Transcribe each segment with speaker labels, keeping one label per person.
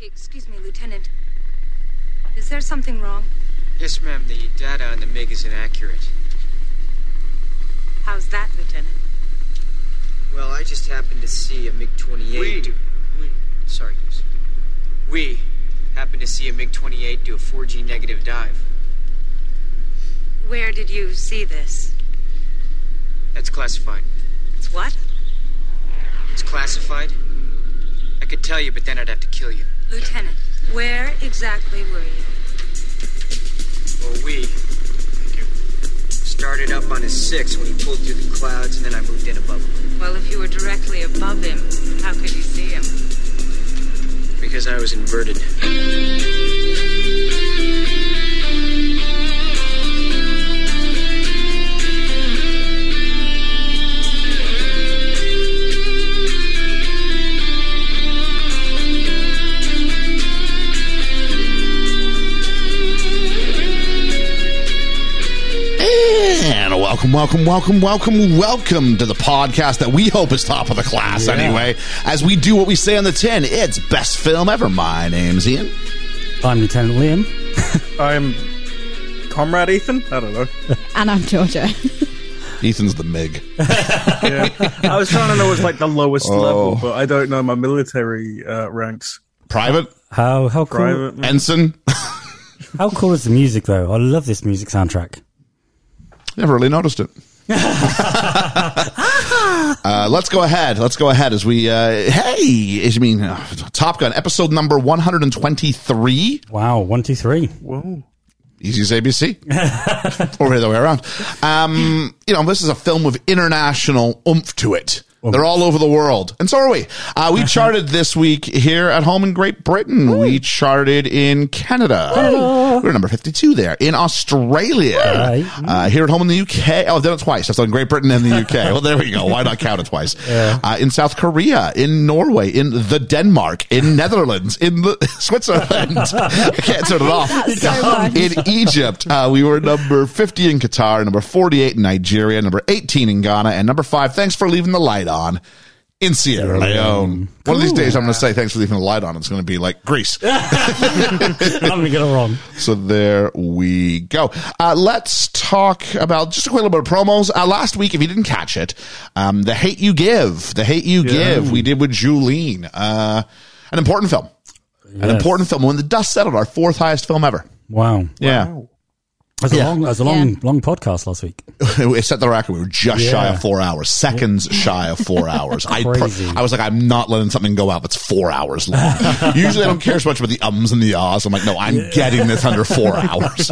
Speaker 1: Excuse me, Lieutenant. Is there something wrong?
Speaker 2: Yes, ma'am, the data on the MiG is inaccurate.
Speaker 1: How's that, Lieutenant?
Speaker 2: Well, I just happened to see a MiG 28.
Speaker 3: We-
Speaker 2: Do, we. Sorry, Goose. We happened to see a MiG 28 do a 4G negative dive.
Speaker 1: Where did you see this?
Speaker 2: That's classified.
Speaker 1: It's what?
Speaker 2: It's classified? I could tell you, but then I'd have to kill you.
Speaker 1: Lieutenant, where exactly were you?
Speaker 2: Well, we. Thank you. Started up on his six when he pulled through the clouds, and then I moved in above him.
Speaker 1: Well, if you were directly above him, how could you see him?
Speaker 2: Because I was inverted.
Speaker 4: And welcome, welcome, welcome, welcome, welcome to the podcast that we hope is top of the class anyway. As we do what we say on the tin, it's best film ever. My name's Ian.
Speaker 5: I'm Lieutenant Liam.
Speaker 3: I'm Comrade Ethan? I don't know.
Speaker 6: And I'm Georgia.
Speaker 4: Ethan's the MIG.
Speaker 3: I was trying to know what's like the lowest
Speaker 4: Oh.
Speaker 3: level, but I don't know my military uh, ranks.
Speaker 4: Private,
Speaker 5: How how cool
Speaker 3: Private.
Speaker 4: ensign.
Speaker 5: how cool is the music though? I love this music soundtrack.
Speaker 4: Never really noticed it. uh, let's go ahead. Let's go ahead as we. Uh, hey, I mean, uh, Top Gun episode number one hundred and twenty-three.
Speaker 5: Wow, one, two, three.
Speaker 3: Whoa.
Speaker 4: Easy as ABC, or the other way around. Um, you know, this is a film with international oomph to it. They're all over the world, and so are we. Uh, we charted this week here at home in Great Britain. We charted in Canada. We're number fifty-two there. In Australia,
Speaker 5: Right.
Speaker 4: uh, here at home in the UK. Oh, I've done it twice. I've done Great Britain and the UK. well, there we go. Why not count it twice? Uh, in South Korea, in Norway, in the Denmark, in Netherlands, in the Switzerland. I can't turn it off.
Speaker 6: that so much.
Speaker 4: in Egypt, uh, we were number 50 in Qatar, number 48 in Nigeria, number 18 in Ghana, and number five. Thanks for leaving the light on. In Sierra Leone. One of these days, I'm going to say thanks for leaving the light on. It's going to be like Greece.
Speaker 5: I'm gonna get it wrong.
Speaker 4: So there we go. Uh, let's talk about just a quick little bit of promos. Uh, last week, if you didn't catch it, um, The Hate You Give, The Hate You Give, we did with Julene. Uh, an important film. An
Speaker 5: Yes.
Speaker 4: important film. When the dust settled, our fourth highest film ever.
Speaker 5: Wow.
Speaker 4: Yeah.
Speaker 5: That's a
Speaker 4: Yeah.
Speaker 5: long that's a long long podcast last week.
Speaker 4: it set the record. We were just shy
Speaker 5: Yeah.
Speaker 4: of four hours, seconds shy of four hours. I, per-
Speaker 5: Crazy.
Speaker 4: I was like, I'm not letting something go out that's four hours long. Usually, I don't care so much about the ums and the ahs. I'm like, no, I'm getting this under four hours.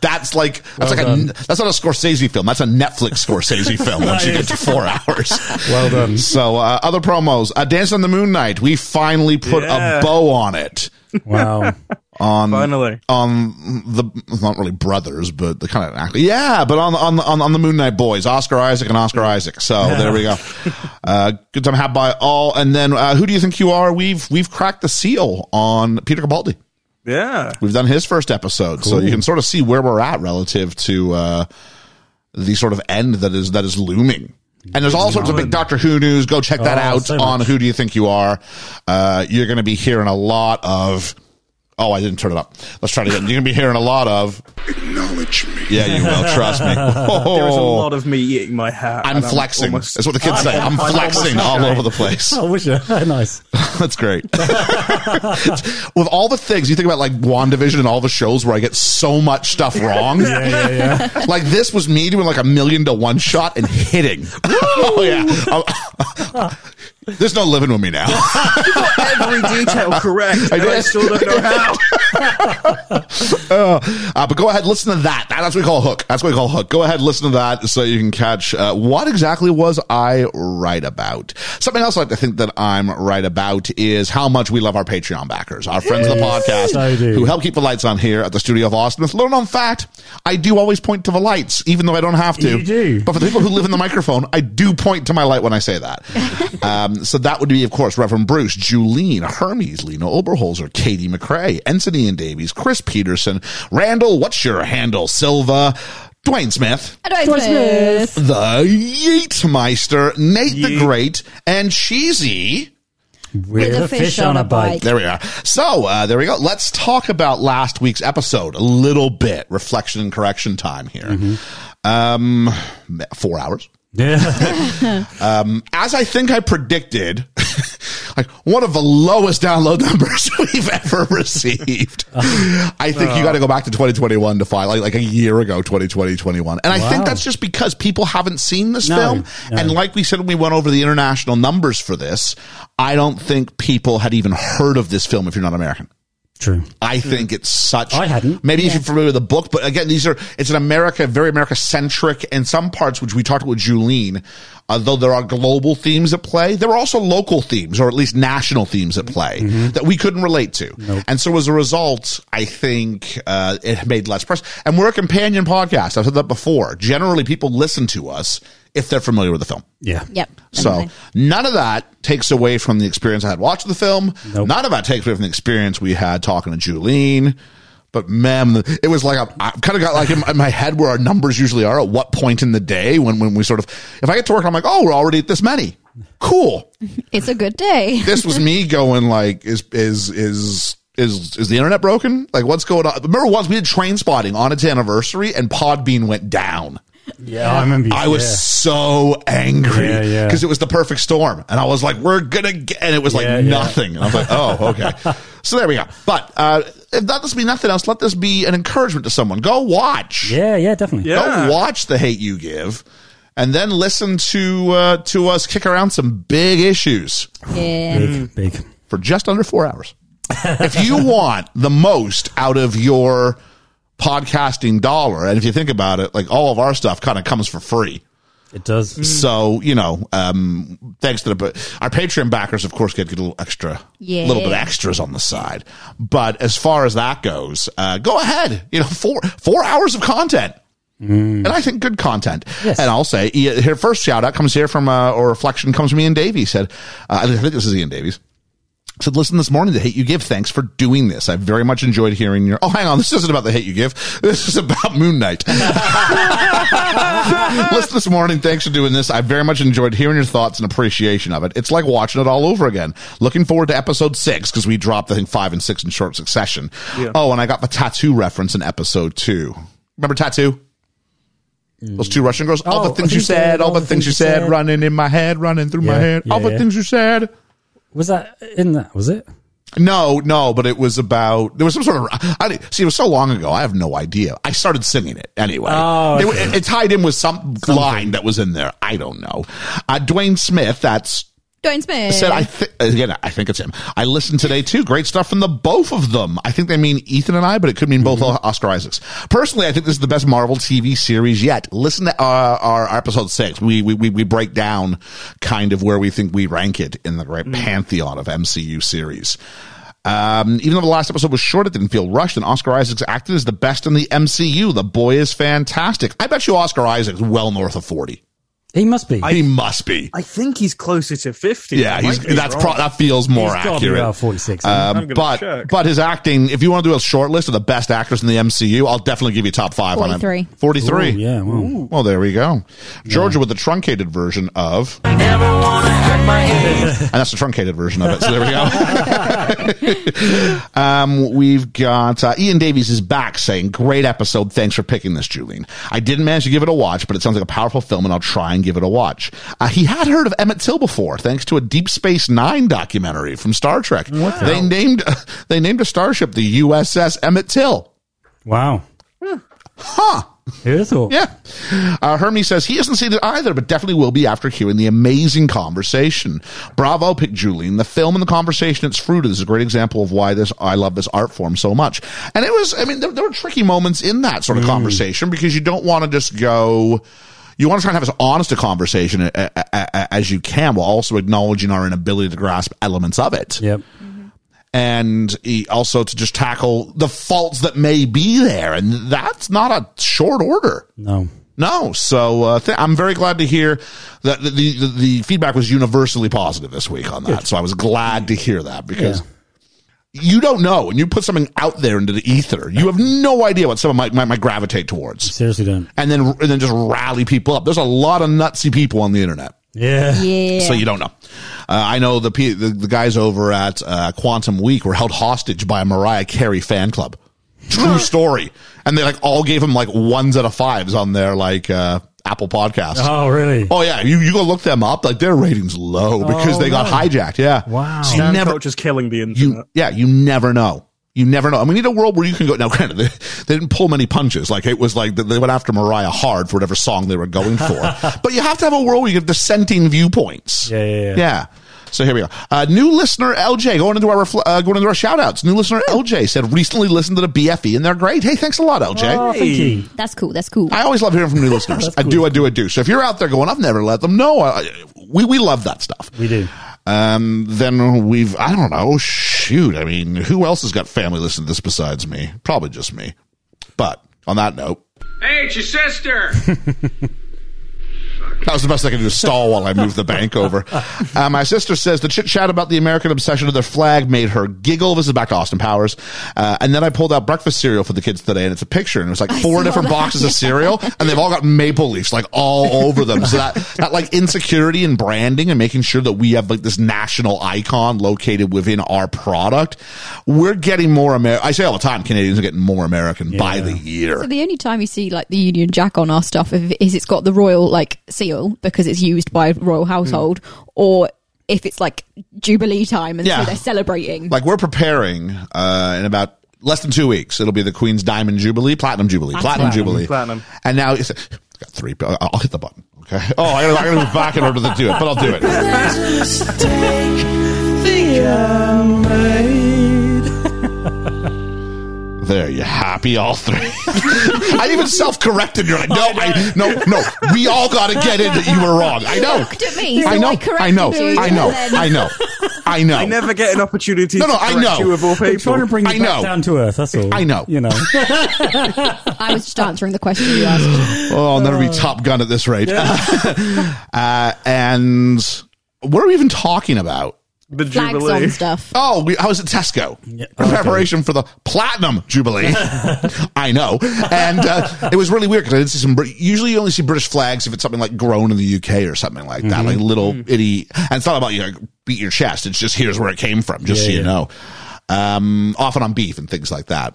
Speaker 4: that's like that's like a, that's not a Scorsese film. That's a Netflix Scorsese film. Once you get to four hours, well done. So, uh, other promos: uh, Dance on the Moon Night. We finally put
Speaker 3: Yeah.
Speaker 4: a bow on it
Speaker 5: Wow.
Speaker 4: Um,
Speaker 3: Finally.
Speaker 4: on the not really brothers, but the kind of act- yeah, but on on on on the Moon Knight boys, Oscar Isaac and Oscar Isaac. So there we go. Uh, good time had by all. And then uh, who do you think you are? We've we've cracked the seal on Peter Capaldi.
Speaker 3: Yeah.
Speaker 4: We've done his first episode, so you can sort of see where we're at relative to uh, the sort of end that is that is looming. And there's all sorts of big Doctor Who news. Go check that
Speaker 5: Oh,
Speaker 4: out
Speaker 5: so
Speaker 4: on
Speaker 5: much.
Speaker 4: Who Do You Think You Are. Uh, you're going to be hearing a lot of. Oh, I didn't turn it up. Let's try it again. You're going to be hearing a lot of.
Speaker 7: Acknowledge me.
Speaker 4: Yeah, you will. Trust me.
Speaker 3: There is a lot of me eating my hat.
Speaker 4: I'm
Speaker 3: and
Speaker 4: oh. flexing.
Speaker 3: almost-
Speaker 4: That's what the kids say. I'm,
Speaker 3: I'm almost
Speaker 4: flexing all
Speaker 3: shy.
Speaker 4: over the place.
Speaker 5: I wish I nice.
Speaker 4: That's great. With all the things you think about, like WandaVision and all the shows where I get so much stuff wrong. Like this was me doing like a million to one shot and hitting. oh yeah. Um, there's no living with me now.
Speaker 3: Every detail correct. and I,
Speaker 4: did.
Speaker 3: still don't know how.
Speaker 4: Uh, but go ahead, listen to that. That's what we call a hook. That's what we call a hook. Go ahead, listen to that so you can catch uh, what exactly was I right about. Something else I like to think that I'm right about is how much we love our Patreon backers, our friends of the podcast
Speaker 5: I do.
Speaker 4: who help keep the lights on here at the studio of Austin. It's a little known fact. I do always point to the lights, even though I don't have to.
Speaker 5: You do.
Speaker 4: But for the people who live in the microphone, I do point to my light when I say that. Um, so that would be, of course, Reverend Bruce, Julene, Hermes, Lena Oberholzer, Katie McRae, Anthony and Davies, Chris Peterson, Randall, what's your handle, Silva, Dwayne Smith,
Speaker 6: Christmas.
Speaker 4: the Yeatmeister, Nate the
Speaker 3: Yeet.
Speaker 4: Great, and Cheesy.
Speaker 5: With a fish on a bike.
Speaker 4: There we are. So uh, there we go. Let's talk about last week's episode a little bit. Reflection and correction time here.
Speaker 5: Mm-hmm.
Speaker 4: Um, four hours.
Speaker 5: Yeah.
Speaker 4: As I think I predicted, like one of the lowest download numbers we've ever received. I think
Speaker 5: Uh-huh.
Speaker 4: you got to go back to 2021 to find like, like a year ago, 2020, 21. And I think
Speaker 5: Wow.
Speaker 4: that's just because people haven't seen this
Speaker 5: No,
Speaker 4: film.
Speaker 5: no.
Speaker 4: And like we said, when we went over the international numbers for this, I don't think people had even heard of this film if you're not American.
Speaker 5: True.
Speaker 4: I think it's such.
Speaker 5: Hmm. I hadn't.
Speaker 4: Maybe if you're familiar with the book, but again, these are, it's an America, very America centric, and some parts, which we talked about with Julene, although there are global themes at play, there are also local themes, or at least national themes at play,
Speaker 5: Mm-hmm.
Speaker 4: that we couldn't relate to. And so as a result, I think uh, it made less press. And we're a companion podcast. I've said that before. Generally, people listen to us if they're familiar with the film.
Speaker 5: Yeah.
Speaker 6: Yep.
Speaker 4: So
Speaker 6: Amazing.
Speaker 4: none of that takes away from the experience I had watching the film.
Speaker 5: Nope.
Speaker 4: None of that takes away from the experience we had talking to Julene. But man, it was like I kind of got like in, in my head where our numbers usually are at what point in the day when when we sort of if I get to work, I'm like, oh, we're already at this many. Cool.
Speaker 6: it's a good day.
Speaker 4: This was me going like, is is is. Is, is the internet broken? Like, what's going on? Remember once we did train spotting on its anniversary and Podbean went down.
Speaker 5: Yeah. I remember. You,
Speaker 4: I was
Speaker 5: yeah.
Speaker 4: so angry
Speaker 5: Yeah,
Speaker 4: because
Speaker 5: yeah.
Speaker 4: it was the perfect storm, and I was like, "We're gonna get," and it was like
Speaker 5: Yeah, yeah.
Speaker 4: nothing. And I was like, "Oh, okay." so there we go. But uh, if that does be nothing else, let this be an encouragement to someone. Go watch.
Speaker 5: Yeah. Yeah. Definitely.
Speaker 3: Yeah.
Speaker 4: Go watch the hate you give, and then listen to uh, to us kick around some big issues
Speaker 6: Yeah.
Speaker 5: Big. Big.
Speaker 4: for just under four hours. if you want the most out of your podcasting dollar, and if you think about it, like all of our stuff kind of comes for free.
Speaker 5: It does.
Speaker 4: So you know, um, thanks to the our Patreon backers, of course, get, get a little extra,
Speaker 6: Yeah.
Speaker 4: little bit extras on the side. But as far as that goes, uh, go ahead. You know, four four hours of content. And I think good content. And I'll say yeah, here first shout out comes here from uh, or reflection comes from Ian Davies. Said, uh, I think this is Ian Davies. Said, listen this morning to Hate You Give. Thanks for doing this. I very much enjoyed hearing your. Oh, hang on. This isn't about the Hate You Give. This is about Moon Knight. listen this morning. Thanks for doing this. I very much enjoyed hearing your thoughts and appreciation of it. It's like watching it all over again. Looking forward to episode six because we dropped, I think, five and six in short succession. Oh, and I got the tattoo reference in episode two. Remember tattoo? Those two Russian girls. all
Speaker 5: Oh,
Speaker 4: the things you said, all the things you said, running in my head, running through my
Speaker 5: Yeah,
Speaker 4: head, all
Speaker 5: yeah,
Speaker 4: the
Speaker 5: yeah.
Speaker 4: things you said.
Speaker 5: Was that in that? Was it?
Speaker 4: No, no, but it was about there was some sort of I didn't- see. It was so long ago. I have no idea. I started singing it anyway.
Speaker 5: Oh,
Speaker 4: It-
Speaker 5: okay.
Speaker 4: it, it tied in with some line that was in there. I don't know. Uh, Dwayne Smith. That's
Speaker 6: Dwayne Smith.
Speaker 4: said. I th- again. I think it's him. I listened today too. Great stuff from the both of them. I think they mean Ethan and I, but it could mean both Oscar Isaacs. Personally, I think this is the best Marvel TV series yet. Listen to our, our, our episode six. We, we we we break down kind of where we think we rank it in the great pantheon of MCU series. Um, even though the last episode was short, it didn't feel rushed, and Oscar Isaac's acting is the best in the MCU. The boy is fantastic. I bet you Oscar Isaac's well north of 40.
Speaker 5: He must be.
Speaker 4: he must be.
Speaker 3: I think he's closer to 50.
Speaker 4: yeah,
Speaker 3: I
Speaker 4: he's,
Speaker 3: might be
Speaker 4: that's
Speaker 3: wrong.
Speaker 4: pro- that feels more
Speaker 5: He's gotta be
Speaker 4: accurate.
Speaker 5: about 46.
Speaker 4: Um,
Speaker 3: gonna
Speaker 4: but
Speaker 3: check.
Speaker 4: but his acting, if you want to do a short list of the best actors in the MCU, I'll definitely give you top five on him.
Speaker 6: 43.
Speaker 4: Forty
Speaker 5: Ooh,
Speaker 4: three.
Speaker 5: Oh, yeah. Well,
Speaker 4: Well, there we go. Georgia with the truncated version of, and that's the truncated version of it. So there we go. um, we've got uh, Ian Davies is back saying, "Great episode. Thanks for picking this, Julene. I didn't manage to give it a watch, but it sounds like a powerful film, and I'll try and give it a watch." Uh, he had heard of Emmett Till before, thanks to a Deep Space Nine documentary from Star Trek. They named they named a starship the USS Emmett Till.
Speaker 5: wow.
Speaker 4: Huh.
Speaker 5: Who'd have thought?
Speaker 4: Yeah. Uh, Hermes says he hasn't seen it either, but definitely will be after hearing the amazing conversation. Bravo, pick Julian. The film and the conversation it's fruited is a great example of why this I love this art form so much. And it was, I mean, there, there were tricky moments in that sort of conversation because you don't want to just go. You want to try and have as honest a conversation a- a- a- as you can while also acknowledging our inability to grasp elements of it
Speaker 5: Yep.
Speaker 4: and he- also to just tackle the faults that may be there. And that's not a short order.
Speaker 5: No.
Speaker 4: No, so uh, th- I'm very glad to hear that the, the the feedback was universally positive this week on that. So I was glad to hear that because you don't know, and you put something out there into the ether, you have no idea what someone might might, might gravitate towards,
Speaker 5: Seriously, don't.
Speaker 4: and then and then just rally people up. There's a lot of nutsy people on the internet.
Speaker 5: Yeah.
Speaker 6: Yeah.
Speaker 4: So you don't know. Uh, I know the, pe- the the guys over at uh, Quantum Week were held hostage by a Mariah Carey fan club. True story. And they like all gave them like ones out of fives on their like uh, Apple podcast.
Speaker 5: Oh, really?
Speaker 4: Oh yeah, you, you go look them up. Like their ratings low because
Speaker 5: Oh,
Speaker 4: they got
Speaker 5: no.
Speaker 4: hijacked. Yeah.
Speaker 5: Wow.
Speaker 4: So you
Speaker 3: Dan
Speaker 4: never,
Speaker 3: Coach is killing the internet.
Speaker 4: you yeah, you never know. You never know. I mean, we need a world where you can go. Now, granted, they, they didn't pull many punches. Like it was like they went after Mariah hard for whatever song they were going for. but you have to have a world where you get dissenting viewpoints.
Speaker 5: Yeah, yeah, yeah.
Speaker 4: So here we go. Uh, new listener LJ going into our refl- uh, going into our shout outs. New listener LJ said recently listened to the BFE and they're great. Hey, thanks a lot, LJ.
Speaker 5: Oh, thank you.
Speaker 6: that's cool. That's cool.
Speaker 4: I always love hearing from new listeners. I do, I do, I do. So if you're out there going, I've never let them know, I, we, we love that stuff.
Speaker 5: We do.
Speaker 4: Um, then we've, I don't know, shoot. I mean, who else has got family listening to this besides me? Probably just me. But on that note,
Speaker 7: Hey, it's your sister.
Speaker 4: that was the best I could do is stall while I moved the bank over. Uh, my sister says the chit chat about the American obsession of their flag made her giggle. This is back to Austin Powers. Uh, and then I pulled out breakfast cereal for the kids today, and it's a picture, and it was like
Speaker 6: I
Speaker 4: four
Speaker 6: saw
Speaker 4: different
Speaker 6: that.
Speaker 4: boxes of cereal, and they've all got maple leafs like all over them. So that that like insecurity and branding and making sure that we have like this national icon located within our product, we're getting more Amer. I say all the time, Canadians are getting more American by the year.
Speaker 6: so the only time you see like the Union Jack on our stuff is if it's got the royal like seal because it's used by royal household, or if it's like Jubilee time and
Speaker 4: Hmm. Yeah.
Speaker 6: so they're celebrating.
Speaker 4: like we're preparing uh in about less than two weeks it'll be the queen's diamond jubilee platinum jubilee platinum,
Speaker 6: Platinum.
Speaker 4: jubilee
Speaker 3: Platinum.
Speaker 4: and now it's, I got three I'll, I'll hit the button okay oh i gotta, I gotta move back in order to do it but i'll do it there you happy all three i even self-corrected you like no I, no no we all gotta get in that you were wrong i know
Speaker 6: Looked at me. so
Speaker 4: I know,
Speaker 6: corrected
Speaker 4: I know,
Speaker 6: you,
Speaker 4: I know,
Speaker 6: and then-
Speaker 4: I know, I know.
Speaker 3: I never get an opportunity
Speaker 4: No, no,
Speaker 3: to
Speaker 4: I
Speaker 3: correct
Speaker 4: know.
Speaker 3: you of all
Speaker 5: We're trying to
Speaker 3: people.
Speaker 5: bring you
Speaker 4: I
Speaker 5: back
Speaker 4: know.
Speaker 5: down to earth. That's all.
Speaker 4: I know.
Speaker 5: You know.
Speaker 6: I was just answering the question you asked.
Speaker 4: Oh, I'll never be Top Gun at this rate. uh, and what are we even talking about?
Speaker 3: The
Speaker 6: Flags
Speaker 3: Jubilee.
Speaker 6: on stuff.
Speaker 4: Oh, we, I was at Tesco in
Speaker 5: okay.
Speaker 4: preparation for the Platinum Jubilee. I know. And uh, it was really weird because I did see some. Brit- Usually you only see British flags if it's something like grown in the UK or something like
Speaker 5: Mm-hmm.
Speaker 4: that, like little itty. And it's not about you know, beat your chest. It's just here's where it came from, just so you know. Um, often on beef and things like that.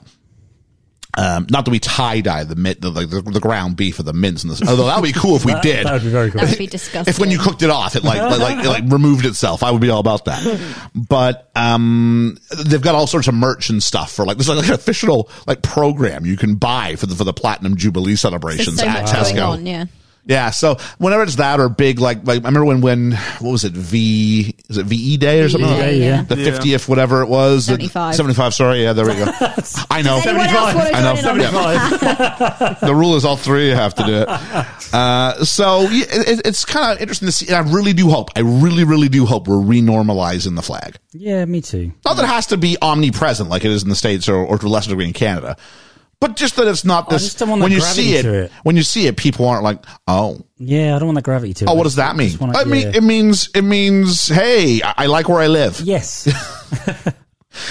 Speaker 4: Um, not that we tie dye the, mint, the, like the the ground beef or the mince, and the, although that would be cool if we did.
Speaker 5: That would be very cool.
Speaker 6: That would be disgusting.
Speaker 4: If when you cooked it off, it like like, like, it like removed itself, I would be all about that. But um, they've got all sorts of merch and stuff for like there's like, an official like program you can buy for the for the platinum jubilee
Speaker 6: There's
Speaker 4: celebrations
Speaker 6: so
Speaker 4: at
Speaker 6: much
Speaker 4: Tesco.
Speaker 6: going on, yeah.
Speaker 4: Yeah, so whenever it's that or big, like like I remember when when what was it V is it VE Day or something?
Speaker 6: VE
Speaker 4: like
Speaker 6: E Day,
Speaker 4: that?
Speaker 6: yeah.
Speaker 4: the fiftieth whatever it was
Speaker 6: 75.
Speaker 4: seventy five. Sorry, yeah, there we go. I know.
Speaker 6: anyone else wanna
Speaker 4: I know.
Speaker 6: join in on
Speaker 4: Yeah the rule is all three have to do it. Uh, so yeah, it, it- it's kind of interesting to see. And I really do hope, I really, really do hope we're renormalizing the flag.
Speaker 5: yeah, me too.
Speaker 4: Not that it has to be omnipresent like it is in the States or, or to a lesser degree in Canada, but just that it's not
Speaker 5: I
Speaker 4: this.
Speaker 5: Oh, just don't want
Speaker 4: when
Speaker 5: the
Speaker 4: you
Speaker 5: gravity
Speaker 4: see it,
Speaker 5: to it.
Speaker 4: when you see it, people aren't like, oh,
Speaker 5: Yeah, I don't want that gravity to it.
Speaker 4: oh, what does that mean?
Speaker 5: Just wanna-
Speaker 4: I mean,
Speaker 5: yeah.
Speaker 4: it means, it means, hey, I, I like where I live.
Speaker 5: yes.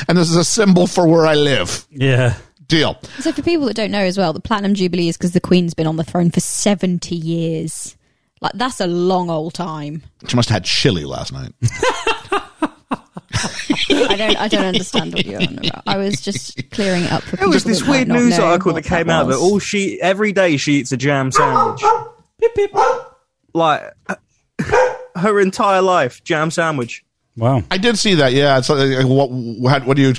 Speaker 4: And this is a symbol for where I live.
Speaker 5: yeah.
Speaker 4: Deal.
Speaker 6: So for people that don't know as well, the Platinum Jubilee is because the Queen's been on the throne for 70 years. Like, that's a long old time.
Speaker 4: She must have had chili last night.
Speaker 6: I don't, I don't understand what you're on about. I was just clearing it up for
Speaker 3: It
Speaker 6: people
Speaker 3: was
Speaker 6: that
Speaker 3: this
Speaker 6: might
Speaker 3: weird
Speaker 6: not
Speaker 3: news
Speaker 6: know
Speaker 3: article
Speaker 6: what
Speaker 3: that came out that
Speaker 6: was.
Speaker 3: all she every day she eats a jam sandwich. Like uh, her entire life, jam sandwich.
Speaker 5: Wow.
Speaker 4: I did see that. Yeah, it's like, like, what what what do you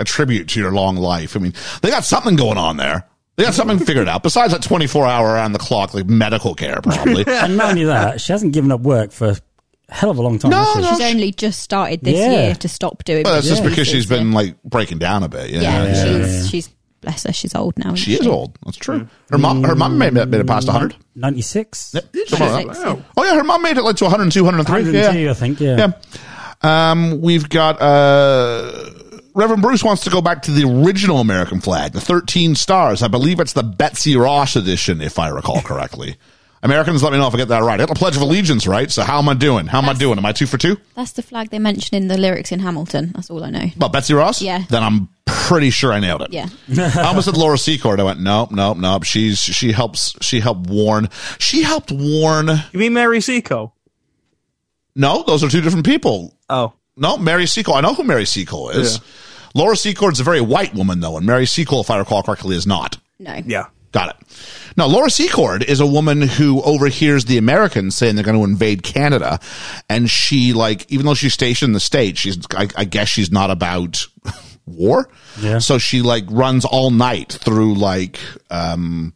Speaker 4: attribute to your long life? I mean, they got something going on there. They got something figured out besides that twenty four hour on the clock, like medical care probably.
Speaker 5: And not only that, she hasn't given up work for a hell of a long time.
Speaker 4: No,
Speaker 5: has she?
Speaker 4: no.
Speaker 6: She's only just started this
Speaker 5: Yeah.
Speaker 6: year to stop doing
Speaker 4: Well, that's just
Speaker 5: Yeah.
Speaker 4: because she's been like breaking down a bit. Yeah,
Speaker 6: Yeah,
Speaker 4: yeah.
Speaker 6: she's, she's, bless her, she's Mm-hmm. old now. isn't
Speaker 4: she is old. That's true. Her mom, her mom made, made it past hundred.
Speaker 5: 96?
Speaker 4: Oh yeah, her mom made it like to 102, 103.
Speaker 5: 102,
Speaker 4: Yeah.
Speaker 5: I think, yeah.
Speaker 4: Yeah. Um, we've got uh, Reverend Bruce wants to go back to the original American flag, the 13 stars. I believe it's the Betsy Ross edition, if I recall correctly. Americans, let me know if I get that right. I got the Pledge of Allegiance right, so how am I doing? How am I doing? Am I two for two?
Speaker 6: That's the flag they mention in the lyrics in Hamilton. That's all I know.
Speaker 4: Well, Betsy Ross?
Speaker 6: Yeah.
Speaker 4: Then I'm pretty sure I nailed it.
Speaker 6: Yeah.
Speaker 4: I almost said Laura Secord. I went, nope, nope, nope. She's she helps she helped warn. She helped warn
Speaker 3: You mean Mary Seacole?
Speaker 4: No, those are two different people.
Speaker 8: Oh,
Speaker 4: No, Mary Seacole. I know who Mary Seacole is. Laura Secord is a very white woman, though, and Mary Seacole, if I recall correctly, is not.
Speaker 6: No.
Speaker 8: yeah.
Speaker 4: Got it. Now, Laura Secord is a woman who overhears the Americans saying they're going to invade Canada. And she, like, even though she's stationed in the States, she's, I, I guess she's not about war.
Speaker 5: Yeah.
Speaker 4: So she, like, runs all night through, like, um,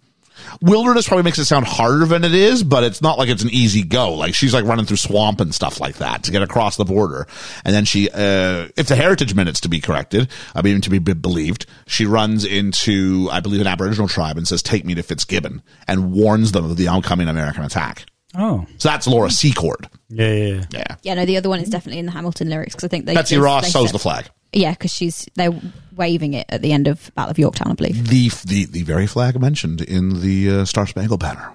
Speaker 4: wilderness probably makes it sound harder than it is, but it's not like it's an easy go. Like she's like running through swamp and stuff like that to get across the border. And then she, uh, if the heritage minutes to be corrected, I mean, to be be believed, she runs into, I believe, an Aboriginal tribe and says, take me to Fitzgibbon and warns them of the oncoming American attack.
Speaker 5: Oh,
Speaker 4: So that's Laura Secord.
Speaker 5: yeah, yeah, yeah.
Speaker 4: Yeah.
Speaker 6: Yeah, no, the other one is definitely in the Hamilton lyrics because I think they.
Speaker 4: Betsy
Speaker 6: they-
Speaker 4: Ross
Speaker 6: they
Speaker 4: sows
Speaker 6: said-
Speaker 4: the flag.
Speaker 6: Yeah, because she's they're waving it at the end of Battle of Yorktown, I believe.
Speaker 4: The, the, the very flag mentioned in the uh, Star Spangled Banner.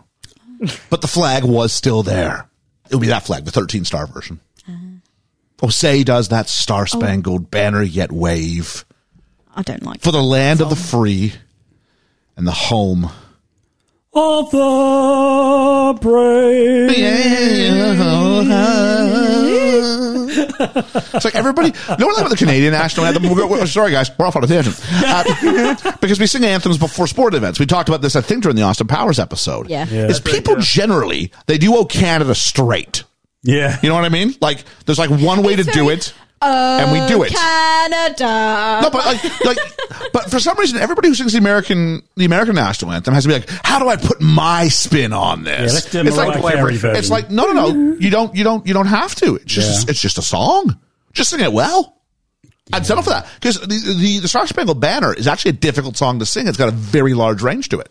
Speaker 4: But the flag was still there. It would be that flag, the 13 star version. Oh, say does that star spangled banner yet wave
Speaker 6: I don't like.
Speaker 4: for the land of the free and the home.
Speaker 5: Of the brave.
Speaker 4: It's like everybody. No one about the Canadian national anthem. We're, we're- sorry, guys, we're off on a tangent Uh, because we sing anthems before sport events. We talked about this, I think, during the Austin Powers episode.
Speaker 6: Yeah. Yeah.
Speaker 4: is people generally they do "Oh Canada" straight.
Speaker 5: Yeah.
Speaker 4: You know what I mean? Like, there's like one way to do it, and we do it.
Speaker 6: Canada.
Speaker 4: No, but like, like, but for some reason, everybody who sings the American, the American national anthem has to be like, how do I put my spin on this?
Speaker 5: Yeah, let's do a
Speaker 4: it's like,
Speaker 5: Mariah Carey version.
Speaker 4: it's like, no, no, no, you don't, you don't, you don't have to. It's just,
Speaker 5: Yeah.
Speaker 4: it's just a song. Just sing it well. I'd settle for that because the, the the Star Spangled Banner is actually a difficult song to sing. It's got a very large range to it.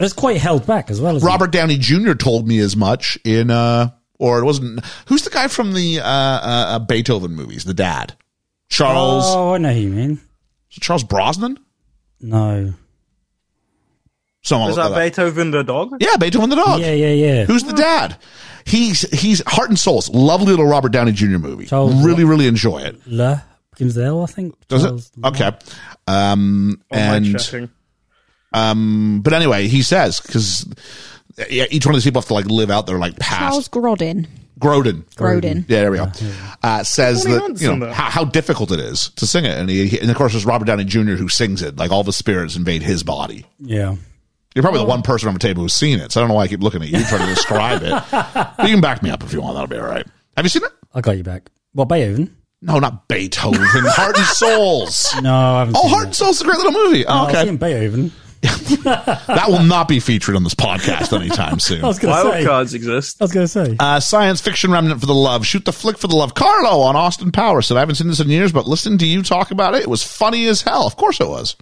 Speaker 5: It's quite held back as well. Isn't
Speaker 4: Robert Downey Jr. told me as much in, uh, or it wasn't. Who's the guy from the uh, uh, uh, Beethoven movies? The dad,
Speaker 5: It?
Speaker 4: Charles
Speaker 5: Oh, I know who you mean.
Speaker 4: Charles Brosnan.
Speaker 5: No.
Speaker 4: Someone
Speaker 8: Was that
Speaker 4: like that.
Speaker 8: Beethoven the dog?
Speaker 4: Yeah, Beethoven the dog.
Speaker 5: Yeah, yeah, yeah.
Speaker 4: Who's the dad? He's he's heart and souls. Lovely little Robert Downey Jr. movie.
Speaker 5: Charles-
Speaker 4: really, really enjoy it.
Speaker 5: Le begins with L, I think.
Speaker 4: Does
Speaker 5: Charles-
Speaker 4: it? Okay. Um,
Speaker 8: Mind
Speaker 4: and
Speaker 8: checking.
Speaker 4: but anyway, he says because yeah, each one of these people have to like live out their like past.
Speaker 6: Charles Grodin.
Speaker 4: Grodin.
Speaker 6: Grodin.
Speaker 4: Yeah, there we go. Uh, says
Speaker 8: What are
Speaker 4: that
Speaker 8: you
Speaker 4: you
Speaker 8: on
Speaker 4: know
Speaker 8: that?
Speaker 4: how, how difficult it is to sing it, and he, he- and of course there's Robert Downey Jr. who sings it. Like all the spirits invade his body.
Speaker 5: Yeah.
Speaker 4: You're probably the one person on the table who's seen it, so I don't know why I keep looking at you trying to describe it. But you can back me up if you want. That'll be all right. Have you seen it?
Speaker 5: I got you back. Well, Beethoven?
Speaker 4: No, not Beethoven. Heart and Souls.
Speaker 5: No, I haven't
Speaker 4: Oh,
Speaker 5: seen
Speaker 4: Heart
Speaker 5: that.
Speaker 4: and Souls is a great little movie. Oh,
Speaker 5: I've
Speaker 4: okay.
Speaker 5: seen Beethoven.
Speaker 4: That will not be featured on this podcast anytime soon.
Speaker 5: I was going to
Speaker 8: Wild
Speaker 5: say.
Speaker 8: cards exist.
Speaker 5: I was going to say.
Speaker 4: Uh, science fiction remnant for the love. Shoot the flick for the love. Carlo on Austin Powers said, I haven't seen this in years, but listening to you talk about it, it was funny as hell. Of course it was.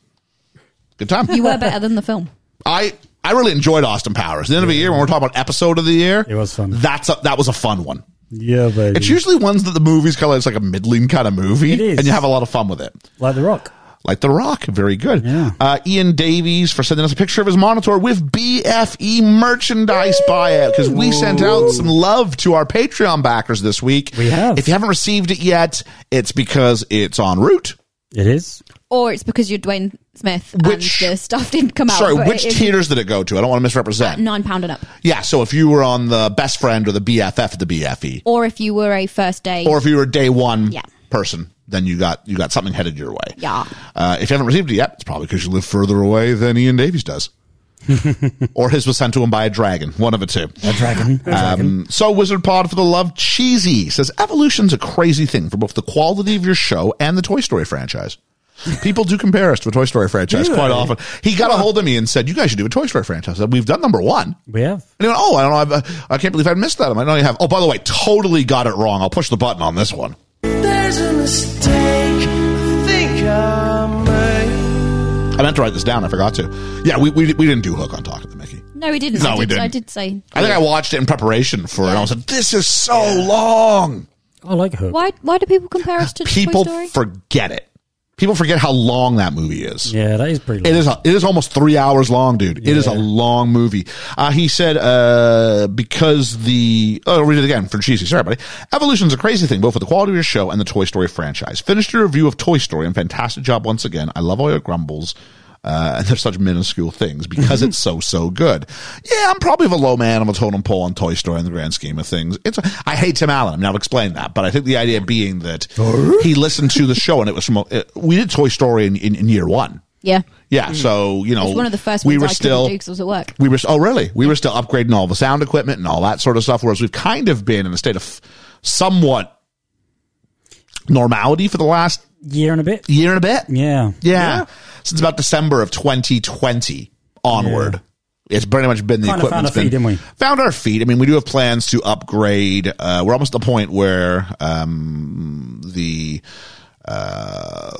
Speaker 4: Good time.
Speaker 6: You were better than the film.
Speaker 4: I I really enjoyed Austin Powers. At the end of the year, when we're talking about episode of the year,
Speaker 5: It was fun.
Speaker 4: That's a, that was a fun one.
Speaker 5: yeah, baby.
Speaker 4: It's usually ones that the movie's kind of it's like a middling kind of movie,
Speaker 5: Mm. It is.
Speaker 4: and you have a lot of fun with it.
Speaker 5: like The Rock.
Speaker 4: Like The Rock, very good.
Speaker 5: Yeah.
Speaker 4: Uh, Ian Davies for sending us a picture of his monitor with BFE merchandise buyout because we sent out some love to our Patreon backers this week.
Speaker 5: We have.
Speaker 4: If you haven't received it yet, it's because it's en route.
Speaker 5: It is.
Speaker 6: Or it's because you're Dwayne Smith
Speaker 4: Which-
Speaker 6: and the stuff didn't come out.
Speaker 4: Sorry,
Speaker 6: but
Speaker 4: which
Speaker 6: it is
Speaker 4: tiers did it go to? I don't want to misrepresent.
Speaker 6: Nine pound and up.
Speaker 4: Yeah, so if you were on the best friend or the BFF at the E. BFE,
Speaker 6: Or if you were a first day.
Speaker 4: or if you were a day one
Speaker 6: Yeah.
Speaker 4: person, then you got you got something headed your way.
Speaker 6: Yeah.
Speaker 4: Uh, if you haven't received it yet, it's probably because you live further away than Ian Davies does. or his was sent to him by a dragon, one of the two.
Speaker 5: A dragon. A dragon.
Speaker 4: Um, so Wizard Pod for the love cheesy says evolution's a crazy thing for both the quality of your show and the Toy Story franchise. People do compare us to a Toy Story franchise quite
Speaker 5: Really?
Speaker 4: often. He got a hold of me and said, "You guys should do a Toy Story franchise." I said, We've done number one.
Speaker 5: We have.
Speaker 4: And he went, "Oh, I don't know. I've, uh, I can't believe I missed that. I know you have. Oh, by the way, totally got it wrong. I'll push the button on this one."
Speaker 9: There's a mistake I think I made.
Speaker 4: I meant to write this down. I forgot to. Yeah, we, we, we didn't do Hook on Talk of the Mickey.
Speaker 6: no, we didn't.
Speaker 4: No,
Speaker 6: I
Speaker 4: we
Speaker 6: did,
Speaker 4: didn't.
Speaker 6: I did say.
Speaker 4: I think I watched it in preparation for it. And I was like, this is so long.
Speaker 5: I like Hook.
Speaker 6: Why, why do people compare us to
Speaker 4: People
Speaker 6: Toy Story?
Speaker 4: forget it. People forget how long that movie is.
Speaker 5: Yeah, that is pretty.
Speaker 4: It
Speaker 5: long.
Speaker 4: is a, it is almost three hours long, dude. It is a long movie. Uh, he said uh, because the oh, I'll read it again for cheesy. Sorry, buddy. Evolution's a crazy thing, both for the quality of your show and the Toy Story franchise. Finished your review of Toy Story and fantastic job once again. I love all your grumbles. Uh, and they're such minuscule things because it's so so good. Yeah, I'm probably of a low man of a totem pole on Toy Story in the grand scheme of things. It's I hate Tim Allen. I mean, I've explained that, but I think the idea being that he listened to the show and it was from a, we did Toy Story in, in, in year one.
Speaker 6: Yeah.
Speaker 4: Yeah, so you know,
Speaker 6: Hmm. It's one of the first
Speaker 4: we
Speaker 6: ones
Speaker 4: were
Speaker 6: I
Speaker 4: still
Speaker 6: couldn't do 'cause I was at work.
Speaker 4: we were oh really we were still upgrading all the sound equipment and all that sort of stuff whereas we've kind of been in a state of somewhat normality for the last
Speaker 5: Year and a bit.
Speaker 4: year and a bit
Speaker 5: Yeah.
Speaker 4: yeah, since about december of 2020 onward It's pretty much been the
Speaker 5: Kinda found
Speaker 4: equipment's
Speaker 5: our feet,
Speaker 4: been-
Speaker 5: didn't we?
Speaker 4: found our feet. I mean, we do have plans to upgrade. Uh, we're almost at the point where um, the uh,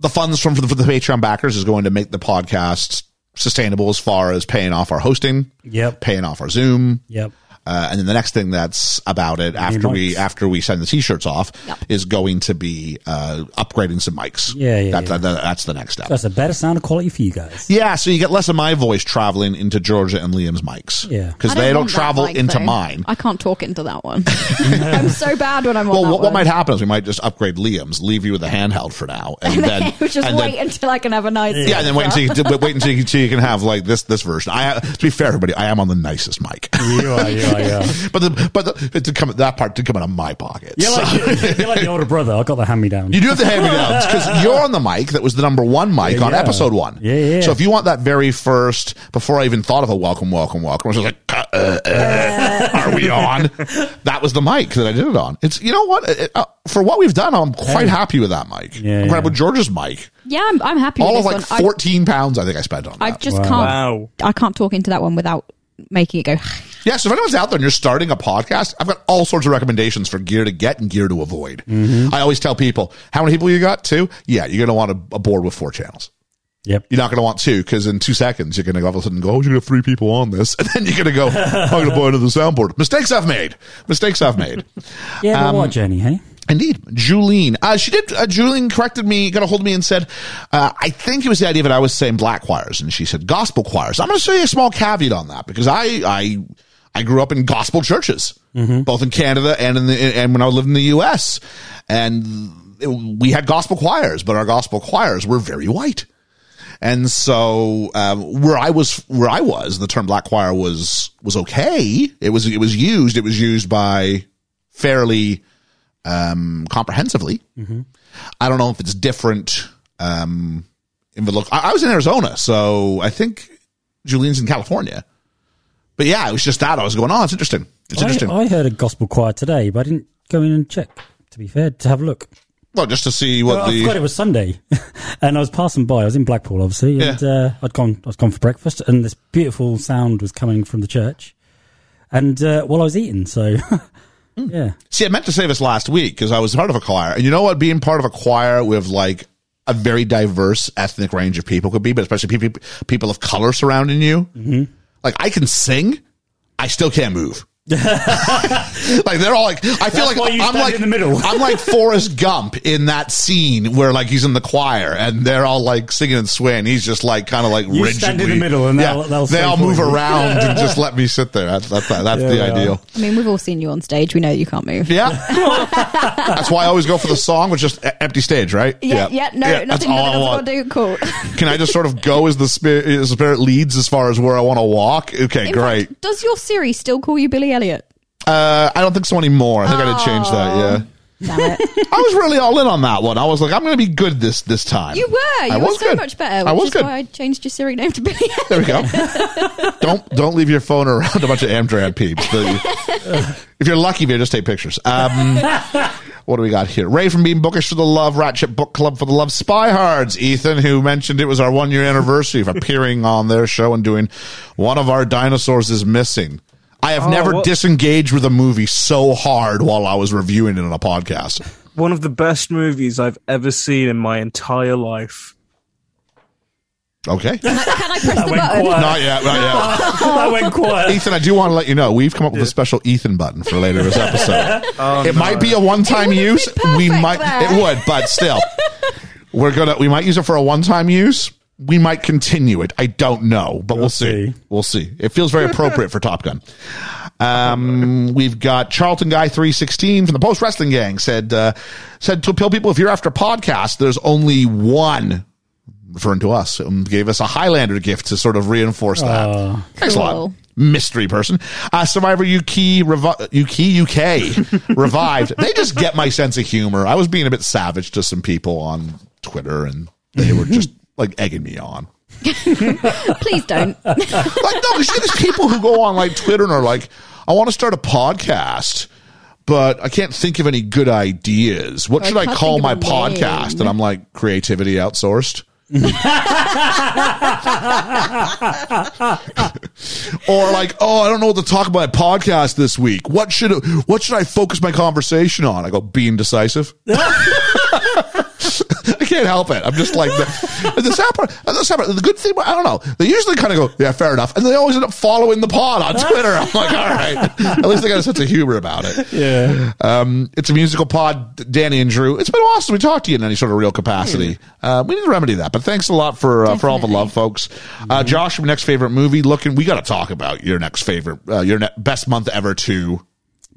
Speaker 4: the funds from for the, for the Patreon backers is going to make the podcast sustainable as far as paying off our hosting,
Speaker 5: Yep.
Speaker 4: paying off our Zoom,
Speaker 5: Yep.
Speaker 4: uh, and then the next thing that's about it after we
Speaker 5: mics.
Speaker 4: after we send the t-shirts off
Speaker 6: Yep.
Speaker 4: is going to be uh, upgrading some mics.
Speaker 5: Yeah, yeah,
Speaker 4: that,
Speaker 5: yeah.
Speaker 4: that- that's the next step.
Speaker 5: That's a better sound quality for you guys.
Speaker 4: yeah, so you get less of my voice traveling into Georgia and Liam's mics.
Speaker 5: Yeah.
Speaker 4: because
Speaker 6: I
Speaker 4: they don't
Speaker 6: want that
Speaker 4: travel
Speaker 6: mic,
Speaker 4: into
Speaker 6: though.
Speaker 4: mine.
Speaker 6: I can't talk into that one. I'm so bad when I'm on
Speaker 4: well,
Speaker 6: that
Speaker 4: what, what
Speaker 6: one.
Speaker 4: might happen is we might just upgrade Liam's, leave you with a handheld for now, and then
Speaker 6: just
Speaker 4: and
Speaker 6: wait
Speaker 4: then,
Speaker 6: until I can have a nice.
Speaker 4: yeah, and then wait until you wait until you, until you can have like this this version. I to be fair, everybody, I am on the nicest mic,
Speaker 5: You are, you are, yeah.
Speaker 4: but the, but the, it did come that part did come out of my pocket.
Speaker 5: You're
Speaker 4: so-
Speaker 5: like, you're like the older brother. I got the hand me down.
Speaker 4: You do have the hand me downs because you're on the mic that was the number one mic
Speaker 5: Yeah,
Speaker 4: on
Speaker 5: yeah.
Speaker 4: episode one.
Speaker 5: Yeah, yeah.
Speaker 4: So if you want that very first, before I even thought of a welcome, welcome, welcome, I was just like, uh, uh, uh, are we on? That was the mic that I did it on. It's you know what It- uh, for what we've done, I'm quite happy with that mic.
Speaker 5: Yeah,
Speaker 4: I'm
Speaker 5: yeah.
Speaker 4: quite happy with George's mic.
Speaker 6: Yeah, I'm, I'm happy
Speaker 4: All of
Speaker 6: with
Speaker 4: like
Speaker 6: this one.
Speaker 4: 14 pounds, I think I spent on.
Speaker 6: I, I
Speaker 4: that.
Speaker 6: just
Speaker 5: Wow.
Speaker 6: can't.
Speaker 3: Wow.
Speaker 6: I can't talk into that one without making it go.
Speaker 4: Yeah, so if anyone's out there and you're starting a podcast, I've got all sorts of recommendations for gear to get and gear to avoid.
Speaker 5: Mm-hmm.
Speaker 4: I always tell people, how many people you got? Two? Yeah, you're going to want a, a board with four channels.
Speaker 5: Yep.
Speaker 4: You're not going to want two because in two seconds you're going to all of a sudden go, oh, you have three people on this, and then you're going to go, I'm going to blow into the soundboard. Mistakes I've made. Mistakes I've made.
Speaker 5: Yeah, but
Speaker 4: Um,
Speaker 5: what journey, hey?
Speaker 4: Indeed, Julene. Uh, she did. Uh, Julene corrected me, got a hold of me, and said, uh, "I think it was the idea that I was saying black choirs," and she said gospel choirs. I'm going to show you a small caveat on that because I I I grew up in gospel churches, both in Canada and in the and when I lived in the U.S. and it- we had gospel choirs, but our gospel choirs were very white. And so, um, where I was, where I was, the term black choir was, was okay. It was, it was used, it was used by fairly, um, comprehensively. I don't know if it's different, um, in the look. I, I was in Arizona, so I think Julian's in California. But yeah, it was just that. I was going, oh, it's interesting. It's interesting.
Speaker 5: I, I heard a gospel choir today, but I didn't go in and check, to be fair, to have a look.
Speaker 4: well, just to see what
Speaker 5: I forgot
Speaker 4: the,
Speaker 5: it was Sunday, and I was passing by. I was in Blackpool, obviously, and
Speaker 4: Yeah.
Speaker 5: uh, I'd gone. I'd gone for breakfast, and this beautiful sound was coming from the church, and uh, while I was eating, so
Speaker 4: Hmm.
Speaker 5: yeah,
Speaker 4: see, I meant to say this last week because I was part of a choir. And you know what? Being part of a choir with like, a very diverse ethnic range of people could be, but especially people, people of color surrounding you.
Speaker 5: Mm-hmm.
Speaker 4: Like I can sing, I still can't move. like they're all like, I feel
Speaker 5: That's why
Speaker 4: like
Speaker 5: you
Speaker 4: I'm
Speaker 5: stand
Speaker 4: like
Speaker 5: in the middle.
Speaker 4: I'm like Forrest Gump in that scene where like he's in the choir and they're all like singing and swaying. He's just like kind of like
Speaker 5: You
Speaker 4: rigidly.
Speaker 5: stand in the middle and they'll- they'll
Speaker 4: they
Speaker 5: sway
Speaker 4: all
Speaker 5: for
Speaker 4: move
Speaker 5: you.
Speaker 4: around and just let me sit there. That's that's, that's
Speaker 5: Yeah,
Speaker 4: the
Speaker 5: they are.
Speaker 4: ideal.
Speaker 6: I mean, we've all seen you on stage. We know you can't move.
Speaker 4: Yeah, that's why I always go for the song, which is just e- empty stage, right?
Speaker 6: Yeah, yeah, no,
Speaker 4: that's
Speaker 6: nothing, nothing
Speaker 4: all I
Speaker 6: else
Speaker 4: want.
Speaker 6: got to do. Cool.
Speaker 4: Can I just sort of go as the spirit, as the spirit leads as far as where I want to walk? Okay,
Speaker 6: In
Speaker 4: great.
Speaker 6: fact, does your Siri still call you Billy Elliot?
Speaker 4: Uh, I don't think so anymore. I think I did change that. Yeah.
Speaker 6: Damn it.
Speaker 4: I was really all in on that one. I was like, I'm going to be good this this time.
Speaker 6: You were. You
Speaker 4: I
Speaker 6: were
Speaker 4: was
Speaker 6: so
Speaker 4: good.
Speaker 6: much better. Which
Speaker 4: I was
Speaker 6: is
Speaker 4: good.
Speaker 6: why I changed your Siri name to Billy Elliot.
Speaker 4: there we go. don't don't leave your phone around a bunch of Amdram peeps. The- if you're lucky, you just take pictures. Um, what do we got here? Ray from Being Bookish for the Love, Ratchet Book Club for the Love, Spy Hards, Ethan, who mentioned it was our one year anniversary of appearing on their show and doing One of Our Dinosaurs is Missing. I have never
Speaker 3: what-
Speaker 4: disengaged with a movie so hard while I was reviewing it on a podcast.
Speaker 3: One of the best movies I've ever seen in my entire life.
Speaker 4: Okay.
Speaker 6: Can I press the
Speaker 5: went
Speaker 6: button?
Speaker 5: quiet.
Speaker 4: Not yet, not yet.
Speaker 5: that went quiet.
Speaker 4: Ethan, I do want to let you know we've come up with a special Ethan button for later this episode. it might be a one-time
Speaker 6: It would've
Speaker 4: use.
Speaker 6: been
Speaker 4: We
Speaker 6: perfect
Speaker 4: might
Speaker 6: there.
Speaker 4: it would, but still, we're gonna we might use it for a one-time use. We might continue it. I don't know, but we'll, see.
Speaker 5: see.
Speaker 4: We'll see. It feels very appropriate for Top Gun. Um, we've got Charlton Guy three sixteen from the Post Wrestling Gang said uh, said to tell people if you're after podcast, there's only one referring to us, um, gave us a Highlander gift to sort of reinforce that. Thanks a lot.
Speaker 6: Cool.
Speaker 4: Mystery person. Uh, Survivor UK, revi- UK, UK revived. They just get my sense of humor. I was being a bit savage to some people on Twitter and they were just like egging me on.
Speaker 6: Please don't.
Speaker 4: Like, no, because you get these people who go on like Twitter and are like, I want to start a podcast, but I can't think of any good ideas. What
Speaker 6: I
Speaker 4: should I
Speaker 6: can't
Speaker 4: call
Speaker 6: think
Speaker 4: my
Speaker 6: of a name."
Speaker 4: podcast? And I'm like, creativity outsourced. or like, oh, I don't know what to talk about at podcast this week. What should what should I focus my conversation on? I go being decisive. I can't help it. I'm just like the, the sad part. The sad part. The good thing. I don't know. They usually kind of go, yeah, fair enough, and they always end up following the pod on Twitter. I'm like, all right, at least they got a sense of humor about it.
Speaker 5: Yeah.
Speaker 4: Um, it's a musical pod, Danny and Drew. It's been awesome. We talked to you in any sort of real capacity. Uh, we need to remedy that. But thanks a lot for uh, for all the
Speaker 6: Definitely.
Speaker 4: love, folks. Uh, Josh, your next favorite movie. Looking, we got to talk about your next favorite, uh, your ne- best month ever to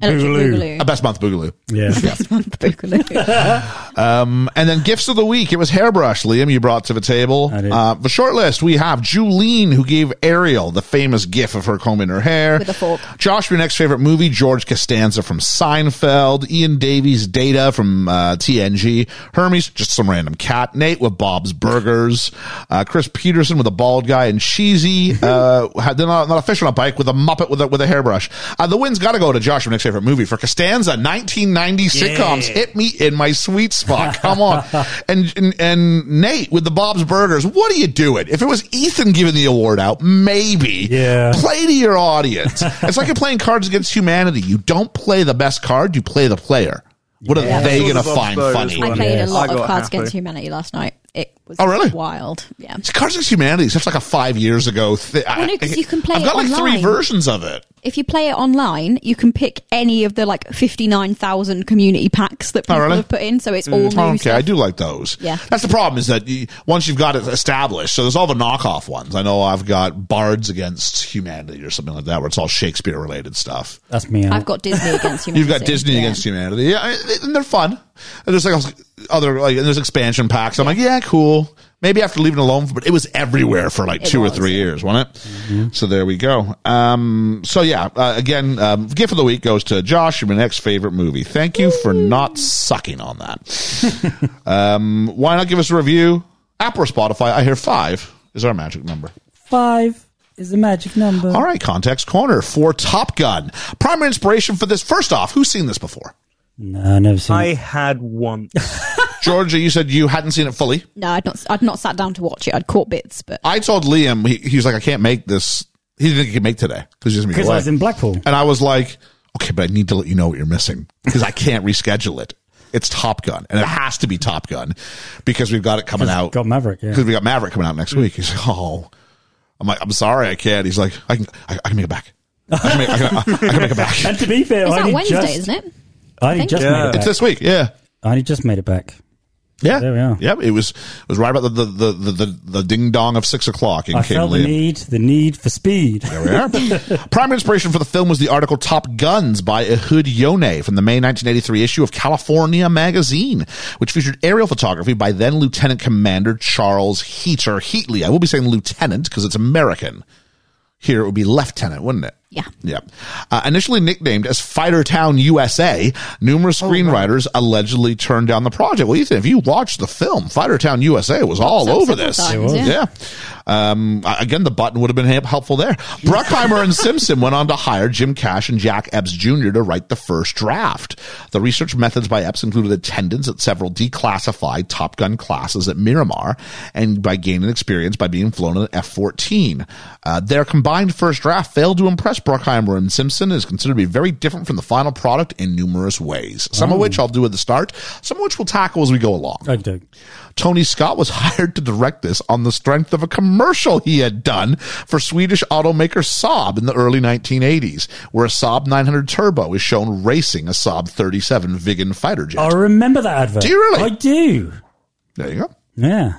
Speaker 6: Electric
Speaker 5: Boogaloo.
Speaker 6: Boogaloo.
Speaker 4: a best month Boogaloo.
Speaker 5: Yeah.
Speaker 6: This month, Boogaloo.
Speaker 4: And then gifts of the week. It was hairbrush, Liam, you brought to the table.
Speaker 5: I did.
Speaker 4: Uh, the short list we have Julene, who gave Ariel the famous gif of her combing her hair
Speaker 6: With a fork.
Speaker 4: Josh, your next favorite movie, George Costanza from Seinfeld, Ian Davies, Data from uh, TNG, Hermes, just some random cat, Nate with Bob's Burgers, uh, Chris Peterson with a bald guy, and Cheesy, uh, had, they're not, not a fish on a bike with a Muppet with a, with a hairbrush. Uh, the win's got to go to Josh, your next favorite movie for Costanza, 1990 sitcoms, hit me in my sweet spot. Come on. and, and, and Nate with the Bob's Burgers, what are you doing? If it was Ethan giving the award out, maybe.
Speaker 5: Yeah.
Speaker 4: Play to your audience. it's like you're playing Cards Against Humanity. You don't play the best card, you play the player. What are they
Speaker 3: Sort
Speaker 4: going to
Speaker 3: of
Speaker 4: find
Speaker 3: absurd
Speaker 4: funny?
Speaker 5: Yes.
Speaker 3: as well.
Speaker 6: I played a
Speaker 3: I
Speaker 6: lot
Speaker 3: got
Speaker 6: of Cards
Speaker 3: happy.
Speaker 6: Against Humanity last night. It was
Speaker 4: Oh, really?
Speaker 6: wild. Yeah.
Speaker 4: It's Cards Against Humanity is such like a five years ago thing.
Speaker 6: Well, no, 'cause you can play
Speaker 4: I've got
Speaker 6: it
Speaker 4: like three
Speaker 6: online.
Speaker 4: versions of it.
Speaker 6: If you play it online, you can pick any of the like 59,000 community packs that
Speaker 4: Oh,
Speaker 6: people
Speaker 4: really?
Speaker 6: have put in. So it's all new
Speaker 4: Oh, okay,
Speaker 6: stuff.
Speaker 4: I do like those.
Speaker 6: Yeah.
Speaker 4: that's the problem is that you, once you've got it established, so there's all the knockoff ones. I know I've got Bards Against Humanity or something like that, where it's all Shakespeare related stuff.
Speaker 5: That's me. out.
Speaker 6: I've got Disney against humanity.
Speaker 4: You've got Disney
Speaker 6: Yeah.
Speaker 4: against humanity. Yeah, I- and they're fun. And there's like other like and there's expansion packs. I'm like, yeah, cool. Maybe after leaving it alone, but it was everywhere for like
Speaker 6: It
Speaker 4: two or
Speaker 6: was, Mm-hmm.
Speaker 4: three
Speaker 6: yeah.
Speaker 4: years, wasn't it? So there we go. Um, so yeah, uh, again, um, gift of the week goes to Josh. My next favorite movie. Thank you for not sucking on that. um, why not give us a review? Apple or Spotify? I hear five is our magic number.
Speaker 5: Five is the magic number.
Speaker 4: All right, context corner for Top Gun. Primary inspiration for this. First off, who's seen this before?
Speaker 5: No, never seen.
Speaker 3: I
Speaker 5: it.
Speaker 3: had once.
Speaker 4: Georgia, you said you hadn't seen it fully.
Speaker 6: No, I'd not. I'd not sat down to watch it. I'd caught bits, but
Speaker 4: I told Liam, he, he was like, I can't make this. He didn't think he could make today because he's going to be
Speaker 5: Because I
Speaker 4: away.
Speaker 5: was in Blackpool.
Speaker 4: and I was like, okay, but I need to let you know what you're missing because I can't reschedule it. It's Top Gun, and it has to be Top Gun because we've got it coming out.
Speaker 5: Got Maverick. Yeah. Mm.
Speaker 4: because we got Maverick coming out next week. He's like, oh, I'm like, I'm sorry, I can't. He's like, I can, I, I can make it back. I can make, I can, I can make it back.
Speaker 5: And to be fair,
Speaker 6: it's
Speaker 5: I
Speaker 6: that
Speaker 5: only
Speaker 6: Wednesday,
Speaker 5: just,
Speaker 6: isn't it?
Speaker 5: I only
Speaker 6: think.
Speaker 5: just
Speaker 3: Yeah.
Speaker 5: made it
Speaker 4: It's
Speaker 5: back.
Speaker 4: this week, yeah.
Speaker 5: I only just made it back.
Speaker 4: Yeah,
Speaker 5: There we are.
Speaker 4: Yep, it was it was right about the the the the, the, the ding dong of six o'clock in
Speaker 5: I
Speaker 4: King
Speaker 5: felt the
Speaker 4: Liam.
Speaker 5: need, the need for speed.
Speaker 4: There we are. Primary inspiration for the film was the article Top Guns by Ehud Yoneh from the May 1983 issue of California Magazine, which featured aerial photography by then Lieutenant Commander Charles Heater Heatley. I will be saying Lieutenant because it's American. Here it would be Lieutenant, wouldn't it?
Speaker 6: Yeah.
Speaker 4: Yeah. Uh, initially nicknamed as Fighter Town USA, numerous
Speaker 6: Oh,
Speaker 4: screenwriters allegedly turned down the project. Well, Ethan, if you watched the film, Fighter Town USA was all
Speaker 6: up
Speaker 4: over
Speaker 6: several
Speaker 4: this.
Speaker 6: times, It was.
Speaker 4: yeah. Um, uh, again, the button would have been he- helpful there. Bruckheimer and Simpson went on to hire Jim Cash and Jack Epps Jr. to write the first draft. The research methods by Epps included attendance at several declassified Top Gun classes at Miramar and by gaining experience by being flown an F 14. Uh, their combined first draft failed to impress Bruckheimer and Simpson and is considered to be very different from the final product in numerous ways, some of which I'll do at the start, some of which we'll tackle as we go along.
Speaker 5: I do.
Speaker 4: Tony Scott was hired to direct this on the strength of a commercial he had done for Swedish automaker Saab in the early 1980s, where a Saab 900 Turbo is shown racing a Saab 37 Viggen fighter jet.
Speaker 5: I remember that advert.
Speaker 4: Do you really?
Speaker 5: I do.
Speaker 4: There you go.
Speaker 5: Yeah.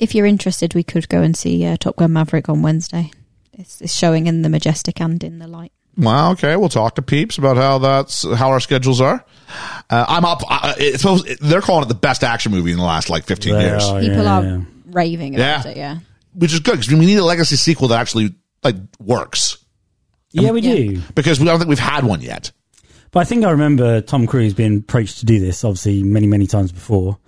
Speaker 6: If you're interested, we could go and see uh, Top Gun Maverick on Wednesday. It's, it's showing in the majestic and in the light.
Speaker 4: Well, okay, we'll talk to peeps about how that's how our schedules are. Uh, I'm up. I, I- it's supposed, they're calling it the best action movie in the last like 15
Speaker 5: They
Speaker 4: years.
Speaker 5: are,
Speaker 6: People
Speaker 5: Oh, yeah,
Speaker 6: are
Speaker 5: yeah.
Speaker 6: raving about
Speaker 4: Yeah.
Speaker 6: it. Yeah.
Speaker 4: which is good because we need a legacy sequel that actually like works
Speaker 5: Um, Yeah, we
Speaker 6: Yeah.
Speaker 5: do.
Speaker 4: because we I don't think we've had one yet.
Speaker 5: But I think I remember Tom Cruise being approached to do this, obviously, many, many times before.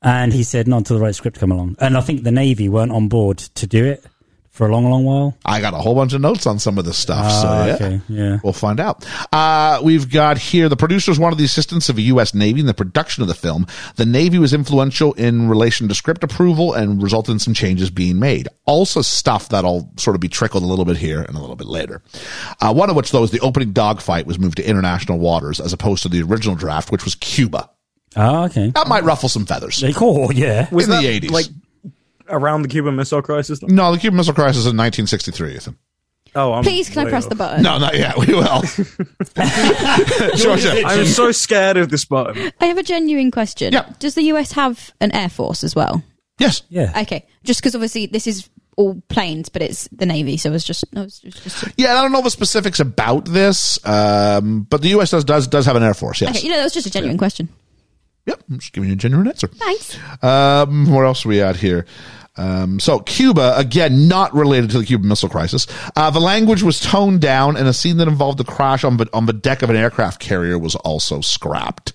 Speaker 5: And he said, not until the right script come along. And I think the Navy weren't on board to do it for a long, long while.
Speaker 4: I got a whole bunch of notes on some of this stuff.
Speaker 5: Ah,
Speaker 4: so Oh, yeah.
Speaker 5: okay, yeah.
Speaker 4: We'll find out. Uh, we've got here the producers wanted the assistance of a U.S. Navy in the production of the film. The Navy was influential in relation to script approval and resulted in some changes being made. Also, stuff that'll sort of be trickled a little bit here and a little bit later. Uh, one of which, though, is the opening dogfight was moved to international waters as opposed to the original draft, which was Cuba.
Speaker 5: Oh, okay.
Speaker 4: That might ruffle some feathers.
Speaker 5: Like, oh, yeah.
Speaker 3: Was
Speaker 4: In the
Speaker 3: that,
Speaker 4: 80s.
Speaker 3: Like around the Cuban Missile Crisis?
Speaker 4: No, the Cuban Missile Crisis in 1963, Ethan.
Speaker 3: Oh, I'm
Speaker 6: Please, can I
Speaker 3: way
Speaker 6: press
Speaker 3: off.
Speaker 6: the button?
Speaker 4: No, not yet. We will. Georgia.
Speaker 3: I'm so scared of this button.
Speaker 6: I have a genuine question.
Speaker 4: Yeah.
Speaker 6: Does the US have an air force as well?
Speaker 4: Yes.
Speaker 5: Yeah.
Speaker 6: Okay, just because obviously this is all planes, but it's the navy, so it's just. No, it's just, just
Speaker 4: Yeah, and I don't know the specifics about this, um, but the U.S. does does does have an air force. Yes.
Speaker 6: okay, you know that was just a genuine question.
Speaker 4: Yep. I'm just giving you a genuine answer.
Speaker 6: Thanks.
Speaker 4: Um, what else are we at here? Um, so Cuba, again, not related to the Cuban Missile Crisis. Uh, the language was toned down, and a scene that involved the crash on the, on the deck of an aircraft carrier was also scrapped.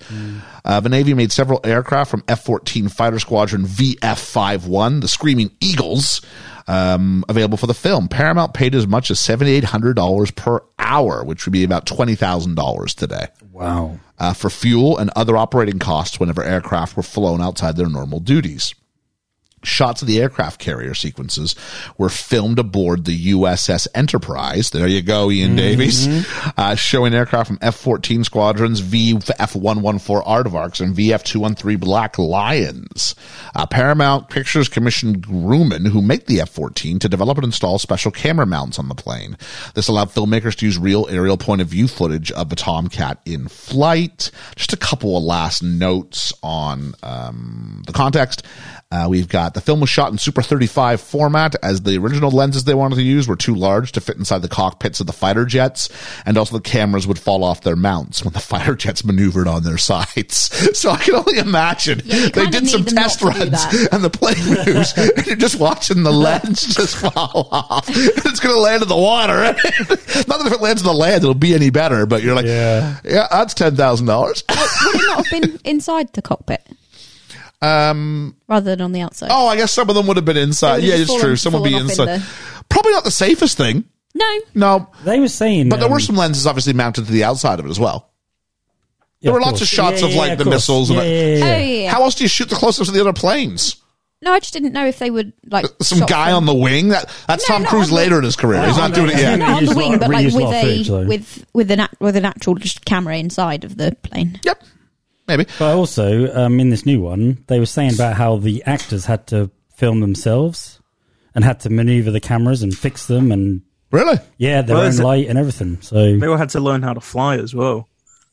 Speaker 4: Uh, the Navy made several aircraft from F-14 Fighter Squadron VF-51, the Screaming Eagles, um, available for the film. Paramount paid as much as $7,800 per hour, which would be about $20,000 today
Speaker 5: Wow.
Speaker 4: uh, for fuel and other operating costs whenever aircraft were flown outside their normal duties. Shots of the aircraft carrier sequences were filmed aboard the USS Enterprise. There you go, Ian Davies. Uh, showing aircraft from F 14 squadrons, VF 114 Aardvarks, and VF 213 Black Lions. Uh, Paramount Pictures commissioned Grumman, who make the F 14, to develop and install special camera mounts on the plane. This allowed filmmakers to use real aerial point of view footage of the Tomcat in flight. Just a couple of last notes on um, the context. Uh, we've got the film was shot in Super 35 format as the original lenses they wanted to use were too large to fit inside the cockpits of the fighter jets, and also the cameras would fall off their mounts when the fighter jets maneuvered on their sides. So I can only imagine
Speaker 6: Yeah, you
Speaker 4: they
Speaker 6: kinda
Speaker 4: did some
Speaker 6: need them
Speaker 4: test
Speaker 6: not to do
Speaker 4: runs
Speaker 6: that.
Speaker 4: and the plane moves, and you're just watching the lens just fall off. It's going to land in the water. Not that if it lands in the land, it'll be any better, but you're like,
Speaker 5: Yeah.
Speaker 4: yeah that's $10,000.
Speaker 6: Would it not have been inside the cockpit? Um, rather than on the outside.
Speaker 4: Oh, I guess some of them would have been inside.
Speaker 6: They
Speaker 4: Yeah,
Speaker 6: would have
Speaker 4: it's
Speaker 6: fallen-
Speaker 4: true. Some would be
Speaker 6: fallen off in
Speaker 4: inside. Probably not the safest thing.
Speaker 6: No,
Speaker 4: No,
Speaker 5: They were saying.
Speaker 4: but there were
Speaker 5: um,
Speaker 4: some lenses obviously mounted to the outside of it as well.
Speaker 5: yeah,
Speaker 4: there were
Speaker 5: of
Speaker 4: lots of
Speaker 5: course.
Speaker 4: shots
Speaker 5: Yeah,
Speaker 4: of
Speaker 5: yeah,
Speaker 4: like the
Speaker 5: course.
Speaker 4: missiles.
Speaker 5: Yeah,
Speaker 4: and
Speaker 5: yeah, yeah,
Speaker 6: Oh,
Speaker 5: yeah.
Speaker 6: yeah.
Speaker 4: How else do you shoot the close-ups of the other planes?
Speaker 6: no, I just didn't know if they would like
Speaker 4: Some
Speaker 6: shot
Speaker 4: guy
Speaker 6: from-
Speaker 4: on the wing. That that's
Speaker 6: No,
Speaker 4: Tom
Speaker 6: not
Speaker 4: Cruise
Speaker 6: on the-
Speaker 4: later in his career. He's not
Speaker 5: no,
Speaker 4: doing it
Speaker 5: no,
Speaker 4: yet.
Speaker 5: no.
Speaker 6: not on
Speaker 5: Reuse
Speaker 6: the
Speaker 5: a lot-
Speaker 6: wing, but like
Speaker 5: reuse a
Speaker 6: with
Speaker 5: lot of
Speaker 6: a
Speaker 5: footage, though.
Speaker 6: with with an act- with an actual just camera inside of the plane.
Speaker 4: Yep, maybe.
Speaker 5: But also, um, in this new one, they were saying about how the actors had to film themselves and had to maneuver the cameras and fix them and,
Speaker 4: Really?
Speaker 5: yeah, their
Speaker 3: Well,
Speaker 5: own
Speaker 3: is it-
Speaker 5: light and everything. So, mm,
Speaker 3: They all had to learn how to fly as well.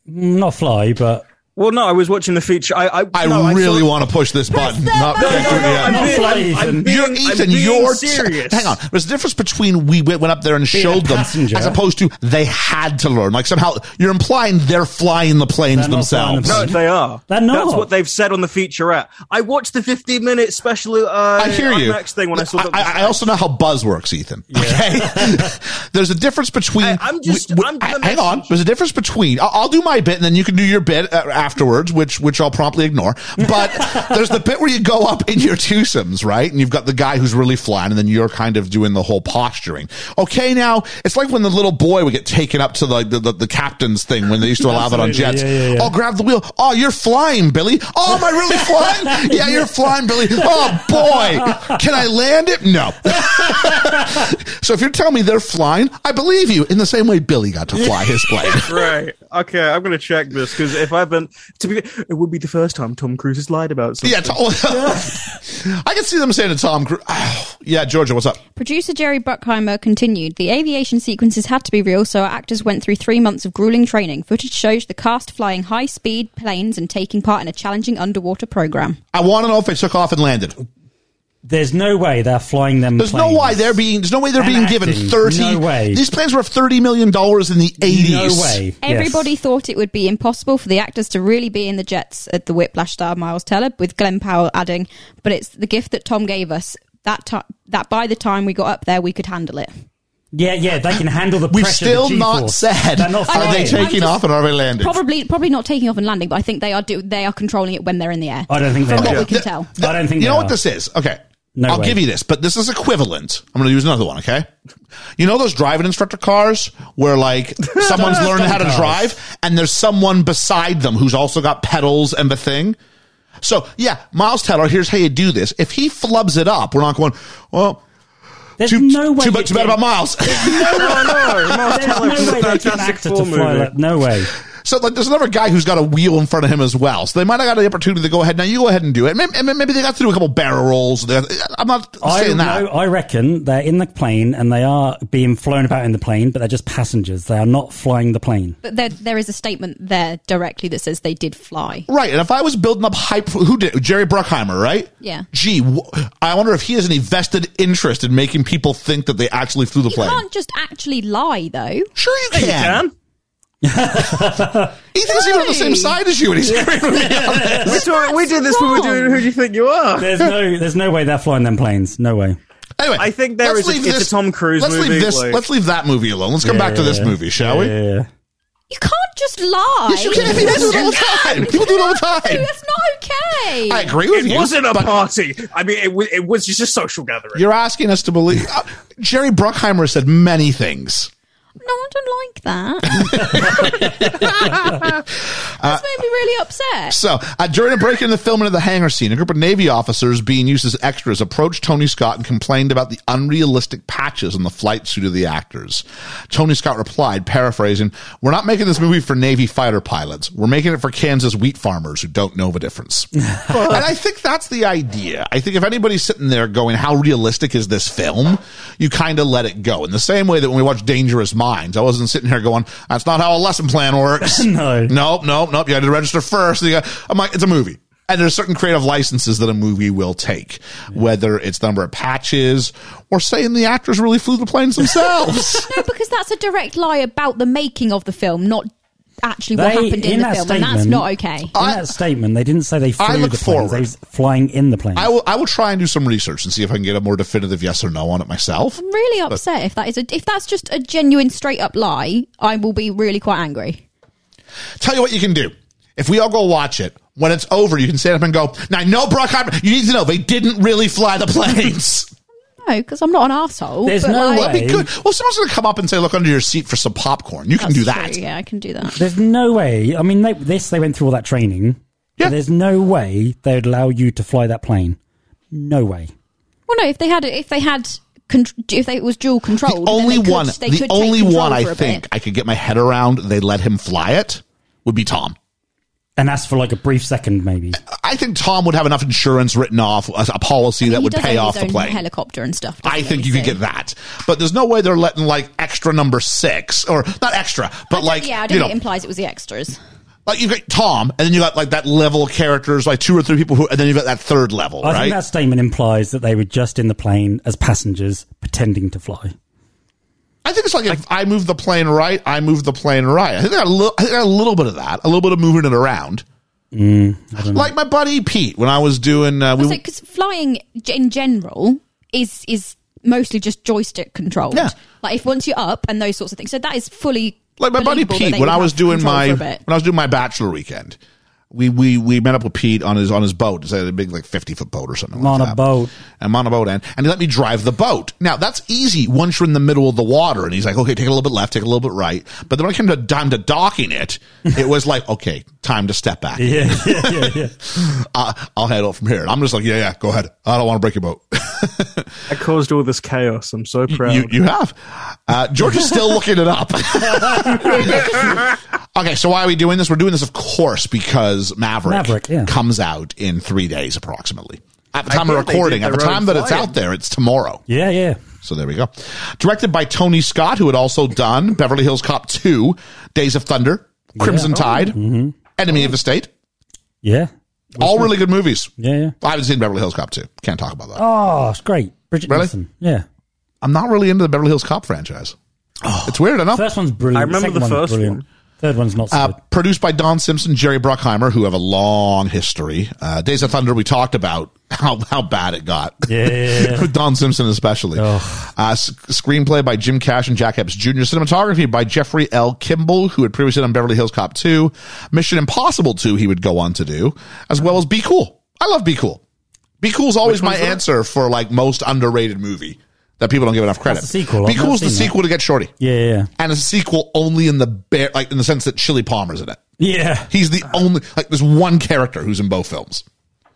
Speaker 5: not fly, but
Speaker 3: Well, no, I was watching the feature. I, I,
Speaker 4: I
Speaker 3: no,
Speaker 4: really
Speaker 3: saw-
Speaker 4: want to push this button. Not
Speaker 3: No, no, no,
Speaker 4: Yeah.
Speaker 3: I'm
Speaker 5: Not
Speaker 3: being-
Speaker 5: fly,
Speaker 3: I'm- I'm
Speaker 5: Ethan.
Speaker 3: being-
Speaker 4: You're
Speaker 3: I'm
Speaker 4: Ethan.
Speaker 3: being
Speaker 4: You're
Speaker 3: serious.
Speaker 4: hang on. There's a difference between we went went up there and
Speaker 5: Being a
Speaker 4: showed them,
Speaker 5: passenger.
Speaker 4: as opposed to they had to learn. Like somehow you're implying they're flying the planes
Speaker 5: They're not flying the
Speaker 4: themselves.
Speaker 3: No, they are.
Speaker 5: They're not.
Speaker 3: That's what they've said on the featurette. I watched the 15 minute special. Uh,
Speaker 4: I hear you.
Speaker 3: IMAX thing when I saw.
Speaker 4: I,
Speaker 3: that-
Speaker 4: I- I also know how buzz works, Ethan. Okay, there's a difference between.
Speaker 3: I- I'm just- I'm the
Speaker 4: hang on.
Speaker 3: message.
Speaker 4: There's a difference between. I'll, I'll do my bit, and then you can do your bit uh, afterwards, which which I'll promptly ignore. But there's the bit where you go up in your twosomes, right? And you've got the guy who's really flying, and then you're kind of doing the whole posturing. Okay, now it's like when the little boy would get taken up to the the, the, the captain's thing when they used to allow it on
Speaker 5: Absolutely,
Speaker 4: jets.
Speaker 5: yeah, yeah, yeah.
Speaker 4: I'll grab the wheel. Oh, you're flying, Billy. Oh, am I really flying? yeah, you're flying, Billy. Oh boy, can I land it? No. So if you're telling me they're flying, I believe you. In the same way Billy got to fly his plane.
Speaker 3: Right. Okay, I'm gonna check this because if I've been to be, it would be the first time Tom Cruise has lied about something.
Speaker 4: yeah, Tom, I can see them saying to Tom Cruise, oh, "Yeah, Georgia, what's up?"
Speaker 6: Producer Jerry Bruckheimer continued, The aviation sequences had to be real, so our actors went through three months of grueling training. Footage shows the cast flying high speed planes and taking part in a challenging underwater program.
Speaker 4: I want to know if they took off and landed.
Speaker 5: there's no way they're flying them.
Speaker 4: There's no
Speaker 5: planes.
Speaker 4: why they're being. There's no way they're
Speaker 5: And
Speaker 4: being given
Speaker 5: acting.
Speaker 4: thirty.
Speaker 5: No way.
Speaker 4: These planes were thirty million dollars in the eighties.
Speaker 5: No way.
Speaker 6: Everybody
Speaker 5: Yes.
Speaker 6: thought it would be impossible for the actors to really be in the jets at the Whiplash star Miles Teller, with Glenn Powell adding, But it's the gift that Tom gave us. that ti that by the time we got up there, we could handle it.
Speaker 5: Yeah, yeah, they can handle the pressure.
Speaker 4: We've
Speaker 5: of
Speaker 4: still
Speaker 5: the
Speaker 4: not
Speaker 5: G-force.
Speaker 4: said
Speaker 5: They're not
Speaker 4: are they
Speaker 5: flying.
Speaker 6: saying.
Speaker 4: taking
Speaker 6: I'm just-
Speaker 4: off and are they landing?
Speaker 6: Probably, probably not taking off and landing, but I think they are do they are controlling it when they're in the air.
Speaker 5: I don't think they
Speaker 6: From what
Speaker 5: do.
Speaker 6: we can tell.
Speaker 5: I don't think
Speaker 4: you
Speaker 5: they
Speaker 4: know what
Speaker 5: are.
Speaker 4: this is. Okay,
Speaker 5: No
Speaker 4: I'll
Speaker 5: way.
Speaker 4: give you this, but this is equivalent. I'm going to use another one. Okay, you know those driving instructor cars where like someone's learning how to
Speaker 5: Cars.
Speaker 4: drive and there's someone beside them who's also got pedals and the thing. So yeah, Miles Teller, here's how you do this. If he flubs it up, we're not going. Well,
Speaker 5: There's
Speaker 4: too,
Speaker 5: no way.
Speaker 4: too,
Speaker 5: you
Speaker 4: much, too bad
Speaker 5: can-
Speaker 4: about Miles.
Speaker 3: no, no, Miles
Speaker 5: There's no
Speaker 3: Teller was
Speaker 5: way they
Speaker 3: a
Speaker 5: can act
Speaker 3: fantastic
Speaker 5: to
Speaker 3: four
Speaker 5: fly
Speaker 3: movie.
Speaker 5: like No way.
Speaker 4: So like, there's another guy who's got a wheel in front of him as well. So they might have got the opportunity to go ahead. Now you go ahead and do it. Maybe, maybe they got to do a couple barrel rolls. I'm not
Speaker 5: I,
Speaker 4: saying that.
Speaker 5: know- I reckon they're in the plane and they are being flown about in the plane, but they're just passengers. They are not flying the plane.
Speaker 6: But there, there is a statement there directly that says they did fly.
Speaker 4: Right, and if I was building up hype, for, who did Jerry Bruckheimer? Right?
Speaker 6: Yeah.
Speaker 4: Gee, wh- I wonder if he has any vested interest in making people think that they actually flew the
Speaker 6: You
Speaker 4: plane.
Speaker 6: can't just actually lie, though.
Speaker 4: Sure, you can.
Speaker 3: You can.
Speaker 4: He thinks he's on the same
Speaker 6: No.
Speaker 4: side as you, and he's agreeing with me on this.
Speaker 3: We, saw, we did this when we were doing
Speaker 6: wrong.
Speaker 3: Who Do You Think You Are?
Speaker 5: There's no, there's no way they're flying them planes. No way.
Speaker 4: Anyway,
Speaker 3: I think there
Speaker 4: let's
Speaker 3: is a-
Speaker 4: leave
Speaker 3: it's a Tom Cruise
Speaker 4: Let's leave
Speaker 3: movie,
Speaker 4: this.
Speaker 3: like-
Speaker 4: let's leave that movie alone. Let's come back to this movie, shall we?
Speaker 5: Yeah, yeah, yeah.
Speaker 6: You can't just lie.
Speaker 4: Yes, you can. People do it all the time. People do it all the
Speaker 6: No,
Speaker 4: time.
Speaker 6: That's not okay.
Speaker 4: I agree with
Speaker 3: It
Speaker 4: you.
Speaker 3: wasn't a
Speaker 4: but
Speaker 3: party. I mean, it, wa- it was just a social gathering.
Speaker 4: You're asking us to believe. Uh, Jerry Bruckheimer said many things.
Speaker 6: No, I don't like that. That's
Speaker 4: Uh,
Speaker 6: made me really upset.
Speaker 4: So, uh, during a break in the filming of the hangar scene, a group of Navy officers being used as extras approached Tony Scott and complained about the unrealistic patches on the flight suit of the actors. Tony Scott replied, paraphrasing, We're not making this movie for Navy fighter pilots. We're making it for Kansas wheat farmers who don't know the difference. and I think that's the idea. I think if anybody's sitting there going, How realistic is this film? You kind of let it go. In the same way that when we watch Dangerous Minds, I wasn't sitting here going, That's not how a lesson plan works.
Speaker 5: No.
Speaker 4: Nope, nope, nope. You got to register first. You got, I'm like, it's a movie. And there's certain creative licenses that a movie will take, whether it's the number of patches or saying the actors really flew the planes themselves.
Speaker 6: No, because that's a direct lie about the making of the film, not actually what
Speaker 5: They-
Speaker 6: happened in,
Speaker 5: in
Speaker 6: the
Speaker 5: that
Speaker 6: film, and that's
Speaker 5: statement-
Speaker 6: not okay.
Speaker 5: In
Speaker 4: I-
Speaker 5: that statement, they didn't say they flew
Speaker 4: I look
Speaker 5: the planes. They
Speaker 4: forward.
Speaker 5: was flying in the plane.
Speaker 4: I will, I will try and do some research and see if I can get a more definitive yes or no on it myself.
Speaker 6: I'm really upset if that is a, if that's just a genuine straight up lie. I will be really quite angry.
Speaker 4: Tell you what you can do. If we all go watch it, when it's over, you can stand up and go, now, no, Bruckheimer, you need to know they didn't really fly the planes.
Speaker 6: No, because I'm not an asshole.
Speaker 5: There's no
Speaker 6: like,
Speaker 5: way.
Speaker 4: That'd be good. Well, someone's going to come up and say, look under your seat for some popcorn. You can
Speaker 6: that's
Speaker 4: do that.
Speaker 6: true, Yeah, I can do that.
Speaker 5: There's no way. I mean, they, this they went through all that training. but
Speaker 4: Yeah.
Speaker 5: there's no way they'd allow you to fly that plane. No way.
Speaker 6: Well, no, if they had if they had contr- if they, it was dual controlled,
Speaker 4: The
Speaker 6: Oh, then
Speaker 4: only
Speaker 6: they could-
Speaker 4: one,
Speaker 6: they
Speaker 4: the
Speaker 6: could take
Speaker 4: only
Speaker 6: control
Speaker 4: one I
Speaker 6: for a
Speaker 4: think
Speaker 6: bit.
Speaker 4: I could get my head around they let him fly it would be Tom.
Speaker 5: And that's for like a brief second, maybe.
Speaker 4: I think Tom would have enough insurance written off a, a policy that
Speaker 6: He
Speaker 4: would
Speaker 6: does
Speaker 4: pay
Speaker 6: own
Speaker 4: off
Speaker 6: his
Speaker 4: the
Speaker 6: own
Speaker 4: plane.
Speaker 6: helicopter and stuff. doesn't
Speaker 4: I
Speaker 6: he?
Speaker 4: think you could
Speaker 6: So-
Speaker 4: get that, but there's no way they're letting like extra number six or not extra, but like
Speaker 6: yeah, I don't
Speaker 4: you
Speaker 6: think
Speaker 4: know,
Speaker 6: it implies it was the extras.
Speaker 4: like you got Tom, and then you got like that level of characters, like two or three people who, and then you got that third level,
Speaker 5: I
Speaker 4: right?
Speaker 5: think that statement implies that they were just in the plane as passengers pretending to fly.
Speaker 4: I think it's like if I move the plane right, I move the plane right. I think I got a little, I think I got a little bit of that, a little bit of moving it around. like my buddy Pete, when I was doing, uh, we,
Speaker 6: Because flying g- in general is is mostly just joystick controlled.
Speaker 4: Yeah.
Speaker 6: Like if once you're up and those sorts of things. So that is fully
Speaker 4: like my buddy
Speaker 6: believable that
Speaker 4: Pete
Speaker 6: they
Speaker 4: when
Speaker 6: would
Speaker 4: I
Speaker 6: have
Speaker 4: was doing
Speaker 6: control
Speaker 4: my
Speaker 6: for a
Speaker 4: when
Speaker 6: bit.
Speaker 4: I was doing my bachelor weekend. We, we we met up with Pete on his on his boat. It's a big like fifty foot boat or something.
Speaker 5: I'm on
Speaker 4: like
Speaker 5: a
Speaker 4: that.
Speaker 5: boat.
Speaker 4: I'm on a boat, and and he let me drive the boat. Now that's easy once you're in the middle of the water. And he's like, okay, take a little bit left, take a little bit right. But then when it came to time to docking it, it was like, okay, time to step back.
Speaker 5: Yeah, yeah, yeah, yeah.
Speaker 4: Uh, I'll head off from here. And I'm just like, yeah, yeah, go ahead. I don't want to break your boat.
Speaker 3: I caused all this chaos. I'm so proud.
Speaker 4: You, you have. Uh, George is still looking it up. okay, so why are we doing this? We're doing this, of course, because Maverick,
Speaker 5: Maverick, yeah.
Speaker 4: comes out in three days approximately. At the
Speaker 3: I
Speaker 4: time of
Speaker 3: hear they
Speaker 4: recording,
Speaker 3: did
Speaker 4: at the
Speaker 3: their own
Speaker 4: time that it's
Speaker 3: flying.
Speaker 4: out there, it's tomorrow.
Speaker 5: yeah, yeah.
Speaker 4: So there we go. Directed by Tony Scott, who had also done Beverly Hills Cop 2, Days of Thunder, Crimson
Speaker 5: Oh,
Speaker 4: Tide,
Speaker 5: mm-hmm.
Speaker 4: Enemy of the State.
Speaker 5: Yeah,
Speaker 4: All really good movies.
Speaker 5: yeah, yeah.
Speaker 4: I haven't seen Beverly Hills Cop 2. Can't talk about that.
Speaker 5: Oh, it's great. Bridget
Speaker 4: Really?
Speaker 5: Nielsen. Yeah.
Speaker 4: I'm not really into the Beverly Hills Cop franchise. It's weird, I know.
Speaker 5: Oh. First one's brilliant.
Speaker 3: I remember
Speaker 5: Second
Speaker 3: the
Speaker 5: one's
Speaker 3: first
Speaker 5: brilliant.
Speaker 3: one.
Speaker 5: Third one's not so
Speaker 4: Uh,
Speaker 5: good.
Speaker 4: produced by Don Simpson, Jerry Bruckheimer, who have a long history. Uh, Days of Thunder, we talked about how, how bad it got.
Speaker 5: Yeah, yeah, yeah.
Speaker 4: With Don Simpson, especially. Uh, s- screenplay by Jim Cash and Jack Epps Jr. Cinematography by Jeffrey L. Kimball, who had previously done Beverly Hills Cop 2. Mission Impossible 2, he would go on to do, as well as Be Cool. I love Be Cool. Be Cool is always my answer for like most underrated movie that people don't give enough credit.
Speaker 5: the sequel.
Speaker 4: Be
Speaker 5: I've not
Speaker 4: Cool is the
Speaker 5: seen that.
Speaker 4: sequel to Get Shorty.
Speaker 5: Yeah, yeah,
Speaker 4: And it's a sequel only in the bare, like in the sense that Chili Palmer's in it.
Speaker 5: yeah.
Speaker 4: He's the only like there's one character who's in both films.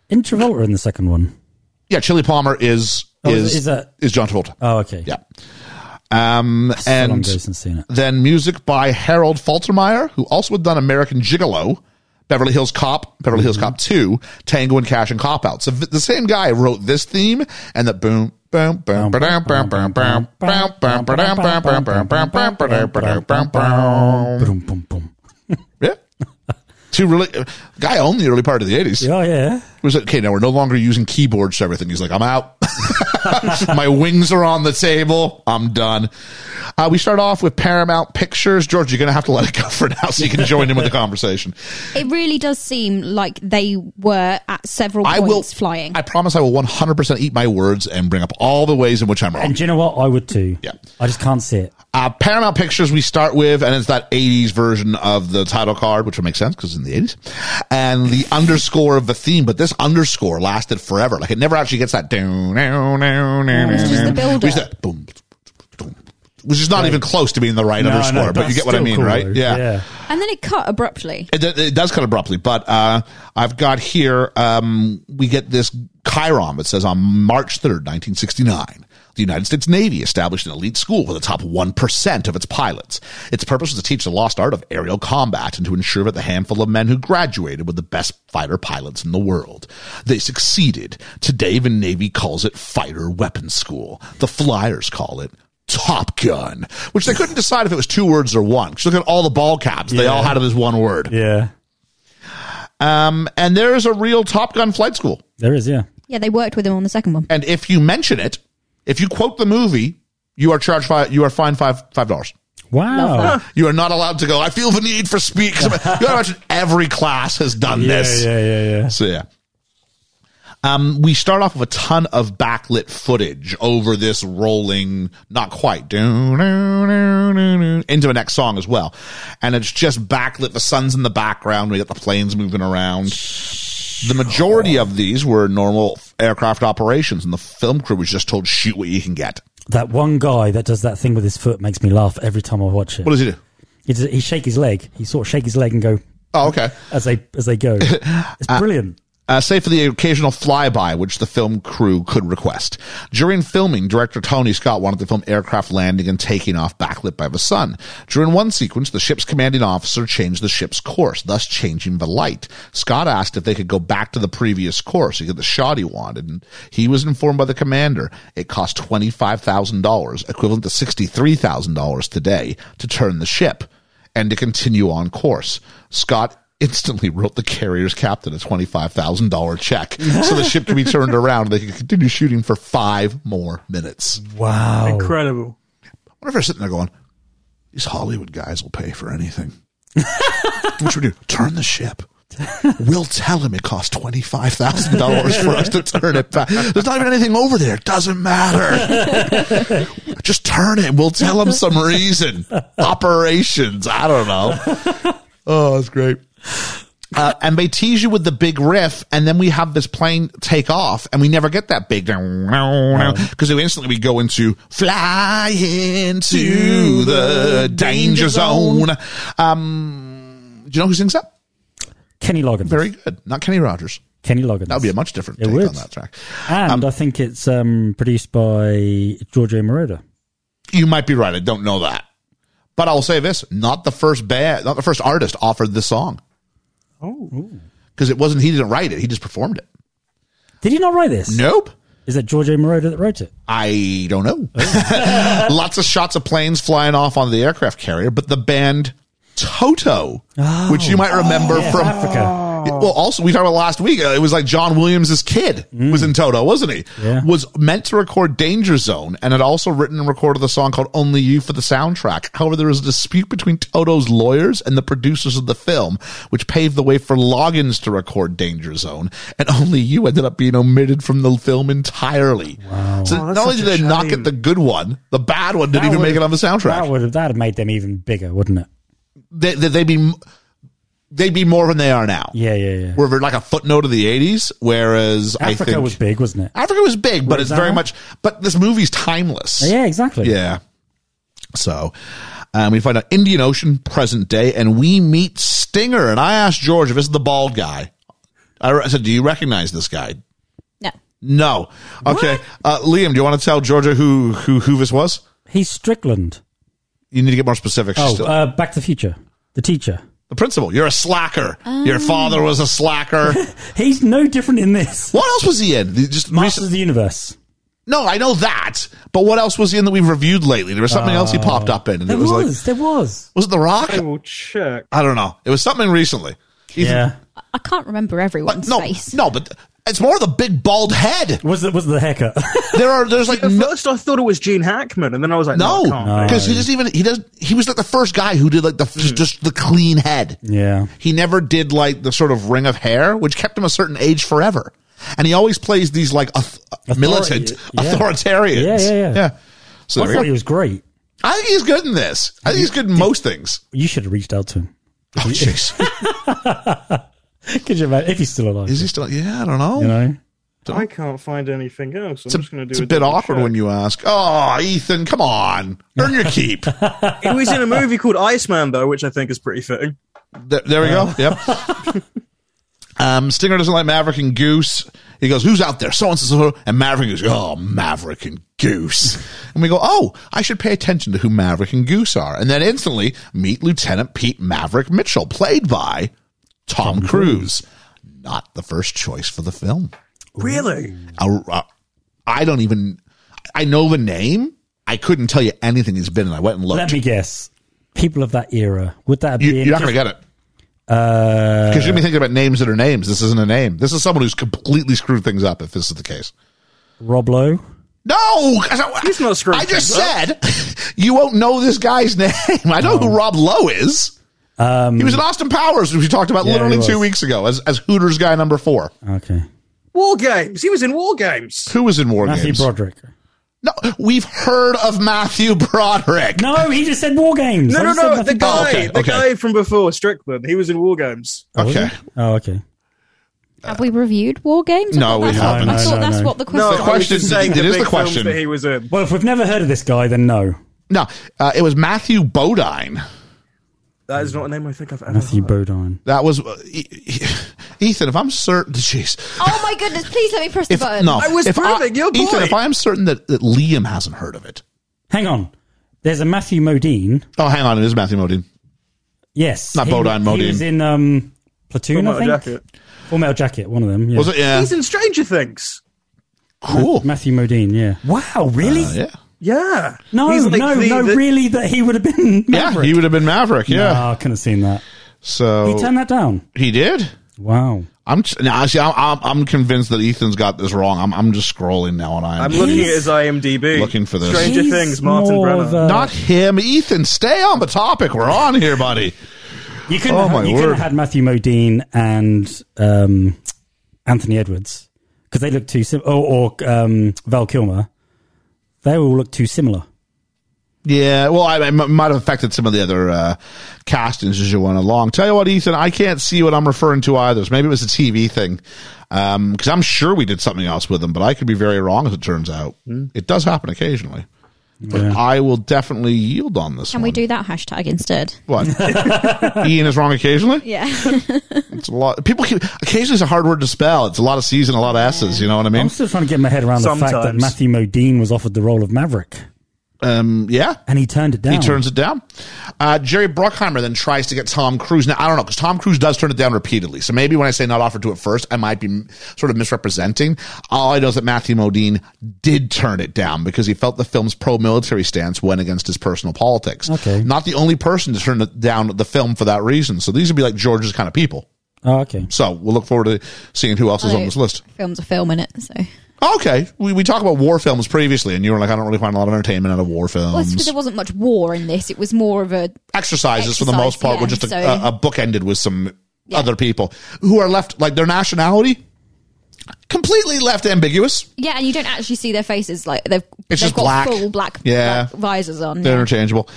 Speaker 5: In Travolta in the second one.
Speaker 4: Yeah, Chili Palmer is
Speaker 5: Oh,
Speaker 4: is
Speaker 5: is-
Speaker 4: is,
Speaker 5: is that-
Speaker 4: John Travolta.
Speaker 5: Oh, okay.
Speaker 4: yeah. Um
Speaker 5: So long
Speaker 4: and
Speaker 5: ago since seeing it.
Speaker 4: then music by Harold Faltermeyer, who also had done American Gigolo, Beverly Hills Cop, Beverly Hills Cop 2, Tango and Cash and Cop Out. So the same guy wrote this theme and the boom boom boom ba-dum, boom boom boom boom boom ba-dum, boom boom boom boom boom ba-dum, ba-dum, boom boom
Speaker 5: Boom, boom, boom.
Speaker 4: Yeah. Two really guy owned the early part of the 80s.
Speaker 5: Yeah, yeah.
Speaker 4: It was like, okay, now we're no longer using keyboards for everything. He's like, I'm out. My wings are on the table. I'm done. Uh, we start off with Paramount Pictures. George, you're going to have to let it go for now so you can join in with the conversation.
Speaker 6: It really does seem like they were at several
Speaker 4: I
Speaker 6: points
Speaker 4: will
Speaker 6: flying.
Speaker 4: I promise I will 100% eat my words and bring up all the ways in which I'm wrong.
Speaker 5: And do you know what? I would too.
Speaker 4: Yeah.
Speaker 5: I just can't see it.
Speaker 4: Uh, Paramount Pictures we start with, and it's that 80s version of the title card, which would make sense because in the 80s, and the underscore of the theme. But this underscore lasted forever. Like it never actually gets that down, down, down, down.
Speaker 5: Oh,
Speaker 6: It's just the build-up.
Speaker 4: Which is that boom, boom, which is not even close to being the right
Speaker 5: No,
Speaker 4: underscore,
Speaker 5: no,
Speaker 4: but you
Speaker 5: that's
Speaker 4: get what I
Speaker 5: still
Speaker 4: mean,
Speaker 5: cool,
Speaker 4: right?
Speaker 5: though.
Speaker 4: Yeah.
Speaker 5: yeah.
Speaker 6: and then it cut abruptly.
Speaker 4: It, it does cut abruptly, but uh, I've got here, um, we get this Chiron that says on March 3rd, 1969, the United States Navy established an elite school for the top 1% of its pilots. Its purpose was to teach the lost art of aerial combat and to ensure that the handful of men who graduated were the best fighter pilots in the world. They succeeded. Today, the Navy calls it Fighter Weapons School. The Flyers call it Top Gun, which they couldn't decide if it was two words or one. 'Cause look at all the ball caps. They all had it as one word.
Speaker 5: Yeah.
Speaker 4: Um, and there is a real Top Gun flight school.
Speaker 5: There is, yeah.
Speaker 6: Yeah, they worked with him on the second one.
Speaker 4: And if you mention it, if you quote the movie, you are charged five. You are fined five five dollars.
Speaker 5: Wow.
Speaker 4: You are not allowed to go. I feel the need for speak. 'cause I'm-" you gotta imagine every class has done
Speaker 5: Yeah,
Speaker 4: this.
Speaker 5: yeah, yeah, yeah.
Speaker 4: So yeah. Um, we start off with a ton of backlit footage over this rolling, not quite, doo, doo, doo, doo, doo, into the next song as well. And it's just backlit. The sun's in the background. We got the planes moving around. The majority of these were normal aircraft operations, and the film crew was just told, shoot what you can get.
Speaker 5: That one guy that does that thing with his foot makes me laugh every time I watch it.
Speaker 4: What does he do?
Speaker 5: He, does, he shake his leg. He sort of shake his leg and go
Speaker 4: Oh, okay.
Speaker 5: as they as they go. It's brilliant.
Speaker 4: uh, save for the occasional flyby which the film crew could request. During filming, director Tony Scott wanted to film aircraft landing and taking off backlit by the sun. During one sequence, the ship's commanding officer changed the ship's course, thus changing the light. Scott asked if they could go back to the previous course to get the shot he wanted, and he was informed by the commander it cost $25,000, equivalent to $63,000 today, to turn the ship and to continue on course. Scott instantly wrote the carrier's captain a $25,000 check so the ship could be turned around and they could continue shooting for five more minutes. I
Speaker 5: Wow.
Speaker 3: Incredible.
Speaker 4: wonder if they're sitting there going, these Hollywood guys will pay for anything. what should we do? Turn the ship. We'll tell him it cost $25,000 for us to turn it back. There's not even anything over there. Doesn't matter. Just turn it. We'll tell him some reason. Operations. I don't know. Oh, that's great. Uh, and they tease you with the big riff, and then we have this plane take off, and we never get that big because instantly we go into fly into the danger zone. Um, do you know who sings that?
Speaker 5: Kenny Loggins.
Speaker 4: Very good. Not Kenny Rogers.
Speaker 5: Kenny Loggins.
Speaker 4: That would be a much different
Speaker 5: It
Speaker 4: take
Speaker 5: would.
Speaker 4: on that track.
Speaker 5: And I think it's um, produced by Giorgio Moroder.
Speaker 4: You might be right. I don't know that, but I'll say this: not the first band, not the first artist offered this song
Speaker 3: Oh.
Speaker 4: because it wasn't. He didn't write it. He just performed it.
Speaker 5: Did he not write this?
Speaker 4: Nope.
Speaker 5: Is it Giorgio Moroder that wrote it?
Speaker 4: I don't know. Lots of shots of planes flying off on the aircraft carrier, but the band Toto, which you might remember from
Speaker 5: Oh. Africa.
Speaker 4: Well, also we talked about last week. Uh, it was like John Williams' kid was in Toto, wasn't he?
Speaker 5: Mm. Yeah.
Speaker 4: Was meant to record Danger Zone and had also written and recorded the song called Only You for the soundtrack. However, there was a dispute between Toto's lawyers and the producers of the film, which paved the way for Loggins to record Danger Zone, and Only You ended up being omitted from the film entirely. So
Speaker 3: Oh, that's
Speaker 4: not only
Speaker 3: such
Speaker 4: did
Speaker 3: a
Speaker 4: they not
Speaker 3: shame.
Speaker 4: get the good one, the bad one didn't even make it on the soundtrack.
Speaker 5: That would have that would have made them even bigger, wouldn't it?
Speaker 4: they, they, they'd be they'd be more than they are now.
Speaker 5: Yeah, yeah, yeah.
Speaker 4: We're like a footnote of the '80s, whereas I
Speaker 5: Africa
Speaker 4: think
Speaker 5: was big, wasn't it?
Speaker 4: Africa was big, but
Speaker 5: Was
Speaker 4: it's
Speaker 5: that
Speaker 4: very
Speaker 5: right?
Speaker 4: much. But this movie's timeless.
Speaker 5: Yeah, exactly.
Speaker 4: Yeah. So um, we find out Indian Ocean, present day, and we meet Stinger. And I asked George if this is the bald guy. I re- I said, "Do you recognize this guy?"
Speaker 6: No.
Speaker 4: No. Okay, uh, Liam, do you want to tell Georgia who who who this was?
Speaker 5: He's Strickland.
Speaker 4: You need to get more specific. She's
Speaker 5: Oh,
Speaker 4: still-
Speaker 5: uh, Back to the Future. The teacher.
Speaker 4: the principal. You're a slacker. Your father was a slacker.
Speaker 5: He's no different in this.
Speaker 4: what else was he in? The- Just
Speaker 5: Masters of the Universe.
Speaker 4: No, I know that. But what else was he in that we've reviewed lately? There was something else he popped up in, and
Speaker 5: Oh. There
Speaker 4: it was,
Speaker 5: was,
Speaker 4: like,
Speaker 5: there was.
Speaker 4: was it The Rock?
Speaker 3: I will check.
Speaker 4: I don't know. It was something recently. Even-
Speaker 5: Yeah.
Speaker 6: I can't remember
Speaker 4: but
Speaker 6: everyone's
Speaker 4: no,
Speaker 6: face.
Speaker 4: no, but it's more the big bald head.
Speaker 5: Was it was the haircut?
Speaker 4: There are there's like
Speaker 3: At
Speaker 4: no.
Speaker 3: first, I thought it was Gene Hackman, and then I was like,
Speaker 4: No,
Speaker 3: no, it can't be.
Speaker 4: because he doesn't even he doesn't he was like the first guy who did like the
Speaker 5: Hmm.
Speaker 4: just, just the clean head.
Speaker 5: yeah.
Speaker 4: He never did like the sort of ring of hair, which kept him a certain age forever. And he always plays these like auth- militant
Speaker 5: yeah.
Speaker 4: authoritarians.
Speaker 5: Yeah, yeah, yeah.
Speaker 4: So
Speaker 5: I
Speaker 4: there we
Speaker 5: thought
Speaker 4: go.
Speaker 5: he was great.
Speaker 4: I think he's good in this. I think he's good in most things.
Speaker 5: You should have reached out to him.
Speaker 4: Oh, jeez.
Speaker 5: Could you imagine if he's still alive?
Speaker 4: Is he still? Yeah, I don't know.
Speaker 5: you know?
Speaker 3: I can't find anything else. I'm
Speaker 4: It's a,
Speaker 3: just going to do.
Speaker 4: it's a bit awkward when you ask. Oh, Ethan, come on, earn your keep. there,
Speaker 3: It was in a movie called Iceman, though, which I think is pretty fitting.
Speaker 4: there we go. Yep. um, Stinger doesn't like Maverick and Goose. He goes, "Who's out there?" So and so, and Maverick and Goose. Oh, Maverick and Goose. And we go, "Oh, I should pay attention to who Maverick and Goose are." And then instantly meet Lieutenant Pete Maverick Mitchell, played by Tom, Cruise. Not the first choice for the film.
Speaker 3: Really?
Speaker 4: I, I- I don't even. I know the name. I couldn't tell you anything he's been in. I went and
Speaker 5: Let
Speaker 4: looked.
Speaker 5: me guess. People of that era. Would that have
Speaker 4: you,
Speaker 5: been
Speaker 4: you're not going
Speaker 5: just-
Speaker 4: to get it
Speaker 5: uh,
Speaker 4: because you're going to be thinking about names that are names. This isn't a name. This is someone who's completely screwed things up. If this is the case,
Speaker 5: Rob Lowe?
Speaker 4: no. 'cause I,
Speaker 3: He's not screwed
Speaker 4: I just
Speaker 3: things
Speaker 4: said you won't know this guy's name. I know
Speaker 5: Oh.
Speaker 4: who Rob Lowe is. he was in Austin Powers, which we talked about
Speaker 5: Um, Yeah,
Speaker 4: literally
Speaker 5: he
Speaker 4: two
Speaker 5: was.
Speaker 4: weeks ago as as Hooters guy number four.
Speaker 5: Okay.
Speaker 3: War Games. He was in War Games.
Speaker 4: Who was in War
Speaker 5: Matthew
Speaker 4: Games?
Speaker 5: Broderick.
Speaker 4: no, we've heard of Matthew Broderick.
Speaker 5: No, he just said War Games.
Speaker 3: No,
Speaker 5: I
Speaker 3: no,
Speaker 5: just said
Speaker 3: no. The
Speaker 5: nothing-
Speaker 3: guy,
Speaker 4: Oh, okay,
Speaker 3: the
Speaker 4: okay.
Speaker 3: guy from before Strickland. He was in War Games.
Speaker 5: Oh, was
Speaker 4: Okay.
Speaker 5: he? Oh, okay.
Speaker 6: Have we reviewed War Games? I
Speaker 4: No,
Speaker 6: thought
Speaker 4: we
Speaker 6: that's what-
Speaker 4: haven't.
Speaker 6: I
Speaker 5: No,
Speaker 6: thought
Speaker 5: no,
Speaker 6: that's
Speaker 5: no.
Speaker 6: what the
Speaker 3: No,
Speaker 6: question
Speaker 3: I
Speaker 6: was.
Speaker 3: was
Speaker 4: question-
Speaker 3: just saying
Speaker 4: it
Speaker 3: the
Speaker 4: is
Speaker 3: big
Speaker 4: the
Speaker 3: films
Speaker 4: question.
Speaker 3: that he was in.
Speaker 5: Well, if we've never heard of this guy, then no.
Speaker 4: No, uh, it was Matthew Bodine.
Speaker 3: That is not a name I think I've ever.
Speaker 5: Matthew
Speaker 3: heard.
Speaker 5: Bodine.
Speaker 4: That was uh, E- E- Ethan. If I'm certain, jeez,
Speaker 6: Oh my goodness, please let me press the
Speaker 4: if
Speaker 6: button.
Speaker 4: no,
Speaker 3: I was
Speaker 4: if
Speaker 3: proving your
Speaker 4: Ethan,
Speaker 3: point.
Speaker 4: if I am certain that, that Liam hasn't heard of it.
Speaker 5: Hang on. There's a Matthew Modine.
Speaker 4: Oh, hang on, it is Matthew Modine.
Speaker 5: Yes.
Speaker 4: Not
Speaker 5: He-
Speaker 4: Bodine,
Speaker 5: He
Speaker 4: Modine.
Speaker 5: was in um, Platoon,
Speaker 3: Full
Speaker 5: I
Speaker 3: Metal
Speaker 5: think.
Speaker 3: Jacket.
Speaker 5: Full Metal Jacket, one of them. Yeah.
Speaker 4: Was it? Yeah,
Speaker 3: He's in Stranger Things.
Speaker 4: cool.
Speaker 5: Matthew Modine, yeah. Wow, really?
Speaker 4: Uh, yeah,
Speaker 3: Yeah.
Speaker 5: No,
Speaker 3: He's like
Speaker 5: no,
Speaker 3: the-
Speaker 5: no,
Speaker 3: the-
Speaker 5: really, that he would have been
Speaker 4: yeah,
Speaker 5: Maverick.
Speaker 4: he would have been Maverick. Yeah, Oh.
Speaker 5: Nah, I couldn't have seen that.
Speaker 4: so
Speaker 5: He turned that down.
Speaker 4: he did.
Speaker 5: Wow.
Speaker 4: I'm t- now, see, I'm, I'm I'm convinced that Ethan's got this wrong. I'm I'm just scrolling now, and I'm,
Speaker 3: I'm looking at
Speaker 5: He's-
Speaker 3: his IMDb.
Speaker 4: Looking for this.
Speaker 3: Stranger
Speaker 5: He's
Speaker 3: Things, Martin
Speaker 5: more
Speaker 3: Brenner.
Speaker 5: of a-
Speaker 4: not him. Ethan, stay on the topic. We're on here, buddy.
Speaker 5: You couldn't,
Speaker 4: Oh,
Speaker 5: have,
Speaker 4: my
Speaker 5: you couldn't
Speaker 4: word.
Speaker 5: have had Matthew Modine and um, Anthony Edwards because they look too similar, or, or um, Val Kilmer. They all look too similar.
Speaker 4: Yeah, well, I, I m- might have affected some of the other uh, castings as you went along. Tell you what, Ethan, I can't see what I'm referring to either. So maybe it was a TV thing because I'm sure we did something else with them, but I could be very wrong as it turns out. It does happen occasionally. But I will definitely yield on this.
Speaker 6: Can we do that hashtag instead?
Speaker 4: what? Ian is wrong occasionally.
Speaker 6: Yeah.
Speaker 4: It's a lot. People keep occasionally is a hard word to spell. It's a lot of C's and a lot of S's. You know what I
Speaker 5: I'm
Speaker 4: mean?
Speaker 5: still trying to get my head around the fact that
Speaker 3: Sometimes.
Speaker 5: Matthew Modine was offered the role of Maverick
Speaker 4: Um, yeah.
Speaker 5: and he turned it down.
Speaker 4: He turns it down. Uh, Jerry Bruckheimer then tries to get Tom Cruise. Now, I don't know, because Tom Cruise does turn it down repeatedly. So maybe when I say not offered to it first, I might be m- sort of misrepresenting. All I know is that Matthew Modine did turn it down because he felt the film's pro military stance went against his personal politics.
Speaker 5: Okay.
Speaker 4: Not the only person to turn it down the film for that reason. So these would be like George's kind of people.
Speaker 5: Oh, okay.
Speaker 4: So we'll look forward to seeing who else is on
Speaker 6: Although
Speaker 4: this list.
Speaker 6: Film's a film in it, so.
Speaker 4: Okay, we, we talked about war films previously, and you were like, I don't really find a lot of entertainment out of war films.
Speaker 6: Well, it's because there wasn't much war in this. It was more of a
Speaker 4: exercises for the
Speaker 6: Exercise,
Speaker 4: most part were
Speaker 6: yeah,
Speaker 4: just a,
Speaker 6: so-
Speaker 4: a, a book ended with some
Speaker 6: Yeah.
Speaker 4: other people who are left like their nationality completely left ambiguous
Speaker 6: yeah, and you don't actually see their faces. Like they've
Speaker 4: It's
Speaker 6: they've
Speaker 4: just
Speaker 6: got
Speaker 4: black.
Speaker 6: full black,
Speaker 4: Yeah.
Speaker 6: black visors on.
Speaker 4: they're
Speaker 6: yeah.
Speaker 4: interchangeable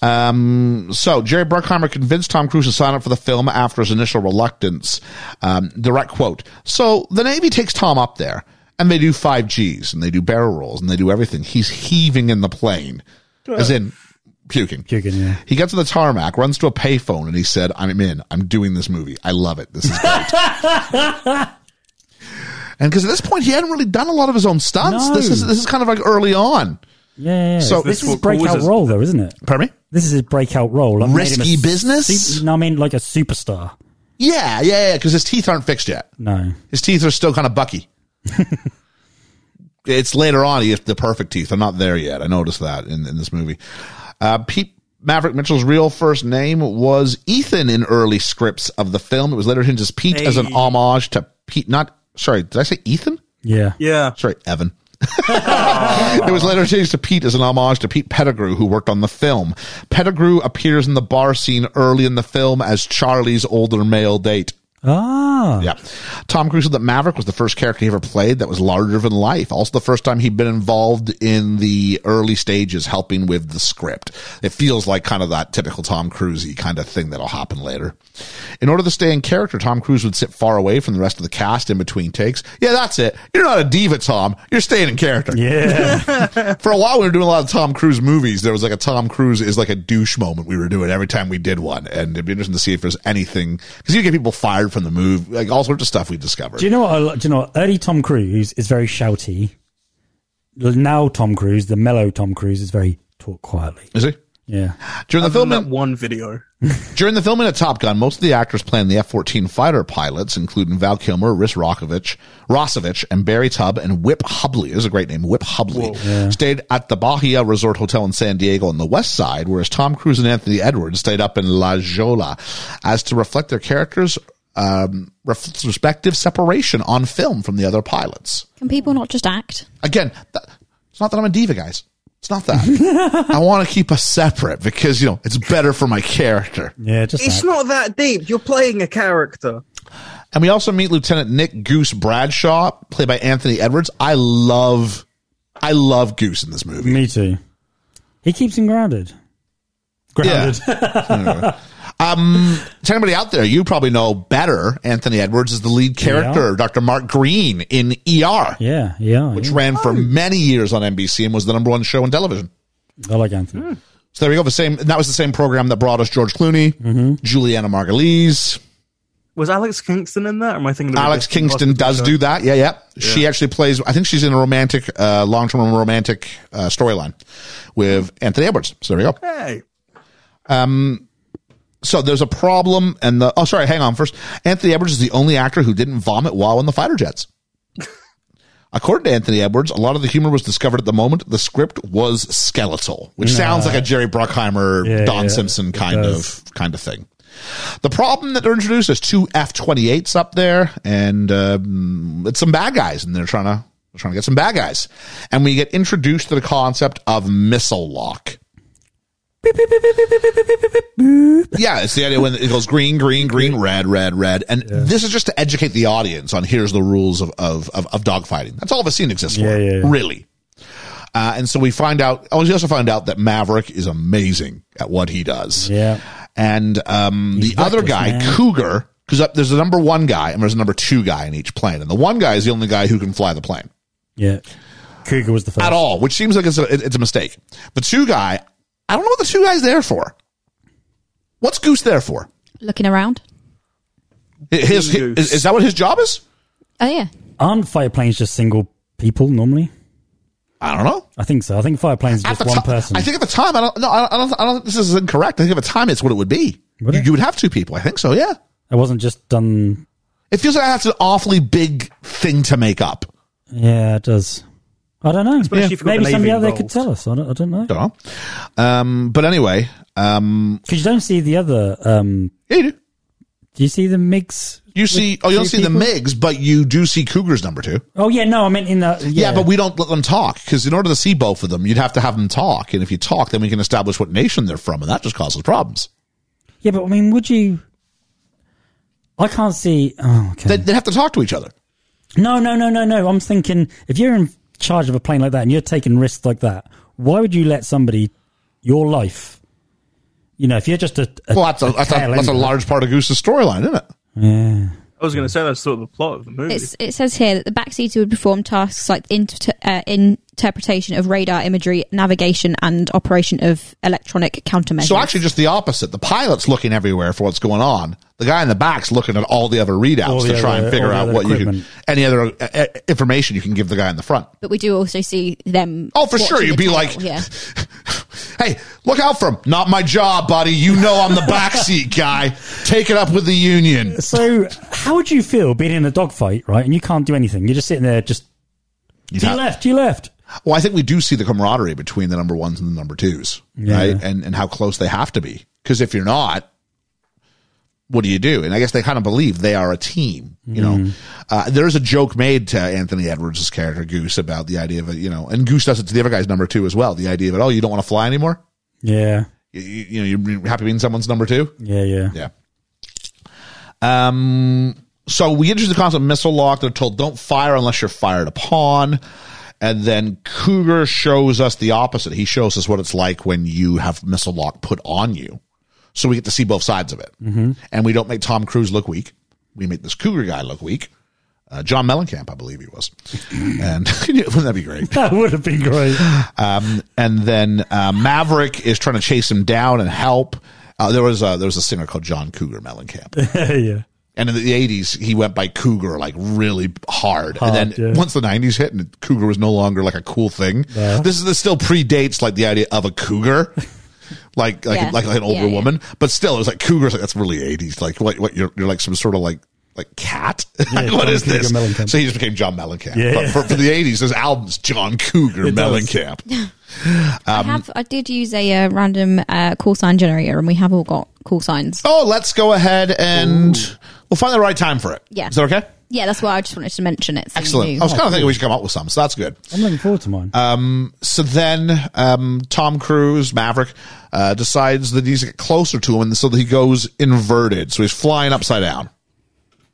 Speaker 4: um, so jerry bruckheimer convinced tom cruise to sign up for the film after his initial reluctance um, direct quote so the navy takes tom up there and they do 5gs and they do barrel rolls and they do everything he's heaving in the plane as in puking
Speaker 5: Puking, yeah.
Speaker 4: He got to the tarmac, runs to a payphone, and he said, I'm in. I'm doing this movie. I love it. This is great. and because at this point, he hadn't really done a lot of his own stunts.
Speaker 5: No.
Speaker 4: This is this is kind of like early on.
Speaker 5: Yeah, yeah, yeah.
Speaker 4: So-
Speaker 5: this, is
Speaker 3: This is
Speaker 5: his
Speaker 3: what- what was
Speaker 5: breakout
Speaker 3: his-
Speaker 5: role, though, isn't it?
Speaker 4: Pardon me?
Speaker 5: This is his breakout role. Like, made him a
Speaker 4: Risky business?
Speaker 5: su- no, I mean like a superstar.
Speaker 4: Yeah, yeah, yeah, because his teeth aren't fixed yet.
Speaker 5: No,
Speaker 4: His teeth are still kind of bucky. it's later on, he has the perfect teeth. I'm not there yet. I noticed that in, in this movie. Uh, Pete Maverick Mitchell's real first name was Ethan in early scripts of the film. It was later hinted as Pete as an homage to Pete, not, sorry, did I say Ethan?
Speaker 5: yeah,
Speaker 3: Yeah.
Speaker 4: Sorry, Evan. it was later changed to Pete as an homage to Pete Pettigrew, who worked on the film. Pettigrew appears in the bar scene early in the film as Charlie's older male date.
Speaker 5: Ah,
Speaker 4: Yeah. Tom Cruise said that Maverick was the first character he ever played that was larger than life. Also, the first time he'd been involved in the early stages helping with the script. It feels like kind of that typical Tom Cruise kind of thing that'll happen later. In order to stay in character, Tom Cruise would sit far away from the rest of the cast in between takes. Yeah, that's it. You're not a diva, Tom. You're staying in character.
Speaker 5: yeah.
Speaker 4: For a while, we were doing a lot of Tom Cruise movies. There was like a Tom Cruise is like a douche moment we were doing every time we did one. And it'd be interesting to see if there's anything, because you get people fired from the move, like all sorts of stuff we discovered.
Speaker 5: do you know what? I, li- do you know what? Early Tom Cruise is very shouty. Now Tom Cruise, the mellow Tom Cruise, is very talk quietly.
Speaker 4: Is he?
Speaker 5: Yeah,
Speaker 4: During the
Speaker 3: Other than
Speaker 4: filming,
Speaker 3: that one video.
Speaker 4: during the filming of Top Gun, most of the actors playing the F-14 fighter pilots, including Val Kilmer, Riss Rokovich, Rossovich, and Barry Tubb, and Whip Hubley is a great name. Whip Hubley stayed at the Bahia Resort Hotel in San Diego on the West Side, whereas Tom Cruise and Anthony Edwards stayed up in La Jolla, as to reflect their characters' um, ref- respective separation on film from the other pilots.
Speaker 6: Can people not just act?
Speaker 4: Again, th- it's not that I'm a diva, guys. It's not that. I want to keep us separate because you know it's better for my character.
Speaker 5: yeah, just
Speaker 3: It's
Speaker 5: that.
Speaker 3: not that deep. You're playing a character.
Speaker 4: And we also meet Lieutenant Nick Goose Bradshaw, played by Anthony Edwards. I love, I love Goose in this movie.
Speaker 5: me too. He keeps him grounded. Grounded.
Speaker 4: Um, to anybody out there, you probably know better. Anthony Edwards is the lead character, Dr. Mark Green in ER,
Speaker 5: yeah, yeah.
Speaker 4: which
Speaker 5: yeah.
Speaker 4: ran for many years on NBC and was the number one show on television.
Speaker 5: I like Anthony.
Speaker 4: So there we go. The same. That was the same program that brought us George Clooney, Juliana Margulies,
Speaker 3: Was Alex Kingston in that? Or am I thinking of a
Speaker 4: Alex
Speaker 3: different
Speaker 4: Kingston
Speaker 3: hospital
Speaker 4: does
Speaker 3: show?
Speaker 4: do that. Yeah, yeah. She actually plays. I think she's in a romantic, uh, long-term romantic uh, storyline with Anthony Edwards. So there we go.
Speaker 3: Hey.
Speaker 4: So there's a problem, and the oh, sorry, hang on. First, Anthony Edwards is the only actor who didn't vomit while in the fighter jets. According to Anthony Edwards, a lot of the humor was discovered at the moment. The script was skeletal, which sounds like a Jerry Bruckheimer,
Speaker 5: Yeah,
Speaker 4: Don
Speaker 5: yeah,
Speaker 4: Simpson
Speaker 5: it
Speaker 4: kind
Speaker 5: does.
Speaker 4: of kind of thing. The problem that they're introduced is two F twenty eights up there, and um, it's some bad guys, and they're trying to they're trying to get some bad guys, and we get introduced to the concept of missile lock. Yeah, it's the idea when it goes green, green, green, red, red, red, and this is just to educate the audience on here's the rules of of of, of dogfighting. That's all the scene exists for,
Speaker 5: Yeah, yeah, yeah.
Speaker 4: really. Uh, and so we find out. Oh, we also find out that Maverick is amazing at what he does.
Speaker 5: Yeah.
Speaker 4: And um, the other
Speaker 5: reckless,
Speaker 4: guy,
Speaker 5: man.
Speaker 4: Cougar, because there's a number one guy and there's a number two guy in each plane, and the one guy is the only guy who can fly the plane
Speaker 5: Yeah. Cougar was the first.
Speaker 4: at all, which seems like it's a, it- it's a mistake. The two guy, I don't know what the two guy's there for. What's Goose there for?
Speaker 6: Looking around.
Speaker 4: His, his
Speaker 3: Goose.
Speaker 4: is, is that what his job is?
Speaker 6: Oh yeah,
Speaker 5: Aren't fire planes just single people normally?
Speaker 4: I don't know.
Speaker 5: I think so. I think fire planes are
Speaker 4: At
Speaker 5: just
Speaker 4: the
Speaker 5: one
Speaker 4: ti-
Speaker 5: person.
Speaker 4: I think at the time, I don't. No, I don't. I don't, I don't think this is incorrect. I think at the time, it's what it would be.
Speaker 5: Would
Speaker 4: you,
Speaker 5: it?
Speaker 4: you would have two people. I think so. Yeah.
Speaker 5: it wasn't just done.
Speaker 4: It feels like that's an awfully big thing to make up.
Speaker 5: Yeah, it does. I don't know.
Speaker 3: Especially if you've got
Speaker 5: Maybe
Speaker 3: the
Speaker 5: somebody
Speaker 3: Navy
Speaker 5: out there could
Speaker 3: involved.
Speaker 5: tell us. I don't, I don't know.
Speaker 4: Don't know. Um, but anyway, um,
Speaker 5: Because you don't see the other. Um,
Speaker 4: yeah, you do.
Speaker 5: do you see the MiGs
Speaker 4: You see, oh, you don't
Speaker 5: two
Speaker 4: see the MiGs, but you do see Cougars number two.
Speaker 5: Oh yeah, no, I meant in the
Speaker 4: Yeah,
Speaker 5: yeah.
Speaker 4: but we don't let them talk because in order to see both of them, you'd have to have them talk. And if you talk, then we can establish what nation they're from, and that just causes problems.
Speaker 5: yeah, but I mean, would you? I can't see. Oh, okay.
Speaker 4: They, they have to talk to each other.
Speaker 5: No, no, no, no, no. I'm thinking if you're in charge of a plane like that and you're taking risks like that, why would you let somebody your life? You know, if you're just a, a
Speaker 4: Well, that's a, that's a,
Speaker 5: tail
Speaker 4: that's a
Speaker 5: ender-
Speaker 4: large part of Goose's storyline, isn't it?
Speaker 5: Yeah.
Speaker 3: I was going to say that's sort of the plot of the movie.
Speaker 6: It's, it says here that the backseater would perform tasks like the inter- uh, interpretation of radar imagery, navigation, and operation of electronic countermeasures.
Speaker 4: So actually, just the opposite. The pilot's looking everywhere for what's going on. The guy in the back's looking at all the other readouts
Speaker 5: All the
Speaker 4: to try
Speaker 5: other-
Speaker 4: and figure
Speaker 5: all the
Speaker 4: out
Speaker 5: other
Speaker 4: what you
Speaker 5: equipment.
Speaker 4: can, any other uh, uh, information you can give the guy in the front.
Speaker 6: but we do also see them.
Speaker 4: Oh, for sure,
Speaker 6: watching
Speaker 4: you'd
Speaker 6: the
Speaker 4: be
Speaker 6: tail,
Speaker 4: like-
Speaker 6: yeah.
Speaker 4: Hey, look out for him. Not my job, buddy. You know I'm the backseat guy. Take it up with the union.
Speaker 5: So, how would you feel being in a dogfight, right? And you can't do anything. You're just sitting there, just
Speaker 4: You'd
Speaker 5: to your
Speaker 4: have-
Speaker 5: left, to your left.
Speaker 4: Well, I think we do see the camaraderie between the number ones and the number twos,
Speaker 5: Yeah.
Speaker 4: right? And and how close they have to be. Because if you're not, what do you do? And I guess they kind of believe they are a team. You know, uh, there's a joke made to Anthony Edwards' character Goose about the idea of it. You know, and Goose does it to the other guy's number two as well. The idea of it. Oh, you don't want to fly anymore.
Speaker 5: Yeah,
Speaker 4: You, you, you know, you're- you're happy being someone's number two.
Speaker 5: yeah, yeah.
Speaker 4: Yeah. Um. So we introduce the concept of missile lock. They're told don't fire unless you're fired upon. And then Cougar shows us the opposite. He shows us what it's like when you have missile lock put on you. So we get to see both sides of it. And we don't make Tom Cruise look weak. We make this Cougar guy look weak. Uh, John Mellencamp, I believe he was. And wouldn't that be great?
Speaker 5: That would have been great.
Speaker 4: Um, and then uh, Maverick is trying to chase him down and help. Uh, there was a, there was a singer called John Cougar Mellencamp,
Speaker 5: yeah,
Speaker 4: and in the eighties he went by Cougar like really hard. and
Speaker 5: Hard,
Speaker 4: then
Speaker 5: yeah.
Speaker 4: once the nineties hit and Cougar was no longer like a cool thing, this is this still predates like the idea of a Cougar. Like like,
Speaker 6: Yeah.
Speaker 4: like like an older
Speaker 6: Yeah, yeah.
Speaker 4: woman, but still it was like cougars. Like that's really eighties. Like what what you're you're like some sort of like like cat. what
Speaker 5: John
Speaker 4: is
Speaker 5: Cougar
Speaker 4: this?
Speaker 5: Mellencamp.
Speaker 4: So he just became John Mellencamp.
Speaker 5: Yeah,
Speaker 4: but
Speaker 5: yeah.
Speaker 4: For, for the eighties, his albums John Cougar
Speaker 5: It does.
Speaker 4: Mellencamp. um,
Speaker 6: I have. I did use a uh, random uh, call sign generator, and we have all got call signs.
Speaker 4: Oh, let's go ahead and we'll find the right time for it.
Speaker 6: Yeah.
Speaker 4: Is that okay?
Speaker 6: Yeah, that's why I just wanted to mention it. so you
Speaker 4: Excellent.
Speaker 6: knew.
Speaker 4: I was kind of thinking we should come up with some, so that's good.
Speaker 5: I'm looking forward to mine.
Speaker 4: Uh, So then um, Tom Cruise, Maverick, uh, decides that he needs to get closer to him, and so he goes inverted. So he's flying upside down,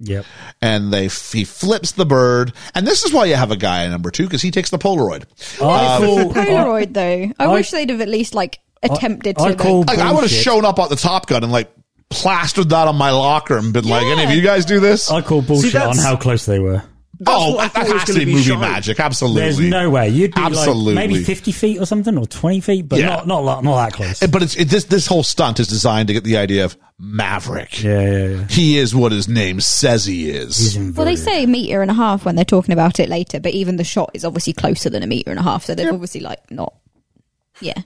Speaker 5: yep.
Speaker 4: and they he flips the bird. And this is why you have a guy at number two, because he takes the Polaroid.
Speaker 5: I call,
Speaker 6: Polaroid though. I,
Speaker 5: I-
Speaker 6: wish they'd have at least like attempted
Speaker 5: I
Speaker 6: to.
Speaker 5: call-
Speaker 6: like,
Speaker 4: Like,
Speaker 6: Uh,
Speaker 4: I would have
Speaker 5: Bullshit.
Speaker 4: shown up at the Top Gun and, like, plastered that on my locker and been like, any of you guys do this?
Speaker 5: I call bullshit on
Speaker 3: that's-
Speaker 5: how close they were.
Speaker 4: oh,
Speaker 3: what I
Speaker 4: that
Speaker 3: thought was
Speaker 4: has to
Speaker 3: gonna
Speaker 4: be
Speaker 3: be
Speaker 4: movie
Speaker 3: shown.
Speaker 4: magic. Absolutely.
Speaker 5: There's no way you'd be
Speaker 4: Absolutely.
Speaker 5: like maybe 50 feet or something, or 20 feet, but
Speaker 4: Yeah.
Speaker 5: not not not, not that close.
Speaker 4: But it's it, this this whole stunt is designed to get the idea of Maverick.
Speaker 5: yeah, yeah, yeah.
Speaker 4: He is what his name says he is.
Speaker 6: well, they say meter and a half when they're talking about it later, but even the shot is obviously closer than a meter and a half, so they're obviously like not. Yeah,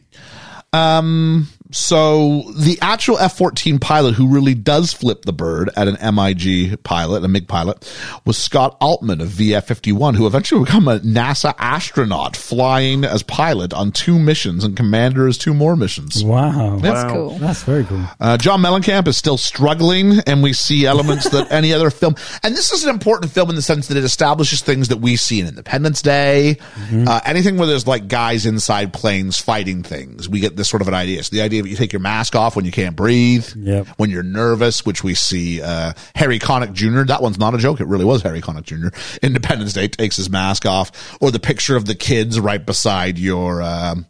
Speaker 4: So the actual F fourteen pilot who really does flip the bird at an MIG pilot, a MiG pilot, was Scott Altman of VF fifty one, who eventually would become a NASA astronaut, flying as pilot on two missions and commander as two more missions.
Speaker 5: Wow.
Speaker 6: that's cool.
Speaker 5: That's very cool.
Speaker 4: Uh, John Mellencamp is still struggling, and we see elements that any other film. And this is an important film in the sense that it establishes things that we see in Independence Day. Uh, anything where there's like guys inside planes fighting things, we get this sort of an idea. So the idea that you take your mask off when you can't breathe,
Speaker 5: Yep.
Speaker 4: when you're nervous, which we see uh, Harry Connick Jr. That one's not a joke; it really was Harry Connick Jr. Independence Day takes his mask off, or the picture of the kids right beside your. Um,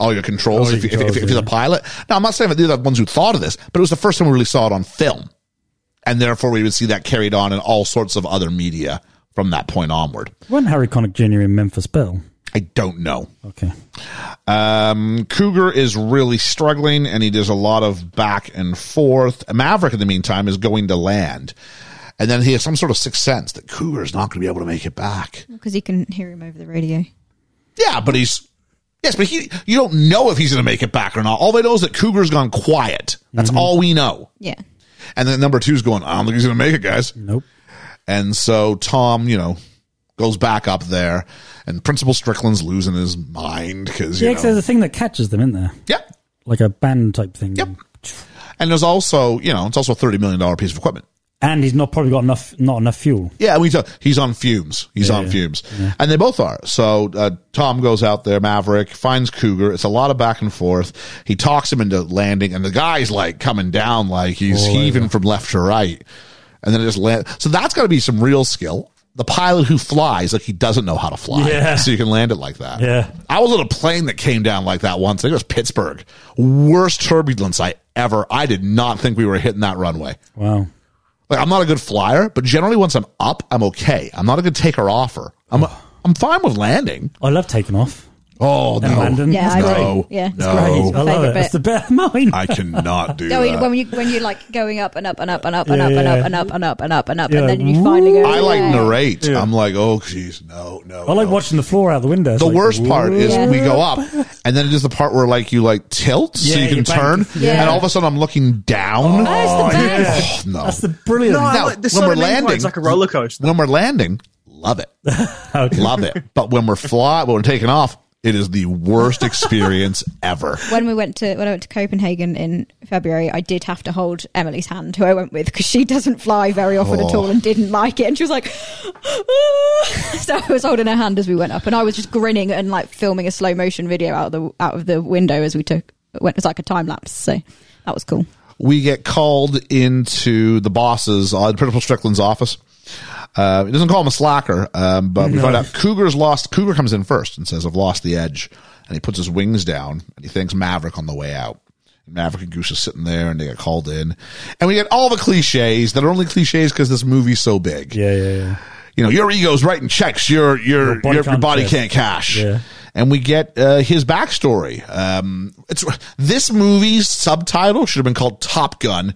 Speaker 4: all your controls,
Speaker 5: All
Speaker 4: if,
Speaker 5: your
Speaker 4: you- if, if, if
Speaker 5: controls,
Speaker 4: you're the
Speaker 5: yeah.
Speaker 4: pilot. Now, I'm not saying that they're the ones who thought of this, but it was the first time we really saw it on film. And therefore, we would see that carried on in all sorts of other media from that point onward.
Speaker 5: Wasn't Harry Connick Jr. in Memphis Belle?
Speaker 4: I don't know.
Speaker 5: Okay.
Speaker 4: Um, Cougar is really struggling and he does a lot of back and forth. Maverick, in the meantime, is going to land. And then he has some sort of sixth sense that Cougar is not going to be able to make it back.
Speaker 6: Because you can hear him over the radio.
Speaker 4: Yeah, but he's yes, but he you don't know if he's going to make it back or not. All they know is that Cougar's gone quiet.
Speaker 5: Mm-hmm.
Speaker 4: That's all we know.
Speaker 6: Yeah,
Speaker 4: And then number two's going, I don't think he's going to make it, guys.
Speaker 5: Nope.
Speaker 4: And so Tom, you know, goes back up there, and Principal Strickland's losing his mind because
Speaker 5: Yeah,
Speaker 4: you
Speaker 5: 'cause
Speaker 4: know,
Speaker 5: there's a thing that catches them, isn't there?
Speaker 4: yep.
Speaker 5: Like a band type thing.
Speaker 4: Yep. And there's also, you know, it's also a thirty million dollar piece of equipment.
Speaker 5: and he's not probably got enough not enough fuel.
Speaker 4: Yeah, I mean, so he's on fumes. He's
Speaker 5: Yeah,
Speaker 4: on
Speaker 5: yeah,
Speaker 4: fumes, and they both are. So uh, Tom goes out there, Maverick finds Cougar. It's a lot of back and forth. He talks him into landing, and the guy's like coming down, like he's
Speaker 5: All
Speaker 4: heaving
Speaker 5: over.
Speaker 4: from left to right, and then it just land. So that's got to be some real skill. The pilot who flies, like he doesn't know how to fly,
Speaker 5: Yeah.
Speaker 4: so you can land it like that.
Speaker 5: Yeah.
Speaker 4: I was on a plane that came down like that once. I think it was Pittsburgh. Worst turbulence I ever. I did not think we were hitting that runway.
Speaker 5: Wow.
Speaker 4: Like I'm not a good flyer, but generally once I'm up, I'm okay. I'm not a good taker offer. I'm I'm fine with landing.
Speaker 5: I love taking off.
Speaker 4: Oh
Speaker 5: And landing.
Speaker 6: Yeah, I
Speaker 5: It's
Speaker 6: do.
Speaker 4: no,
Speaker 6: Yeah, it's great.
Speaker 4: no,
Speaker 6: my
Speaker 5: I love
Speaker 6: favourite
Speaker 5: it. It's
Speaker 6: bit.
Speaker 5: the best mine.
Speaker 4: Oh. I cannot do
Speaker 6: No,
Speaker 4: that.
Speaker 6: when you when you're like going up and up and up and up and
Speaker 5: Yeah,
Speaker 6: up and
Speaker 5: yeah.
Speaker 6: up and up and up and up and up,
Speaker 5: Yeah.
Speaker 6: and then you finally go.
Speaker 4: I like
Speaker 6: yeah.
Speaker 4: narrate. I'm like, oh jeez, no, no.
Speaker 5: I like
Speaker 4: no.
Speaker 5: watching the floor out the window. It's
Speaker 4: The
Speaker 5: like,
Speaker 4: worst part is
Speaker 6: Yeah.
Speaker 4: we go up, and then it is the part where like you like tilt so
Speaker 5: Yeah,
Speaker 4: you can
Speaker 5: you bank.
Speaker 4: turn,
Speaker 6: Yeah.
Speaker 4: and all of a sudden I'm looking down.
Speaker 6: Oh, it's the best.
Speaker 4: Oh, no,
Speaker 5: That's the brilliant.
Speaker 3: No, I
Speaker 4: Now,
Speaker 3: like- there's
Speaker 4: when
Speaker 3: so
Speaker 4: we're
Speaker 3: many points,
Speaker 4: landing-
Speaker 3: like a roller coaster.
Speaker 4: when we're landing, love it. love it. But when we're fly, when we're taking off, it is the worst experience ever.
Speaker 6: When we went to when I went to Copenhagen in February, I did have to hold Emily's hand, who I went with, because she doesn't fly very often at
Speaker 4: Oh.
Speaker 6: all and didn't like it, and she was like, "Ah." so I was holding her hand as we went up, and I was just grinning and like filming a slow motion video out of the out of the window as we took went. It was like a time lapse, so that was cool.
Speaker 4: we get called into the boss's, uh, Principal Strickland's office. Uh, it doesn't call him a slacker, um, but we find out Cougar's lost. Cougar comes in first and says, I've lost the edge. And he puts his wings down and he thanks Maverick on the way out. Maverick and Goose are sitting there and they get called in. And we get all the cliches that are only cliches because this movie's so big.
Speaker 5: Yeah, yeah, yeah.
Speaker 4: You know, your ego's writing checks, your, your, your
Speaker 5: body
Speaker 4: your,
Speaker 5: can't
Speaker 4: body
Speaker 5: fit.
Speaker 4: can't cash.
Speaker 5: Yeah.
Speaker 4: And we get uh, his backstory. Um, it's this movie's subtitle should have been called Top Gun.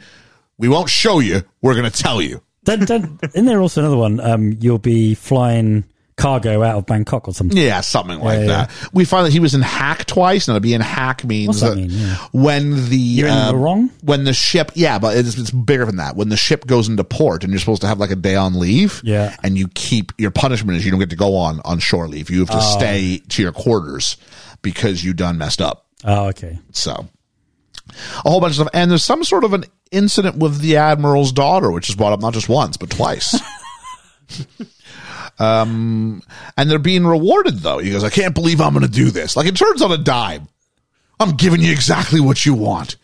Speaker 4: We won't show you. We're going to tell you.
Speaker 5: Don't, don't, isn't there also another one? Um, you'll be flying cargo out of Bangkok or something.
Speaker 4: Yeah, something like
Speaker 5: Yeah,
Speaker 4: that. We find that he was in hack twice. Now, to be in hack means
Speaker 5: What's that
Speaker 4: that
Speaker 5: mean? Yeah.
Speaker 4: when the um,
Speaker 5: You're in the wrong?
Speaker 4: when the ship. Yeah, but it's, it's bigger than that. When the ship goes into port and you're supposed to have like a day on leave.
Speaker 5: Yeah.
Speaker 4: and you keep your punishment is you don't get to go on on shore leave. You have to
Speaker 5: Oh.
Speaker 4: stay to your quarters because you done messed up.
Speaker 5: Oh, okay.
Speaker 4: So a whole bunch of stuff. And there's some sort of an incident with the admiral's daughter, which is brought up not just once, but twice. um and they're being rewarded though. He goes, I can't believe I'm gonna do this. Like it turns on a dime. I'm giving you exactly what you want.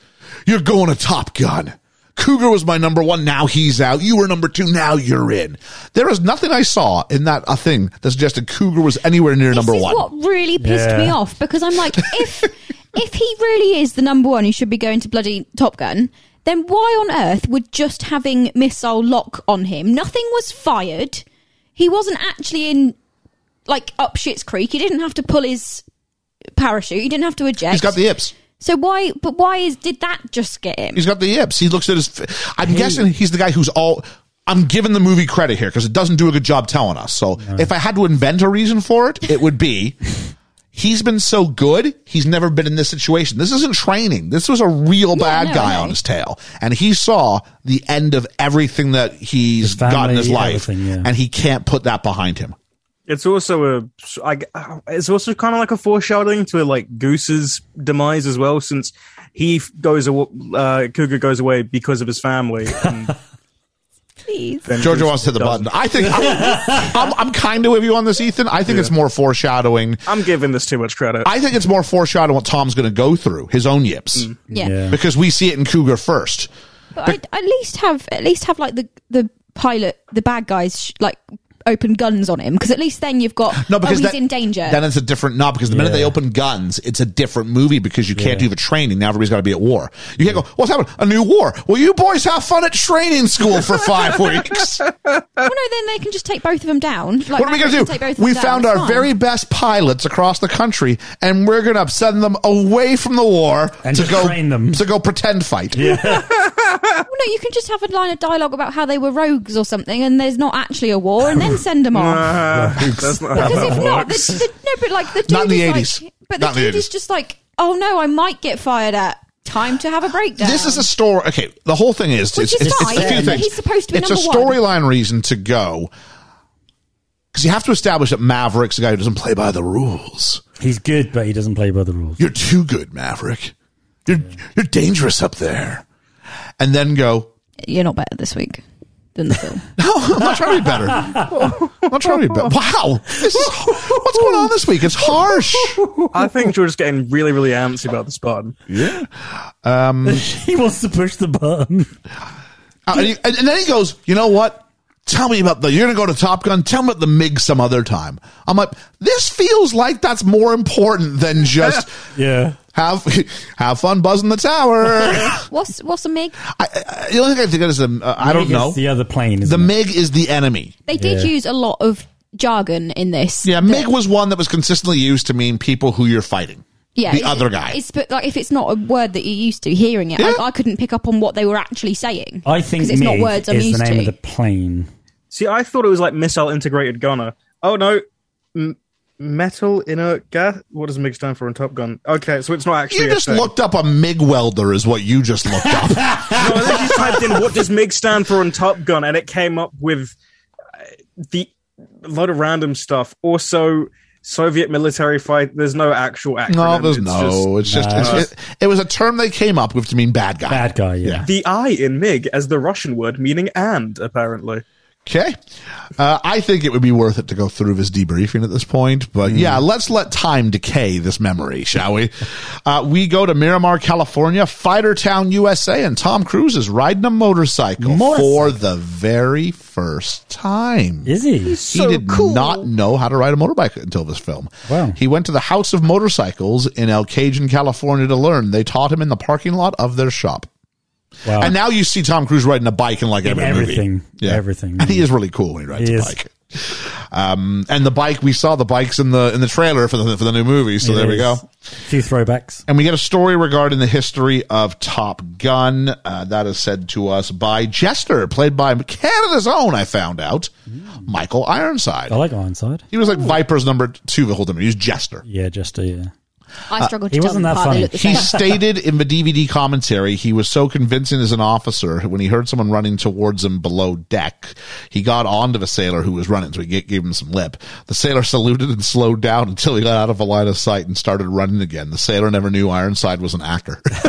Speaker 4: You're going to Top Gun. Cougar was my number one. Now he's out. You were number two. Now you're in. There is nothing I saw in that a thing that suggested Cougar was anywhere near number
Speaker 6: this
Speaker 4: one.
Speaker 6: is what really pissed
Speaker 5: Yeah.
Speaker 6: me off because I'm like, if if he really is the number one, who should be going to bloody Top Gun. Then why on earth would just having missile lock on him? Nothing was fired. He wasn't actually in like up Shit's Creek. He didn't have to pull his parachute. He didn't have to eject.
Speaker 4: He's got the ips.
Speaker 6: so why? But why is did that just get him?
Speaker 4: He's got the yips. He looks at his. I'm guessing he's the guy who's all. I'm giving the movie credit here because it doesn't do a good job telling us. So if I had to invent a reason for it, it would be he's been so good, he's never been in this situation. This isn't training. This was a real bad
Speaker 6: no,
Speaker 4: guy
Speaker 6: I know.
Speaker 4: on his tail. And he saw the end of everything that he's
Speaker 5: His family,
Speaker 4: got in his life.
Speaker 5: everything, yeah.
Speaker 4: And he can't put that behind him.
Speaker 3: It's also a, I, it's also kind of like a foreshadowing to like Goose's demise as well, since he f- goes, aw- uh, Cougar goes away because of his family. And
Speaker 6: Please.
Speaker 3: then
Speaker 4: Georgia
Speaker 3: Goose
Speaker 4: wants to hit the
Speaker 3: doesn't.
Speaker 4: button. I think I'm, I'm, I'm kind of with you on this, Ethan. I think it's more foreshadowing.
Speaker 3: I'm giving this too much credit.
Speaker 4: I think it's more foreshadowing what Tom's going to go through, his own yips.
Speaker 6: yeah.
Speaker 4: because we see it in Cougar first.
Speaker 6: But I'd at least have at least have like the the pilot, the bad guys sh- like open guns on him because at least then you've got
Speaker 4: No, because
Speaker 6: oh, he's
Speaker 4: that-
Speaker 6: in danger.
Speaker 4: Then it's a different no, because the minute they open guns, it's a different movie because you can't do
Speaker 5: Yeah.
Speaker 4: the training. Now everybody's got to be at war. You can't go. What's happened? A new war. Well, you boys have fun at training school for five weeks. what
Speaker 6: well, no, then they can just take both of them down. Like,
Speaker 4: are we
Speaker 6: Maverick
Speaker 4: gonna
Speaker 6: can take both of
Speaker 4: do? We
Speaker 6: them down,
Speaker 4: found
Speaker 6: it's
Speaker 4: our
Speaker 6: fine.
Speaker 4: very best pilots across the country, and we're gonna send them away from the war
Speaker 5: And
Speaker 4: to
Speaker 5: just
Speaker 4: go
Speaker 5: train them.
Speaker 4: to go pretend fight.
Speaker 6: Well, no, you can just have a line of dialogue about how they were rogues or something, and there's not actually a war, and then send them off.
Speaker 3: Uh, that's not how
Speaker 6: Because
Speaker 3: that
Speaker 6: if not, the,
Speaker 3: works.
Speaker 6: the, no, but like the dude
Speaker 4: Not in the
Speaker 6: is
Speaker 4: 80s.
Speaker 6: Like, but
Speaker 4: Not in
Speaker 6: the
Speaker 4: the
Speaker 6: dude
Speaker 4: 80s.
Speaker 6: is just like, oh no, I might get fired at. Time to have a breakdown.
Speaker 4: This is a story. Okay, the whole thing is
Speaker 6: Which
Speaker 4: it's,
Speaker 6: is
Speaker 4: it's, it's
Speaker 6: fine,
Speaker 4: a few
Speaker 6: but
Speaker 4: things.
Speaker 6: he's supposed to be
Speaker 4: it's a
Speaker 6: number one.
Speaker 4: storyline reason to go because you have to establish that Maverick's the guy who doesn't play by the rules.
Speaker 5: He's good, but he doesn't play by the rules.
Speaker 4: You're too good, Maverick. You're you're dangerous up there. And then go.
Speaker 6: You're not better this week. than the film.
Speaker 4: No, I'm not trying to be better. I'm not trying to be better. Wow. This is, what's going on this week? It's harsh.
Speaker 3: I think George's getting really, really antsy about this pod.
Speaker 4: Yeah. Mm.
Speaker 5: he wants to push the button.
Speaker 4: Uh, and, he- and- and then he goes, you know what? Tell me about the, you're going to go to Top Gun. Tell me about the MiG some other time. I'm like, this feels like that's more important than just
Speaker 5: Yeah.
Speaker 4: have, have fun buzzing the tower. I,
Speaker 6: What's what's a mig?
Speaker 4: I, the only thing I think of is, um, uh, I don't
Speaker 5: It's
Speaker 4: know.
Speaker 5: The other plane.
Speaker 4: The
Speaker 5: Isn't it?
Speaker 4: MiG is the enemy.
Speaker 6: They did
Speaker 5: Yeah.
Speaker 6: use a lot of jargon in this.
Speaker 4: Yeah.
Speaker 6: that-
Speaker 4: MiG was one that was consistently used to mean people who you're fighting.
Speaker 6: yeah,
Speaker 4: The
Speaker 6: it's-
Speaker 4: other guy.
Speaker 6: It's but like if it's not a word that you're used to hearing it,
Speaker 4: Yeah.
Speaker 6: I, I couldn't pick up on what they were actually saying.
Speaker 5: I think
Speaker 6: 'Cause it's not
Speaker 5: MiG
Speaker 6: words I'm
Speaker 5: is
Speaker 6: used
Speaker 5: the name
Speaker 6: to.
Speaker 5: of the plane.
Speaker 3: See, I thought it was like missile integrated gunner. Oh no, M- metal inert gas. What does MIG stand for in Top Gun? Okay, so it's not actually.
Speaker 4: You
Speaker 3: a
Speaker 4: just
Speaker 3: thing.
Speaker 4: looked up a MiG welder is what you just looked up.
Speaker 3: No, I think you typed in what does MIG stand for on Top Gun, and it came up with uh, the a lot of random stuff. Also, Soviet military fight. There's no actual acronym.
Speaker 4: No, there's
Speaker 3: It's
Speaker 4: no.
Speaker 3: just
Speaker 4: it's just it's, it, it was a term they came up with to mean bad guy.
Speaker 5: Bad guy. Yeah.
Speaker 3: the I in MIG as the Russian word meaning and, apparently.
Speaker 4: Okay, uh, I think it would be worth it to go through this debriefing at this point, but yeah, let's let time decay this memory, shall we? Uh, we go to Miramar, California, Fighter Town, USA, and Tom Cruise is riding a motorcycle,
Speaker 5: Motorcycle.
Speaker 4: for the very first time.
Speaker 5: Is he?
Speaker 4: he did not know how to ride a motorbike until this film.
Speaker 5: Wow.
Speaker 4: He went to the House of Motorcycles in El Cajun, California to learn. They taught him in the parking lot of their shop.
Speaker 5: Wow.
Speaker 4: And now you see Tom Cruise riding a bike in like every
Speaker 5: Uh, everything.
Speaker 4: movie.
Speaker 5: Everything.
Speaker 4: And he is really cool when he rides
Speaker 5: He
Speaker 4: a
Speaker 5: is.
Speaker 4: bike. Um, and the bike we saw the bikes in the in the trailer for the for the new movie. So
Speaker 5: It
Speaker 4: there we
Speaker 5: is.
Speaker 4: go.
Speaker 5: Few throwbacks.
Speaker 4: And we get a story regarding the history of Top Gun. Uh, that is said to us by Jester, played by Canada's own. I found out,
Speaker 5: Mm.
Speaker 4: Michael Ironside.
Speaker 5: I like Ironside.
Speaker 4: He was like Viper's number two the whole time. He was Jester.
Speaker 5: Yeah, just uh, a yeah.
Speaker 6: I struggled
Speaker 5: he
Speaker 6: to tell
Speaker 5: wasn't
Speaker 6: them
Speaker 5: that
Speaker 6: apart.
Speaker 5: funny.
Speaker 6: They looked the
Speaker 4: He
Speaker 6: same.
Speaker 4: stated in the DVD commentary he was so convincing as an officer when he heard someone running towards him below deck. He got onto the sailor who was running, so he ga- gave him some lip. The sailor saluted and slowed down until he got out of the line of sight and started running again. The sailor never knew Ironside was an actor.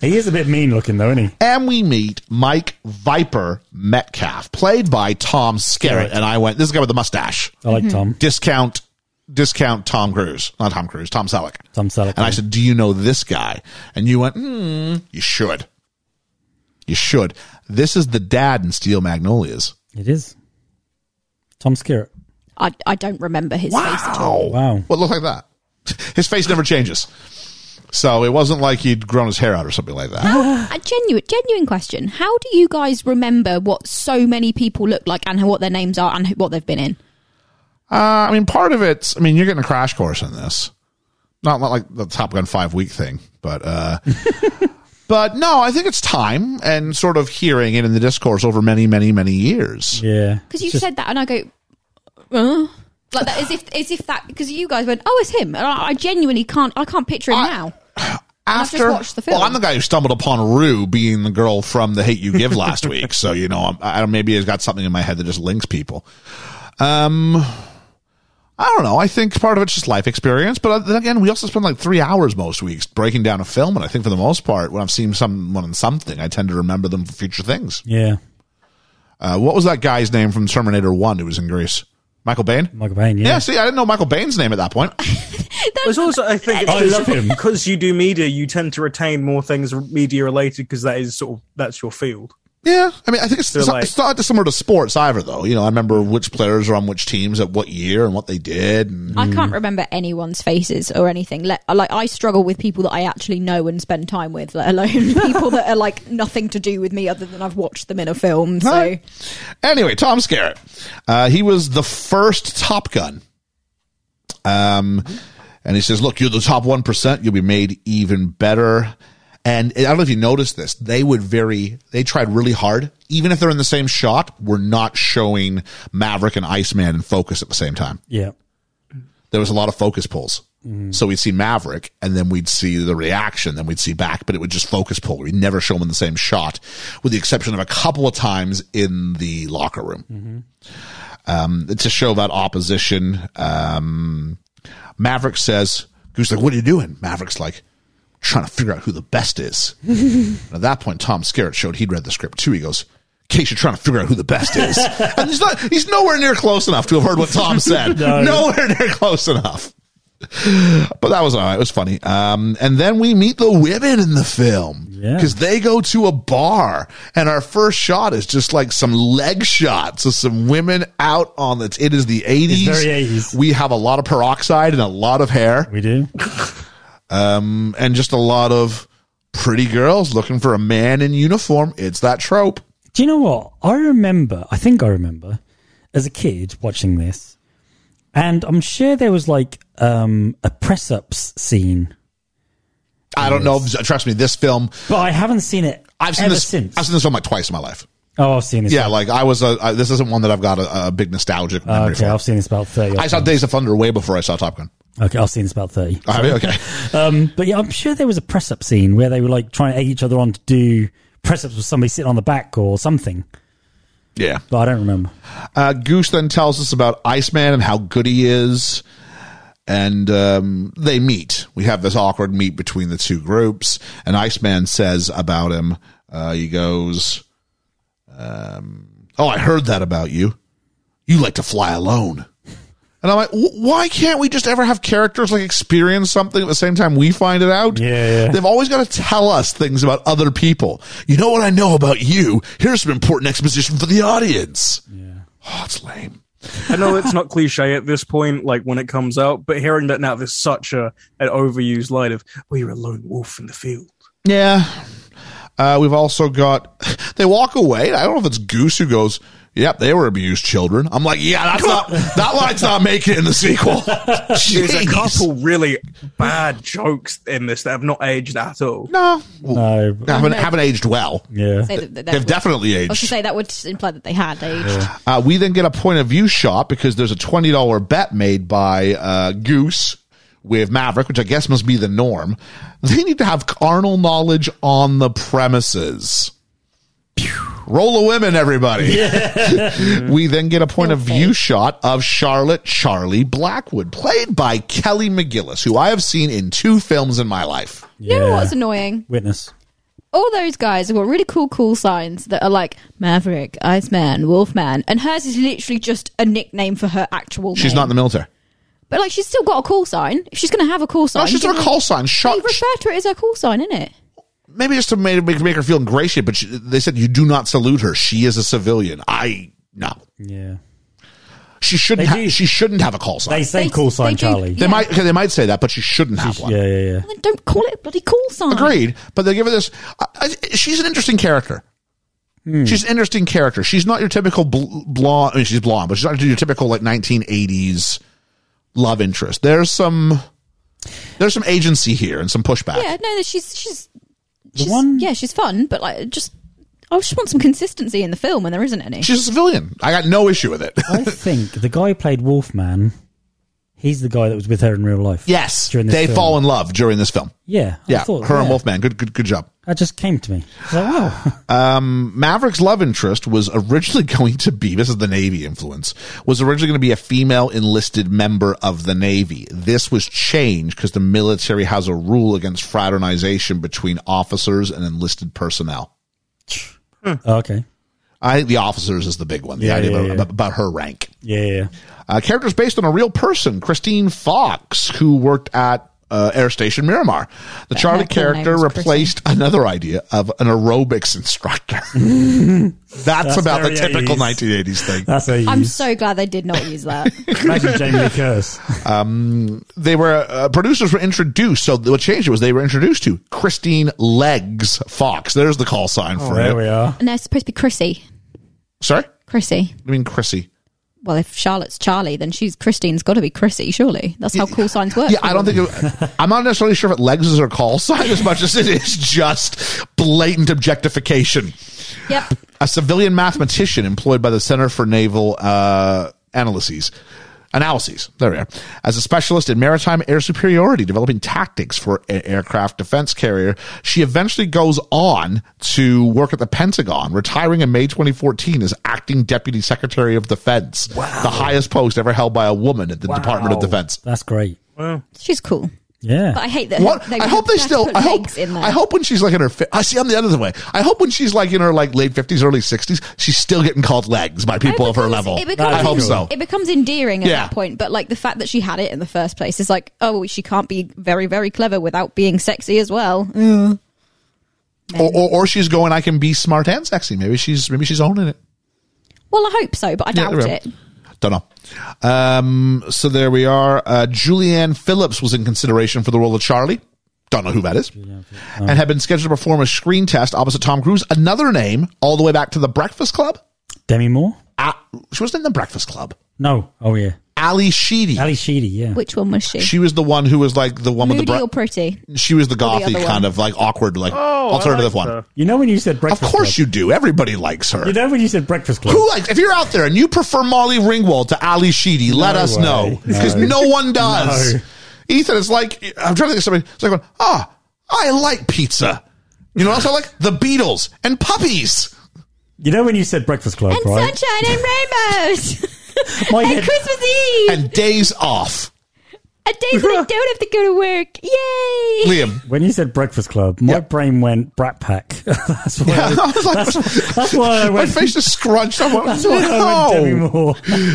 Speaker 5: He is a bit mean looking though, isn't he?
Speaker 4: and we meet Mike Viper Metcalf, played by Tom Skerritt. And I went, this is the guy with the mustache.
Speaker 5: I like Tom.
Speaker 4: Discount, discount Tom Cruise. Not Tom Cruise, Tom Selleck.
Speaker 5: Tom Selleck.
Speaker 4: And I said, Do you know this guy? And you went, Hmm, you should. You should. This is the dad in Steel Magnolias.
Speaker 5: it is. Tom Skerritt.
Speaker 6: I, I don't remember his face at all.
Speaker 5: Wow.
Speaker 4: What looked like that? His face never changes. So it wasn't like he'd grown his hair out or something like that.
Speaker 6: A genuine, genuine question. How do you guys remember what so many people look like and what their names are and what they've been in?
Speaker 4: Uh, I mean, part of it's, I mean, you're getting a crash course in this. Not, not like the Top Gun 5 week thing, but, uh, but no, I think it's time and sort of hearing it in the discourse over many, many, many years.
Speaker 5: Yeah.
Speaker 6: Because you
Speaker 5: It's just-
Speaker 6: said that, and I go, uh? like that, as if as if that because you guys went, oh, it's him, and I, I genuinely can't, I can't picture him
Speaker 4: I-
Speaker 6: now. I've
Speaker 4: after
Speaker 6: just watched the film.
Speaker 4: well i'm the guy who stumbled upon rue being the girl from the hate you give last week so you know I'm, i don't maybe i've got something in my head that just links people um i don't know i think part of it's just life experience but uh, then again we also spend like three hours most weeks breaking down a film and i think for the most part when i've seen someone in something i tend to remember them for future things
Speaker 5: Yeah.
Speaker 4: uh, what was that guy's name from terminator 1 who was in greece michael bain
Speaker 5: Michael Bain,
Speaker 4: yeah
Speaker 5: yeah.
Speaker 4: see i didn't know michael bain's name at that point
Speaker 3: There's also, I think, it's
Speaker 5: I
Speaker 3: just-
Speaker 5: love him.
Speaker 3: because you do media, you tend to retain more things media related because that is sort of that's your field.
Speaker 4: Yeah, I mean, I think it's, it's,
Speaker 3: like-
Speaker 4: it's not dissimilar to sports either, though. You know, I remember which players are on which teams at what year and what they did. And
Speaker 6: I can't remember anyone's faces or anything. Let, like I struggle with people that I actually know and spend time with, let alone people that are like nothing to do with me other than I've watched them in a film. So
Speaker 4: Right. anyway, Tom Skerritt, uh, he was the first Top Gun. Um, and he says, "Look, you're the top one percent. You'll be made even better." And I don't know if you noticed this. They would very. They tried really hard, even if they're in the same shot. We're not showing Maverick and Iceman in focus at the same time.
Speaker 5: Yeah.
Speaker 4: there was a lot of focus pulls. So we'd see Maverick and then we'd see the reaction, then we'd see back, but it would just focus pull. We'd never show them in the same shot, with the exception of a couple of times in the locker room. Um, to show that opposition, um, Maverick says, Goose, like, what are you doing? Maverick's like, trying to figure out who the best is. and at that point, Tom Skerritt showed he'd read the script too. He goes, in case you're trying to figure out who the best is. and he's not, he's nowhere near close enough to have heard what Tom said. Nowhere near close enough. But that was all right. It was funny. Um, and then we meet the women in the film
Speaker 5: Yeah.
Speaker 4: because they go to a bar and our first shot is just like some leg shots of some women out on the, it is the 80s.
Speaker 5: very 80s.
Speaker 4: We have a lot of peroxide and a lot of hair
Speaker 5: We do.
Speaker 4: and just a lot of pretty girls looking for a man in uniform. It's that trope.
Speaker 5: Do you know what? I remember, I think I remember as a kid watching this, and I'm sure there was like um, a press ups scene,
Speaker 4: I don't know. Trust me, this film
Speaker 5: but I haven't seen it
Speaker 4: I've seen
Speaker 5: ever
Speaker 4: this.
Speaker 5: since.
Speaker 4: I've seen this film like twice in my life.
Speaker 5: oh, I've seen this.
Speaker 4: Yeah, like I was. A, I, this isn't one that I've got a, a big nostalgic memory
Speaker 5: okay, I've
Speaker 4: for.
Speaker 5: seen this about 30.
Speaker 4: I saw Days of Thunder way before I saw Top Gun.
Speaker 5: okay, I've seen this about 30.
Speaker 4: I mean, okay,
Speaker 5: But yeah, I'm sure there was a press up scene where they were like trying to egg each other on to do press ups with somebody sitting on the back or something,
Speaker 4: yeah.
Speaker 5: but Oh, I don't remember.
Speaker 4: Uh, Goose then tells us about Iceman and how good he is. And um, they meet. We have this awkward meet between the two groups. And Iceman says about him, uh, he goes, um, Oh, I heard that about you. You like to fly alone. And I'm like, "Wh- why can't we just ever have characters like experience something at the same time we find it out?
Speaker 5: Yeah, yeah.
Speaker 4: They've always got to tell us things about other people. You know what I know about you? Here's some important exposition for the audience. Oh, it's lame.
Speaker 3: I know it's not cliche at this point, like when it comes out, but hearing that now, there's such a an overused line of "Well, you're a lone wolf in the field."
Speaker 4: Yeah. Uh, we've also got, they walk away. I don't know if it's Goose who goes, Yep, they were abused children. I'm like, yeah, that's not, that line's not making it in the sequel.
Speaker 3: There's a
Speaker 4: Jeez.
Speaker 3: couple really bad jokes in this that have not aged at all.
Speaker 4: No.
Speaker 5: No.
Speaker 4: haven't, haven't aged well.
Speaker 5: Yeah.
Speaker 6: Say that- that- that
Speaker 4: They've
Speaker 6: would-
Speaker 4: definitely
Speaker 6: I was to
Speaker 4: aged.
Speaker 6: say that would imply that they had aged.
Speaker 4: Uh, we then get a point of view shot because there's a $20 bet made by uh, Goose with Maverick, which I guess must be the norm. They need to have carnal knowledge on the premises. Phew. Roll of women, everybody. we then get a point of view shot of Charlotte Charlie Blackwood, played by Kelly McGillis, who I have seen in two films in my life.
Speaker 6: You know
Speaker 5: Yeah.
Speaker 6: what's annoying?
Speaker 5: Witness.
Speaker 6: All those guys have got really cool, cool signs that are like Maverick, Iceman, Wolfman, and hers is literally just a nickname for her actual.
Speaker 4: She's
Speaker 6: name.
Speaker 4: not in the military.
Speaker 6: but like she's still got a call sign. If she's going to have a call sign,
Speaker 4: No, she's
Speaker 6: give
Speaker 4: got a
Speaker 6: her-
Speaker 4: call sign.
Speaker 6: They
Speaker 4: Shot,
Speaker 6: refer to it as her call sign, isn't it?
Speaker 4: maybe just to make, make, make her feel ingratiated, but she, they said you do not salute her. She is a civilian. I no,
Speaker 5: Yeah.
Speaker 4: she shouldn't.
Speaker 5: They
Speaker 4: Ha-
Speaker 5: do.
Speaker 4: she shouldn't have a call sign.
Speaker 5: They
Speaker 4: They,
Speaker 5: say
Speaker 6: They-
Speaker 5: call
Speaker 6: they
Speaker 5: sign
Speaker 6: do-
Speaker 5: Charlie.
Speaker 6: yeah.
Speaker 4: might okay, they might say that, but she shouldn't have one.
Speaker 5: Yeah, yeah, yeah.
Speaker 6: Then don't call it a bloody call sign.
Speaker 4: Agreed. But they give her this. I, I- she's an interesting character.
Speaker 5: Hmm.
Speaker 4: She's an interesting character. She's not your typical bl- blonde. I mean, she's blonde, but she's not your typical like 1980s love interest. There's some. There's some agency here and some pushback.
Speaker 6: Yeah, no, she's she's she's
Speaker 5: one-
Speaker 6: yeah, she's fun, but like just I just want some consistency in the film, and there isn't any.
Speaker 4: She's a civilian. I got no issue with it.
Speaker 5: I think the guy who played Wolfman, he's the guy that was with her in real life.
Speaker 4: yes,
Speaker 5: During this
Speaker 4: they
Speaker 5: film.
Speaker 4: fall in love during this film.
Speaker 5: Yeah. I
Speaker 4: Yeah,
Speaker 5: thought-
Speaker 4: her and
Speaker 5: yeah.
Speaker 4: Wolfman. Good, good, good job.
Speaker 5: That just came to me. I was like, wow.
Speaker 4: Maverick's love interest was originally going to be, this is the Navy influence, was originally going to be a female enlisted member of the Navy. This was changed because the military has a rule against fraternization between officers and enlisted personnel.
Speaker 5: Oh, okay.
Speaker 4: I think the officers is the big one, the
Speaker 5: Yeah,
Speaker 4: idea
Speaker 5: yeah,
Speaker 4: about,
Speaker 5: yeah.
Speaker 4: about- about her rank.
Speaker 5: Yeah, yeah.
Speaker 4: Uh, characters based on a real person, Christine Fox, who worked at uh, Air Station Miramar. The Charlie
Speaker 6: her full name
Speaker 4: character
Speaker 6: was
Speaker 4: replaced another idea of an aerobics instructor. That's, about the
Speaker 5: very
Speaker 4: typical
Speaker 5: 80s.
Speaker 4: 1980s thing.
Speaker 5: That's a
Speaker 6: I'm so glad they did not use that.
Speaker 5: Imagine Jamie Lee Curtis.
Speaker 4: they were uh, producers were introduced. So what changed it was they were introduced to Christine Legs Fox. There's the call sign for
Speaker 5: Oh, There
Speaker 4: it.
Speaker 5: we are.
Speaker 6: no, it's supposed to be Chrissy.
Speaker 4: Sorry,
Speaker 6: Chrissy.
Speaker 4: I mean Chrissy.
Speaker 6: Well, if Charlotte's Charlie, then she's Christine's got to be Chrissy, surely. That's how call signs work.
Speaker 4: Yeah, I don't think it, I'm not necessarily sure if it Legs is her call sign as much as it is just blatant objectification.
Speaker 6: Yep.
Speaker 4: a civilian mathematician employed by the Center for Naval uh, Analyses. Analyses. There we are. As a specialist in maritime air superiority, developing tactics for an aircraft defense carrier, she eventually goes on to work at the Pentagon, retiring in May 2014 as acting Deputy Secretary of Defense, the highest post ever held by a woman at the Department of Defense.
Speaker 5: That's great.
Speaker 6: She's cool.
Speaker 5: Yeah.
Speaker 6: But I hate that.
Speaker 4: What?
Speaker 6: they
Speaker 4: I hope they
Speaker 6: have to
Speaker 4: still.
Speaker 6: put
Speaker 4: I
Speaker 6: legs
Speaker 4: hope.
Speaker 6: In there.
Speaker 4: I hope when she's like in her. fi- I see. I'm the other way. I hope when she's like in her like late fifties, early sixties, she's still getting called legs by
Speaker 6: It
Speaker 4: people of her
Speaker 6: becomes-
Speaker 4: level.
Speaker 6: It becomes,
Speaker 4: I hope
Speaker 5: That'd be
Speaker 4: so.
Speaker 6: It becomes endearing at
Speaker 4: Yeah.
Speaker 6: that point, but like the fact that she had it in the first place is like, oh, she can't be very, very clever without being sexy as well.
Speaker 4: Mm. Or, or, or she's going. I can be smart and sexy. Maybe she's. Maybe she's owning it.
Speaker 6: Well, I hope so, but I
Speaker 4: Yeah,
Speaker 6: doubt
Speaker 4: yeah.
Speaker 6: it.
Speaker 4: Don't know. Um, so there we are. Uh, Julianne Phillips was in consideration for the role of Charlie. Don't know who that is. And had been scheduled to perform a screen test opposite Tom Cruise. Another name, all the way back to The Breakfast Club.
Speaker 5: Demi Moore?
Speaker 4: Uh, she wasn't in The Breakfast Club.
Speaker 5: No. Oh, yeah.
Speaker 4: Ali Sheedy.
Speaker 5: Ali Sheedy, yeah.
Speaker 6: Which one was she?
Speaker 4: She was the one who was like the one
Speaker 6: Moody
Speaker 4: with the.
Speaker 6: or
Speaker 4: Bre-
Speaker 6: pretty?
Speaker 4: she was the
Speaker 6: Or the
Speaker 4: gothy
Speaker 6: other
Speaker 4: kind
Speaker 6: one?
Speaker 4: of like awkward, like
Speaker 5: Oh,
Speaker 3: I
Speaker 4: alternative
Speaker 3: liked
Speaker 4: one.
Speaker 3: her.
Speaker 5: You know when you said
Speaker 4: Of
Speaker 5: Breakfast
Speaker 4: course
Speaker 5: Club?
Speaker 4: you do. Everybody likes her.
Speaker 5: You know when you said Breakfast Club?
Speaker 4: Who likes? If you're out there and you prefer Molly Ringwald to Ali Sheedy, let
Speaker 5: No
Speaker 4: us
Speaker 5: way.
Speaker 4: know
Speaker 5: No.
Speaker 4: because no. one does.
Speaker 5: No.
Speaker 4: Ethan, it's like I'm trying to think of somebody. It's like, going, ah, I like pizza. You know what else I like? The Beatles and puppies.
Speaker 5: You know when you said Breakfast Club,
Speaker 6: And
Speaker 5: right?
Speaker 6: sunshine and rainbows.
Speaker 5: My
Speaker 6: and
Speaker 5: head-
Speaker 6: Christmas Eve.
Speaker 4: And days off.
Speaker 6: and days when I don't have to go to work. Yay!
Speaker 4: Liam,
Speaker 5: When you said Breakfast Club, my
Speaker 4: Yeah.
Speaker 5: brain went Brat Pack. that's why.
Speaker 4: Yeah, I was like-
Speaker 5: that's, that's why I
Speaker 4: my
Speaker 5: went.
Speaker 4: face is scrunched. I'm like,
Speaker 5: That's why I went Demi
Speaker 4: no.
Speaker 5: Moore.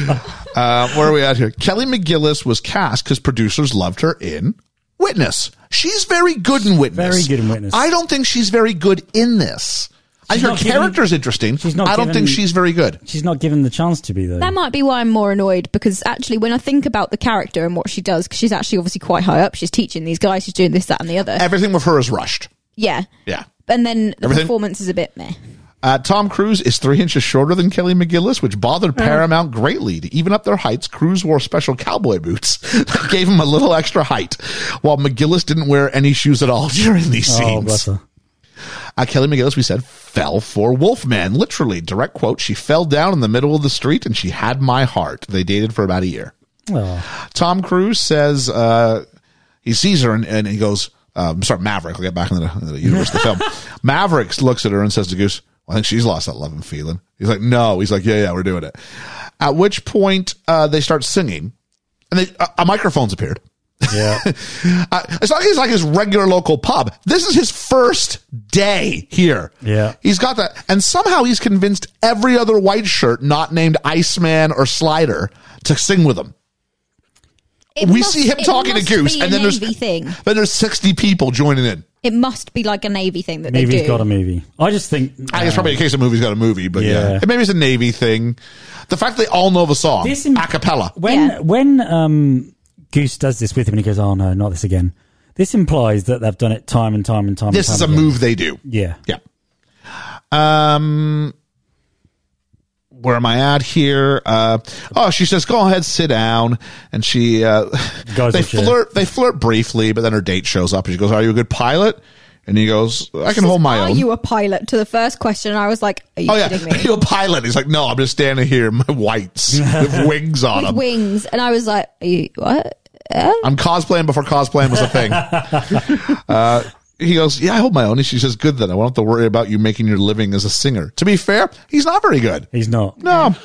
Speaker 4: Uh, where are we at here? Kelly McGillis was cast because producers loved her in Witness. She's very good in Witness.
Speaker 5: very good in Witness.
Speaker 4: I don't think she's very good in this. I think
Speaker 5: She's
Speaker 4: her
Speaker 5: not given-
Speaker 4: character's interesting.
Speaker 5: she's not
Speaker 4: I don't
Speaker 5: given-
Speaker 4: think she's very good.
Speaker 5: She's not given the chance to be though.
Speaker 6: That might be why I'm more annoyed because actually, when I think about the character and what she does, because she's actually obviously quite high up, she's teaching these guys, she's doing this, that, and the other.
Speaker 4: Everything with her is rushed.
Speaker 6: yeah.
Speaker 4: Yeah.
Speaker 6: And then the
Speaker 4: Everything-
Speaker 6: performance is a bit meh.
Speaker 4: Uh, Tom Cruise is three inches shorter than Kelly McGillis, which bothered
Speaker 5: Oh.
Speaker 4: Paramount greatly. To even up their heights, Cruise wore special cowboy boots that gave him a little extra height, while McGillis didn't wear any shoes at all during these
Speaker 5: oh,
Speaker 4: scenes.
Speaker 5: bless her.
Speaker 4: Uh, Kelly McGillis, we said, fell for Wolfman. Literally, direct quote, she fell down in the middle of the street and she had my heart. They dated for about a year.
Speaker 5: Oh,
Speaker 4: Tom Cruise says, uh, he sees her and, and he goes, uh, I'm sorry, Maverick. I'll get back into the, into the universe of the film. Maverick looks at her and says to Goose, I think she's lost that love and feeling. He's like, no. He's like, yeah, yeah, we're doing it. At which point, uh, they start singing and they, a, a microphone's appeared.
Speaker 5: yeah.
Speaker 4: Uh, it's not like he's like his regular local pub. This is his first day here.
Speaker 5: Yeah.
Speaker 4: He's got that. And somehow he's convinced every other white shirt not named Iceman or Slider to sing with him.
Speaker 6: It
Speaker 4: we
Speaker 6: must-
Speaker 4: see him
Speaker 6: it
Speaker 4: talking to
Speaker 6: must
Speaker 4: Goose,
Speaker 6: be
Speaker 4: and
Speaker 6: a
Speaker 4: then there's
Speaker 6: navy thing.
Speaker 4: then there's sixty people joining in.
Speaker 6: It must be like a navy thing that they
Speaker 5: Movie's
Speaker 6: do.
Speaker 5: got a movie. I just think. uh,
Speaker 4: I think it's probably a case of movie's got a movie, but yeah,
Speaker 5: Yeah.
Speaker 4: And maybe it's a Navy thing. The fact they all know the song
Speaker 5: This im-
Speaker 4: a cappella.
Speaker 5: when
Speaker 6: Yeah.
Speaker 5: when um, Goose does this with him and he goes, "Oh no, not this again." This implies that they've done it time and time and time.
Speaker 4: This
Speaker 5: and
Speaker 4: is a
Speaker 5: time again.
Speaker 4: move they do.
Speaker 5: Yeah.
Speaker 4: Yeah. Um, where am I at here? Uh, oh, she says, "Go ahead, sit down." And she, uh,
Speaker 5: Goes
Speaker 4: they
Speaker 5: with you.
Speaker 4: flirt. They flirt briefly, but then her date shows up, and she goes, "Are you a good pilot?" And he goes, "I can
Speaker 6: Says,
Speaker 4: hold my
Speaker 6: Are
Speaker 4: own."
Speaker 6: you a pilot? To the first question, I was like, Are you
Speaker 4: oh yeah,
Speaker 6: kidding
Speaker 4: are
Speaker 6: me?
Speaker 4: you a pilot? He's like, "No, I'm just standing here, in my whites with wings on
Speaker 6: With
Speaker 4: them.
Speaker 6: wings. And I was like, Are you what? Eh?
Speaker 4: I'm cosplaying before cosplaying was a thing." uh, he goes, "Yeah, I hold my own." And she says, "Good then. I won't have to worry about you making your living as a singer." To be fair, he's not very good.
Speaker 5: He's not.
Speaker 4: No.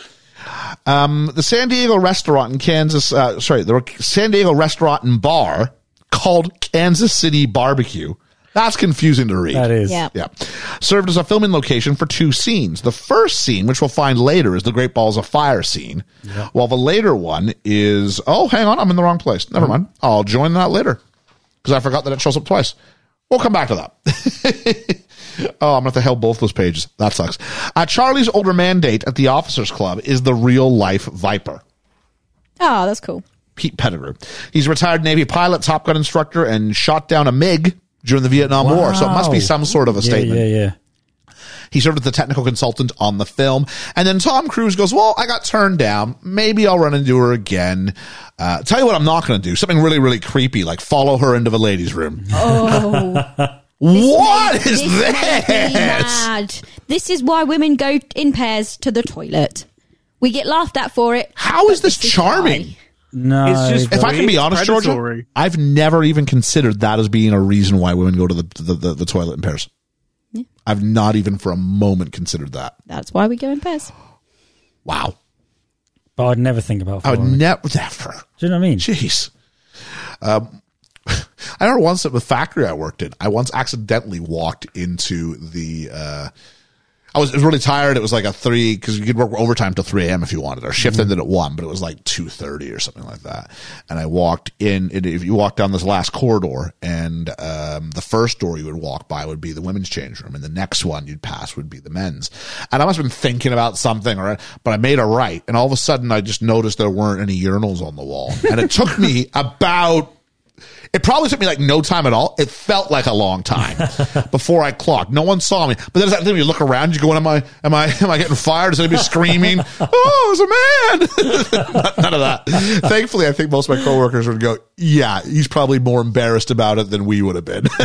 Speaker 4: Um, the San Diego restaurant in Kansas, uh, sorry, the San Diego restaurant and bar called Kansas City Barbecue. That's confusing to read.
Speaker 5: That is.
Speaker 6: Yeah.
Speaker 4: Yeah. Served as a filming location for two scenes. The first scene, which we'll find later, is the Great Balls of Fire scene, while the later one is, oh, hang on, I'm in the wrong place.
Speaker 5: Hmm.
Speaker 4: Never mind. I'll join that later because I forgot that it shows up twice. We'll come back to that. oh, I'm going to have to help both those pages. That sucks. Uh, Charlie's older man date at the Officers Club is the real life Viper.
Speaker 6: Oh, that's cool.
Speaker 4: Pete Pettigrew. He's a retired Navy pilot, Top Gun instructor, and shot down a MiG during the Vietnam War. So it must be
Speaker 5: Wow.
Speaker 4: some sort of a
Speaker 5: Yeah,
Speaker 4: statement.
Speaker 5: yeah, yeah.
Speaker 4: He served as the technical consultant on the film. And then Tom Cruise goes, Well, I got turned down. Maybe I'll run into her again. Uh, tell you what, I'm not going to do something really, really creepy, like follow her into the ladies' room.
Speaker 6: Oh,
Speaker 4: What is
Speaker 6: this makes me
Speaker 4: this?
Speaker 6: mad. This is why women go in pairs to the toilet. We get laughed at for it.
Speaker 4: How is
Speaker 6: but
Speaker 4: this charming?
Speaker 6: why.
Speaker 5: No.
Speaker 3: It's just-
Speaker 4: If I can be
Speaker 3: It's
Speaker 4: honest, Georgia,
Speaker 3: predatory.
Speaker 4: I've never even considered that as being a reason why women go to the, the, the, the toilet in pairs. I've not even for a moment considered that.
Speaker 6: That's why we go in pairs.
Speaker 4: Wow.
Speaker 5: but I'd never think about.
Speaker 4: I would
Speaker 5: following it.
Speaker 4: never, never.
Speaker 5: Do you know what I mean?
Speaker 4: Jeez. Um, I remember once at the factory I worked in, I once accidentally walked into the. Uh, I was, I was really tired. It was like a three because you could work overtime till three a.m. if you wanted. Our shift ended at one, but it was like two thirty or something like that. And I walked in. And if you walk down this last corridor, and um, the first door you would walk by would be the women's change room, and the next one you'd pass would be the men's. And I must have been thinking about something, or but I made a right, and all of a sudden I just noticed there weren't any urinals on the wall, and it took me about it probably took me like no time at all. It felt like a long time before I clocked. No one saw me. But then it's that thing where you look around, you go, "Am I? Am I? Am I getting fired? Is anybody screaming? Oh, it's a man!" None of that. Thankfully, I think most of my coworkers would go, "Yeah, he's probably more embarrassed about it than we would have been."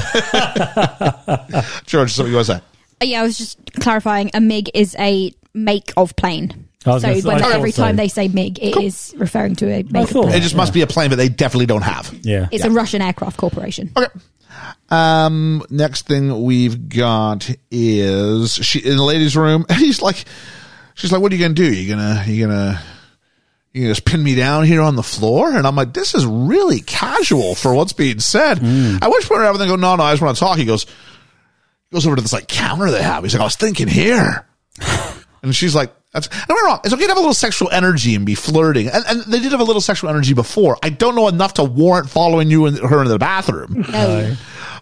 Speaker 4: George, something you want to say?
Speaker 6: Uh, Yeah, I was just clarifying. A MiG is a make of plane.
Speaker 5: I
Speaker 6: So
Speaker 5: was gonna say- I
Speaker 6: when,
Speaker 5: thought
Speaker 6: every
Speaker 5: so.
Speaker 6: time they say MiG, it is referring to a make of
Speaker 5: thought-
Speaker 6: plane.
Speaker 4: It just must be a plane that they definitely don't have.
Speaker 5: Yeah.
Speaker 6: It's a Russian aircraft corporation.
Speaker 4: Okay. Um, next thing we've got is she in the ladies' room, and he's like, she's like, "What are you gonna do? You gonna you gonna you gonna just pin me down here on the floor?" And I'm like, "This is really casual for what's being said." At which point, rather than go, "No, no, I just want to talk," he goes, he goes over to this like counter they have. He's like, "I was thinking here," and she's like. That's, don't get me wrong. It's okay to have a little sexual energy and be flirting, and, and they did have a little sexual energy before. I don't know enough to warrant following you and her into the bathroom.
Speaker 6: No.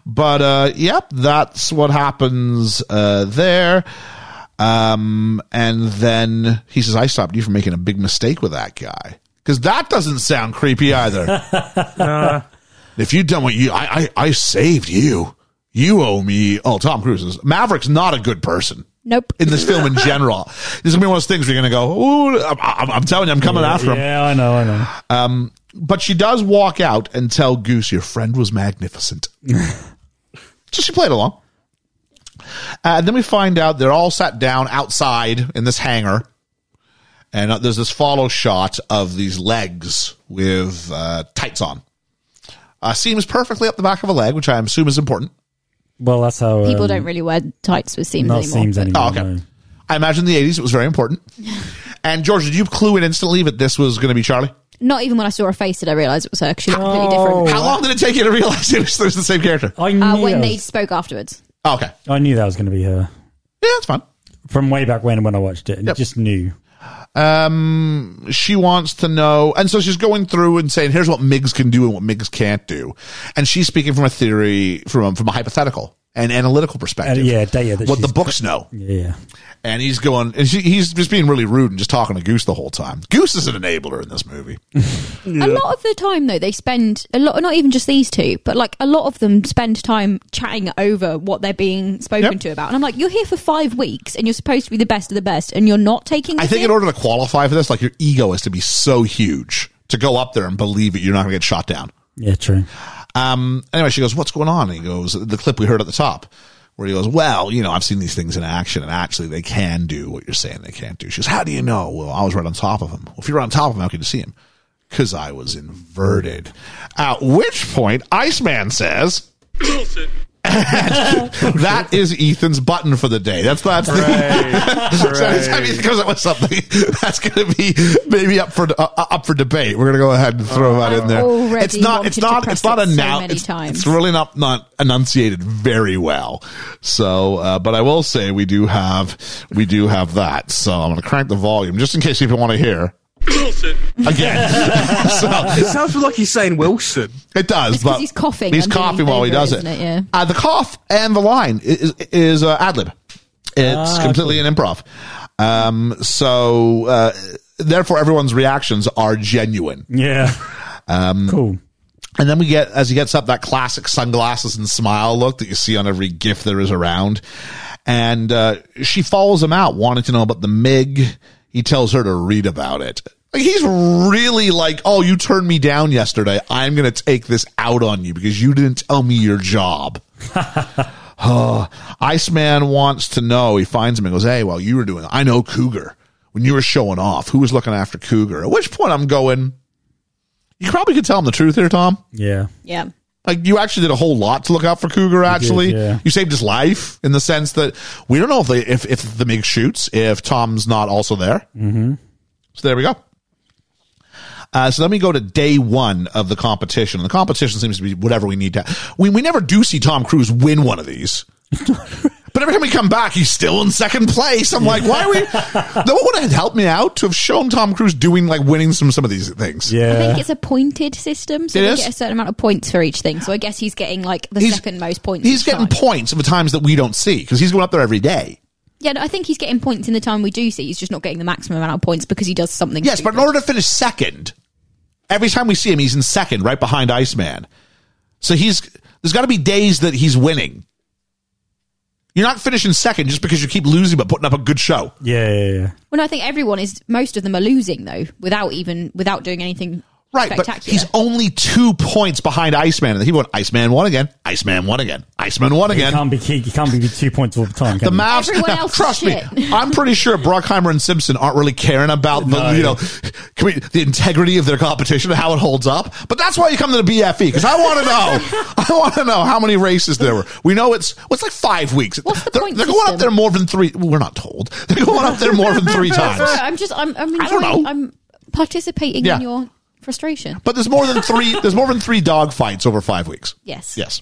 Speaker 4: But uh, yep, that's what happens uh, there. Um, and then he says, "I stopped you from making a big mistake with that guy." Because that doesn't sound creepy either. if you done what you, I, I, I saved you. You owe me. Oh, Tom Cruise is Maverick's not a good person
Speaker 6: Nope.
Speaker 4: in this film in general. There's gonna be one of those things where you're gonna go, "Ooh, I'm, I'm, I'm telling you, I'm coming after him."
Speaker 5: Yeah, I know, I know.
Speaker 4: But she does walk out and tell Goose, your friend was magnificent. so she played along. Uh, and then we find out they're all sat down outside in this hangar. And uh, there's this follow shot of these legs with uh, tights on. Uh, seems perfectly up the back of a leg, which I assume is important.
Speaker 5: Well, that's how
Speaker 6: People
Speaker 5: um,
Speaker 6: don't really wear tights with seams
Speaker 5: not
Speaker 6: anymore.
Speaker 5: seems
Speaker 6: but-
Speaker 5: anymore.
Speaker 4: Oh, okay.
Speaker 5: no.
Speaker 4: I imagine in the 80s it was very important. And George, did you clue in instantly that this was going to be Charlie?
Speaker 6: Not even when I saw her face did I realise it was her because she looked completely
Speaker 4: Oh,
Speaker 6: different.
Speaker 4: How long did it take you to realize it was, it was the same character?
Speaker 5: I knew
Speaker 6: Uh, when
Speaker 5: that
Speaker 6: they
Speaker 5: was-
Speaker 6: spoke afterwards.
Speaker 4: Oh, okay.
Speaker 5: I knew that was going to be her
Speaker 4: Yeah, it's fine.
Speaker 5: from way back when when I watched it. and
Speaker 4: Yep.
Speaker 5: Just knew.
Speaker 4: um she wants to know and so she's going through and saying here's what migs can do and what migs can't do and she's speaking from a theory from from a hypothetical and analytical perspective
Speaker 5: Uh, yeah, data that
Speaker 4: what the
Speaker 5: she's-
Speaker 4: books know
Speaker 5: Yeah,
Speaker 4: and he's going and she, he's just being really rude and just talking to goose the whole time goose is an enabler in this movie
Speaker 6: A lot of the time, though, they spend a lot, not even just these two, but like a lot of them spend time chatting over what they're being spoken
Speaker 4: Yep.
Speaker 6: to about. And I'm like, you're here for five weeks and you're supposed to be the best of the best and you're not taking
Speaker 4: i
Speaker 6: this
Speaker 4: think
Speaker 6: in?
Speaker 4: in order to qualify for this like your ego has to be so huge to go up there and believe that you're not going to get shot down
Speaker 5: yeah, true.
Speaker 4: Um, anyway, she goes, "What's going on?" And he goes, "The clip we heard at the top." Where he goes, well, you know, I've seen these things in action, and actually, they can do what you're saying they can't do. She goes, how do you know? Well, I was right on top of him. Well, if you were on top of him, how could you see him? Because I was inverted. At which point, Iceman says,
Speaker 7: Wilson.
Speaker 4: "That is Ethan's button for the day. That's that's so anytime he comes up with something, that's going to be maybe up for uh, up for debate. We're going to go ahead and throw that in there.
Speaker 6: already
Speaker 4: It's not. It's
Speaker 6: wanted to
Speaker 4: not.
Speaker 6: press
Speaker 4: It's not
Speaker 6: it so
Speaker 4: announced.
Speaker 6: many
Speaker 4: it's,
Speaker 6: times.
Speaker 4: it's really not not enunciated very well. So, uh, but I will say we do have we do have that. So I'm going to crank the volume just in case people want to hear
Speaker 7: Wilson.
Speaker 4: again. so
Speaker 3: It sounds like he's saying Wilson.
Speaker 4: it does,
Speaker 6: It's 'cause
Speaker 4: but
Speaker 6: he's coughing
Speaker 4: He's
Speaker 6: and leaning
Speaker 4: coughing while he
Speaker 6: over,
Speaker 4: does it.
Speaker 6: isn't it? Yeah.
Speaker 4: Uh, the cough and the line is is uh, ad lib. It's
Speaker 5: Ah,
Speaker 4: completely an improv. Um, so uh, therefore, everyone's reactions are genuine.
Speaker 5: Yeah.
Speaker 4: Um,
Speaker 5: cool.
Speaker 4: And then we get as he gets up that classic sunglasses and smile look that you see on every gif there is around. And uh, she follows him out, wanting to know about the MIG. He tells her to read about it. Like he's really like, oh, you turned me down yesterday. I'm gonna take this out on you because you didn't tell me your job. Iceman wants to know. He finds him and goes, Hey, well, you were doing, I know Cougar. When you were showing off, who was looking after Cougar? At which point I'm going, You probably could tell him the truth here, Tom.
Speaker 5: Yeah.
Speaker 6: Yeah.
Speaker 4: Like, you actually did a whole lot to look out for Cougar, actually.
Speaker 5: yeah.
Speaker 4: You saved his life in the sense that we don't know if, they, if, if the MiG shoots, if Tom's not also there. Mm-hmm. So there we go. Uh, so then we go to day one of the competition. And the competition seems to be whatever we need to. We, we never do see Tom Cruise win one of these. But every time we come back, he's still in second place. I'm like, why are we? That would have helped me out to have shown Tom Cruise doing like winning some some of these things.
Speaker 6: I
Speaker 5: Yeah.
Speaker 6: think it's a pointed system, so
Speaker 4: It
Speaker 6: you
Speaker 4: is?
Speaker 6: get a certain amount of points for each thing. So I guess he's getting like the second most points.
Speaker 4: He's
Speaker 6: each
Speaker 4: getting
Speaker 6: time.
Speaker 4: points of the times that we don't see because he's going up there every day.
Speaker 6: Yeah, no, I think he's getting points in the time we do see. He's just not getting the maximum amount of points because he does something.
Speaker 4: Yes, but in
Speaker 6: stupid.
Speaker 4: order to finish second, every time we see him, he's in second, right behind Iceman. So he's there's got to be days that he's winning. You're not finishing second just because you keep losing but putting up a good show.
Speaker 5: Yeah, yeah, yeah.
Speaker 6: Well, no, I think everyone is. Most of them are losing though, without even without doing anything
Speaker 4: Right, but
Speaker 6: spectacular.
Speaker 4: he's only two points behind Iceman, and he went Iceman won again, Iceman won again, Iceman won
Speaker 5: You
Speaker 4: again.
Speaker 5: can't be you can't be two points all the time. Can
Speaker 4: The
Speaker 5: you?
Speaker 4: Mavs,
Speaker 6: Everyone else is
Speaker 4: trust me,
Speaker 6: shit.
Speaker 4: I'm pretty sure Brockheimer and Simpson aren't really caring about the you know can we- the integrity of their competition and how it holds up. But that's why you come to the BFE because I want to know, I want to know how many races there were. We know it's what's like five weeks.
Speaker 6: What's the
Speaker 4: they're,
Speaker 6: point
Speaker 4: they're going up
Speaker 6: system?
Speaker 4: there more than three. We're not told they're going up there more than three times.
Speaker 6: Sorry, I'm just. I'm. I'm
Speaker 4: I don't
Speaker 6: enjoying.
Speaker 4: know.
Speaker 6: I'm participating
Speaker 4: Yeah.
Speaker 6: in your frustration.
Speaker 4: But there's more than three. There's more than three dog fights over five weeks.
Speaker 6: Yes.
Speaker 4: Yes.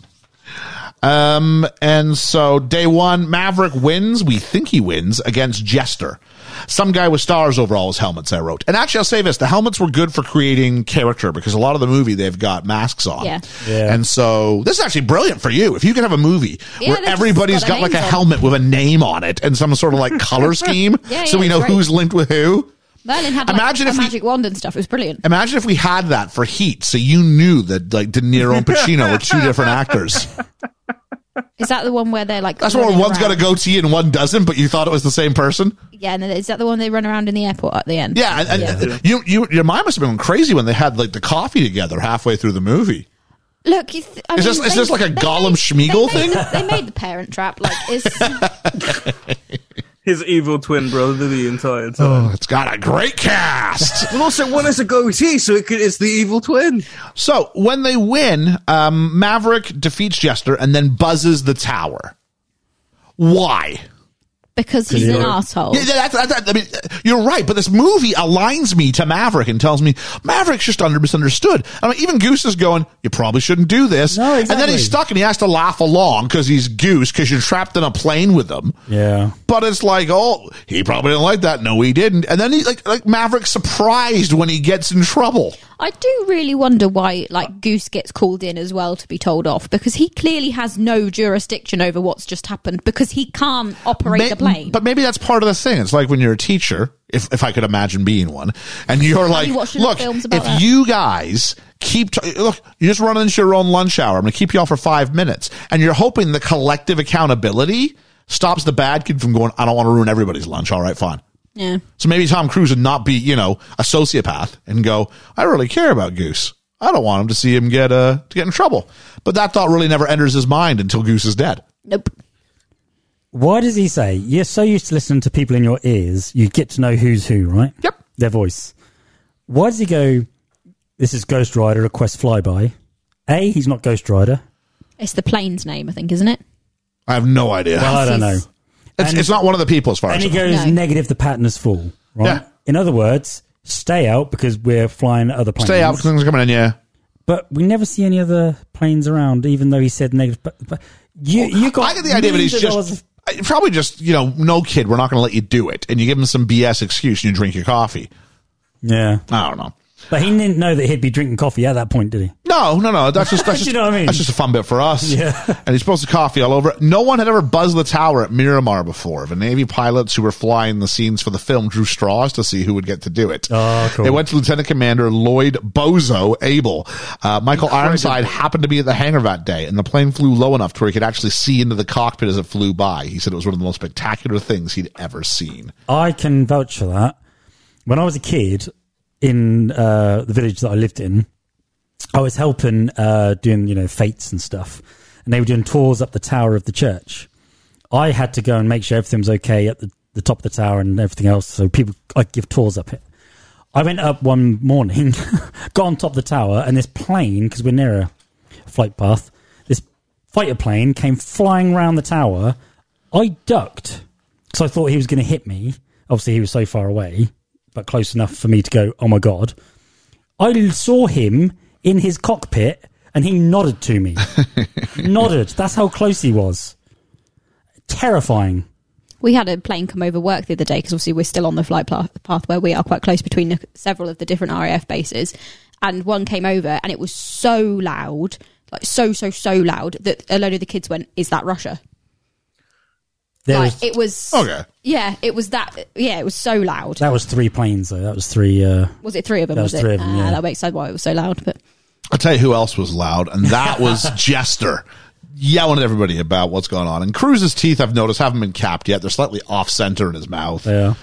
Speaker 4: Um, and so day one, Maverick wins. We think he wins against Jester, some guy with stars over all his helmets. I wrote, and actually, I'll say this: the helmets were good for creating character because a lot of the movie they've got masks on.
Speaker 6: Yeah.
Speaker 5: Yeah.
Speaker 4: And so this is actually brilliant for you if you can have a movie
Speaker 6: Yeah,
Speaker 4: where
Speaker 6: they've
Speaker 4: everybody's
Speaker 6: just got
Speaker 4: got, like
Speaker 6: their
Speaker 4: a
Speaker 6: names on.
Speaker 4: helmet with a name on it and some sort of like color scheme,
Speaker 6: Yeah,
Speaker 4: so
Speaker 6: yeah,
Speaker 4: we know
Speaker 6: great.
Speaker 4: who's linked with who.
Speaker 6: Merlin had like,
Speaker 4: Imagine
Speaker 6: a
Speaker 4: if he-
Speaker 6: magic wand and stuff. It was brilliant.
Speaker 4: Imagine if we had that for Heat, so you knew that like De Niro and Pacino were two different actors.
Speaker 6: Is that the one where they're like?
Speaker 4: That's where
Speaker 6: running
Speaker 4: one's got a
Speaker 6: around?
Speaker 4: goatee and one doesn't, but you thought it was the same person.
Speaker 6: Yeah, and then- is that the one they run around in the airport at the end?
Speaker 4: Yeah, and, and
Speaker 6: Yeah.
Speaker 4: you, you, your mind must have been crazy when they had like the coffee together halfway through the movie.
Speaker 6: Look, you th- I
Speaker 4: Is
Speaker 6: mean,
Speaker 4: this- is
Speaker 6: they-
Speaker 4: this like a
Speaker 6: they
Speaker 4: Gollum
Speaker 6: made-
Speaker 4: Schmeagol
Speaker 6: they made
Speaker 4: thing?
Speaker 6: the- they made the Parent Trap. Like, it's,
Speaker 3: His evil twin brother the entire time.
Speaker 4: It's got a great cast.
Speaker 3: Well, also one is a goatee, so it could, it's the evil twin.
Speaker 4: so when they win, um, Maverick defeats Jester and then buzzes the tower. Why?
Speaker 6: because he's an asshole.
Speaker 5: Oh.
Speaker 4: Yeah, that, that, that- I mean, you're right, but this movie aligns me to Maverick and tells me Maverick's just under misunderstood. I mean, even Goose is going, you probably shouldn't do this.
Speaker 5: No,
Speaker 4: And then
Speaker 5: exactly.
Speaker 4: he's stuck and he has to laugh along because he's Goose because you're trapped in a plane with him.
Speaker 5: yeah.
Speaker 4: But it's like, oh, he probably didn't like that. No, he didn't. And then he like like Maverick's surprised when he gets in trouble.
Speaker 6: I do really wonder why, like, Goose gets called in as well to be told off because he clearly has no jurisdiction over what's just happened because he can't operate
Speaker 4: May-
Speaker 6: the plane.
Speaker 4: But maybe that's part of the thing. It's like when you're a teacher, if, if I could imagine being one, and you're like,
Speaker 6: you watched enough
Speaker 4: look,
Speaker 6: films
Speaker 4: if
Speaker 6: about that?"
Speaker 4: you guys keep, t- look, you're just running into your own lunch hour. I'm going to keep you all for five minutes. And you're hoping the collective accountability stops the bad kid from going, I don't want to ruin everybody's lunch. All right, fine.
Speaker 6: yeah,
Speaker 4: So maybe Tom Cruise would not be, you know, a sociopath and go, I really care about Goose. I don't want him to see him get, uh, to get in trouble. But that thought really never enters his mind until Goose is dead.
Speaker 6: nope.
Speaker 5: Why does he say you're so used to listening to people in your ears, you get to know who's who, right?
Speaker 4: Yep.
Speaker 5: Their voice. Why does he go? This is Ghost Rider request flyby. A, he's not Ghost Rider.
Speaker 6: It's the plane's name, I think, isn't it?
Speaker 4: I have no idea.
Speaker 5: Well, I don't know.
Speaker 4: It's,
Speaker 5: And-
Speaker 4: it's not one of the people as far
Speaker 5: And
Speaker 4: as
Speaker 5: he
Speaker 4: I know.
Speaker 5: goes
Speaker 6: No.
Speaker 5: negative. The patterners fall. Right.
Speaker 4: Yeah.
Speaker 5: In other words, stay out because we're flying other planes.
Speaker 4: stay out because things are coming in. Yeah,
Speaker 5: But we never see any other planes around, even though he said negative. But, but you, you got.
Speaker 4: I get the idea that he's
Speaker 5: millions of dollars
Speaker 4: just
Speaker 5: of-
Speaker 4: I- probably just you know no kid. We're not going to let you do it, and you give him some BS excuse and you drink your coffee.
Speaker 5: yeah,
Speaker 4: I don't know.
Speaker 5: but he didn't know that he'd be drinking coffee at that point, did he?
Speaker 4: No, no, no. That's just that's
Speaker 5: Do
Speaker 4: just
Speaker 5: you know what I mean?
Speaker 4: that's just a fun bit for us.
Speaker 5: Yeah.
Speaker 4: and he's supposed to coffee all over. it. No one had ever buzzed the tower at Miramar before. The Navy pilots who were flying the scenes for the film drew straws to see who would get to do it.
Speaker 5: Oh, cool.
Speaker 4: It went to Lieutenant Commander Lloyd Bozo Abel. Uh, Michael Ironside happened to be at the hangar that day, and the plane flew low enough to where he could actually see into the cockpit as it flew by. He said it was one of the most spectacular things he'd ever seen.
Speaker 5: I can vouch for that. When I was a kid in uh, the village that I lived in, I was helping uh, doing you know fates and stuff, and they were doing tours up the tower of the church. I had to go and make sure everything was okay at the, the top of the tower and everything else, so people I give tours up it. I went up one morning, got on top of the tower, and this plane because we're near a flight path, this fighter plane came flying round the tower. I ducked because I thought he was going to hit me. Obviously, he was so far away, but close enough for me to go, "Oh my god!" I saw him in his cockpit and he nodded to me. nodded. That's how close he was. Terrifying.
Speaker 6: We had a plane come over work the other day because obviously we're still on the flight path, path where we are quite close between the, several of the different RAF bases. And one came over and it was so loud, like so, so, so loud that a load of the kids went, Is that Russia?
Speaker 5: There
Speaker 6: like
Speaker 5: was,
Speaker 6: it was.
Speaker 4: Okay.
Speaker 6: Yeah, it was that. Yeah, it was so loud.
Speaker 5: that was three planes though. That was three. Uh,
Speaker 6: was it three of them?
Speaker 5: that was three
Speaker 6: it?
Speaker 5: of them,
Speaker 6: Ah,
Speaker 5: yeah.
Speaker 6: That makes sense why it was so loud. But
Speaker 4: I'll tell you who else was loud, and that was Jester yelling at everybody about what's going on. And Cruz's teeth, I've noticed, haven't been capped yet. They're slightly off center in his mouth.
Speaker 5: yeah.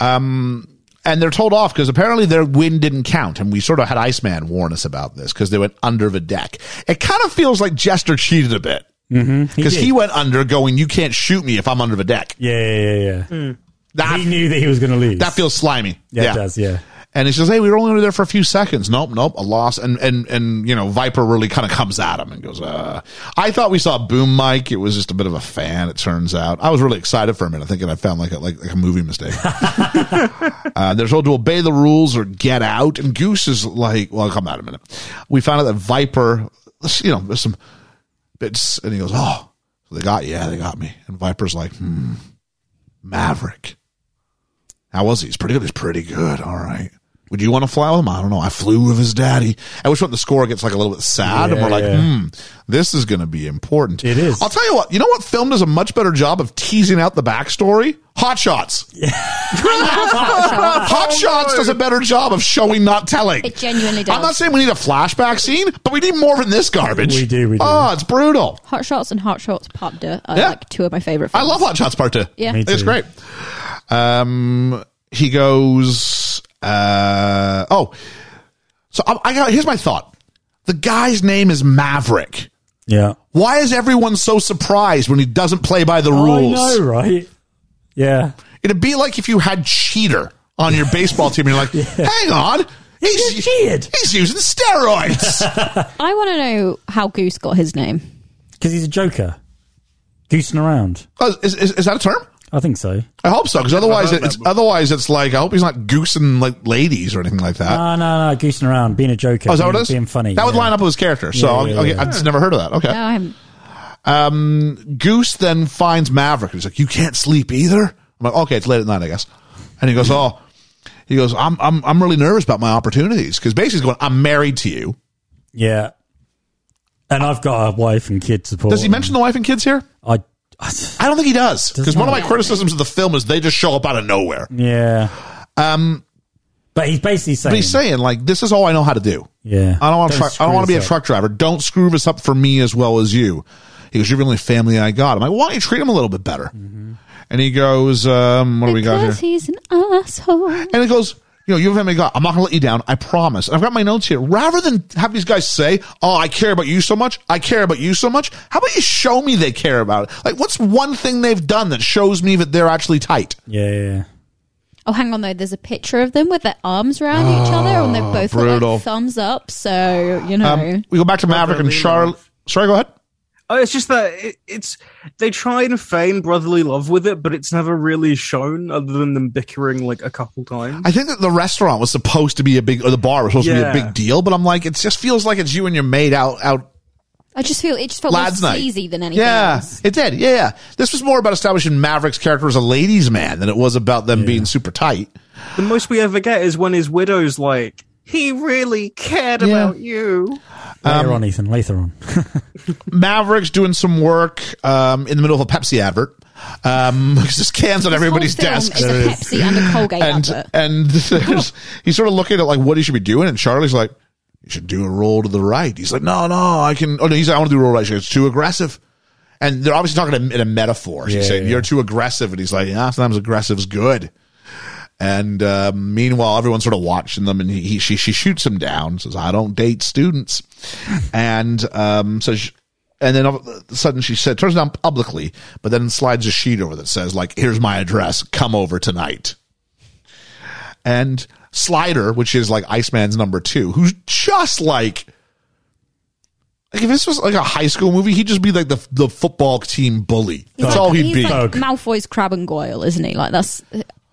Speaker 4: And they're told off because apparently their win didn't count. And we sort of had Iceman warn us about this because they went under the deck. It kind of feels like Jester cheated a bit because
Speaker 5: Mm-hmm. did.
Speaker 4: he, went under going, You can't shoot me if I'm under the deck.
Speaker 5: Yeah, yeah, yeah, yeah.
Speaker 4: That,
Speaker 5: He knew that he was going to lose.
Speaker 4: that feels slimy.
Speaker 5: yeah, it does. Yeah,
Speaker 4: And he says, "Hey, we were only there for a few seconds. Nope, nope, a loss." And and and you know, Viper really kind of comes at him and goes, "Uh, I thought we saw Boom Mike. It was just a bit of a fan. It turns out I was really excited for a minute, thinking I found like a, like, like a movie mistake." uh, they're told to obey the rules or get out. And Goose is like, "Well, I'll come out in a minute." We found out that Viper, you know, there's some bits, and he goes, "Oh, they got you. yeah, they got me." And Viper's like, "Hmm, Maverick." How was he? He's pretty good. He's pretty good. All right. Would you want to fly with him? I don't know. I flew with his daddy. At which point the score gets like a little bit sad, and
Speaker 5: Yeah,
Speaker 4: we're like,
Speaker 5: yeah.
Speaker 4: hmm, this is going to be important.
Speaker 5: It is.
Speaker 4: I'll tell you what. You know what film does a much better job of teasing out the backstory? Hot Shots. Hot Shots does a better job of showing, not telling.
Speaker 6: It genuinely does.
Speaker 4: I'm not saying we need a flashback scene, but we need more than this garbage.
Speaker 5: We do, we do.
Speaker 4: Oh, it's brutal.
Speaker 6: Hot Shots and Hot Shots Part Deux are
Speaker 4: Yeah.
Speaker 6: like two of my favourite
Speaker 4: I
Speaker 6: films.
Speaker 4: love Hot Shots Part Two.
Speaker 6: Yeah.
Speaker 5: Me
Speaker 4: it's
Speaker 5: too.
Speaker 4: great. Um, he goes. Uh, oh, so I, I got. Here's my thought. The guy's name is Maverick.
Speaker 5: yeah.
Speaker 4: Why is everyone so surprised when he doesn't play by the rules?
Speaker 5: Oh, I know, right? Yeah,
Speaker 4: It'd be like if you had cheater on your baseball team, and you're like, "Hang on, he's
Speaker 5: just cheated."
Speaker 4: He's using steroids."
Speaker 6: I want to know how Goose got his name.
Speaker 5: because he's a joker, goosing around.
Speaker 4: Oh, is, is, is that a term?
Speaker 5: I think so.
Speaker 4: I hope so, because otherwise,
Speaker 3: heard
Speaker 4: it,
Speaker 3: that
Speaker 4: it's
Speaker 3: before.
Speaker 4: otherwise it's like I hope he's not goosing like ladies or anything like that.
Speaker 5: No, no, no, goosing around, being a joker.
Speaker 4: Uh, Oh, is that
Speaker 5: being,
Speaker 4: what it is?
Speaker 5: Being funny.
Speaker 4: That would
Speaker 5: yeah.
Speaker 4: line up with his character. So
Speaker 5: Yeah, yeah,
Speaker 4: okay,
Speaker 5: yeah.
Speaker 4: I've just never heard of that. Okay.
Speaker 6: No, I haven't.
Speaker 4: Goose then finds Maverick. He's like, "You can't sleep either." I'm like, "Okay, it's late at night, I guess." And he goes, "Oh," he goes, "I'm I'm I'm really nervous about my opportunities because basically he's going, I'm married to you."
Speaker 5: Yeah. And I've got a wife and kid support.
Speaker 4: Does he mention the wife and kids here?
Speaker 5: I,
Speaker 4: I don't think he does because one of my
Speaker 6: not.
Speaker 4: criticisms of the film is they just show up out of nowhere.
Speaker 5: yeah. Um, but he's basically saying,
Speaker 4: But he's saying like, "This is all I know how to do."
Speaker 5: yeah,
Speaker 4: I don't want to.
Speaker 5: Don't
Speaker 4: Truck, I
Speaker 5: screw
Speaker 4: don't want to be a
Speaker 5: this up.
Speaker 4: truck driver. Don't screw this up for me as well as you. He goes, "You're the only family I got." I'm like, "Why don't you treat him a little bit better?"
Speaker 5: Mm-hmm.
Speaker 4: And he goes, um, "What do we got here?"
Speaker 6: Because he's an asshole.
Speaker 4: and he goes, "You know, you haven't got. I'm not going to let you down. I promise." And I've got my notes here. Rather than have these guys say, "Oh, I care about you so much. I care about you so much," how about you show me they care about it? Like, what's one thing they've done that shows me that they're actually tight?
Speaker 5: Yeah, yeah, yeah.
Speaker 6: Oh, hang on though. There's a picture of them with their arms around each other, and they've both got
Speaker 4: Ah, brutal.
Speaker 6: like, thumbs up. So you know,
Speaker 4: Um, we go back to Maverick and
Speaker 3: Brotherly
Speaker 4: Charlie.
Speaker 3: love.
Speaker 4: Sorry, go ahead.
Speaker 3: Oh, it's just that it, it's they try and feign brotherly love with it, but it's never really shown other than them bickering like a couple times.
Speaker 4: I think that the restaurant was supposed to be a big, or the bar was supposed to
Speaker 3: Yeah.
Speaker 4: be a big deal, but I'm like, it just feels like it's you and your mate out, out
Speaker 6: I just feel it just felt
Speaker 4: lads'
Speaker 6: more
Speaker 4: night.
Speaker 6: sleazy than anything.
Speaker 4: yeah,
Speaker 6: else.
Speaker 4: it did. Yeah, yeah. This was more about establishing Maverick's character as a ladies' man than it was about them being super tight.
Speaker 3: the most we ever get is when his widow's like, "He really cared
Speaker 4: Yeah.
Speaker 3: about you."
Speaker 4: Um,
Speaker 5: Later on, Ethan. Later on.
Speaker 4: Maverick's doing some work um, in the middle of a Pepsi advert. Um, because there's cans on
Speaker 6: This
Speaker 4: everybody's
Speaker 6: whole film
Speaker 4: desk.
Speaker 6: Is a Pepsi and a Colgate
Speaker 4: and
Speaker 6: advert.
Speaker 4: and there's- he's sort of looking at like what he should be doing, and Charlie's like, "You should do a roll to the right." He's like, "No, no, I can." Oh no, he's like, "I want to do a roll right." She goes, "It's too aggressive." And they're obviously talking in in a metaphor. She's
Speaker 5: Yeah,
Speaker 4: saying,
Speaker 5: yeah.
Speaker 4: "You're too aggressive," and he's like, "Yeah, sometimes aggressive's good." And uh, meanwhile, everyone's sort of watching them, and he, he she she shoots him down. Says, "I don't date students," and um, so. She, and then all of a sudden she said, turns down publicly, but then slides a sheet over that says, like, here's my address. Come over tonight and Slider, which is like Iceman's number two, who's just like like if this was like a high school movie, he'd just be like the the football team bully. That's
Speaker 6: Like,
Speaker 4: all he'd
Speaker 6: he's
Speaker 4: be.
Speaker 6: Like
Speaker 5: Thug.
Speaker 6: Malfoy's crab and goyle, isn't he? Like that's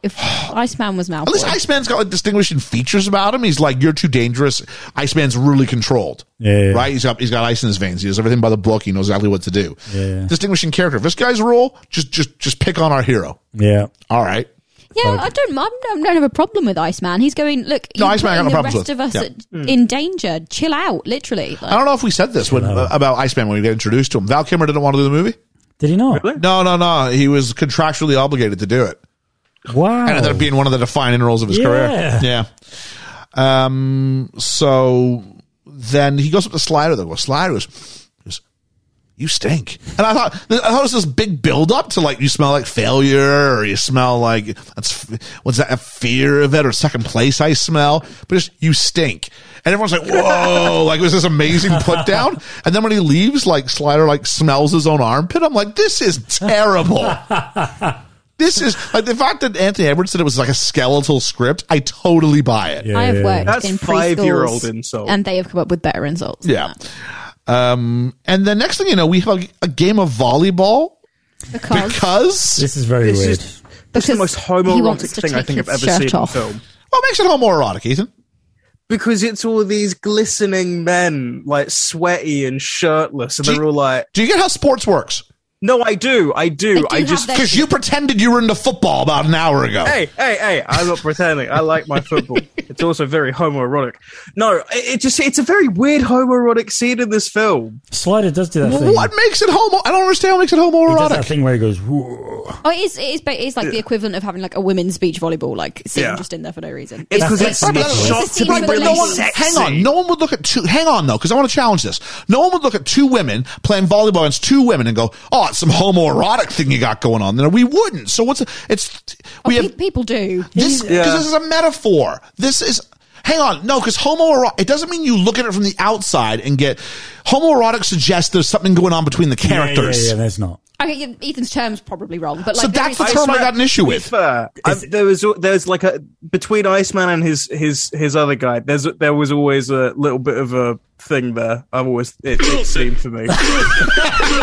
Speaker 6: if Iceman was Malfoy.
Speaker 4: At least Iceman's got like distinguishing features about him. He's like, you're too dangerous. Iceman's really controlled.
Speaker 5: Yeah, yeah.
Speaker 4: Right? He's got he's got ice in his veins. He does everything by the book. He knows exactly what to do.
Speaker 5: Yeah.
Speaker 4: Distinguishing character. If this guy's role, just just just pick on our hero.
Speaker 5: Yeah.
Speaker 4: All right.
Speaker 6: yeah, I don't, I don't- I don't have a problem with Iceman. He's going, look,
Speaker 4: No,
Speaker 6: you're
Speaker 4: Iceman I got
Speaker 6: putting
Speaker 4: no
Speaker 6: the
Speaker 4: problems with.
Speaker 6: rest of us
Speaker 4: Yeah.
Speaker 6: at-
Speaker 3: Hmm.
Speaker 6: in danger. Chill out, literally.
Speaker 4: I don't know if we said this when, about Iceman when we got introduced to him. Val Kilmer didn't want to do the movie.
Speaker 5: Did he not?
Speaker 3: Really?
Speaker 4: No, no, no. He was contractually obligated to do it.
Speaker 5: Wow.
Speaker 4: And ended up being one of the defining roles of his
Speaker 5: Oh. Yeah.
Speaker 4: career. Yeah. Um, so then he goes up to Slider, though. Well, Slider goes, goes, You stink. And I thought, I thought it was this big build up to like, you smell like failure or you smell like, that's, what's that, a fear of it or second place I smell. But just, you stink. And everyone's like, whoa, like it was this amazing put down. And then when he leaves, like Slider like smells his own armpit. I'm like, this is terrible. This is like the fact that Anthony Edwards said it was like a skeletal script. I totally buy it.
Speaker 5: Yeah,
Speaker 6: I have
Speaker 5: yeah,
Speaker 6: worked
Speaker 3: That's
Speaker 6: in
Speaker 3: five-year-old
Speaker 6: preschools,
Speaker 3: insult.
Speaker 6: and they have come up with better insults. than
Speaker 4: Yeah.
Speaker 6: that.
Speaker 4: Um, and the next thing you know, we have a, a game of volleyball
Speaker 6: because,
Speaker 4: because
Speaker 5: This is very
Speaker 3: It's
Speaker 5: weird.
Speaker 3: just it's the
Speaker 6: Because
Speaker 3: most
Speaker 6: he
Speaker 3: homoerotic
Speaker 6: wants to
Speaker 3: thing I
Speaker 6: take
Speaker 3: think I've
Speaker 6: his
Speaker 3: ever
Speaker 6: shirt
Speaker 3: seen
Speaker 6: off.
Speaker 3: in film.
Speaker 4: what makes it homoerotic, Ethan?
Speaker 3: Because it's all these glistening men, like sweaty and shirtless, and
Speaker 4: Do you-
Speaker 3: they're all like,
Speaker 4: Do you get how sports works?
Speaker 3: "No, I do, I do,
Speaker 6: They do
Speaker 3: I
Speaker 6: have
Speaker 3: just."
Speaker 6: their-
Speaker 4: Because you pretended you were into football about an hour ago.
Speaker 3: Hey, hey, hey! I'm not pretending. I like my football. It's also very homoerotic. No, it, it just—it's a very weird homoerotic scene in this film.
Speaker 5: Slider does do that thing.
Speaker 4: What makes it homo? I don't understand what makes it
Speaker 5: He does that
Speaker 4: homoerotic.
Speaker 5: thing where he goes, "Whoa."
Speaker 6: Oh, it is, it is, ba- it's like the equivalent of having like a women's beach volleyball like scene
Speaker 3: Yeah.
Speaker 6: just in there for no reason.
Speaker 3: It's 'cause it's
Speaker 4: Right, but
Speaker 3: It's
Speaker 4: that's
Speaker 3: a
Speaker 4: short-
Speaker 3: scene
Speaker 4: right,
Speaker 3: for
Speaker 4: but no one-
Speaker 3: ladies.
Speaker 4: hang on. No one would look at two. Hang on, though, because I want to challenge this. No one would look at two women playing volleyball against two women and go, "Oh, it's some homoerotic thing you got going on." there." we wouldn't. So what's it's we have
Speaker 6: people do.
Speaker 4: this because
Speaker 5: uh,
Speaker 3: Yeah.
Speaker 4: this is a metaphor. This is hang on, no, because homoerotic. It doesn't mean you look at it from the outside and get homoerotic. Suggests there's something going on between the
Speaker 5: Yeah, yeah,
Speaker 4: characters.
Speaker 5: yeah, there's not.
Speaker 6: Okay, yeah, Ethan's term's probably wrong, but like
Speaker 4: So
Speaker 6: there
Speaker 4: that's
Speaker 6: is-
Speaker 4: the term I got an issue
Speaker 3: To be
Speaker 4: with.
Speaker 3: fair, I- there was there's like a between Iceman and his his his other guy. There's there was always a little bit of a thing there. I've always it, it seemed for me. Hey,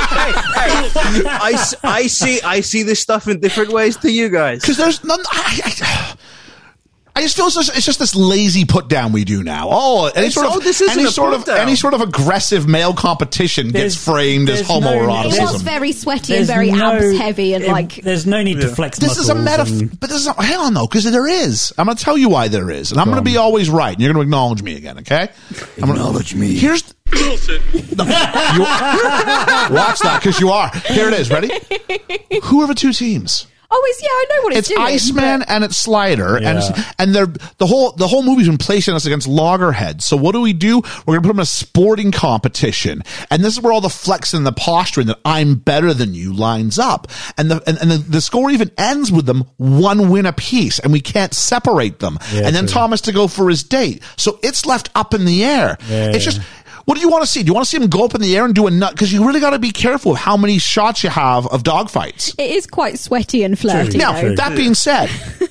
Speaker 3: hey, I, s- I see I see this stuff in different ways to you guys.
Speaker 4: because there's none. I, I, I just feel it's just, it's just this lazy put down we do now. Oh, any
Speaker 3: It's-
Speaker 4: sort of
Speaker 3: oh, this isn't
Speaker 4: any
Speaker 3: a
Speaker 4: sort of
Speaker 3: put-down.
Speaker 4: any sort of aggressive male competition
Speaker 5: There's-
Speaker 4: gets framed as
Speaker 5: there's no-
Speaker 6: It
Speaker 4: homoeroticism.
Speaker 6: was very sweaty and very
Speaker 5: no-
Speaker 6: abs heavy and
Speaker 5: it-
Speaker 6: like
Speaker 5: There's no need to flex
Speaker 4: this is a
Speaker 5: muscles
Speaker 4: metaphor,
Speaker 5: and-
Speaker 4: but this is a, hang on though, because there is. I'm going to tell you why there is, and I'm going to be always right, and you're going to acknowledge me again, okay? I'm gonna, acknowledge me. Here's You- watch that because you are. Here it is. Ready? Who are the two teams?
Speaker 6: oh, it's yeah, I know what it's,
Speaker 4: it's
Speaker 6: doing.
Speaker 4: Iceman and it's Slider, and
Speaker 5: Yeah.
Speaker 4: it's, and they're the whole the whole movie's been placing us against Loggerhead. So what do we do? We're gonna put them in a sporting competition, and this is where all the flexing and the posturing that I'm better than you lines up, and the and, and the, the score even ends with them one win apiece, and we can't separate them.
Speaker 5: Yeah,
Speaker 4: and then
Speaker 5: true.
Speaker 4: Thomas to go for his date, so it's left up in the air.
Speaker 5: Yeah,
Speaker 4: it's
Speaker 5: yeah.
Speaker 4: just. What do you want to see? Do you want to see him go up in the air and do a nut? Because you really got to be careful of how many shots you have of dogfights.
Speaker 6: It is quite sweaty and flirty.
Speaker 5: True.
Speaker 4: Now,
Speaker 5: True.
Speaker 4: that being said,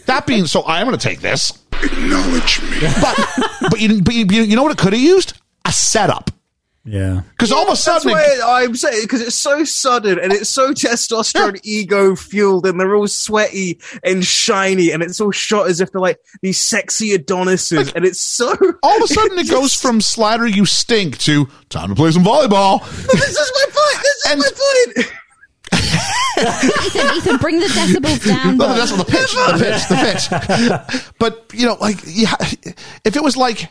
Speaker 4: that being so, I'm going to take this.
Speaker 8: Acknowledge me.
Speaker 4: But but you, but you, you know what it could have used? A setup.
Speaker 5: yeah.
Speaker 4: Because all of a
Speaker 3: That's
Speaker 4: sudden,
Speaker 3: why I'm saying because it's so sudden and it's so testosterone ego fueled and they're all sweaty and shiny and it's all shot as if they're like these sexy Adonises and it's so
Speaker 4: all of a sudden it goes from slider you stink to time to play some volleyball.
Speaker 3: this is my point. This is
Speaker 4: And-
Speaker 3: my point.
Speaker 6: Ethan, Ethan, bring the decibels down.
Speaker 4: No,
Speaker 6: bud.
Speaker 4: Oh, that's the pitch, the pitch, the pitch. But you know, like, yeah, if it was like,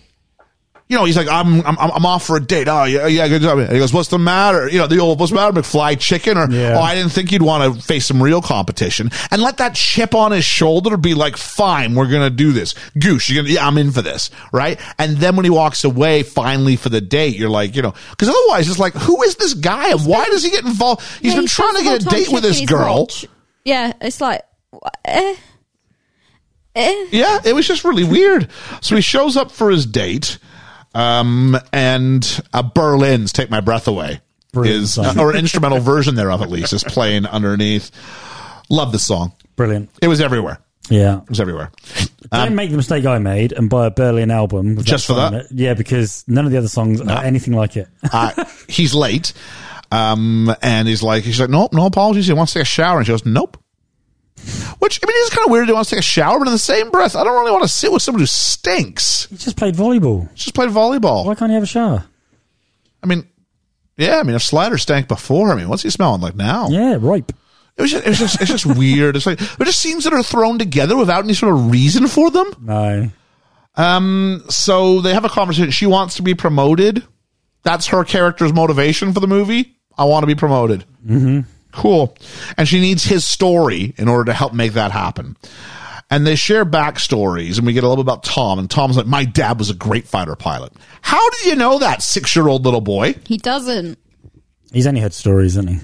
Speaker 4: you know, he's like, I'm, I'm, I'm off for a date. Oh, yeah, yeah, good job. And he goes, what's the matter? You know, the old, what's the matter, McFly chicken? Or,
Speaker 5: Yeah.
Speaker 4: oh, I didn't think you'd want to face some real competition. And let that chip on his shoulder be like, fine, we're gonna do this. Goose, you're gonna, yeah, I'm in for this, right? And then when he walks away, finally for the date, you're like, you know, because otherwise it's like, who is this guy and why does he get involved? He's
Speaker 6: Yeah,
Speaker 4: been
Speaker 6: he
Speaker 4: trying to get a
Speaker 6: spends the whole time
Speaker 4: date with
Speaker 6: checking
Speaker 4: this
Speaker 6: his
Speaker 4: girl.
Speaker 6: watch. Yeah, it's like wha- eh, eh.
Speaker 4: yeah, it was just really weird. So he shows up for his date, um, and a Berlin's "Take My Breath Away"
Speaker 5: Brilliant
Speaker 4: is
Speaker 5: song.
Speaker 4: or an instrumental version thereof at least is playing underneath. Love the song.
Speaker 5: Brilliant.
Speaker 4: It was everywhere. It
Speaker 5: Yeah.
Speaker 4: was everywhere.
Speaker 5: Don't make the mistake I made and buy a Berlin album with
Speaker 4: Just for
Speaker 5: song on
Speaker 4: that?
Speaker 5: it. Yeah, because none of the other songs are anything like it.
Speaker 4: Uh, he's late, um, and he's like, he's like, nope, no apologies. He wants to take a shower, and she goes, nope. Which I mean, it's kind of weird. You want to take a shower, but in the same breath, I don't really want to sit with someone who stinks.
Speaker 5: You just played volleyball.
Speaker 4: Let's Just play volleyball.
Speaker 5: Why can't you have a shower?
Speaker 4: I mean, yeah. I mean, if Slider stank before, I mean, what's he smelling like now?
Speaker 5: Yeah, ripe.
Speaker 4: It was just, it was just, it's just weird. It's like they're just scenes that are thrown together without any sort of reason for them.
Speaker 5: No.
Speaker 4: So they have a conversation. She wants to be promoted. That's her character's motivation for the movie. I want to be promoted. Mm-hmm. Cool. And she needs his story in order to help make that happen. And they share backstories, and we get a little bit about Tom. And Tom's like, "My dad was a great fighter pilot. How did you know that six-year-old little boy?"
Speaker 6: He doesn't.
Speaker 5: He's only heard stories, isn't he?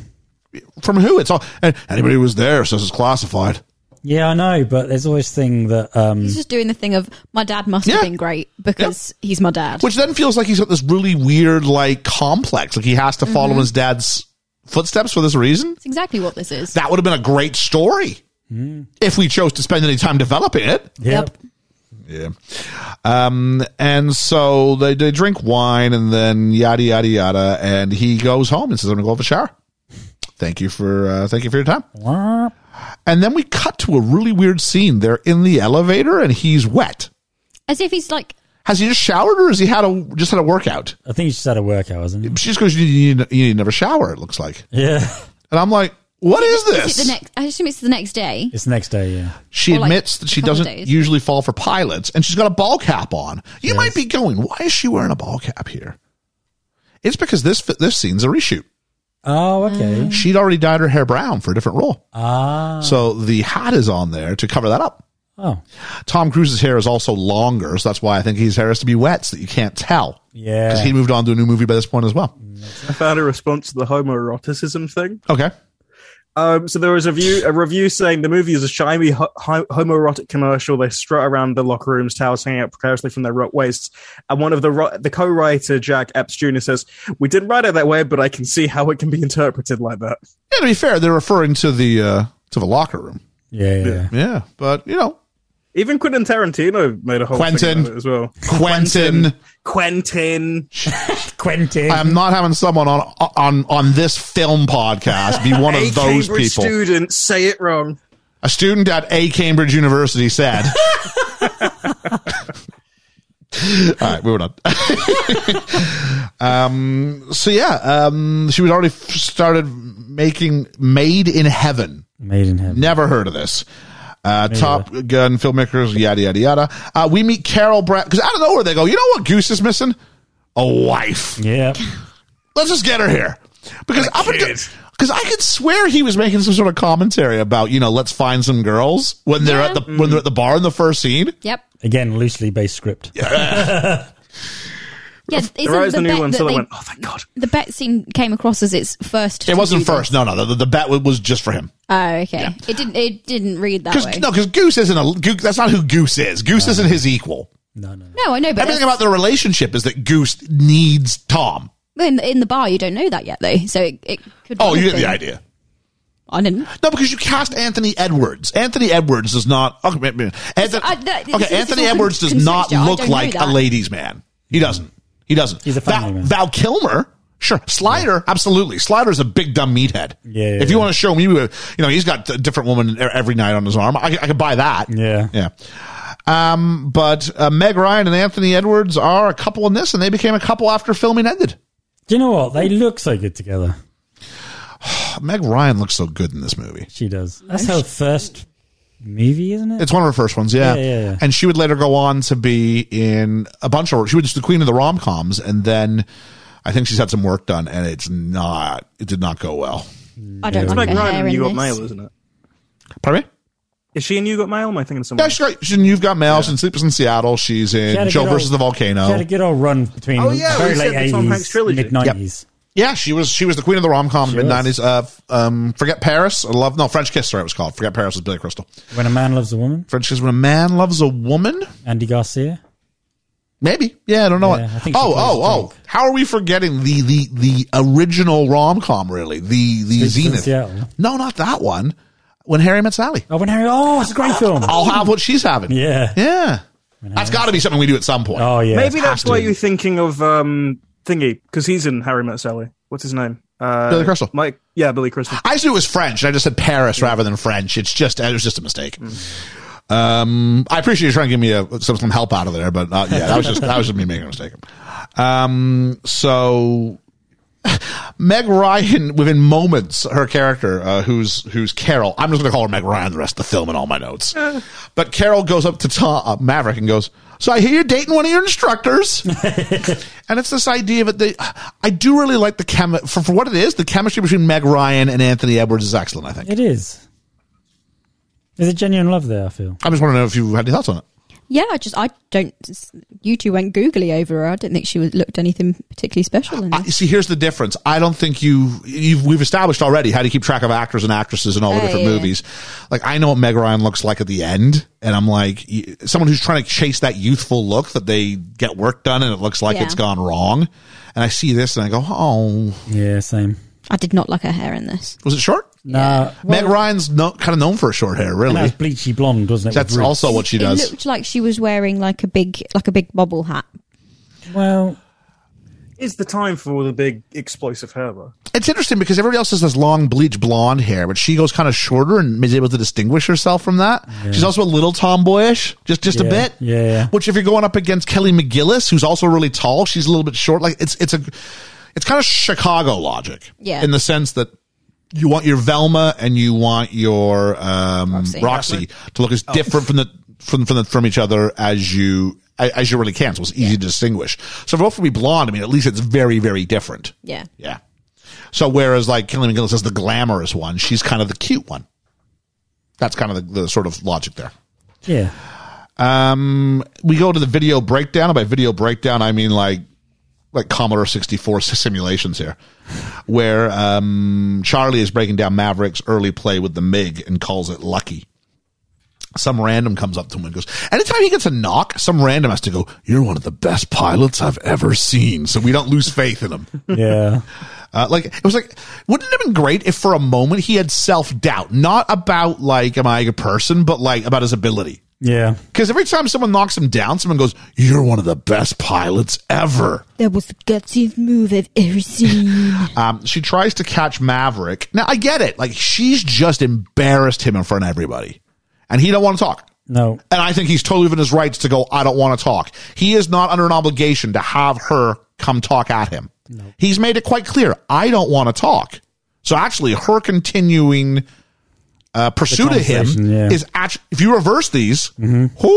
Speaker 4: from who? It's all and anybody who was there says it's classified.
Speaker 5: Yeah, I know, but there's always thing that um
Speaker 6: He's just doing the thing of my dad must
Speaker 4: Yeah.
Speaker 6: have been great because he's my dad.
Speaker 4: Which then feels like he's got this really weird like complex. Like he has to follow in his dad's footsteps for this reason.
Speaker 6: That's exactly what this is.
Speaker 4: That would have been a great story. If we chose to spend any time developing it.
Speaker 6: Yep.
Speaker 4: Yeah. Um, and so they, they drink wine and then yada, yada, yada. And he goes home and says, I'm going to go have a shower. Thank you for, uh, thank you for your time.
Speaker 5: Wah.
Speaker 4: And then we cut to a really weird scene. They're in the elevator and he's wet.
Speaker 6: As if he's like,
Speaker 4: Has he just showered or has he had a just had a workout?
Speaker 5: I think he just had a workout, hasn't he?
Speaker 4: She just goes, you need, you need another shower. It looks like,
Speaker 5: Yeah.
Speaker 4: and I'm like, what is this?
Speaker 6: is it the next? I assume it's the next day.
Speaker 5: It's the next day, yeah.
Speaker 4: she
Speaker 6: or like
Speaker 4: admits that she
Speaker 6: a couple
Speaker 4: doesn't
Speaker 6: days?
Speaker 4: usually fall for pilots, and she's got a ball cap on. You might be going, why is she wearing a ball cap here? It's because this this scene's a reshoot.
Speaker 5: Oh, okay.
Speaker 4: She'd already dyed her hair brown for a different role,
Speaker 5: Ah.
Speaker 4: so the hat is on there to cover that up.
Speaker 5: Oh.
Speaker 4: Tom Cruise's hair is also longer, so that's why I think his hair has to be wet, so that you can't tell.
Speaker 5: Yeah.
Speaker 4: because he moved on to a new movie by this point as well.
Speaker 3: I found a response to the homoeroticism thing.
Speaker 4: Okay,
Speaker 3: Um, so there was a review, a review saying the movie is a shiny ho- ho- homoerotic commercial. They strut around the locker rooms, towels hanging out precariously from their ro- waists. And one of the ro- the co-writer Jack Epps Jr. says, "We didn't write it that way, but I can see how it can be interpreted like that."
Speaker 4: yeah. To be fair, they're referring to the uh, to the locker room.
Speaker 5: Yeah, yeah. yeah.
Speaker 4: Yeah, but you know,
Speaker 3: Even Quentin Tarantino made a whole
Speaker 4: Quentin.
Speaker 3: thing about it as well.
Speaker 4: Quentin.
Speaker 3: Quentin.
Speaker 5: Quentin.
Speaker 4: I'm not having someone on on on this film podcast be one
Speaker 3: a
Speaker 4: of those
Speaker 3: Cambridge
Speaker 4: people.
Speaker 3: student say it wrong.
Speaker 4: A student at a Cambridge University said. All right, moving on. um, so yeah, um, she was already f- started making Made in Heaven.
Speaker 5: Made in heaven.
Speaker 4: Never heard of this. Uh, Top Gun filmmakers, yada yada yada. Uh, we meet Carol Brad because out of nowhere they go. You know what Goose is missing? A wife.
Speaker 5: Yeah.
Speaker 4: Let's just get her here because up until because I could swear he was making some sort of commentary about you know let's find some girls when they're
Speaker 6: Yeah.
Speaker 4: at the when they're at the bar in the first scene.
Speaker 6: Yep.
Speaker 5: Again, loosely based script.
Speaker 6: Yeah. Isn't
Speaker 3: There is a
Speaker 6: the
Speaker 3: new
Speaker 6: bet
Speaker 3: one,
Speaker 6: that
Speaker 3: so I
Speaker 6: they-
Speaker 3: went, "Oh thank God."
Speaker 6: the bet scene came across as its first.
Speaker 4: It
Speaker 6: to
Speaker 4: wasn't
Speaker 6: do this.
Speaker 4: first. No, no, the, the bet was just for him.
Speaker 6: Oh, okay. It didn't. It didn't read that
Speaker 4: Because
Speaker 6: way.
Speaker 4: no, because Goose isn't a Goose, that's not who Goose is. Goose isn't his equal.
Speaker 5: No, no, no.
Speaker 6: No, I know, but
Speaker 4: Everything
Speaker 6: that's-
Speaker 4: about their relationship is that Goose needs Tom.
Speaker 6: in, in the bar you don't know that yet though, so it, it could.
Speaker 4: Oh,
Speaker 6: be
Speaker 4: you get the
Speaker 6: anything.
Speaker 4: idea.
Speaker 6: I didn't.
Speaker 4: No, because you cast Anthony Edwards. Anthony Edwards does not. Okay, wait, wait. Anthon-
Speaker 6: I- that- this
Speaker 4: okay
Speaker 6: is-
Speaker 4: Anthony
Speaker 6: this is all
Speaker 4: Edwards does
Speaker 6: con-
Speaker 4: not
Speaker 6: conjecture. I
Speaker 4: look
Speaker 6: don't know
Speaker 4: like a
Speaker 6: that.
Speaker 4: ladies' man. He doesn't. He doesn't.
Speaker 5: He's a family
Speaker 4: Val,
Speaker 5: man.
Speaker 4: Val Kilmer. Sure, Slider, absolutely. Slider's a big dumb meathead.
Speaker 5: Yeah, yeah,
Speaker 4: if you
Speaker 5: yeah.
Speaker 4: want to show me, uh, you know, he's got a different woman e- every night on his arm. I, I could buy that.
Speaker 5: Yeah.
Speaker 4: yeah. Um, but uh, Meg Ryan and Anthony Edwards are a couple in this, and they became a couple after filming ended.
Speaker 5: Do you know what? They look so good together.
Speaker 4: Meg Ryan looks so good in this movie.
Speaker 5: She does. That's her first movie, isn't it?
Speaker 4: It's one of her first ones, yeah.
Speaker 5: Yeah, yeah, yeah.
Speaker 4: And she would later go on to be in a bunch of. She was the queen of the rom coms, and then I think she's had some work done, and it's not. It did not go well.
Speaker 6: I don't
Speaker 5: It's
Speaker 3: Meg
Speaker 6: like her
Speaker 3: Ryan
Speaker 6: hair
Speaker 3: and
Speaker 6: in
Speaker 3: You Got
Speaker 6: this.
Speaker 3: Mail, isn't it?
Speaker 4: Pardon me.
Speaker 3: Is she in You Got Mail? Am I thinking of
Speaker 4: Yeah,
Speaker 3: someone?
Speaker 4: she's great. She's in You've Got Mail. She's in Sleepers in Seattle. She's
Speaker 5: She had
Speaker 4: in
Speaker 5: a
Speaker 4: Joe
Speaker 5: good
Speaker 4: versus
Speaker 5: old-
Speaker 4: the
Speaker 5: She had a
Speaker 4: Volcano.
Speaker 5: good old run between
Speaker 3: Oh, yeah,
Speaker 5: very
Speaker 3: we
Speaker 5: late
Speaker 3: said the Tom Hanks
Speaker 5: eighties,
Speaker 3: trilogy.
Speaker 5: mid nineties.
Speaker 4: Yeah, she was. She was the queen of the rom com
Speaker 5: She
Speaker 4: mid
Speaker 5: was.
Speaker 4: nineties. Uh, f- um, forget Paris. I love no French Kiss. Sorry, it was called. Forget Paris was Billy Crystal.
Speaker 5: When a man loves a woman,
Speaker 4: French Kiss. When a man loves a woman,
Speaker 5: Andy Garcia.
Speaker 4: Maybe. Yeah, I don't know.
Speaker 5: Yeah,
Speaker 4: what.
Speaker 5: I think she
Speaker 4: oh,
Speaker 5: plays
Speaker 4: oh, oh.
Speaker 5: drunk.
Speaker 4: How are we forgetting the the the original rom com? Really, the the
Speaker 5: Sleepers in
Speaker 4: Zenith.
Speaker 5: Seattle.
Speaker 4: No, not that one. When Harry Met Sally.
Speaker 5: Oh, when Harry. Oh, it's a great film.
Speaker 4: I'll have what she's having.
Speaker 5: Yeah.
Speaker 4: yeah. That's got to be something we do at some point.
Speaker 5: Oh yeah.
Speaker 3: Maybe that's
Speaker 4: has to
Speaker 3: why
Speaker 4: be.
Speaker 3: you're thinking of um, Thingy because he's in Harry Met Sally. What's his name? Uh,
Speaker 4: Billy Crystal.
Speaker 3: Mike, yeah, Billy Crystal.
Speaker 4: I just knew it was French. and I just said Paris rather than French. It's just it was just a mistake.
Speaker 5: Mm.
Speaker 4: Um, I appreciate you trying to give me a, some some help out of there, but uh, yeah, that was just that was just me making a mistake. Um, so Meg Ryan, within moments, her character, uh, who's who's Carol. I'm just going to call her Meg Ryan the rest of the film and all my notes. But Carol goes up to Tom, uh, Maverick and goes, "So I hear you're dating one of your instructors." and it's this idea that they, I do really like the chem for, for what it is. The chemistry between Meg Ryan and Anthony Edwards is excellent. I think.
Speaker 5: It is. There's a genuine love there, I feel.
Speaker 4: I just want to know if you had any thoughts on it.
Speaker 6: Yeah, I just I don't. You two went googly over her. I didn't think she was, looked anything particularly special. In
Speaker 4: I,
Speaker 6: this.
Speaker 4: see, here's the difference. I don't think you you've, we've established already how to keep track of actors and actresses in all the
Speaker 6: Oh,
Speaker 4: different
Speaker 6: yeah.
Speaker 4: movies. Like I know what Meg Ryan looks like at the end, and I'm like y- someone who's trying to chase that youthful look that they get work done, and it looks like
Speaker 6: Yeah.
Speaker 4: it's gone wrong. And I see this, and I go, oh,
Speaker 5: Yeah, same.
Speaker 6: I did not like her hair in this.
Speaker 4: was it short?
Speaker 5: No,
Speaker 4: Meg Ryan's no, kind of known for her short hair,
Speaker 5: and that
Speaker 4: really.
Speaker 5: was bleachy blonde, wasn't it? with
Speaker 4: That's
Speaker 5: roots?
Speaker 4: also what she
Speaker 6: it
Speaker 4: does.
Speaker 6: looked like she was wearing like a big like a big bobble hat.
Speaker 5: Well,
Speaker 3: It's the time for all the big explosive hair, though.
Speaker 4: It's interesting because everybody else has this long bleach blonde hair, but she goes kind of shorter and is able to distinguish herself from that. She's also a little tomboyish, just just a
Speaker 5: Yeah,
Speaker 4: bit.
Speaker 5: yeah, yeah.
Speaker 4: Which, if you're going up against Kelly McGillis, who's also really tall, she's a little bit short. Like it's it's a it's kind of Chicago logic,
Speaker 6: Yeah.
Speaker 4: in the sense that you want your Velma and you want your um, Roxy.
Speaker 6: Roxy.
Speaker 4: to look as
Speaker 5: Oh.
Speaker 4: different from the from from, the, from each other as you a- as you really can. So it's easy to distinguish. So for both to be blonde, I mean, at least it's very very different.
Speaker 6: Yeah.
Speaker 4: Yeah. So whereas like Kelly McGillis is the glamorous one, she's kind of the cute one. That's kind of the, the sort of logic there.
Speaker 5: yeah.
Speaker 4: Um, we go to the video breakdown. And by video breakdown, I mean like like Commodore sixty four simulations here, where um, Charlie is breaking down Maverick's early play with the Mig and calls it lucky. Some random comes up to him and goes, anytime he gets a knock, some random has to go, you're one of the best pilots I've ever seen. So we don't lose faith in him.
Speaker 5: Yeah.
Speaker 4: Uh, like it was like, wouldn't it have been great if for a moment he had self doubt, not about like, am I a person, but like about his ability.
Speaker 5: Yeah.
Speaker 4: Because every time someone knocks him down, someone goes, "You're one of the best pilots ever."
Speaker 6: That was the gutsiest move I've ever seen.
Speaker 4: Um, she tries to catch Maverick. Now I get it; like she's just embarrassed him in front of everybody, and he don't want to talk.
Speaker 5: No.
Speaker 4: And I think he's totally within his rights to go, I don't want to talk. He is not under an obligation to have her come talk at him. He's made it quite clear, I don't want to talk. So actually, her continuing uh, pursuit of him
Speaker 5: conversation, yeah.
Speaker 4: is actually, if you reverse these, whoo,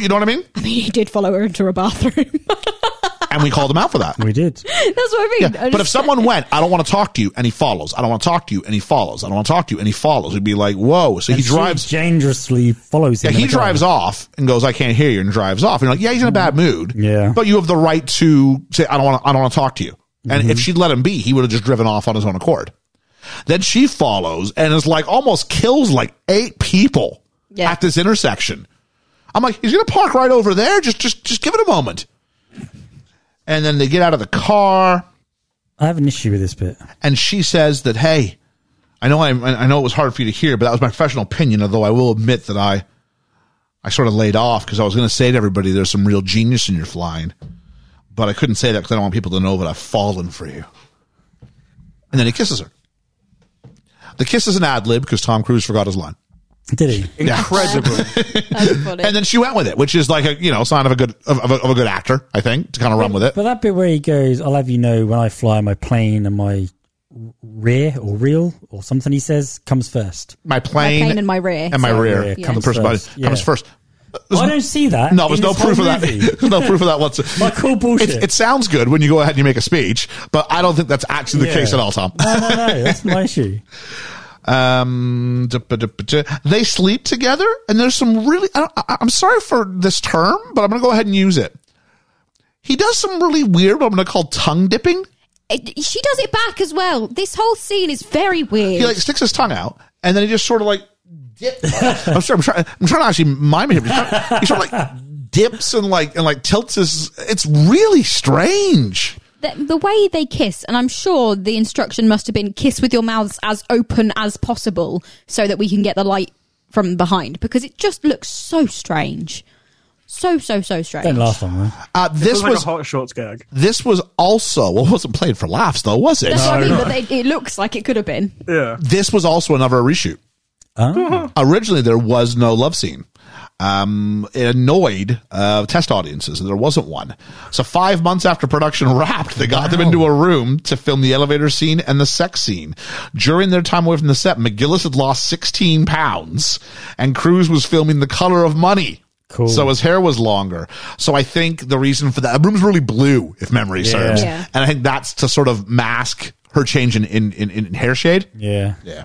Speaker 4: you know what I mean?
Speaker 6: I mean, he did follow her into a bathroom. That's
Speaker 4: And we called him out for that.
Speaker 5: We did.
Speaker 6: what I
Speaker 4: Yeah.
Speaker 6: mean. I
Speaker 4: But if
Speaker 6: just-
Speaker 4: someone went, I don't want to talk to you, and he follows, I don't want to talk to you, and he follows, I don't want to talk to you, and he follows, it'd be like, whoa. So he
Speaker 5: And she
Speaker 4: drives.
Speaker 5: dangerously follows
Speaker 4: Yeah,
Speaker 5: him. in
Speaker 4: he
Speaker 5: the car.
Speaker 4: drives off and goes, "I can't hear you," and drives off. And you're like, "Yeah, he's in a bad mood."
Speaker 5: Yeah.
Speaker 4: but you have the right to say, "I don't want. to I don't want to talk to you." And
Speaker 5: Mm-hmm.
Speaker 4: if she'd let him be, he would have just driven off on his own accord. Then she follows and is like almost kills like eight people
Speaker 6: Yeah.
Speaker 4: at this intersection. I'm like, he's gonna park right over there. Just, just, just give it a moment. And then they get out of the car
Speaker 5: I have an issue with this bit.
Speaker 4: and she says that hey i know I'm, i know it was hard for you to hear but that was my professional opinion although i will admit that i i sort of laid off because i was going to say to everybody there's some real genius in your flying but i couldn't say that because i don't want people to know that i've fallen for you and then he kisses her the kiss is an ad lib because tom cruise forgot his line
Speaker 5: Did he?
Speaker 3: Incredible.
Speaker 6: That's funny.
Speaker 4: and then she went with it which is like a you know sign of a good of, of, a, of a good actor i think to kind of run with it
Speaker 5: But that bit where he goes, I'll have you know when I fly my plane and my rear or reel or something he says comes first.
Speaker 4: my plane,
Speaker 6: My plane and my rear.
Speaker 4: and my
Speaker 6: So,
Speaker 4: rear
Speaker 5: yeah.
Speaker 4: the
Speaker 5: comes
Speaker 4: person
Speaker 5: first.
Speaker 4: body comes
Speaker 5: Yeah.
Speaker 4: first
Speaker 5: I don't see that.
Speaker 4: No,
Speaker 5: in
Speaker 4: there's no
Speaker 5: this whole
Speaker 4: proof of that.
Speaker 5: movie.
Speaker 4: There's no proof of that whatsoever.
Speaker 5: Like, cool bullshit.
Speaker 4: It, it sounds good when you go ahead and you make a speech, but I don't think that's actually the
Speaker 5: Yeah.
Speaker 4: case at all, Tom.
Speaker 5: no, no, no. That's my issue.
Speaker 4: Um, da-ba-da-ba-da. they sleep together, and there's some really. I don't, I, I'm sorry for this term, but I'm going to go ahead and use it. He does some really weird. What I'm going to call tongue dipping.
Speaker 6: It- she does it back as well. This whole scene is very weird.
Speaker 4: He like sticks his tongue out, and then he just sort of like. Dip. I'm sorry. I'm trying. I'm trying to actually mime him. He's trying- He sort of like dips and like and like tilts his. It's really strange.
Speaker 6: the, the way they kiss, and I'm sure the instruction must have been kiss with your mouths as open as possible so that we can get the light from behind because it just looks so strange. So so so strange.
Speaker 5: Don't laugh on man.
Speaker 4: Uh, this
Speaker 3: It was like
Speaker 4: was
Speaker 3: a hot shorts gag.
Speaker 4: this was also well, it wasn't played for laughs though, was it?
Speaker 6: That's what I mean, but they, it looks like it could have been.
Speaker 3: Yeah.
Speaker 4: This was also another reshoot. Originally, there was no love scene. Um, it annoyed uh, test audiences, and there wasn't one. So five months after production wrapped, they got them into a room to film the elevator scene and the sex scene. During their time away from the set, McGillis had lost 16 pounds, and Cruz was filming The Color of Money.
Speaker 5: Cool.
Speaker 4: So his hair was longer. So I think the reason for that, the room's really blue, if memory serves,
Speaker 6: Yeah.
Speaker 4: and I think that's to sort of mask her change in in, in, in hair shade.
Speaker 5: Yeah.
Speaker 4: Yeah.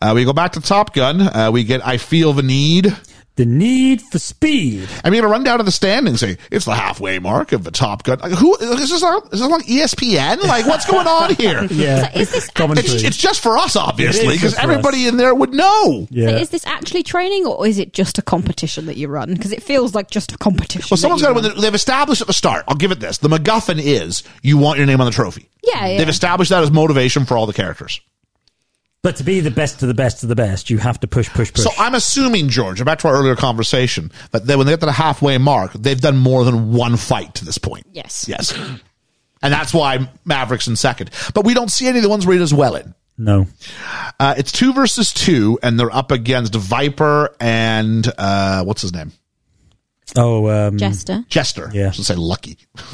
Speaker 4: Uh, we go back to Top Gun. Uh, we get I Feel the Need.
Speaker 5: The need for speed.
Speaker 4: And we have a rundown of the standings. Hey, It's the halfway mark of the Top Gun. Like, who is this? On, E is this like ESPN? Like, what's going on here?
Speaker 5: Yeah.
Speaker 6: So is this
Speaker 5: commentary?
Speaker 4: It's, it's just for us, obviously,
Speaker 5: It is
Speaker 4: because
Speaker 5: just for
Speaker 4: everybody in there would know.
Speaker 5: yeah.
Speaker 6: So is this actually training or is it just a competition that you run? Because it feels like just a competition.
Speaker 4: Well, someone's
Speaker 6: that
Speaker 4: got
Speaker 6: you
Speaker 4: to.
Speaker 6: run.
Speaker 4: They've established at the start. I'll give it this. The MacGuffin is you want your name on the trophy.
Speaker 6: Yeah, yeah.
Speaker 4: They've established that as motivation for all the characters.
Speaker 5: but to be the best of the best of the best, you have to push, push, push.
Speaker 4: So I'm assuming, George, back to our earlier conversation, that they, when they get to the halfway mark, they've done more than one fight to this point.
Speaker 6: Yes.
Speaker 4: Yes. And that's why Maverick's in second. But we don't see any of the ones where he does well in.
Speaker 5: no.
Speaker 4: Uh, it's two versus two, and they're up against Viper and uh, what's his name?
Speaker 5: Oh, um,
Speaker 6: Jester.
Speaker 4: Chester.
Speaker 5: Yeah.
Speaker 4: I should say lucky.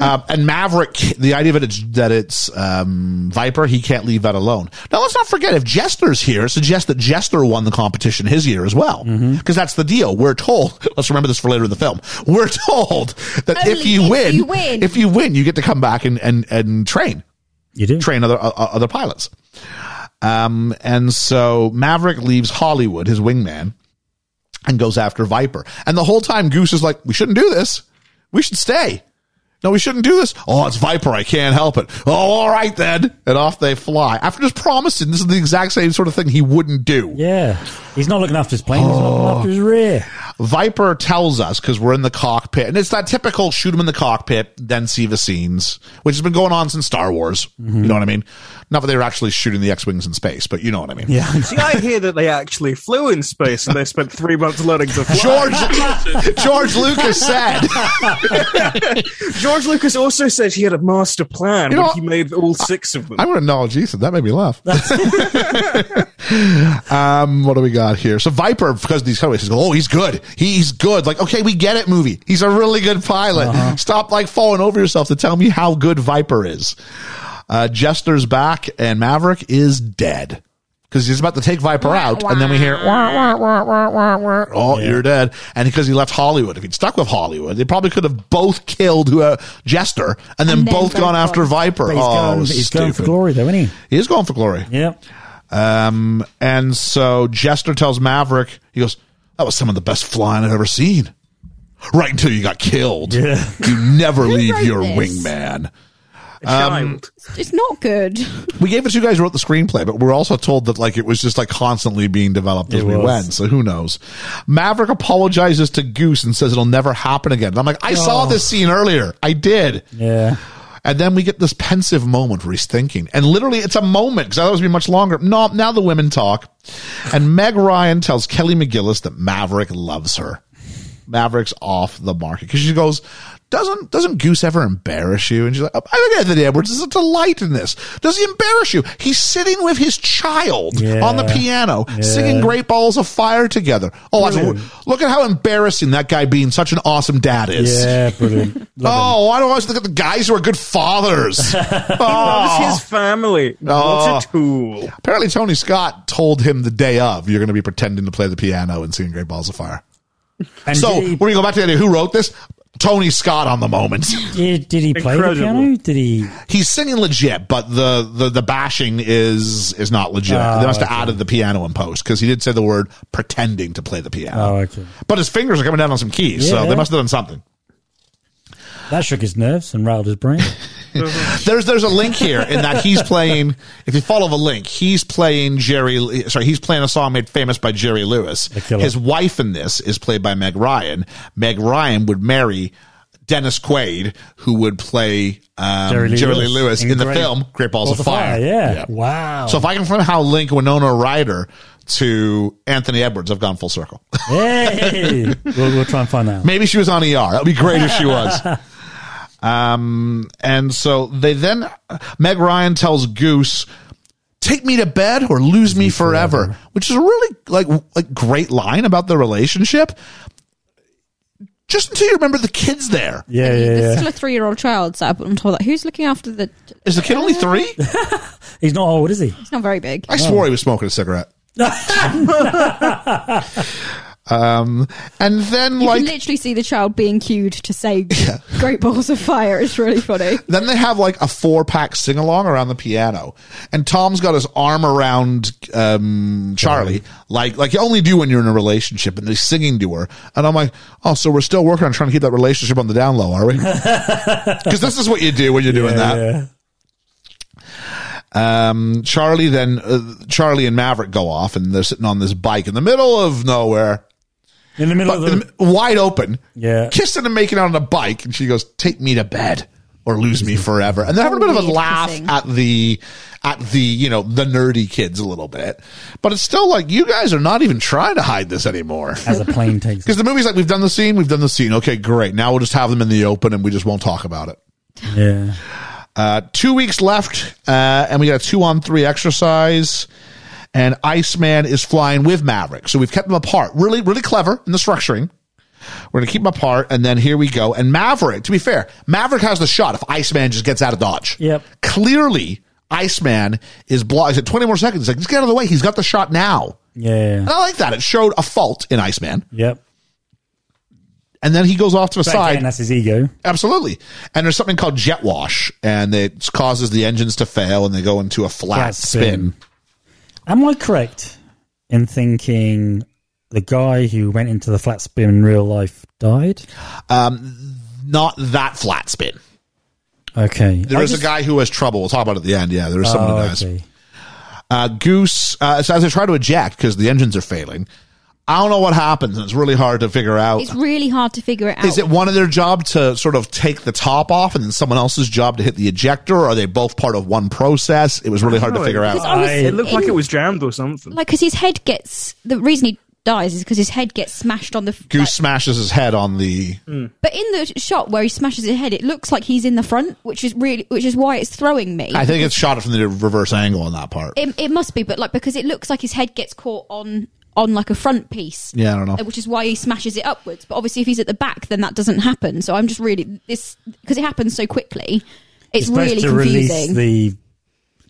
Speaker 4: um, and Maverick, the idea that it's that it's um, Viper, he can't leave that alone. Now let's not forget if Jester's here, it suggests that Jester won the competition his year as well, because that's the deal. We're told. Let's remember this for later in the film. We're told that if
Speaker 6: Only
Speaker 4: you
Speaker 6: if
Speaker 4: win,
Speaker 6: you win.
Speaker 4: if you win, you get to come back and and and train
Speaker 5: you do.
Speaker 4: train other uh, other pilots. Um, and so Maverick leaves Hollywood, his wingman, and goes after Viper. And the whole time, Goose is like, "We shouldn't do this. We should stay. No, we shouldn't do this. Oh, it's Viper. I can't help it. Oh, all right then." And off they fly. After just promising, this is the exact same sort of thing he wouldn't do.
Speaker 5: Yeah. He's not looking after his plane. He's looking after his rear.
Speaker 4: Viper tells us because we're in the cockpit, and it's that typical shoot him in the cockpit, then see the scenes, which has been going on since Star Wars. You know what I mean? Not that they were actually shooting the X Wings in space, but you know what I mean. Yeah.
Speaker 3: See, I hear that they actually flew in space and they spent three months learning to fly.
Speaker 4: George George Lucas said,
Speaker 3: George Lucas also says he had a master plan
Speaker 4: You know
Speaker 3: when
Speaker 4: what?
Speaker 3: he made all six of them.
Speaker 4: "I'm going to acknowledge Ethan." That made me laugh. um, what do we got here? So Viper, because of these cutaways, go, "Oh, he's good. He's good." Like, okay, we get it. Movie. He's a really good pilot. Stop like falling over yourself to tell me how good Viper is. Uh, Jester's back, and Maverick is dead because he's about to take Viper out, and then we hear, wah, wah, wah, wah, wah, wah. "Oh, you're dead!" And because he left Hollywood, if he'd stuck with Hollywood, they probably could have both killed who uh, Jester, and then,
Speaker 6: And then
Speaker 4: both
Speaker 6: both
Speaker 4: gone
Speaker 6: gone.
Speaker 4: after Viper.
Speaker 5: But he's,
Speaker 4: oh,
Speaker 5: going, he's going for
Speaker 4: stupid.
Speaker 5: glory, though, isn't
Speaker 4: He is going for glory.
Speaker 5: he? Yeah.
Speaker 4: Um, and so Jester tells Maverick, he goes, "That was some of the best flying I've ever seen." Right until you got killed.
Speaker 5: Yeah.
Speaker 4: You never leave
Speaker 6: wrote
Speaker 4: your
Speaker 6: this?
Speaker 4: wingman. Um,
Speaker 3: A child.
Speaker 6: It's not good.
Speaker 4: We gave it to you guys who wrote the screenplay, but we're also told that like it was just like constantly being developed as
Speaker 5: It
Speaker 4: we
Speaker 5: was.
Speaker 4: went. So who knows? Maverick apologizes to Goose and says it'll never happen again. And I'm like, I
Speaker 5: Oh.
Speaker 4: saw this scene earlier. I did.
Speaker 5: Yeah.
Speaker 4: And then we get this pensive moment where he's thinking. And literally, it's a moment because I thought it was going to be much longer. No, now the women talk. And Meg Ryan tells Kelly McGillis that Maverick loves her. Maverick's off the market because she goes, doesn't doesn't Goose ever embarrass you? And she's like, "Oh, I think Anthony Edwards is a delight in this. Does he embarrass you? He's sitting with his child
Speaker 5: Yeah.
Speaker 4: on the piano, singing "Great Balls of Fire" together. Oh, that's, look at how embarrassing that guy being such an awesome dad is.
Speaker 5: Yeah, brilliant. Love
Speaker 4: Oh, why do I always look at the guys who are good fathers?
Speaker 3: Loves
Speaker 4: oh.
Speaker 3: his family. What a tool.
Speaker 4: Apparently, Tony Scott told him the day of, "You're going to be pretending to play the piano and singing Great Balls of Fire."
Speaker 5: it. And
Speaker 4: So,
Speaker 5: did he,
Speaker 4: we're going to go back to the idea who wrote this. Tony Scott on the moment.
Speaker 5: did, did he play the
Speaker 3: Incredible.
Speaker 5: piano? Did he?
Speaker 4: He's singing legit, but the the, the bashing is is not legit.
Speaker 5: Ah,
Speaker 4: they must have added the piano in post because he did say the word pretending to play the
Speaker 5: Oh,
Speaker 4: piano.
Speaker 5: okay.
Speaker 4: But his fingers are coming down on some keys, so
Speaker 5: Yeah.
Speaker 4: they must have done something.
Speaker 5: That shook his nerves and rattled his brain.
Speaker 4: there's there's a link here in that he's playing. If you follow the link, he's playing Jerry. Sorry, he's playing a song made famous by Jerry Lewis.
Speaker 5: killer.
Speaker 4: His wife in this is played by Meg Ryan. Meg Ryan would marry Dennis Quaid, who would play um, Jerry
Speaker 5: Jerry
Speaker 4: Lee
Speaker 5: Lee
Speaker 4: Lewis,
Speaker 5: Lewis
Speaker 4: in,
Speaker 5: in
Speaker 4: the
Speaker 5: Great
Speaker 4: film Great Balls,
Speaker 5: Balls
Speaker 4: of
Speaker 5: of
Speaker 4: Fire.
Speaker 5: Fire, yeah. Wow.
Speaker 4: So if I can find how link Winona Ryder to Anthony Edwards. I've gone full circle.
Speaker 5: Hey, we'll, we'll try and find out.
Speaker 4: Maybe she was on ER. That would be great if she was. Um, and so they then Meg Ryan tells Goose, "Take me to bed or lose me forever,", which is a really like like great line about the relationship. Just until you remember the kids there.
Speaker 5: Yeah, yeah,
Speaker 6: There's
Speaker 5: yeah.
Speaker 6: still a three-year-old child sat up on top of that. Who's looking after the?
Speaker 4: Is the kid only three?
Speaker 5: He's not old, is he?
Speaker 6: It's not very big.
Speaker 4: I swore he was smoking a cigarette. um, and then
Speaker 6: You
Speaker 4: like
Speaker 6: can literally see the child being cued to say "Great Balls of Fire." It's really funny.
Speaker 4: Then they have like a four pack sing along around the piano, and Tom's got his arm around um, Charlie, like like you only do when you're in a relationship, and he's singing to her. And I'm like, oh, so we're still working on trying to keep that relationship on the down low, are we? Because this is what you do when you're doing
Speaker 5: Yeah,
Speaker 4: that.
Speaker 5: yeah.
Speaker 4: Um, Charlie then uh, Charlie and Maverick go off, and they're sitting on this bike in the middle of nowhere,
Speaker 5: In the middle
Speaker 4: but
Speaker 5: of the,
Speaker 4: in the- wide open,
Speaker 5: Yeah.
Speaker 4: kissing and making out on a bike, and she goes, "Take me to bed or lose me forever." And they're having a bit of a
Speaker 6: Weird
Speaker 4: laugh
Speaker 6: kissing.
Speaker 4: at the at the you know the nerdy kids a little bit, but it's still like you guys are not even trying to hide this anymore.
Speaker 5: as a plane takes.
Speaker 4: Because the movie's like, we've done the scene, we've done the scene. Okay, great. Now we'll just have them in the open, and we just won't talk about it.
Speaker 5: Yeah.
Speaker 4: Uh, two weeks left, uh, and we got a two on three exercise. And Iceman is flying with Maverick. So we've kept them apart. Really, really clever in the structuring. We're going to keep them apart. And then here we go. And Maverick, to be fair, Maverick has the shot if Iceman just gets out of Dodge.
Speaker 5: Yep.
Speaker 4: Clearly, Iceman is blocked. He said 20 more seconds. He's like, just get out of the way. He's got the shot now.
Speaker 5: Yeah.
Speaker 4: And I like that. It showed a fault in Iceman.
Speaker 5: Yep.
Speaker 4: And then he goes off to the
Speaker 5: But
Speaker 4: side.
Speaker 5: again, that's his ego.
Speaker 4: Absolutely. And there's something called jet wash, and it causes the engines to fail and they go into a flat,
Speaker 5: Flat
Speaker 4: spin.
Speaker 5: spin. Am I correct in thinking the guy who went into the flat spin in real life died?
Speaker 4: Not that flat spin.
Speaker 5: Okay.
Speaker 4: There
Speaker 5: I
Speaker 4: is
Speaker 5: just-
Speaker 4: a guy who has trouble. We'll talk about it at the end. Yeah, there is someone who
Speaker 5: Oh,
Speaker 4: does.
Speaker 5: okay.
Speaker 4: Uh, Goose, uh, so as they try to eject because the engines are failing, I don't know what happens, and it's really hard to figure out.
Speaker 6: It's really hard to figure it out.
Speaker 4: Is it one of their job to sort of take the top off and then someone else's job to hit the ejector? Or are they both part of one process? It was really hard to
Speaker 3: Really?
Speaker 4: figure out.
Speaker 6: I was
Speaker 3: It looked like
Speaker 6: in-
Speaker 3: it was jammed or something.
Speaker 6: like because his head gets the reason he dies is because his head gets smashed on the
Speaker 4: Goose
Speaker 6: like-
Speaker 4: smashes his head on the
Speaker 6: but in the shot where he smashes his head, it looks like he's in the front, which is really which is why it's throwing me.
Speaker 4: I think it's shot from the reverse angle on that part.
Speaker 6: it, it must be, but like because it looks like his head gets caught on on like a front piece.
Speaker 4: Yeah, I don't
Speaker 5: Oh.
Speaker 4: know.
Speaker 6: uh, Which is why he smashes it upwards. But obviously, if he's at the back, then that doesn't happen. So I'm just really this because it happens so quickly. It's
Speaker 5: Supposed
Speaker 6: really
Speaker 5: to release
Speaker 6: confusing.
Speaker 5: the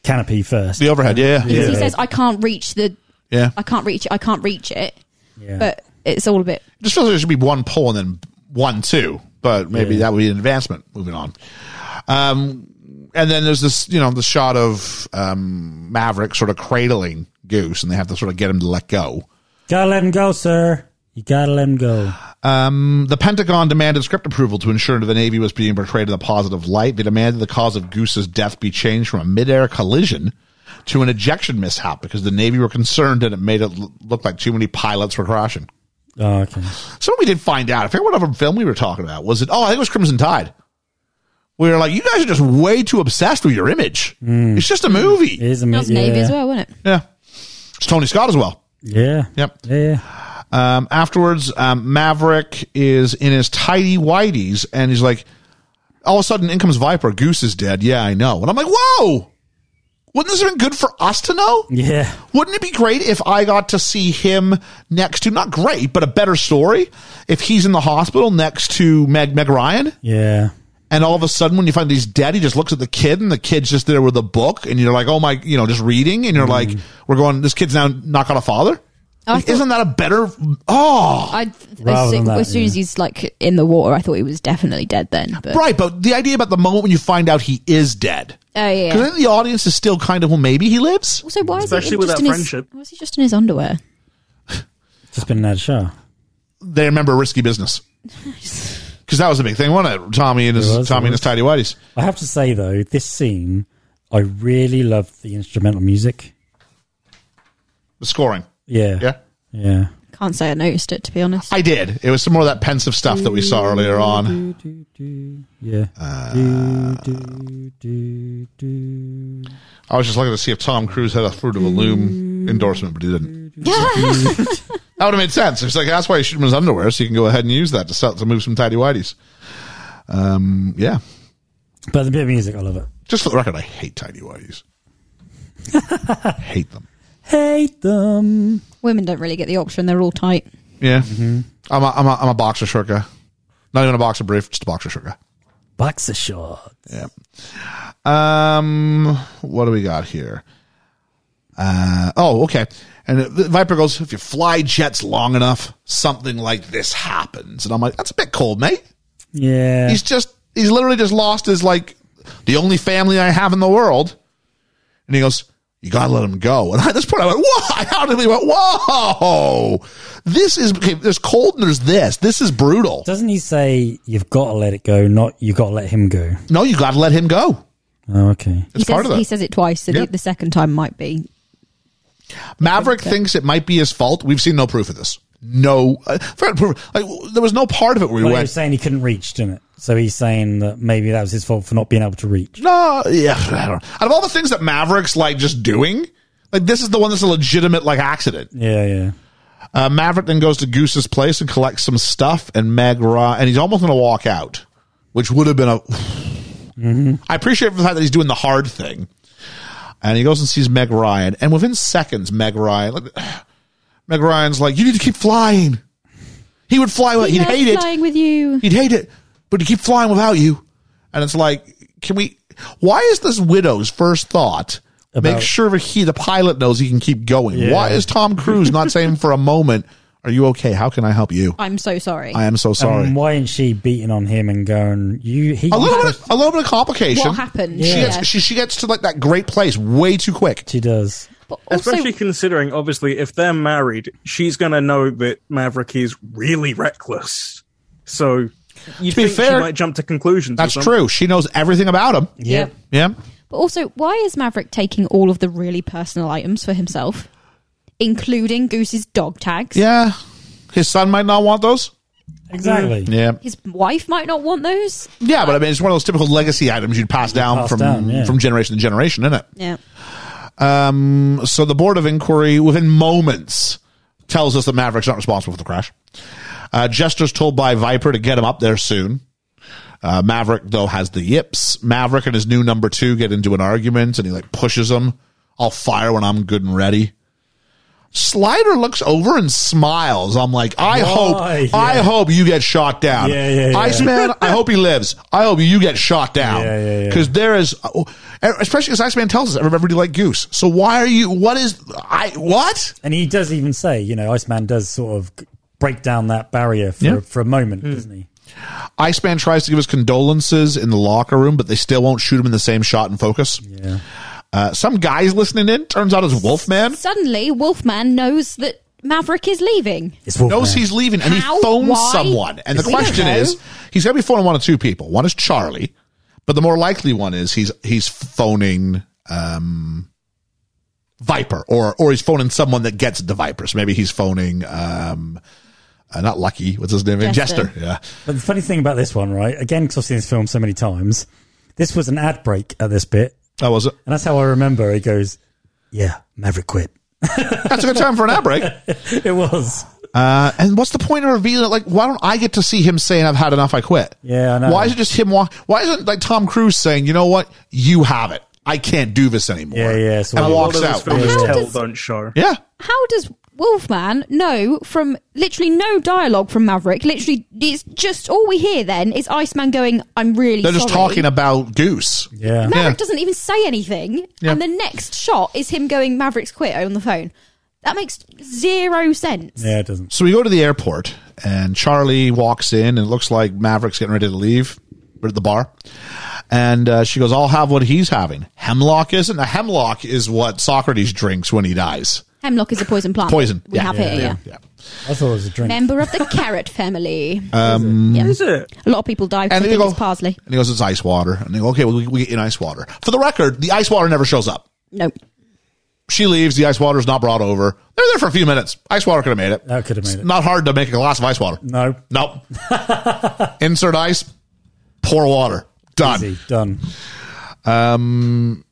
Speaker 5: canopy first.
Speaker 4: The overhead, yeah, yeah,
Speaker 6: Because he
Speaker 5: Yeah.
Speaker 6: says, "I can't reach the,
Speaker 4: yeah.
Speaker 6: I can't reach it, I can't reach it."
Speaker 5: Yeah.
Speaker 6: But it's all a bit.
Speaker 4: Just feels like there should be one pull and then one two, but maybe
Speaker 5: Yeah.
Speaker 4: that would be an advancement. Moving on, um, and then there's this, you know, the shot of um, Maverick sort of cradling Goose, and they have to sort of get him to let go.
Speaker 5: gotta let him go, sir. You gotta let him go.
Speaker 4: Um, The Pentagon demanded script approval to ensure the Navy was being portrayed in a positive light. They demanded the cause of Goose's death be changed from a midair collision to an ejection mishap because the Navy were concerned that it made it l- look like too many pilots were crashing.
Speaker 5: Oh, okay.
Speaker 4: Something we did find out. I forget what other film we were talking about. Was it? Oh, I think it was Crimson Tide. We were like, you guys are just way too obsessed with your image. It's just a movie.
Speaker 5: It is
Speaker 6: That was
Speaker 5: amazing.
Speaker 6: Navy
Speaker 5: Mm, Yeah.
Speaker 6: as well, wasn't it?
Speaker 4: Yeah. It's Tony Scott as well.
Speaker 5: Yeah.
Speaker 4: Yep.
Speaker 5: Yeah. yeah.
Speaker 4: Um, afterwards, um, Maverick is in his tidy whities and he's like, all of a sudden, in comes Viper. Goose is dead. Yeah, I know. And I'm like, whoa. Wouldn't this have been good for us to know?
Speaker 5: Yeah.
Speaker 4: Wouldn't it be great if I got to see him next to, not great, but a better story? If he's in the hospital next to Meg, Meg Ryan?
Speaker 5: Yeah.
Speaker 4: And all of a sudden, when you find he's dead, he just looks at the kid, and the kid's just there with a book, and you're like, "Oh my," you know, just reading, and you're like, "We're going. This kid's now not got a father.
Speaker 6: Oh, I
Speaker 4: Like,
Speaker 6: thought-
Speaker 4: Isn't that a better? Oh,
Speaker 6: I
Speaker 5: Rather
Speaker 6: as,
Speaker 5: than
Speaker 6: soon,
Speaker 5: that,
Speaker 6: as soon as
Speaker 5: yeah.
Speaker 6: he's like in the water, I thought he was definitely dead then. But
Speaker 4: right." But the idea about the moment when you find out he is dead,
Speaker 6: oh
Speaker 4: because
Speaker 6: yeah.
Speaker 4: then the audience is still kind of, well, maybe he lives.
Speaker 6: Also, why is he
Speaker 3: Especially
Speaker 6: just
Speaker 3: with that
Speaker 6: in
Speaker 3: friendship.
Speaker 6: His, was he just in his underwear?
Speaker 5: Just been in that show.
Speaker 4: They remember risky business because that was a big thing, wasn't it? Tommy and his
Speaker 5: It was,
Speaker 4: Tommy
Speaker 5: it
Speaker 4: and his tidy whities.
Speaker 5: I have to say though, this scene, I really loved the instrumental music.
Speaker 4: The scoring,
Speaker 5: Yeah.
Speaker 4: yeah.
Speaker 5: Yeah.
Speaker 6: Can't say I noticed it to be honest.
Speaker 4: I did. It was some more of that pensive stuff that we saw earlier on.
Speaker 5: Do, do, do. Yeah.
Speaker 4: Uh.
Speaker 5: do, do, do, do.
Speaker 4: I was just looking to see if Tom Cruise had a Fruit of a Loom endorsement, but he didn't. That would have made sense. It's like that's why you shoot him in his underwear, so you can go ahead and use that to sell to move some tidy whities. Um, yeah.
Speaker 5: but the bit of music, I love it.
Speaker 4: Just for the record, I hate tidy whities. hate them.
Speaker 5: Hate them.
Speaker 6: Women don't really get the option; they're all tight.
Speaker 4: Yeah. I'm a I'm a I'm a boxer short guy. Not even a boxer brief, just a boxer short guy.
Speaker 5: Boxer short.
Speaker 4: Yeah. Um, what do we got here? Uh, oh, okay. And the Viper goes, if you fly jets long enough, something like this happens. And I'm like, that's a bit cold, mate.
Speaker 5: Yeah.
Speaker 4: He's just, he's literally just lost his, like, the only family I have in the world. And he goes, you gotta let him go. And at this point, I went, whoa, I audibly went, whoa, this is, okay, there's cold and there's this. This is brutal.
Speaker 5: Doesn't he say you've got to let it go, not you've got to let him go?
Speaker 4: No, you gotta let him go.
Speaker 5: Oh, okay.
Speaker 6: He
Speaker 4: It's part
Speaker 6: says,
Speaker 4: of that.
Speaker 6: he says it twice, so
Speaker 4: Yeah.
Speaker 6: the, the second time might be.
Speaker 4: Maverick thinks it might be his fault. We've seen no proof of this. No, uh, fair proof. Like, w- there was no part of it where we
Speaker 5: Well, he was
Speaker 4: went.
Speaker 5: saying he couldn't reach, didn't it? So he's saying that maybe that was his fault for not being able to reach.
Speaker 4: No, yeah. I don't know. Out of all the things that Maverick's like just doing, like this is the one that's a legitimate like accident.
Speaker 5: Yeah, yeah.
Speaker 4: Uh, Maverick then goes to Goose's place and collects some stuff, and Meg Ra, and he's almost going to walk out, which would have been a. I appreciate the fact that he's doing the hard thing, and he goes and sees Meg Ryan, and within seconds, Meg Ryan, like, Meg Ryan's like, "You need to keep flying." He would fly. He
Speaker 6: He
Speaker 4: would
Speaker 6: loves
Speaker 4: hate it.
Speaker 6: Flying with you.
Speaker 4: He'd hate it, but he'd keep flying without you. And it's like, can we? Why is this widow's first thought? make
Speaker 5: About-
Speaker 4: sure that he, the pilot, knows he can keep going.
Speaker 5: Yeah.
Speaker 4: Why is Tom Cruise not saying for a moment, "Are you okay? How can I help you?
Speaker 6: I'm so sorry.
Speaker 4: I am so sorry."
Speaker 5: And why isn't she beating on him and going, you, he,
Speaker 4: a little bit, a little bit of complication.
Speaker 6: what happened?
Speaker 5: She
Speaker 4: She
Speaker 5: Yeah.
Speaker 4: gets, she, she gets to like that great place way too quick.
Speaker 5: she does.
Speaker 6: But also,
Speaker 3: Especially considering, obviously, if they're married, she's going to know that Maverick is really reckless. So, you
Speaker 4: To be
Speaker 3: think
Speaker 4: fair,
Speaker 3: she might jump to conclusions. or
Speaker 4: That's
Speaker 3: something.
Speaker 4: true. She knows everything about him.
Speaker 6: yeah.
Speaker 4: Yeah.
Speaker 6: But also, why is Maverick taking all of the really personal items for himself, including Goose's dog tags?
Speaker 4: Yeah. His son might not want those.
Speaker 5: Exactly.
Speaker 4: Yeah.
Speaker 6: His wife might not want those.
Speaker 4: Yeah, but I mean, it's one of those typical legacy items you'd pass down
Speaker 5: pass
Speaker 4: from
Speaker 5: down, yeah.
Speaker 4: from generation to generation, isn't it?
Speaker 6: Yeah.
Speaker 4: so the board of inquiry within moments tells us that Maverick's not responsible for the crash. Uh, Jester's told by Viper to get him up there soon. Uh, Maverick though has the yips. Maverick and his new number two get into an argument, and he like pushes him. I'll fire when I'm good and ready. Slider looks over and smiles. I'm like, I
Speaker 5: Why?
Speaker 4: hope, I
Speaker 5: Yeah.
Speaker 4: hope you get shot down.
Speaker 5: Yeah, yeah, yeah.
Speaker 4: Iceman, I hope he lives. I hope you get shot down.
Speaker 5: Yeah, yeah, yeah.
Speaker 4: Because there is, oh, especially as Iceman tells us, everybody like Goose. So why are you? What is I? What?
Speaker 5: And he does even say, you know, Iceman does sort of break down that barrier for,
Speaker 4: Yeah.
Speaker 5: for a moment, doesn't he?
Speaker 4: Iceman tries to give his condolences in the locker room, but they still won't shoot him in the same shot and focus.
Speaker 5: Yeah.
Speaker 4: Uh, some guys listening in turns out it's Wolfman.
Speaker 6: Suddenly, Wolfman knows that Maverick is leaving.
Speaker 5: It's Wolfman.
Speaker 4: Knows he's leaving and
Speaker 6: How?
Speaker 4: he phones
Speaker 6: Why?
Speaker 4: someone. And the
Speaker 6: We don't
Speaker 4: question
Speaker 6: know.
Speaker 4: is, he's going to be phoning one of two people. One is Charlie, but the more likely one is he's he's phoning um, Viper, or or he's phoning someone that gets the Viper. So maybe he's phoning um, uh, not Lucky. What's his name?
Speaker 6: Jester.
Speaker 4: Jester. Yeah.
Speaker 5: But the funny thing about this one, right? Again, because I've seen this film so many times, this was an ad break at this bit.
Speaker 4: That was it.
Speaker 5: And that's how I remember. He goes, yeah, Maverick quit.
Speaker 4: That's a good time for an outbreak.
Speaker 5: It was.
Speaker 4: Uh, and what's the point of revealing it? Like, why don't I get to see him saying, I've had enough, I quit?
Speaker 5: Yeah, I know.
Speaker 4: Why is it just him walk? Why isn't like Tom Cruise saying, you know what? You have it. I can't do this anymore.
Speaker 5: Yeah, yeah, so
Speaker 4: and
Speaker 5: we-
Speaker 4: walks
Speaker 3: All of his
Speaker 4: out.
Speaker 3: films
Speaker 6: How
Speaker 3: tell,
Speaker 6: does-
Speaker 3: don't show.
Speaker 4: Yeah.
Speaker 6: How does Wolfman know from literally no dialogue from Maverick? Literally, it's just all we hear then is Iceman going, I'm really
Speaker 4: They're just
Speaker 6: sorry."
Speaker 4: talking about Goose.
Speaker 5: Yeah.
Speaker 6: Maverick
Speaker 4: Yeah.
Speaker 6: doesn't even say anything.
Speaker 4: Yeah.
Speaker 6: And the next shot is him going, Maverick's quit on the phone. That makes zero sense.
Speaker 5: Yeah, it doesn't.
Speaker 4: So we go to the airport and Charlie walks in and it looks like Maverick's getting ready to leave. We're at the bar. And uh, she goes, I'll have what he's having. Hemlock isn't. A hemlock is what Socrates drinks when he dies.
Speaker 6: Hemlock is a poison plant.
Speaker 4: Poison.
Speaker 6: We
Speaker 4: Yeah.
Speaker 6: have it here.
Speaker 4: Yeah.
Speaker 5: I thought it was a drink.
Speaker 6: Member of the carrot family. Yeah.
Speaker 3: Is it?
Speaker 6: A lot of people die because
Speaker 4: And
Speaker 6: they
Speaker 4: then Uh, you
Speaker 6: think
Speaker 4: go,
Speaker 6: it's parsley.
Speaker 4: And he goes, it's ice water. And they go, okay, well, we, we get you an ice water. For the record, the ice water never shows up.
Speaker 6: No.
Speaker 4: She leaves. The ice water is not brought over. They're there for a few minutes. Ice water could have made it.
Speaker 5: That could have made it.
Speaker 4: Not hard to make a glass of ice water.
Speaker 5: No.
Speaker 4: Nope. Insert ice, pour water. Done. Um,
Speaker 5: Easy. Done.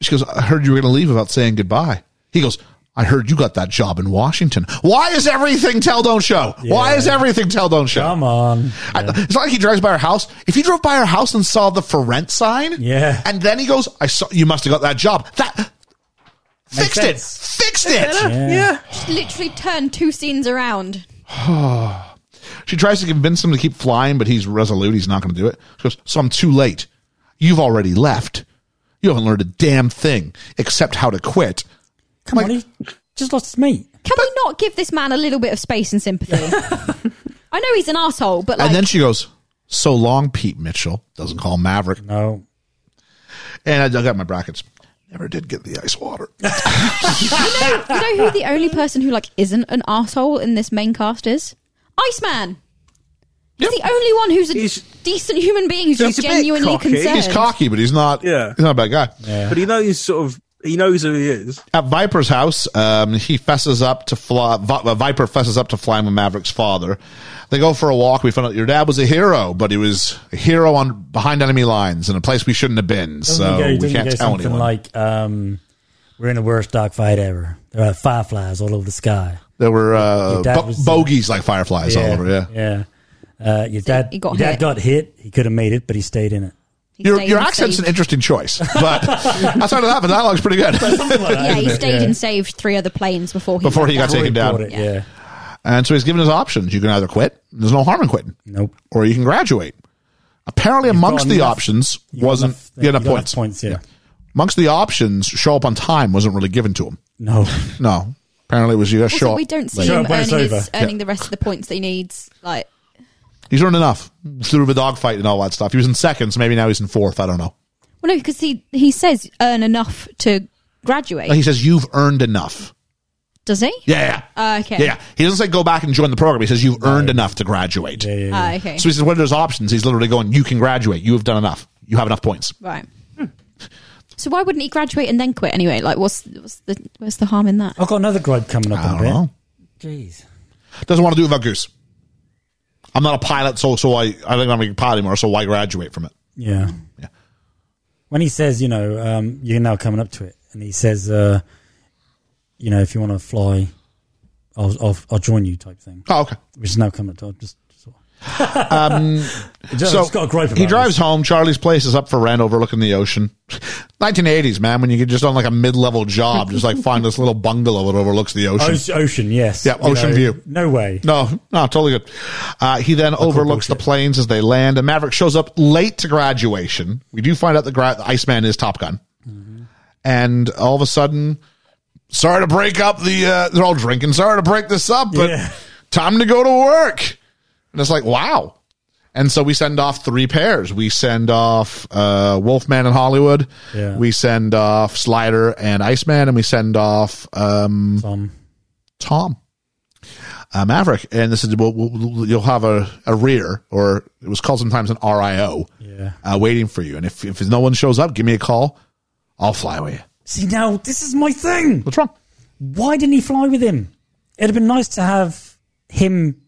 Speaker 4: She goes, I heard you were going to leave without saying goodbye. He goes, I heard you got that job in Washington. Why is everything tell don't show? Why is everything tell don't show?
Speaker 5: Come on.
Speaker 4: I- It's not like he drives by our house. If he drove by our house and saw the for rent sign,
Speaker 5: Yeah.
Speaker 4: and then he goes, "I saw you must have got that job." That fixed
Speaker 5: sense.
Speaker 4: it, fixed it.
Speaker 5: Yeah.
Speaker 6: Just literally turned two scenes around.
Speaker 4: She tries to convince him to keep flying, but he's resolute. He's not going to do it. She goes, "So I'm too late. You've already left. You haven't learned a damn thing except how to quit."
Speaker 5: Come on, he just lost his mate.
Speaker 6: Can we not give this man a little bit of space and sympathy? I know he's an asshole, but like,
Speaker 4: and then she goes, "So long, Pete Mitchell." Doesn't call Maverick.
Speaker 5: No.
Speaker 4: And I dug out my brackets. Never did get the ice water.
Speaker 6: you know who the only person who like isn't an asshole in this main cast is? Iceman. He's the only one who's a
Speaker 3: He's-
Speaker 6: decent human being who's
Speaker 3: He's
Speaker 6: just
Speaker 3: a bit
Speaker 6: genuinely
Speaker 3: cocky. He's
Speaker 6: concerned.
Speaker 4: He's cocky, but he's not.
Speaker 3: Yeah.
Speaker 4: he's not a bad guy.
Speaker 3: But he knows sort of he knows who he is.
Speaker 4: at Viper's house, um, he fesses up to fly. Vi- uh, Viper fesses up to flying with Maverick's father. They go for a walk. We found out your dad was a hero, but he was a hero on behind enemy lines in a place we shouldn't have been.
Speaker 5: Doesn't
Speaker 4: so
Speaker 5: he go, doesn't
Speaker 4: we
Speaker 5: he
Speaker 4: can't
Speaker 5: go
Speaker 4: tell
Speaker 5: something
Speaker 4: anyone.
Speaker 5: like, um, we're in the worst dog fight ever. There are fireflies all over the sky.
Speaker 4: there were uh,
Speaker 5: Your dad
Speaker 4: bo-
Speaker 5: was-
Speaker 4: bogeys like fireflies all over. Yeah,
Speaker 5: Yeah. Uh, your dad,
Speaker 6: he got
Speaker 5: your dad
Speaker 6: hit.
Speaker 5: got hit. He could have made it, but he stayed in it.
Speaker 6: He
Speaker 4: your
Speaker 6: stayed
Speaker 4: your
Speaker 6: and
Speaker 4: accent's
Speaker 6: saved-
Speaker 4: an interesting choice, but outside of that, the dialogue's pretty good.
Speaker 6: yeah, he stayed and saved three other planes before he
Speaker 4: Before he got
Speaker 5: Before he
Speaker 4: taken
Speaker 5: bought
Speaker 4: down,
Speaker 5: it, yeah.
Speaker 4: and so he's given his options. You can either quit. There's no harm in quitting.
Speaker 5: Nope.
Speaker 4: or you can graduate. Apparently, amongst
Speaker 5: got
Speaker 4: the
Speaker 5: enough-
Speaker 4: options
Speaker 5: You got
Speaker 4: wasn't
Speaker 5: enough-
Speaker 4: you got enough
Speaker 5: you got
Speaker 4: points.
Speaker 5: points, yeah.
Speaker 4: Amongst the options, show up on time wasn't really given to him.
Speaker 5: No.
Speaker 4: No, apparently it was you got
Speaker 6: Also,
Speaker 4: show
Speaker 6: we
Speaker 4: up.
Speaker 6: don't see
Speaker 4: late.
Speaker 5: Sure,
Speaker 6: him
Speaker 5: when it's
Speaker 6: earning,
Speaker 5: over.
Speaker 6: his, earning
Speaker 4: Yeah.
Speaker 6: the rest of the points that he needs. Like,
Speaker 4: He's earned enough through the dogfight and all that stuff. He was in second, so maybe now he's in fourth. I don't know.
Speaker 6: well, no, because he he says earn enough to graduate.
Speaker 4: But Oh, he says you've earned enough.
Speaker 6: Does he?
Speaker 4: Yeah, yeah,
Speaker 6: Uh, okay.
Speaker 4: yeah, yeah. He doesn't say go back and join the program. He says you've earned enough to graduate.
Speaker 5: Yeah, yeah,
Speaker 6: Ah, okay.
Speaker 4: So he says what are those options? He's literally going, you can graduate. You have done enough. You have enough points.
Speaker 6: right. So why wouldn't he graduate and then quit anyway? Like, what's what's the where's the harm in that?
Speaker 5: I've got another gripe coming up
Speaker 4: I
Speaker 5: in a
Speaker 4: don't
Speaker 5: bit.
Speaker 4: know.
Speaker 5: Jeez.
Speaker 4: Doesn't want to do it without Goose. I'm not a pilot, so so I I think I'm a pilot anymore. So why graduate from it?
Speaker 5: Yeah.
Speaker 4: Yeah.
Speaker 5: When he says, you know, um, you're now coming up to it, and he says, uh, you know, if you want to fly, I'll, I'll, I'll join you type thing,
Speaker 4: Oh, okay.
Speaker 5: which is now coming up to, I'll just, sort of- Just-
Speaker 4: Um, so
Speaker 5: just got a gripe about
Speaker 4: he drives
Speaker 5: this.
Speaker 4: home. Charlie's place is up for rent, overlooking the ocean. 1980s, man, when you get just on like a mid-level job, just like find this little bungalow that overlooks the ocean.
Speaker 5: Oce- Ocean, yes.
Speaker 4: Yeah, ocean view.
Speaker 5: No way.
Speaker 4: No, no, totally good. Uh, he then overlooks the
Speaker 5: bullshit.
Speaker 4: planes as they land, and Maverick shows up late to graduation. We do find out the, gra- the Iceman is Top Gun,
Speaker 5: Mm-hmm.
Speaker 4: and all of a sudden, sorry to break up the. Uh, they're all drinking. Sorry to break this up, but
Speaker 5: Yeah.
Speaker 4: time to go to work. And it's like, wow. And so we send off three pairs. We send off uh, Wolfman in Hollywood.
Speaker 5: Yeah.
Speaker 4: We send off Slider and Iceman, and we send off um,
Speaker 5: Um,
Speaker 4: Tom uh, Maverick, and this is well, we'll- you'll have a, a rear, or it was called sometimes an RIO,
Speaker 5: Yeah.
Speaker 4: uh, waiting for you. And if if no one shows up, give me a call. I'll fly with you.
Speaker 5: see, now this is my thing.
Speaker 4: What's wrong?
Speaker 5: Why didn't he fly with him? It'd have been nice to have him,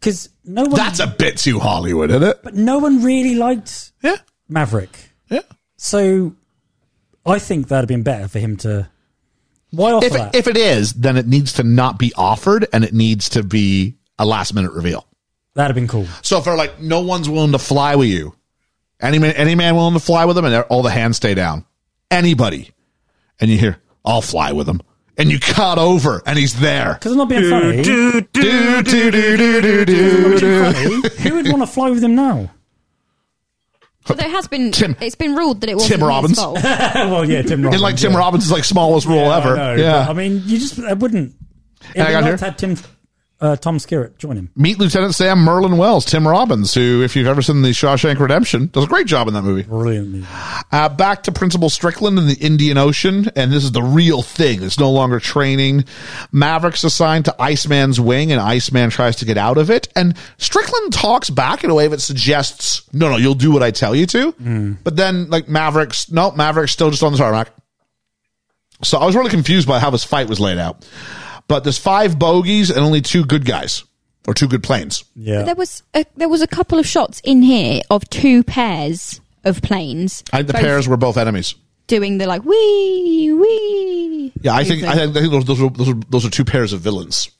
Speaker 5: because no one,
Speaker 4: That's a bit too Hollywood, isn't it?
Speaker 5: but no one really liked
Speaker 4: Yeah,
Speaker 5: Maverick.
Speaker 4: yeah.
Speaker 5: So I think that'd have been better for him to. Why offer
Speaker 4: If
Speaker 5: that?
Speaker 4: if it is, then it needs to not be offered, and it needs to be a last minute reveal.
Speaker 5: that'd have been cool.
Speaker 4: So if they're like, no one's willing to fly with you, any man, any man willing to fly with them, and they're- all the hands stay down. Anybody, and you hear, I'll fly with them, and you cut over, and he's there.
Speaker 5: Because I'm not being funny.
Speaker 4: Do, do, do, do, do, do, do.
Speaker 5: Who would want to fly with him now?
Speaker 6: But there has been
Speaker 4: Tim-
Speaker 6: it's been ruled that it was
Speaker 4: Tim Robbins.
Speaker 6: Fault.
Speaker 5: well, yeah, Tim Robbins.
Speaker 4: And like Tim
Speaker 5: yeah.
Speaker 4: Robbins is like smallest role
Speaker 5: I
Speaker 4: ever.
Speaker 5: know,
Speaker 4: yeah.
Speaker 5: but I mean, you just I wouldn't. It'd
Speaker 4: I
Speaker 5: be
Speaker 4: got
Speaker 5: nice
Speaker 4: here.
Speaker 5: to have Tim, uh, Tom Skerritt join him.
Speaker 4: Meet Lieutenant Sam Merlin Wells, Tim Robbins, who, if you've ever seen the Shawshank Redemption, does a great job in that movie.
Speaker 5: Brilliantly.
Speaker 4: Uh, back to Principal Strickland in the Indian Ocean, and this is the real thing. It's no longer training. Maverick's assigned to Iceman's wing, and Iceman tries to get out of it. And Strickland talks back in a way that suggests, no, no, you'll do what I tell you to. But then, like, Maverick's, no, Maverick's still just on the tarmac. So I was really confused by how this fight was laid out. But there's five bogeys and only two good guys, or two good planes.
Speaker 5: Yeah.
Speaker 6: There was a, there was a couple of shots in here of two pairs of planes
Speaker 4: I think the
Speaker 6: Both-
Speaker 4: pairs were both enemies.
Speaker 6: doing the like wee wee.
Speaker 4: Yeah, I think I
Speaker 6: movement.
Speaker 4: think, I think those, those are those are those are two pairs of villains.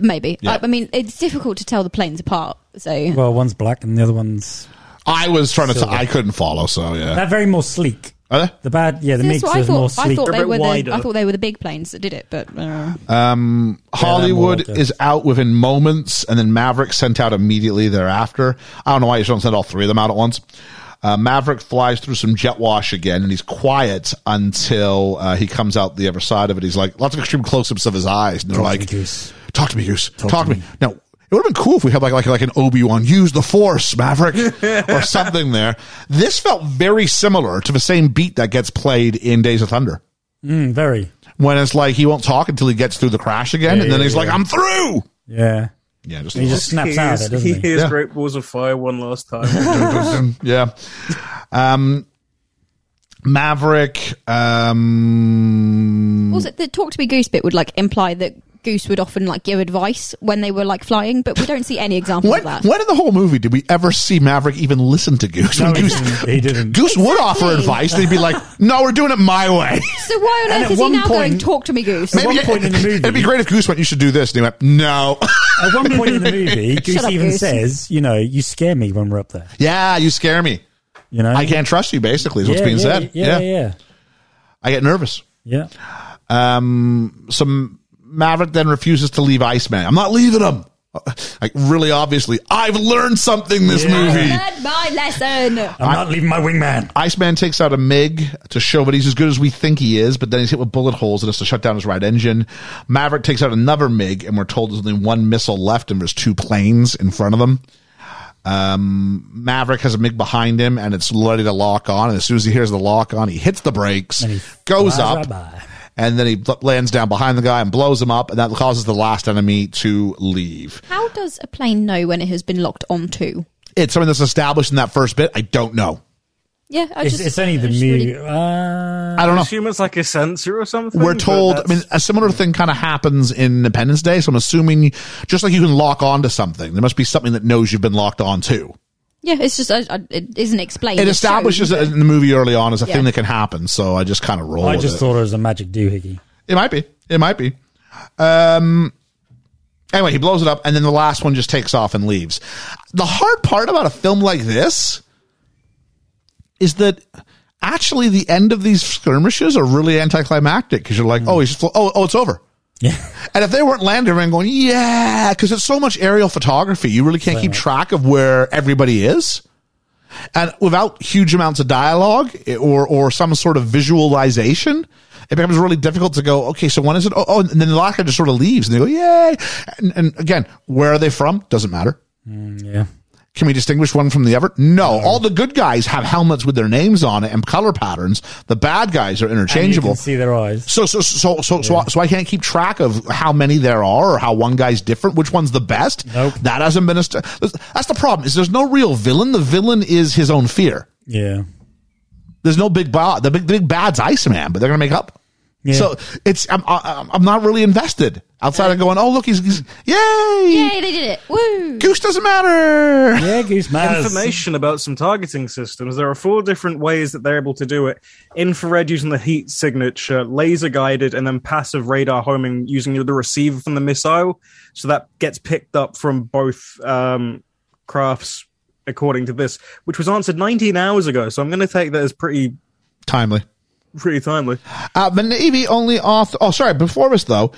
Speaker 6: maybe.
Speaker 4: Yeah.
Speaker 6: I, I mean, it's difficult to tell the planes apart. So
Speaker 5: Well, one's black and the other one's
Speaker 4: I was trying to.
Speaker 5: Silver.
Speaker 4: I I couldn't follow. So yeah,
Speaker 5: they're very more sleek.
Speaker 4: Are they?
Speaker 5: The bad, yeah, the
Speaker 6: So
Speaker 5: mix
Speaker 6: that's what I
Speaker 5: is more
Speaker 6: thought. I
Speaker 5: sleek.
Speaker 3: They're a
Speaker 6: thought they
Speaker 3: bit
Speaker 6: were
Speaker 3: wider.
Speaker 6: the I thought they were the big planes that did it, but uh,
Speaker 4: Hollywood
Speaker 5: they're more
Speaker 4: is out within moments, and then Maverick sent out immediately thereafter. I don't know why you just don't send all three of them out at once. Uh, Maverick flies through some jet wash again, and he's quiet until uh, he comes out the other side of it. He's like lots of extreme close-ups of his eyes, and they're
Speaker 5: Talk to
Speaker 4: like,
Speaker 5: me, Goose.
Speaker 4: "Talk to me, Goose. Talk, to me." Now it would have been cool if we had like like like an Obi Wan, use the Force, Maverick, or something. There, this felt very similar to the same beat that gets played in Days of Thunder
Speaker 5: Mm, very,
Speaker 4: when it's like he won't talk until he gets through the crash again, and then he's like, "I'm through."
Speaker 5: yeah.
Speaker 4: Yeah, just,
Speaker 5: He just snaps out of it, doesn't
Speaker 3: he
Speaker 5: he?
Speaker 3: hears
Speaker 4: Yeah.
Speaker 3: Great Balls of Fire one last time.
Speaker 4: yeah. Um, Maverick. Um,
Speaker 6: also the talk to me goose bit would like imply that goose would often like give advice when they were like flying, but we don't see any examples
Speaker 4: when,
Speaker 6: of that.
Speaker 4: when in the whole movie did we ever see Maverick even listen to Goose?
Speaker 5: No,
Speaker 4: When
Speaker 5: he
Speaker 4: Goose,
Speaker 5: didn't. He didn't.
Speaker 4: Goose would offer
Speaker 6: Exactly.
Speaker 4: advice. They'd be like, "No, we're doing it my way."
Speaker 6: So why
Speaker 5: And
Speaker 6: on earth
Speaker 5: at
Speaker 6: is he
Speaker 5: one
Speaker 6: now going
Speaker 5: point-
Speaker 6: talk to me goose?
Speaker 5: Maybe- one point in the movie-
Speaker 4: it'd be great if Goose went, "You should do this," and he went, "No."
Speaker 5: At one point in the movie, Goose
Speaker 6: up,
Speaker 5: even
Speaker 6: Goose.
Speaker 5: says, "You know, you scare me when we're up there."
Speaker 4: yeah, you scare me.
Speaker 5: You know,
Speaker 4: I can't trust you. Basically, is
Speaker 5: Yeah,
Speaker 4: what's being
Speaker 5: yeah,
Speaker 4: said.
Speaker 5: Yeah, yeah,
Speaker 4: I get nervous.
Speaker 5: yeah.
Speaker 4: Um, some Maverick then refuses to leave Iceman. I'm not leaving him. Uh, Like really obviously, I've learned something this movie.
Speaker 6: Learn my lesson.
Speaker 5: I'm not leaving my wingman.
Speaker 4: Iceman takes out a MiG to show that he's as good as we think he is, but then he's hit with bullet holes and has to shut down his right engine. Maverick takes out another MiG, and we're told there's only one missile left, and there's two planes in front of them. Um, Maverick has a MiG behind him, and it's ready to lock on. And as soon as he hears the lock on, he hits the brakes,
Speaker 5: And he
Speaker 4: goes
Speaker 5: flies
Speaker 4: up,
Speaker 5: right by.
Speaker 4: and then he bl- lands down behind the guy and blows him up, and that causes the last enemy to leave.
Speaker 6: How does a plane know when it has been locked onto?
Speaker 4: It's something that's established in that first bit. I don't know.
Speaker 6: Yeah, I
Speaker 5: It's,
Speaker 6: just
Speaker 5: it's only
Speaker 6: I
Speaker 5: the
Speaker 6: just
Speaker 5: mu.
Speaker 6: really-
Speaker 5: Uh,
Speaker 4: I don't know.
Speaker 3: assume it's like a sensor or something.
Speaker 4: We're
Speaker 3: but
Speaker 4: told, I mean,
Speaker 3: that's-
Speaker 4: a similar thing kind of happens in Independence Day. So I'm assuming, just like you can lock onto something, there must be something that knows you've been locked on to.
Speaker 6: yeah, it's just I, I, it isn't explained.
Speaker 4: It
Speaker 6: It's shown.
Speaker 4: establishes it in the movie early on as a
Speaker 6: Yeah.
Speaker 4: thing that can happen. So I just kind of roll.
Speaker 5: I
Speaker 4: with
Speaker 5: just
Speaker 4: it.
Speaker 5: thought it was a magic doohickey.
Speaker 4: It might be. It might be. Um. Anyway, he blows it up, and then the last one just takes off and leaves. The hard part about a film like this is that actually the end of these skirmishes are really anticlimactic because you're like, oh, he's just flo- oh, oh, it's over.
Speaker 5: Yeah,
Speaker 4: And if they weren't landing around going, yeah, because it's so much aerial photography, you really can't keep track of where everybody is. And without huge amounts of dialogue it- or or some sort of visualization, it becomes really difficult to go, okay, so when is it? Oh, oh and then the locker just sort of leaves and they go, yay. And, and again, where are they from? Doesn't matter.
Speaker 5: yeah.
Speaker 4: Can we distinguish one from the other? No. All the good guys have helmets with their names on it and color patterns. The bad guys are
Speaker 5: And you
Speaker 4: interchangeable.
Speaker 5: can see their eyes.
Speaker 4: So so so so so, so I can't keep track of how many there are or how one guy's different. Which one's the best?
Speaker 5: Nope.
Speaker 4: That hasn't been a. St- that's the problem. Is there's no real villain. The villain is his own fear.
Speaker 5: Yeah,
Speaker 4: There's no big bad. The big, the big bad's Iceman, but they're gonna make up.
Speaker 5: Yeah.
Speaker 4: So it's I'm I'm I'm not really invested outside of going. Oh look, he's, he's yay!
Speaker 6: Yay, they did it! Woo!
Speaker 4: Goose doesn't matter.
Speaker 5: yeah. Goose matters.
Speaker 3: information about some targeting systems. There are four different ways that they're able to do it: infrared using the heat signature, laser guided, and then passive radar homing using the receiver from the missile. So that gets picked up from both um, crafts, according to this, which was answered 19 hours ago. So I'm going to take that as pretty
Speaker 4: Timely.
Speaker 3: pretty timely.
Speaker 4: Uh, but Navy only off. Oh, sorry. Before us though,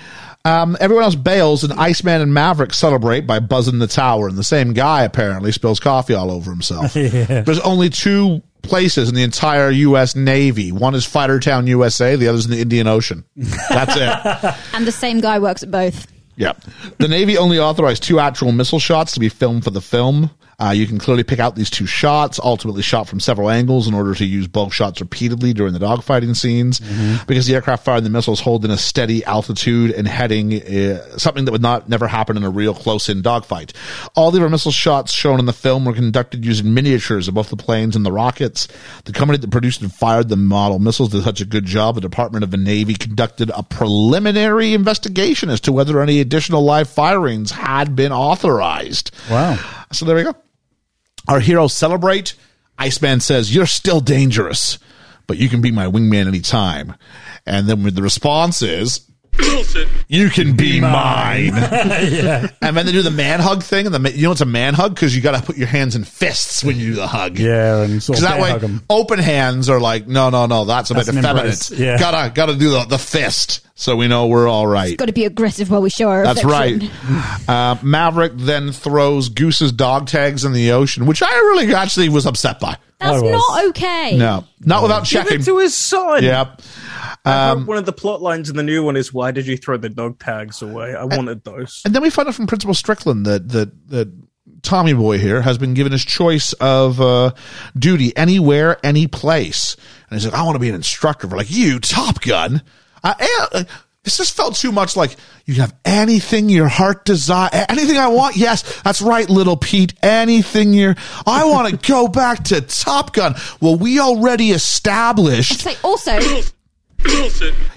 Speaker 4: um, everyone else bails, and Iceman and Maverick celebrate by buzzing the tower. And the same guy apparently spills coffee all over himself. There's only two places in the entire U.S. Navy. One is Fightertown, USA. The other's in the Indian Ocean. That's it.
Speaker 6: And the same guy works at both.
Speaker 4: yeah. The Navy only authorized two actual missile shots to be filmed for the film. Uh, you can clearly pick out these two shots, ultimately shot from several angles, in order to use both shots repeatedly during the dogfighting scenes, because the aircraft firing the missiles holding a steady altitude and heading, uh, something that would not never happen in a real close-in dogfight. All the other missile shots shown in the film were conducted using miniatures of both the planes and the rockets. The company that produced and fired the model missiles did such a good job. The Department of the Navy conducted a preliminary investigation as to whether any additional live firings had been authorized.
Speaker 5: Wow.
Speaker 4: So there we go. Our heroes celebrate. Iceman says, You're still dangerous. but you can be my wingman anytime. And then with the response is, you can be, mine. And then they do the man hug thing. And the ma- you know it's a man hug because you got to put your hands in fists when you do the hug.
Speaker 5: Yeah, and sort
Speaker 4: Because
Speaker 5: of
Speaker 4: that
Speaker 5: bear
Speaker 4: way,
Speaker 5: hug 'em.
Speaker 4: open hands are like, no, no, no, that's a
Speaker 5: That's
Speaker 4: bit
Speaker 5: an
Speaker 4: effeminate.
Speaker 5: embrace, yeah.
Speaker 4: Gotta, gotta do the, the fist so we know we're all right.
Speaker 6: Got to be aggressive while we show our
Speaker 4: That's
Speaker 6: affection.
Speaker 4: right. Uh, Maverick then throws Goose's dog tags in the ocean, which I really actually was upset by.
Speaker 6: That's
Speaker 5: I was.
Speaker 6: not okay.
Speaker 4: No,
Speaker 5: Oh.
Speaker 4: not without
Speaker 3: Give
Speaker 4: checking.
Speaker 3: it to his son.
Speaker 4: Yep.
Speaker 3: I hope one of the plot lines in the new one is why did you throw the dog tags away? I wanted those.
Speaker 4: And then we find out from Principal Strickland that that that Tommy Boy here has been given his choice of uh, duty anywhere, any place, and he's like, "I want to be an instructor." We're like, "You Top Gun." I, eh, uh, this just felt too much like you can have anything your heart desire, anything I want. Yes, that's right, little Pete. Anything your, I want to go back to Top Gun. Well, we already established
Speaker 6: It's like also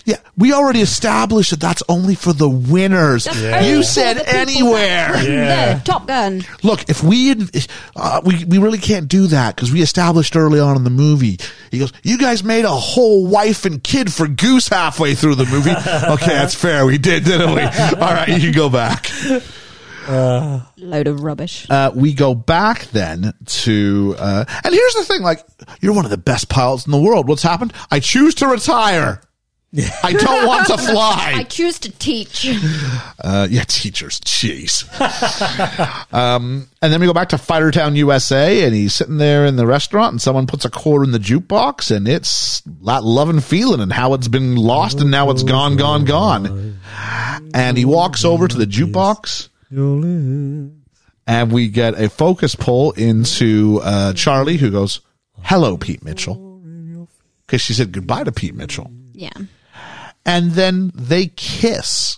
Speaker 4: yeah, we already established that that's only for the winners.
Speaker 6: That's Yeah. only
Speaker 4: You
Speaker 6: for
Speaker 4: said
Speaker 6: the people
Speaker 4: anywhere.
Speaker 5: Yeah.
Speaker 6: the Top Gun.
Speaker 4: Look, if we had, uh, we we really can't do that because we established early on in the movie. He goes, "You guys made a whole wife and kid for Goose halfway through the movie." okay, that's fair. We did, didn't we? All right, you can go back.
Speaker 6: Load of rubbish.
Speaker 4: Uh, we go back then to, uh, and here's the thing: like, you're one of the best pilots in the world. What's happened? I choose to retire. I don't want to fly.
Speaker 6: I choose to teach.
Speaker 4: Uh, yeah, teachers, jeez. um, and then we go back to Firetown, USA, and he's sitting there in the restaurant, and someone puts a quarter in the jukebox, and it's that love and feeling, and how it's been lost, and now it's gone, gone, gone. And he walks over to the jukebox, and we get a focus pull into uh, Charlie, who goes, "Hello, Pete Mitchell," because she said goodbye to Pete Mitchell,
Speaker 6: Yeah.
Speaker 4: and then they kiss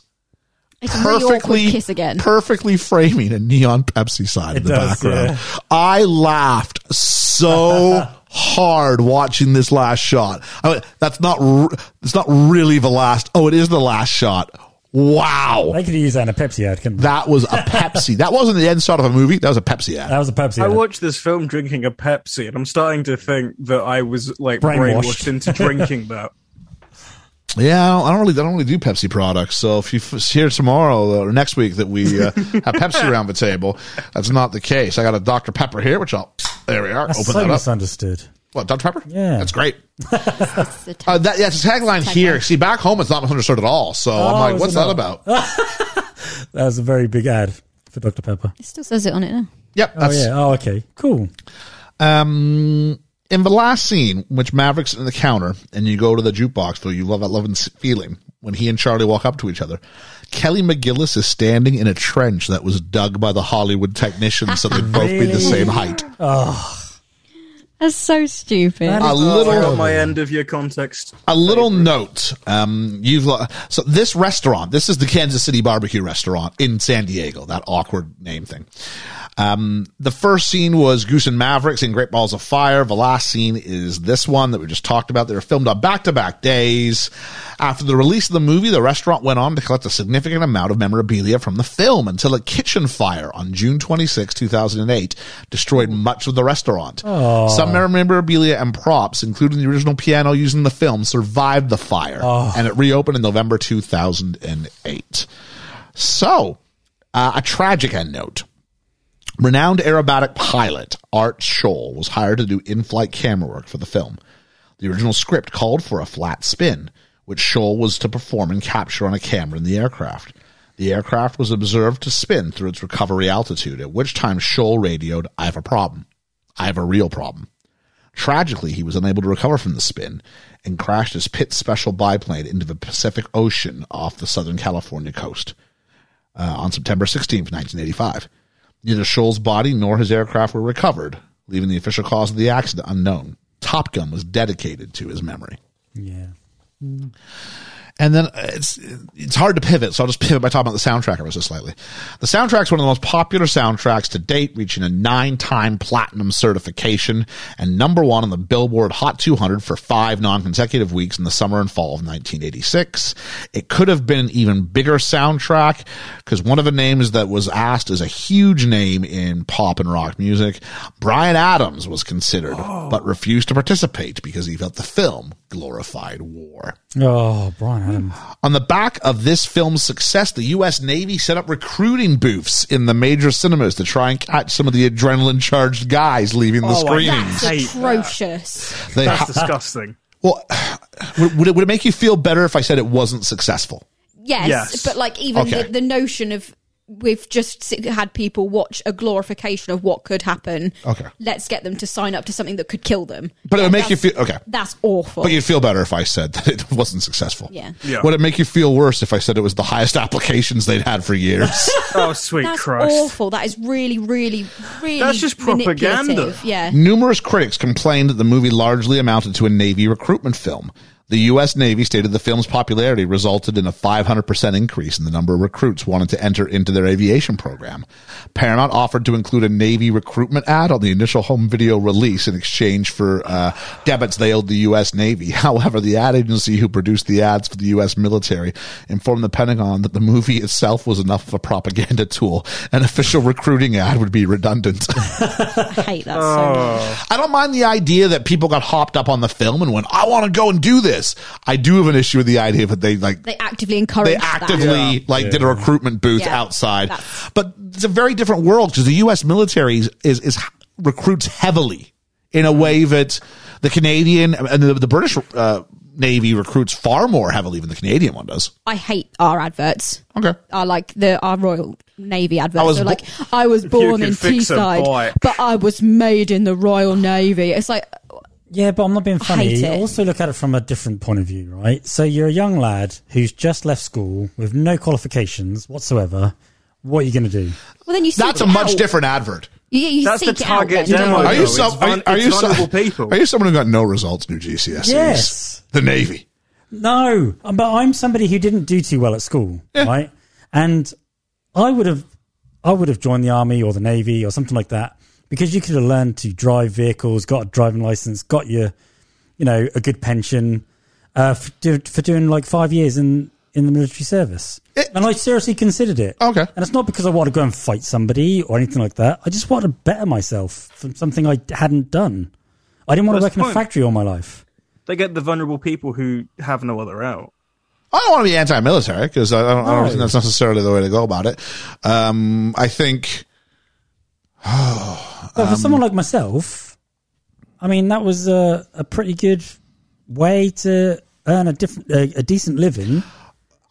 Speaker 6: It's a really
Speaker 4: perfectly
Speaker 6: awkward kiss again.
Speaker 4: perfectly framing a neon Pepsi sign in
Speaker 5: It
Speaker 4: the
Speaker 5: does,
Speaker 4: background.
Speaker 5: yeah.
Speaker 4: I laughed so hard watching this last shot. I went, that's not r- it's not really the last. Oh, it is the last shot. Wow.
Speaker 5: They could use that in a Pepsi ad, couldn't they?
Speaker 4: That was a Pepsi. that wasn't the end shot of a movie. That was a Pepsi ad.
Speaker 5: That was a Pepsi
Speaker 3: I
Speaker 5: ad.
Speaker 3: watched this film drinking a Pepsi, and I'm starting to think that I was like brainwashed,
Speaker 5: Brainwashed.
Speaker 3: into drinking that.
Speaker 4: Yeah, I don't, I don't really, I don't really do Pepsi products. So if you f- hear tomorrow or next week that we uh, have Pepsi around the table, that's not the case. I got a Dr Pepper here, which I'll there we are.
Speaker 5: That's
Speaker 4: open
Speaker 5: so
Speaker 4: that up.
Speaker 5: misunderstood.
Speaker 4: What, Dr. Pepper?
Speaker 5: Yeah.
Speaker 4: That's great.
Speaker 6: It's a t-
Speaker 4: Uh, that, yeah, it's a tagline here. See, back home, it's not misunderstood at all. So I'm like,
Speaker 5: Oh, is
Speaker 4: what's
Speaker 5: it
Speaker 4: that
Speaker 5: not?
Speaker 4: about?
Speaker 5: Oh. That was a very big ad for Dr. Pepper.
Speaker 6: it still says it on it now.
Speaker 4: yep.
Speaker 5: Oh,
Speaker 4: That's,
Speaker 5: yeah. Oh, okay. Cool.
Speaker 4: um, in the last scene, which Maverick's in the counter and you go to the jukebox where you love that love and s- feeling when he and Charlie walk up to each other, Kelly McGillis is standing in a trench that was dug by the Hollywood technicians so they'd both be the same height.
Speaker 6: That's so stupid.
Speaker 5: That
Speaker 4: A
Speaker 5: is
Speaker 3: I
Speaker 4: little
Speaker 3: got my end of your context.
Speaker 4: a little note. Um, you've lo- so this restaurant. This is the Kansas City barbecue restaurant in San Diego. That awkward name thing. Um, the first scene was Goose and Mavericks in Great Balls of Fire. The last scene is this one that we just talked about. They were filmed on back to back days. After the release of the movie, the restaurant went on to collect a significant amount of memorabilia from the film until a kitchen fire on June 26, 2008, destroyed much of the restaurant. Some memorabilia and props, including the original piano used in the film, survived the fire and it reopened in November 2008. So, uh, a tragic end note. Renowned aerobatic pilot Art Scholl was hired to do in flight camera work for the film. The original script called for a flat spin, which Scholl was to perform and capture on a camera in the aircraft. The aircraft was observed to spin through its recovery altitude, at which time Scholl radioed, I have a problem. I have a real problem. Tragically, he was unable to recover from the spin and crashed his Pitt special biplane into the Pacific Ocean off the Southern California coast uh, on September 16th, 1985. Neither Scholl's body nor his aircraft were recovered, leaving the official cause of the accident unknown. Top Gun was dedicated to his memory.
Speaker 5: Yeah.
Speaker 4: And then uh, it's it's hard to pivot, so I'll just pivot by talking about the soundtrack ever so slightly. The soundtrack's one of the most popular soundtracks to date, reaching a nine-time platinum certification and number one on the Billboard Hot 200 for five non-consecutive weeks in the summer and fall of 1986. It could have been an even bigger soundtrack because one of the names that was asked is a huge name in pop and rock music. Brian Adams was considered, but refused to participate because he felt the film glorified war.
Speaker 5: Oh, Brian Adams.
Speaker 4: On the back of this film's success, the U.S. Navy set up recruiting booths in the major cinemas to try and catch some of the adrenaline charged guys leaving the
Speaker 3: Oh, I
Speaker 4: screenings.
Speaker 3: hate that.
Speaker 6: Atrocious.
Speaker 4: They-
Speaker 3: That's disgusting.
Speaker 4: well, would, would it, would it make you feel better if I said it wasn't successful?
Speaker 6: Yes,
Speaker 3: Yes.
Speaker 6: but like even
Speaker 4: Okay.
Speaker 6: the, the notion of we've just si- had people watch a glorification of what could happen.
Speaker 4: Okay.
Speaker 6: Let's get them to sign up to something that could kill them.
Speaker 4: But it would make you
Speaker 6: that's-
Speaker 4: feel okay.
Speaker 6: That's awful.
Speaker 4: But you'd feel better if I said that it wasn't successful.
Speaker 6: Yeah.
Speaker 3: Yeah.
Speaker 4: Would it make you feel worse if I said it was the highest applications they'd had for years?
Speaker 3: Oh, sweet
Speaker 6: that's
Speaker 3: Christ.
Speaker 6: awful. That is really, really, really.
Speaker 3: That's just propaganda.
Speaker 6: manipulative. Yeah.
Speaker 4: Numerous critics complained that the movie largely amounted to a Navy recruitment film. The U.S. Navy stated the film's popularity resulted in a 500% increase in the number of recruits wanted to enter into their aviation program. Paramount offered to include a Navy recruitment ad on the initial home video release in exchange for uh, debits they owed the U.S. Navy. However, the ad agency who produced the ads for the U.S. military informed the Pentagon that the movie itself was enough of a propaganda tool. An official recruiting ad would be redundant.
Speaker 6: I hate that so much.
Speaker 4: I don't mind the idea that people got hopped up on the film and went, I want to go and do this. I do have an issue with the idea that they like,
Speaker 6: They actively encourage
Speaker 4: they
Speaker 6: that.
Speaker 4: actively like did a recruitment booth
Speaker 6: Yeah.
Speaker 4: outside.
Speaker 6: That's-
Speaker 4: But it's a very different world because the U.S. military is, is, is recruits heavily in a way that the Canadian and the, the British uh, Navy recruits far more heavily than the Canadian one does.
Speaker 6: I hate our adverts.
Speaker 4: Okay.
Speaker 6: Are like the our Royal Navy adverts.
Speaker 4: I was
Speaker 6: They're
Speaker 4: bo-
Speaker 6: like I was born
Speaker 3: can
Speaker 6: in
Speaker 3: fix a bike.
Speaker 6: Teesside, but I was made in the Royal Navy. It's like
Speaker 5: Yeah, but I'm not being funny.
Speaker 6: hate it.
Speaker 5: Also, look at it from a different point of view, right? So you're a young lad who's just left school with no qualifications whatsoever. What are you going to do?
Speaker 6: well, then you seek
Speaker 4: That's a
Speaker 6: it
Speaker 4: much
Speaker 6: out.
Speaker 4: different advert.
Speaker 6: Yeah, you
Speaker 3: That's the
Speaker 6: seek it out
Speaker 3: target
Speaker 6: then, don't
Speaker 3: demo.
Speaker 4: Are
Speaker 6: you?
Speaker 3: no,
Speaker 4: you
Speaker 3: Oh, it's
Speaker 4: some? Are,
Speaker 3: vul-
Speaker 4: are
Speaker 3: it's
Speaker 4: you some
Speaker 3: vulnerable people.
Speaker 4: Are you someone who got no results in your GCSEs?
Speaker 5: Yes.
Speaker 4: The Navy.
Speaker 5: No, but I'm somebody who didn't do too well at school, right? And I would have, I would have joined the army or the navy or something like that because you could have learned to drive vehicles, got a driving license, got your, you know, a good pension uh, for, do, for doing like five years in in the military service. and I seriously considered it.
Speaker 4: Okay.
Speaker 5: And it's not because I want to go and fight somebody or anything like that. I just want to better myself from something I hadn't done. I didn't want
Speaker 3: That's
Speaker 5: to work in a
Speaker 3: fine.
Speaker 5: factory all my life.
Speaker 3: They get the vulnerable people who have no other out.
Speaker 4: I don't want to be anti-military because I don't, I don't
Speaker 5: No.
Speaker 4: think that's necessarily the way to go about it. Um, I think
Speaker 5: But for someone
Speaker 4: Um,
Speaker 5: like myself, I mean, that was a, a pretty good way to earn a different, a, a decent living.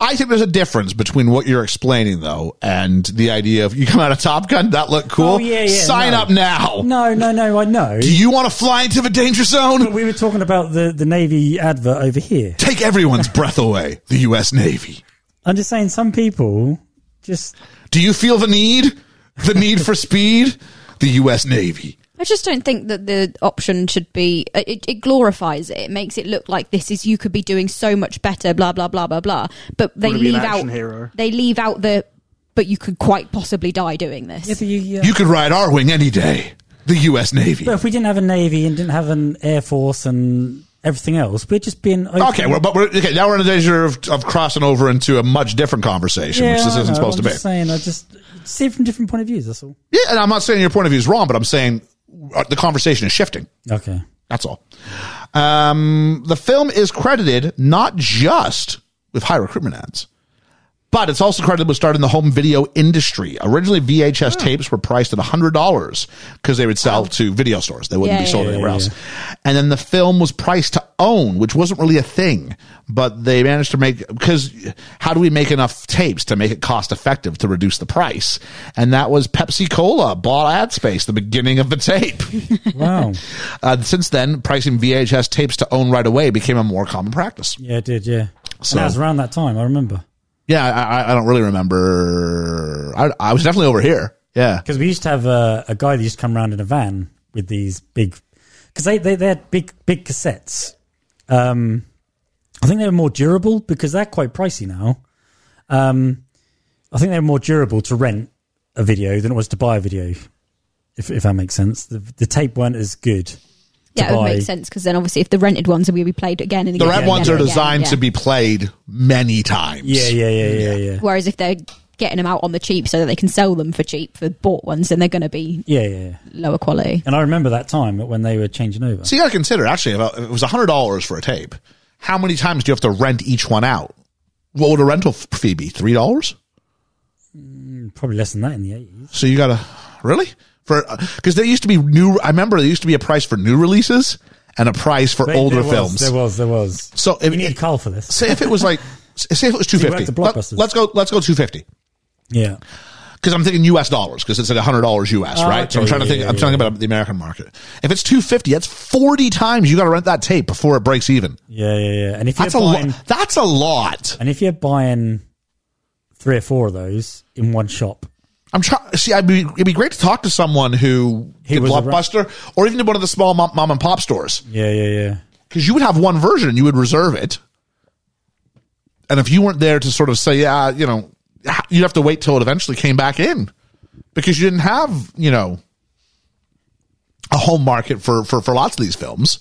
Speaker 4: I think there's a difference between what you're explaining though and the idea of you come out of Top Gun that looked cool.
Speaker 5: Oh, yeah, yeah,
Speaker 4: Sign
Speaker 5: no.
Speaker 4: up now.
Speaker 5: No, no, no, I know.
Speaker 4: Do you want to fly into the danger zone?
Speaker 5: We were talking about the, the Navy advert over here.
Speaker 4: Take everyone's breath away. The U.S. Navy.
Speaker 5: I'm just saying, some people just
Speaker 4: Do you feel the need? The need for speed? The U.S. Navy.
Speaker 6: I just don't think that the option should be. uh, It, it glorifies it. It makes it look like this is you could be doing so much better. Blah blah blah blah blah. But they
Speaker 3: Wanna be an
Speaker 6: leave
Speaker 3: action
Speaker 6: out.
Speaker 3: hero.
Speaker 6: They leave out the. But you could quite possibly die doing this.
Speaker 5: yeah, but you, yeah.
Speaker 4: You could ride our wing any day. The U.S. Navy.
Speaker 5: But if we didn't have a navy and didn't have an air force and everything else, we're just being open.
Speaker 4: Okay, well, but we're, okay. Now we're in danger of, of crossing over into a much different conversation, which this
Speaker 5: I
Speaker 4: isn't
Speaker 5: know,
Speaker 4: supposed
Speaker 5: I'm
Speaker 4: to be.
Speaker 5: just Saying, I just see it from different point of views. That's all.
Speaker 4: Yeah, and I'm not saying your point of view is wrong, but I'm saying uh, the conversation is shifting.
Speaker 5: Okay.
Speaker 4: That's all. Um, the film is credited not just with high recruitment ads, but it's also credited with starting the home video industry. Originally, VHS tapes were priced at $100 because they would sell to video stores. They wouldn't
Speaker 6: Yeah,
Speaker 4: be
Speaker 6: yeah,
Speaker 4: sold
Speaker 6: yeah,
Speaker 4: anywhere
Speaker 5: yeah,
Speaker 4: else. And then the film was priced to own, which wasn't really a thing, but they managed to make, because how do we make enough tapes to make it cost effective to reduce the price? And that was Pepsi Cola bought ad space, the beginning of the tape.
Speaker 5: Wow.
Speaker 4: Uh, since then, pricing VHS tapes to own right away became a more common practice.
Speaker 5: yeah, it did. Yeah.
Speaker 4: So-
Speaker 5: So, that was around that time. I remember.
Speaker 4: Yeah, I, I- I don't really remember. I, I was definitely over here. Yeah.
Speaker 5: Because we used to have a, a guy that used to come around in a van with these big, because they, they, they had big big cassettes. Um, I think they were more durable because they're quite pricey now. Um, I think they were more durable to rent a video than it was to buy a video, if, if that makes sense. The, the tape weren't as good.
Speaker 6: Yeah, it would
Speaker 5: buy-
Speaker 6: make sense because then obviously if the rented ones are going to be played again and
Speaker 4: The
Speaker 6: again
Speaker 4: red
Speaker 6: and
Speaker 4: ones
Speaker 6: again
Speaker 4: are
Speaker 6: and again,
Speaker 4: designed
Speaker 6: yeah.
Speaker 4: to be played many times.
Speaker 5: Yeah, yeah, yeah, yeah, yeah.
Speaker 6: Whereas if they're getting them out on the cheap so that they can sell them for cheap for bought ones, then they're going to be
Speaker 5: Yeah, yeah, yeah.
Speaker 6: lower quality.
Speaker 5: And I remember that time when they were changing over.
Speaker 4: So you got to consider actually, if it was hundred dollars for a tape, how many times do you have to rent each one out? What would a rental f- fee be? Three dollars.
Speaker 5: Probably less than that in the 80s.
Speaker 4: So you got to really for because there used to be new. I remember there used to be a price for new releases and a price for
Speaker 5: There-
Speaker 4: older
Speaker 5: there was,
Speaker 4: films.
Speaker 5: There was, there was.
Speaker 4: So
Speaker 5: you
Speaker 4: if,
Speaker 5: need
Speaker 4: if-
Speaker 5: Carl for this.
Speaker 4: say if it was like say if it was two
Speaker 5: See, we're
Speaker 4: fifty.
Speaker 5: at the
Speaker 4: Let,
Speaker 5: Blockbusters.
Speaker 4: us go. Let's go two fifty.
Speaker 5: Yeah.
Speaker 4: Because I'm thinking U.S. dollars, because it's like hundred dollars U.S.
Speaker 5: Oh,
Speaker 4: right? so I'm
Speaker 5: okay,
Speaker 4: trying to
Speaker 5: yeah,
Speaker 4: think.
Speaker 5: yeah,
Speaker 4: I'm talking
Speaker 5: yeah.
Speaker 4: about the American market. If it's two fifty, that's forty times you got to rent that tape before it breaks even.
Speaker 5: Yeah, yeah, yeah. And if
Speaker 4: That's a
Speaker 5: you're buying,
Speaker 4: lot. That's a lot.
Speaker 5: and if you're buying three or four of those in one shop,
Speaker 4: I'm trying. See, I'd be, it'd be great to talk to someone who
Speaker 5: He
Speaker 4: did
Speaker 5: was a-
Speaker 4: Blockbuster or even to one of the small mom, mom and pop stores,
Speaker 5: yeah, yeah, yeah,
Speaker 4: because you would have one version and you would reserve it. And if you weren't there to sort of say, yeah, you know, you'd have to wait till it eventually came back in, because you didn't have, you know, a home market for for for lots of these films.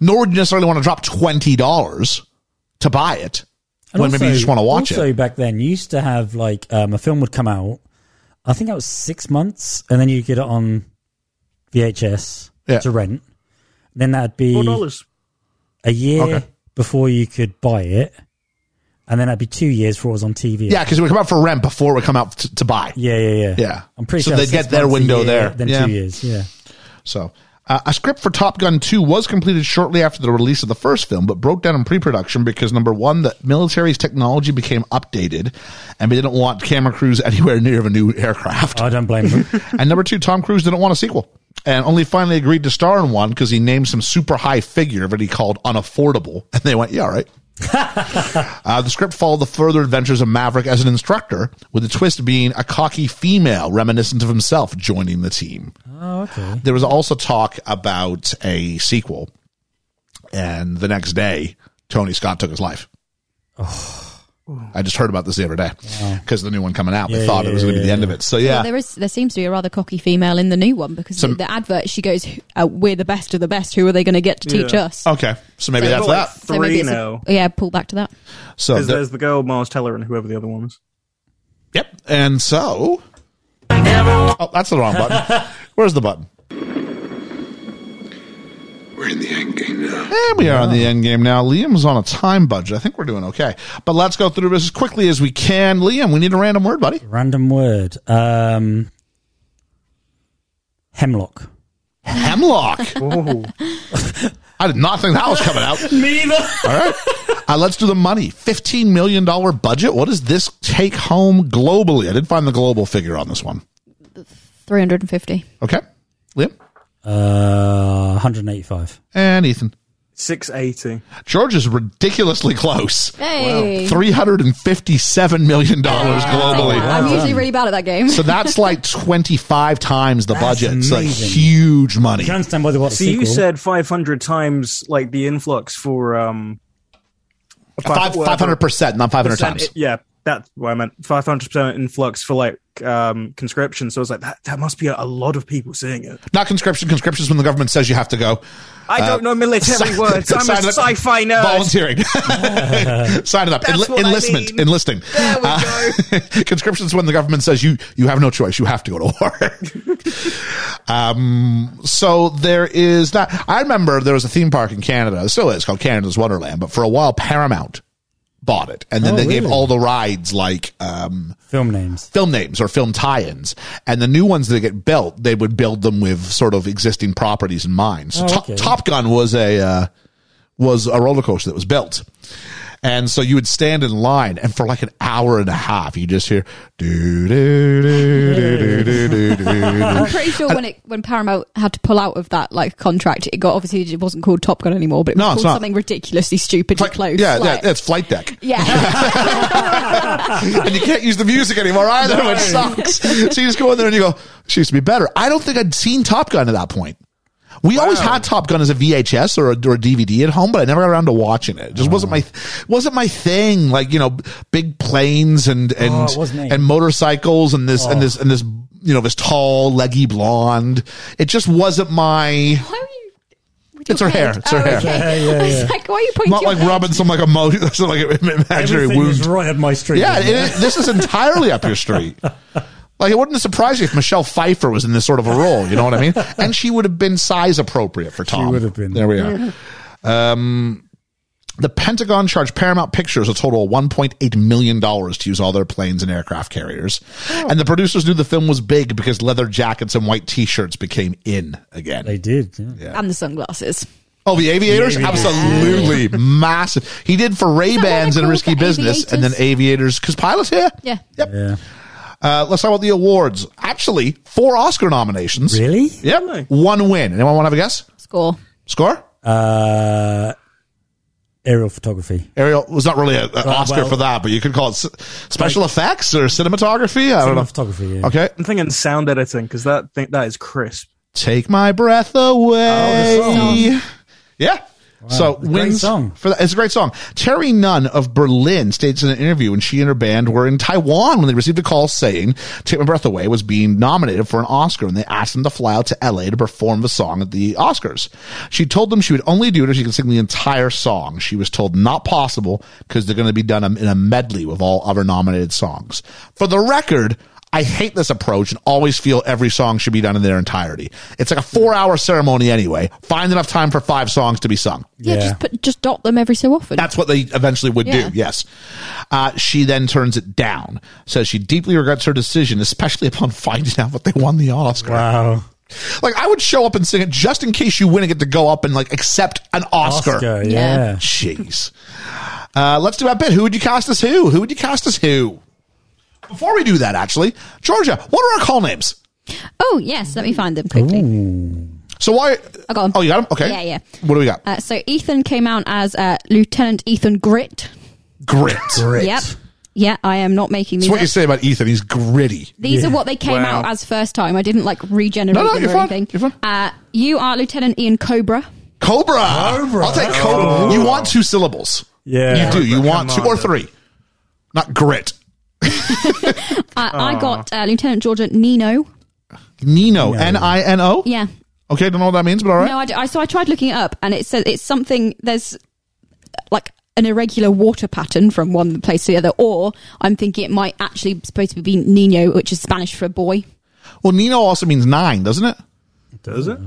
Speaker 4: Nor would you necessarily want to drop twenty dollars to buy it
Speaker 5: And
Speaker 4: when maybe you
Speaker 5: also-
Speaker 4: just want to watch
Speaker 5: also
Speaker 4: it.
Speaker 5: back then, you used to have like um, a film would come out. I think that was six months, and then you get it on VHS
Speaker 4: Yeah.
Speaker 5: to rent. Then that'd be
Speaker 3: Four dollars.
Speaker 5: a year
Speaker 4: Okay.
Speaker 5: before you could buy it, and then that'd be two years before it was on TV.
Speaker 4: Yeah, because it would come out for rent before it would come out to, to buy.
Speaker 5: yeah, yeah, yeah.
Speaker 4: Yeah.
Speaker 5: I'm pretty
Speaker 4: So
Speaker 5: sure
Speaker 4: they'd
Speaker 5: six
Speaker 4: get their
Speaker 5: months, a
Speaker 4: window
Speaker 5: year,
Speaker 4: there.
Speaker 5: Then
Speaker 4: Yeah.
Speaker 5: two years. Yeah.
Speaker 4: So, uh, a script for Top Gun 2 was completed shortly after the release of the first film, but broke down in pre production because number one, the military's technology became updated and they didn't want camera crews anywhere near of a new aircraft.
Speaker 5: I don't blame them.
Speaker 4: and number two, Tom Cruise didn't want a sequel and only finally agreed to star in one because he named some super high figure that he called unaffordable. And they went, yeah, all right. Uh, the script followed the further adventures of Maverick as an instructor, with the twist being a cocky female reminiscent of himself joining the team
Speaker 5: oh, okay.
Speaker 4: there was also talk about a sequel, and the next day, Tony Scott took his life. I just heard about this the other day because the new one coming out. They
Speaker 5: Yeah,
Speaker 4: thought
Speaker 5: yeah,
Speaker 4: it was going to be the
Speaker 5: yeah,
Speaker 4: end of it. So yeah,
Speaker 6: Well, there is there seems to be a rather cocky female in the new one because
Speaker 4: Some-
Speaker 6: the advert she goes, uh, "We're the best of the best. Who are they going to get to teach
Speaker 3: Yeah.
Speaker 6: us?"
Speaker 4: okay. So maybe
Speaker 6: So-
Speaker 4: that's
Speaker 3: Got like
Speaker 4: that.
Speaker 6: So maybe
Speaker 3: three
Speaker 6: it's a-
Speaker 3: now.
Speaker 6: yeah, pull back to that.
Speaker 4: So
Speaker 3: Because
Speaker 4: the-
Speaker 3: there's the girl Miles Teller and whoever the other one was.
Speaker 4: yep. And so, oh, that's the wrong button. Where's the button?
Speaker 7: We're in the end game now.
Speaker 4: And we are on the end game now. Liam's on a time budget. I think we're doing okay. But let's go through this as quickly as we can. Liam, we need a random word, buddy.
Speaker 5: Random word. Um, hemlock.
Speaker 4: Hemlock.
Speaker 3: Oh,
Speaker 4: I did not think that was coming out.
Speaker 5: Neither.
Speaker 4: All right. Uh, let's do the money. $15 million budget. What does this take home globally? I did find the global figure on this one.
Speaker 6: Three hundred and fifty.
Speaker 4: Okay. Liam
Speaker 5: Uh, 185.
Speaker 4: and Ethan.
Speaker 3: six eighty.
Speaker 4: George is ridiculously close.
Speaker 6: Hey,
Speaker 4: $357 million globally.
Speaker 6: I'm usually really bad at that game.
Speaker 4: So that's like 25 times the budget. It's like
Speaker 5: amazing.
Speaker 4: huge money.
Speaker 5: You can understand why they want a
Speaker 3: So
Speaker 5: sequel.
Speaker 3: you said five hundred times like the influx for um
Speaker 4: Five, 500%, not 500
Speaker 3: percent-
Speaker 4: times.
Speaker 3: yeah, that's what I meant. Five hundred percent influx for like um conscription. So I was like, that that must be a, a lot of people seeing it.
Speaker 4: Not conscription. Conscription is when the government says you have to go.
Speaker 3: I
Speaker 4: Uh,
Speaker 3: don't know military words. I'm
Speaker 4: Sign
Speaker 3: a
Speaker 4: up-
Speaker 3: sci-fi nerd.
Speaker 4: Volunteering. Sign it up.
Speaker 3: That's
Speaker 4: Enli-
Speaker 3: what I
Speaker 4: enlistment.
Speaker 3: mean.
Speaker 4: Enlisting.
Speaker 3: There we
Speaker 4: Uh, conscription's when the government says you you have no choice. You have to go to war. um, so there is that. I remember there was a theme park in Canada. It still is called Canada's Wonderland. But for a while, Paramount bought it, and then
Speaker 5: Oh,
Speaker 4: they gave
Speaker 5: really?
Speaker 4: all the rides like um,
Speaker 5: film names.
Speaker 4: film names or film tie-ins and the new ones that get built they would build them with sort of existing properties in mind so
Speaker 5: Oh,
Speaker 4: To-
Speaker 5: okay.
Speaker 4: top gun was a uh, was a roller coaster that was built and so you would stand in line and for like an hour and a half you just hear do do do do do do do do
Speaker 6: I'm pretty sure when it when Paramount had to pull out of that like contract, it got obviously it wasn't called Top Gun anymore, but it was
Speaker 4: No, it's
Speaker 6: called
Speaker 4: not.
Speaker 6: something ridiculously stupidly
Speaker 4: Flight-
Speaker 6: close.
Speaker 4: yeah,
Speaker 6: like-
Speaker 4: yeah, it's flight deck,
Speaker 6: yeah.
Speaker 4: and you can't use the music anymore either, which sucks. So you just go in there and you go, "She used to be better." I don't think I'd seen Top Gun at that point. We always had Top Gun as a VHS or a, or a DVD at home, but I never got around to watching it. It just wasn't my wasn't my thing. Like you know, big planes and and
Speaker 5: Oh, it wasn't me.
Speaker 4: and motorcycles and this
Speaker 5: Oh.
Speaker 4: and this and this you know this tall leggy blonde. It just wasn't my.
Speaker 6: Why are you? with
Speaker 4: It's
Speaker 6: your
Speaker 4: her hair. It's her hair.
Speaker 5: Yeah, yeah,
Speaker 6: I was
Speaker 5: yeah.
Speaker 6: like, why are you pointing?
Speaker 4: Not
Speaker 6: your
Speaker 4: like
Speaker 6: head?
Speaker 4: rubbing some like emotion, some like imaginary
Speaker 5: Everything
Speaker 4: wound.
Speaker 5: is right up my street.
Speaker 4: Yeah,
Speaker 5: isn't
Speaker 4: it, is- this is entirely up your street. Like it wouldn't surprise you if Michelle Pfeiffer was in this sort of a role. You know what I mean? And she would have been size appropriate for Tom.
Speaker 5: would have been.
Speaker 4: There we are. Um, the Pentagon charged Paramount Pictures a total of 1.8 million dollars to use all their planes and aircraft carriers,
Speaker 5: Oh.
Speaker 4: and the producers knew the film was big because leather jackets and white T-shirts became in again.
Speaker 5: They did. Yeah.
Speaker 6: and the sunglasses.
Speaker 4: Oh, the aviators,
Speaker 5: The Aviators.
Speaker 4: absolutely massive. He did for Ray Bans
Speaker 6: they're
Speaker 4: and
Speaker 6: called?
Speaker 4: Risky
Speaker 6: The
Speaker 4: Business, and then aviators because pilots. Yeah,
Speaker 6: Yeah.
Speaker 4: yep.
Speaker 5: Yeah.
Speaker 4: Uh, let's talk about the awards. Actually, four Oscar nominations.
Speaker 5: Really?
Speaker 3: Really?
Speaker 4: Yep. One win. Anyone want to have a guess?
Speaker 6: Score.
Speaker 4: Score?
Speaker 5: Uh, aerial photography.
Speaker 4: Ariel was not really an Oscar
Speaker 5: Oh, well-
Speaker 4: for that, but you could call it s- special effects or cinematography. I don't know.
Speaker 5: Photography. Yeah.
Speaker 4: Okay.
Speaker 3: I'm thinking sound editing because that thing, that is crisp.
Speaker 4: Take my breath away.
Speaker 5: Oh, song.
Speaker 4: yeah. So
Speaker 5: a great
Speaker 4: wins
Speaker 5: song.
Speaker 4: for that. It's a great song. Terry Nunn of Berlin states in an interview when she and her band were in Taiwan when they received a call saying "Take My Breath Away" was being nominated for an Oscar, and they asked them to fly out to L.A. to perform the song at the Oscars. She told them she would only do it if she could sing the entire song. She was told not possible because they're going to be done in a medley with all other nominated songs. For the record. I hate this approach and always feel every song should be done in their entirety. It's like a four hour ceremony anyway. Find enough time for five songs to be sung.
Speaker 6: Yeah,
Speaker 5: Yeah.
Speaker 6: just put, just dot them every so often.
Speaker 4: That's what they eventually would do.
Speaker 6: Yeah.
Speaker 4: Yes. Uh, she then turns it down, says she deeply regrets her decision, especially upon finding out that they won the Oscar.
Speaker 5: Wow.
Speaker 4: Like I would show up and sing it just in case you win and get to go up and like accept an Oscar.
Speaker 5: Oscar. Yeah.
Speaker 6: Yeah.
Speaker 4: Jeez. Uh, let's do a bit. Who would you cast as who? Who would you cast as who? Before we do that, actually, Georgia, what are our call names?
Speaker 6: oh yes, let me find them quickly.
Speaker 4: So why?
Speaker 6: I got 'em.
Speaker 4: Oh, you got him. Okay.
Speaker 6: Yeah, yeah.
Speaker 4: What do we got?
Speaker 6: Uh, so Ethan came out as uh, Lieutenant Ethan Grit.
Speaker 4: Grit.
Speaker 5: Great.
Speaker 6: Yep. Yeah, I am not making
Speaker 4: That's
Speaker 6: these.
Speaker 4: what you
Speaker 6: Up.
Speaker 4: say about Ethan. He's gritty.
Speaker 6: These
Speaker 5: Yeah.
Speaker 6: are what they came
Speaker 3: Wow.
Speaker 6: out as first time. I didn't like regenerate
Speaker 4: No, no,
Speaker 6: them
Speaker 4: you're
Speaker 6: or
Speaker 4: fine.
Speaker 6: anything.
Speaker 4: You're fine.
Speaker 6: Uh, you are Lieutenant Ian Cobra.
Speaker 4: Cobra.
Speaker 5: Cobra. Oh.
Speaker 4: I'll take Cobra. You want two syllables.
Speaker 5: Yeah.
Speaker 4: You do. You
Speaker 3: Cobra,
Speaker 4: want
Speaker 3: come
Speaker 4: two or
Speaker 3: on.
Speaker 4: three. Not grit.
Speaker 6: Uh, I got uh, Lieutenant Georgia Nino.
Speaker 4: Nino. N I N O.
Speaker 6: Yeah.
Speaker 4: Okay. Don't know what that means, but all right.
Speaker 6: No, I, d- I- so I tried looking it up, and it says it's something. There's uh, like an irregular water pattern from one place to the other, or I'm thinking it might actually supposed to be Nino, which is Spanish for boy.
Speaker 4: Well, Nino also means nine, doesn't it?
Speaker 3: Does it?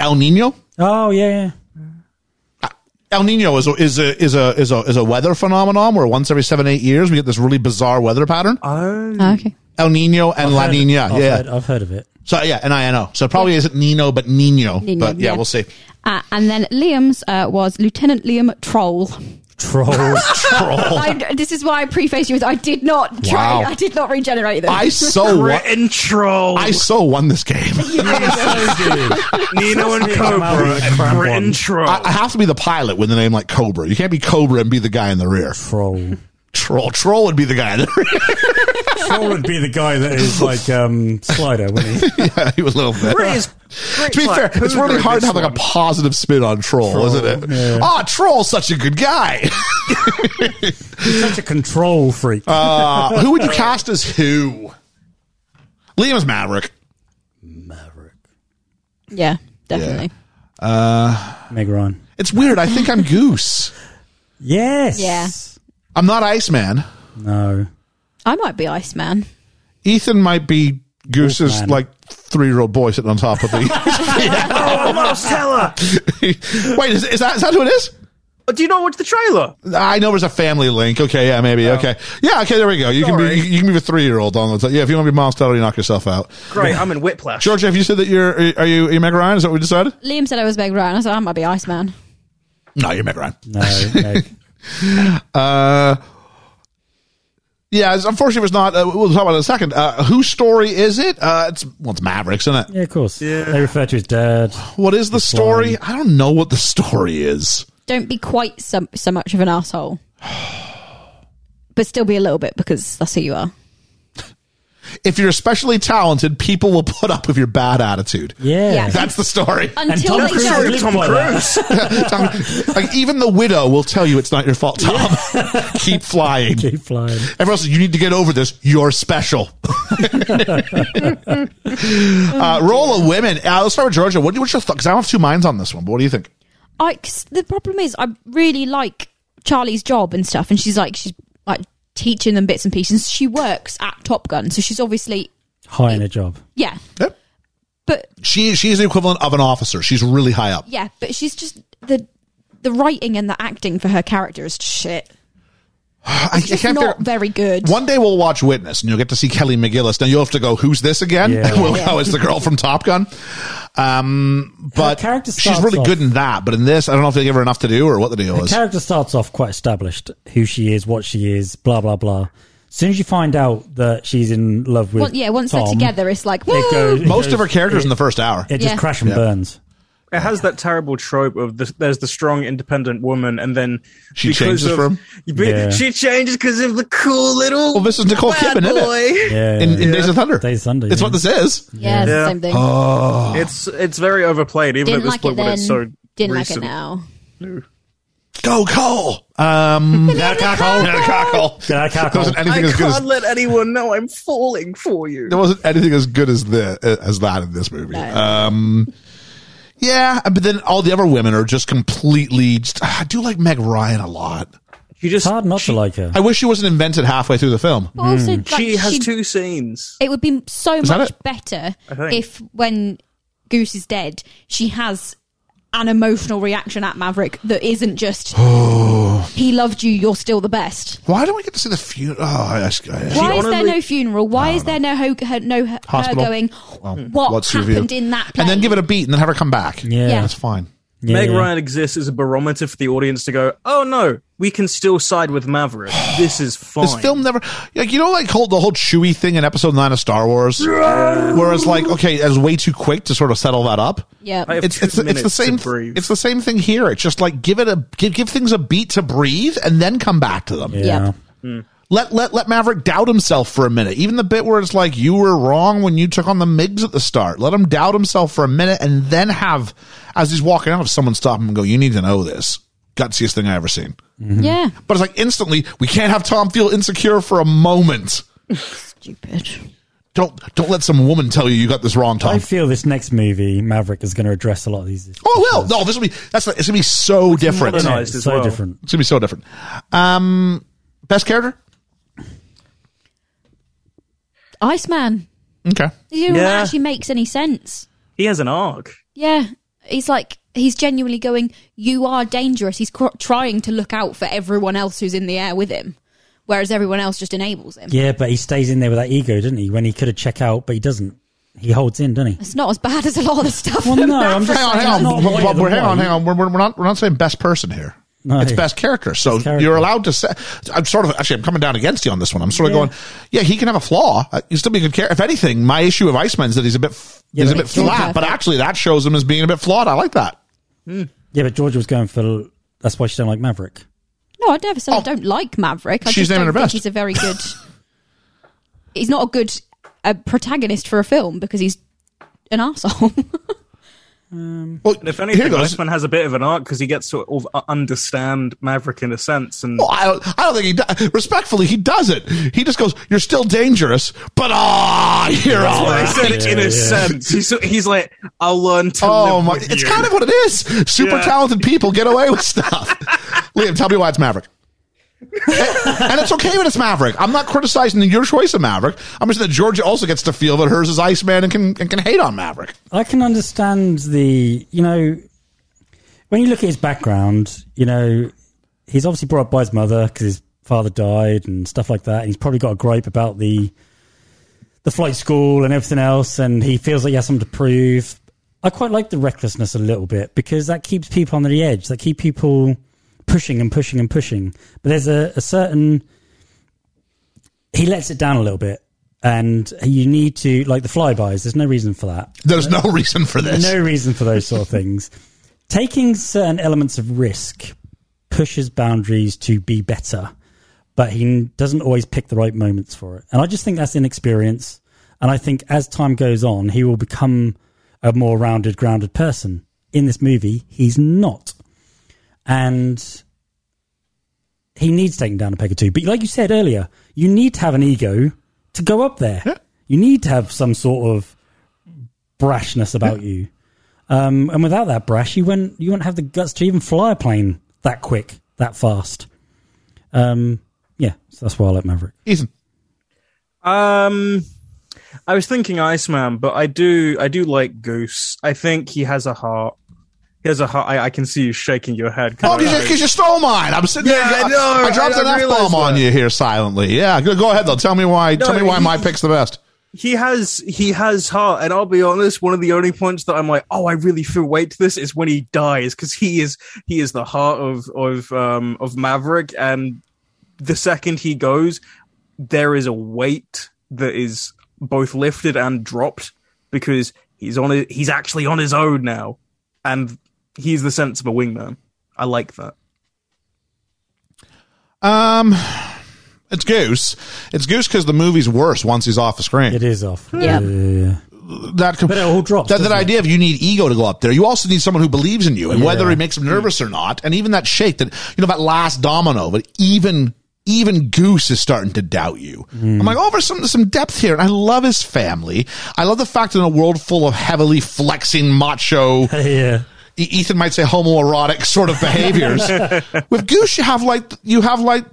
Speaker 4: El Nino. Uh,
Speaker 5: Oh yeah. yeah.
Speaker 4: El Nino is a, is a is a is a is a weather phenomenon where once every seven eight years we get this really bizarre weather pattern.
Speaker 3: Oh,
Speaker 6: Ah, okay.
Speaker 4: El Nino and La
Speaker 5: Heard-
Speaker 4: Nina.
Speaker 5: Uh, I've
Speaker 4: yeah.
Speaker 5: Heard, I've heard of it.
Speaker 4: So yeah, N I N O. So it probably isn't Nino, but Nino.
Speaker 6: Nino,
Speaker 4: but yeah,
Speaker 6: yeah.
Speaker 4: we'll see.
Speaker 6: Uh, and then Liam's uh, was Lieutenant Liam Troll.
Speaker 5: Trolls.
Speaker 4: Troll.
Speaker 6: I, this is why I preface you with I did not try.
Speaker 4: Oh. Wow.
Speaker 6: I did not regenerate them.
Speaker 4: I so wa-
Speaker 3: Grit intro.
Speaker 4: I so won this game.
Speaker 3: Nino and
Speaker 5: Come out
Speaker 3: Cobra.
Speaker 5: with a crap
Speaker 3: Grit
Speaker 5: one.
Speaker 3: intro.
Speaker 4: I, I have to be the pilot with the name like Cobra. You can't be Cobra and be the guy in the rear.
Speaker 5: Troll.
Speaker 4: Troll. Troll would be the guy in the rear.
Speaker 5: Troll would be the guy that is like um, Slider, wouldn't he?
Speaker 4: yeah, he was a little bit.
Speaker 3: Grit is-
Speaker 4: to be
Speaker 3: Grit's
Speaker 4: fair,
Speaker 3: like
Speaker 4: it's
Speaker 3: Hoover
Speaker 4: really
Speaker 3: in
Speaker 4: hard to
Speaker 3: this
Speaker 4: have like a
Speaker 3: one.
Speaker 4: positive spin on troll, isn't it?
Speaker 5: yeah.
Speaker 4: Ah, troll's such a good guy.
Speaker 5: He's such a control freak.
Speaker 4: Uh, who would you cast as who? Liam's Maverick.
Speaker 6: yeah, definitely.
Speaker 5: Meg Ryan.
Speaker 4: It's weird. I think I'm Goose.
Speaker 5: Yes.
Speaker 6: Yeah.
Speaker 4: I'm not Iceman.
Speaker 5: No.
Speaker 6: I might be Iceman.
Speaker 4: Ethan might be Goose's
Speaker 5: Wolfman.
Speaker 4: like three year old boy sitting on top of the.
Speaker 3: Oh, Miles Teller.
Speaker 4: Wait, is, is that is that who it is?
Speaker 3: Do you not watch the trailer?
Speaker 4: I know there's a family link. Okay, yeah, maybe. Okay, yeah, okay. There we go. You can
Speaker 3: Sorry.
Speaker 4: be you, you can be a three year old on. the Yeah, if you want to be Miles Teller, you knock yourself out.
Speaker 3: Great, I'm in Whiplash.
Speaker 4: Georgia, have you said that you're are you are you Meg Ryan? Is that what we decided?
Speaker 6: Liam said I was Meg Ryan. I said I might be Iceman.
Speaker 4: No, you're Meg Ryan.
Speaker 5: No. Meg.
Speaker 4: Uh, Yeah, it's- unfortunately, it was not. Uh, we'll talk about it in a second. Uh, whose story is it? Uh, it's well, it's Mavericks, isn't it?
Speaker 5: Yeah, of course. They refer to his dad.
Speaker 4: What is the story? I don't know what the story is.
Speaker 6: Don't be quite so, so much of an asshole, but still be a little bit because that's who you are.
Speaker 4: if you're especially talented, people will put up with your bad attitude.
Speaker 5: Yeah.
Speaker 6: Yeah.
Speaker 4: That's the story.
Speaker 5: And
Speaker 6: Until
Speaker 5: Tom
Speaker 6: they
Speaker 5: Cruise
Speaker 6: don't.
Speaker 5: lived
Speaker 3: Tom
Speaker 5: by that.
Speaker 3: Cruise.
Speaker 4: Tom- like even the widow will tell you it's not your fault, Tom. Keep flying.
Speaker 5: Keep flying.
Speaker 4: Everyone else, you need to get over this. You're special. uh, role of women. Uh, let's start with Georgia. What do you, what's your thought? Because I have two minds on this one. But what do you think?
Speaker 6: I, cause the problem is, I really like Charlie's job and stuff, and she's like, she's like teaching them bits and pieces. She works at Top Gun, so she's obviously,
Speaker 5: High in a job.
Speaker 6: yeah. But
Speaker 4: She she is the equivalent of an officer. She's really high up.
Speaker 6: yeah, but she's just the the writing and the acting for her character is shit.
Speaker 4: I, I
Speaker 6: It's
Speaker 4: can't
Speaker 6: not
Speaker 4: figure-
Speaker 6: very good.
Speaker 4: One day we'll watch Witness, and you'll get to see Kelly McGillis. Now you'll have to go, "Who's this again?"
Speaker 5: Yeah.
Speaker 4: And we'll go, "It's the girl from Top Gun." Um, but
Speaker 5: character
Speaker 4: she's
Speaker 5: starts
Speaker 4: really
Speaker 5: off-
Speaker 4: good in that. But in this, I don't know if they give her enough to do or what the deal
Speaker 5: The
Speaker 4: is.
Speaker 5: character starts off quite established, who she is, what she is, blah blah blah. As soon as you find out that she's in love with,
Speaker 6: Well, yeah, once they're
Speaker 5: Tom,
Speaker 6: together, it's like, whoa.
Speaker 5: it goes. it
Speaker 4: Most of
Speaker 5: goes-
Speaker 4: her characters in the first hour.
Speaker 5: it just
Speaker 6: Yeah.
Speaker 5: crash and burns.
Speaker 3: It has that terrible trope of the, there's the strong, independent woman, and then
Speaker 4: She
Speaker 3: because
Speaker 4: changes
Speaker 3: of,
Speaker 4: for him?
Speaker 3: You be-
Speaker 5: Yeah.
Speaker 3: She changes because of the cool little.
Speaker 4: Well, this is Nicole
Speaker 3: bad
Speaker 4: Kidman, isn't it?
Speaker 3: boy.
Speaker 5: uh, Yeah,
Speaker 4: In, in Days of Thunder.
Speaker 5: Days of Thunder,
Speaker 4: It's
Speaker 5: yeah.
Speaker 4: what this is.
Speaker 6: yeah, it's the
Speaker 3: Yeah.
Speaker 6: same thing.
Speaker 4: Oh.
Speaker 3: It's it's very overplayed, even at
Speaker 6: Didn't
Speaker 3: Oh, this
Speaker 6: like it
Speaker 3: point
Speaker 6: then.
Speaker 3: when it's so
Speaker 6: Didn't
Speaker 3: recent.
Speaker 6: like it now.
Speaker 4: Go Cole. Um,
Speaker 5: Get out of
Speaker 4: Cole.
Speaker 5: cockle. Get out of
Speaker 4: There
Speaker 5: cockle.
Speaker 4: wasn't anything
Speaker 3: I
Speaker 4: as good as
Speaker 3: can't let anyone know I'm falling for you.
Speaker 4: there wasn't anything as good as the uh, as that in this movie. Um, yeah, uh, but then all the other women are just completely. Just, ah, I do like Meg Ryan a lot.
Speaker 3: You just
Speaker 5: It's hard not to like her.
Speaker 4: I wish she wasn't invented halfway through the film.
Speaker 6: But also, like,
Speaker 3: she has
Speaker 6: she-
Speaker 3: two scenes.
Speaker 6: It would be so
Speaker 4: that
Speaker 6: much
Speaker 4: it?
Speaker 6: better
Speaker 3: think.
Speaker 6: if when Goose is dead, she has an emotional reaction at Maverick that isn't just he loved you, you're still the best.
Speaker 4: Why don't we get to see the funeral? Oh, I, I,
Speaker 6: Why is there
Speaker 3: honorably-
Speaker 6: no funeral? Why is there no ho- her, no her, her
Speaker 4: Hospital.
Speaker 6: going? what happened in that? Plane?
Speaker 4: And then give it a beat and then have her come back.
Speaker 5: Yeah.
Speaker 4: that's fine.
Speaker 5: Yeah,
Speaker 3: Meg
Speaker 5: yeah.
Speaker 3: Ryan exists as a barometer for the audience to go, oh no, we can still side with Maverick. This is fine.
Speaker 4: This film never, like you know, like whole, the whole Chewy thing in Episode Nine of Star Wars, where it's like, okay, it was way too quick to sort of settle that up.
Speaker 6: yeah,
Speaker 3: I have
Speaker 4: It's
Speaker 3: two
Speaker 4: it's, it's the
Speaker 3: minutes to
Speaker 4: same
Speaker 3: breathe.
Speaker 4: it's the same thing here. It's just like give it a give, give things a beat to breathe and then come back to them.
Speaker 5: Yeah.
Speaker 4: Let let let Maverick doubt himself for a minute. Even the bit where it's like you were wrong when you took on the Migs at the start. Let him doubt himself for a minute and then have as he's walking out, if someone stop him and go, You need to know this. Gutsiest thing I ever seen.
Speaker 6: yeah,
Speaker 4: But it's like instantly, we can't have Tom feel insecure for a moment.
Speaker 6: stupid.
Speaker 4: Don't don't let some woman tell you you got this wrong, Tom.
Speaker 5: I feel this next movie, Maverick, is going to address a lot of these. issues.
Speaker 4: oh well, no, this will be that's it's gonna be so different.
Speaker 3: modernized
Speaker 5: Yeah, it's
Speaker 3: as
Speaker 5: so
Speaker 3: well.
Speaker 5: different.
Speaker 4: It's gonna be so different. Um, best character.
Speaker 6: Iceman.
Speaker 4: Okay.
Speaker 6: You know,
Speaker 3: Yeah.
Speaker 6: that actually makes any sense.
Speaker 3: he has an arc.
Speaker 6: Yeah, he's like he's genuinely going. You are dangerous. He's cr- trying to look out for everyone else who's in the air with him, whereas everyone else just enables him.
Speaker 5: Yeah, but he stays in there with that ego, doesn't he? When he could have checked out, but he doesn't. He holds in, doesn't he?
Speaker 6: It's not as bad as a lot of the stuff.
Speaker 5: Well,
Speaker 6: that
Speaker 5: no, I'm
Speaker 6: Maverick
Speaker 5: just-
Speaker 4: Hang on, hang
Speaker 5: That's
Speaker 4: on,
Speaker 5: not
Speaker 4: We're-
Speaker 5: one
Speaker 4: we're- we're-
Speaker 5: of
Speaker 4: hang on,
Speaker 5: one.
Speaker 4: hang on. We're, we're, we're not we're not saying best person here.
Speaker 5: No.
Speaker 4: It's best character. So
Speaker 5: Best character.
Speaker 4: you're allowed to say. I'm sort of actually. I'm coming down against you on this one. I'm sort of
Speaker 5: Yeah.
Speaker 4: going. Yeah, he can have a flaw. Uh, He'll still be a good character. If anything, my issue of Iceman is that he's a bit f-
Speaker 5: Yeah,
Speaker 4: he's a
Speaker 5: but-
Speaker 4: bit flat. But actually, that shows him as being a bit flawed. I like that.
Speaker 5: Yeah, but Georgia was going for. That's why she don't like Maverick.
Speaker 6: No, I never said
Speaker 4: Oh.
Speaker 6: I don't like Maverick. I
Speaker 4: She's
Speaker 6: just
Speaker 4: naming
Speaker 6: don't
Speaker 4: her
Speaker 6: think
Speaker 4: best.
Speaker 6: He's a very good. he's not a good uh, protagonist for a film because he's an asshole.
Speaker 4: Well,
Speaker 3: And if anything,
Speaker 4: here goes.
Speaker 3: Iceman has a bit of an arc because he gets to all- understand Maverick in a sense. And
Speaker 4: Well, I don't, I don't think he do- respectfully he does it. He just goes, "You're still dangerous, but ah, you're all
Speaker 3: Well, he
Speaker 4: right."
Speaker 3: said it's in a sense. He's, he's like, I'll learn to
Speaker 4: Oh
Speaker 3: live
Speaker 4: my!
Speaker 3: with
Speaker 4: It's
Speaker 3: you."
Speaker 4: kind of what it is. Super
Speaker 3: Yeah.
Speaker 4: talented people get away with stuff. Liam, tell me why it's Maverick. and and it's okay when it's Maverick. I'm not criticizing your choice of Maverick. I'm just saying that Georgia also gets to feel that hers is Iceman and can and can hate on Maverick.
Speaker 5: I can understand the, you know, when you look at his background, you know, he's obviously brought up by his mother because his father died and stuff like that. And he's probably got a gripe about the the flight school and everything else, and he feels like he has something to prove. I quite like the recklessness a little bit because that keeps people on the edge. That keep people pushing and pushing and pushing. But there's a, a certain he lets it down a little bit, and you need to like the flybys. There's no reason for that
Speaker 4: There's no reason for this.
Speaker 5: no reason for those sort of things. Taking certain elements of risk pushes boundaries to be better, but he n- doesn't always pick the right moments for it. And I just think that's inexperience. And I think as time goes on, he will become a more rounded, grounded person. In this movie, he's not. And he needs taking down a peg or two. But like you said earlier, you need to have an ego to go up there. You need to have some sort of brashness about you. Um, and without that brash, you wouldn't you wouldn't have the guts to even fly a plane that quick, that fast. Um, yeah, so that's why I like Maverick.
Speaker 4: Ethan.
Speaker 3: Um, I was thinking Iceman, but I do I do like Goose. I think he has a heart. He has a heart. I, I can see you shaking your head.
Speaker 4: Oh,
Speaker 3: Conrad.
Speaker 4: because you, 'cause you stole mine. I'm sitting
Speaker 3: Yeah,
Speaker 4: there.
Speaker 3: I know,
Speaker 4: I dropped
Speaker 3: I- I
Speaker 4: an F
Speaker 3: realized
Speaker 4: bomb on
Speaker 3: that.
Speaker 4: you here silently. Yeah, go, go ahead though. Tell me why. tell me why
Speaker 3: he-
Speaker 4: my pick's the best.
Speaker 3: he has he has heart, and I'll be honest. One of the only points that I'm like, oh, I really feel weight to this is when he dies because he is he is the heart of of um of Maverick, and the second he goes, there is a weight that is both lifted and dropped because he's on it. He's actually on his own now, and he's the sensible wingman. I like that.
Speaker 4: Um, it's Goose. It's Goose because the movie's worse once he's off the screen.
Speaker 5: It is off.
Speaker 6: Yeah.
Speaker 4: that com-
Speaker 5: But it all drops,
Speaker 4: That, that
Speaker 5: doesn't it?
Speaker 4: idea of you need ego to go up there. You also need someone who believes in you, and whether
Speaker 5: Yeah.
Speaker 4: it makes him nervous or not, and even that shake that you know that last domino. But even even Goose is starting to doubt you. I'm like, oh, there's some some depth here, and I love his family. I love the fact that in a world full of heavily flexing macho.
Speaker 5: yeah.
Speaker 4: E- Ethan might say homoerotic sort of behaviors. With Goose, you have like you have like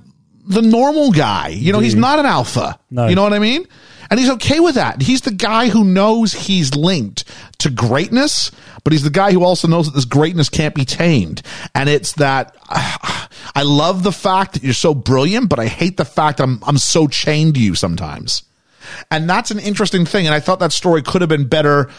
Speaker 4: the normal guy. You know, he's not an alpha.
Speaker 5: No.
Speaker 4: You know what I mean? And he's okay with that. He's the guy who knows he's linked to greatness, but he's the guy who also knows that this greatness can't be tamed. And it's that ah, I love the fact that you're so brilliant, but I hate the fact that I'm I'm so chained to you sometimes. And that's an interesting thing. And I thought that story could have been better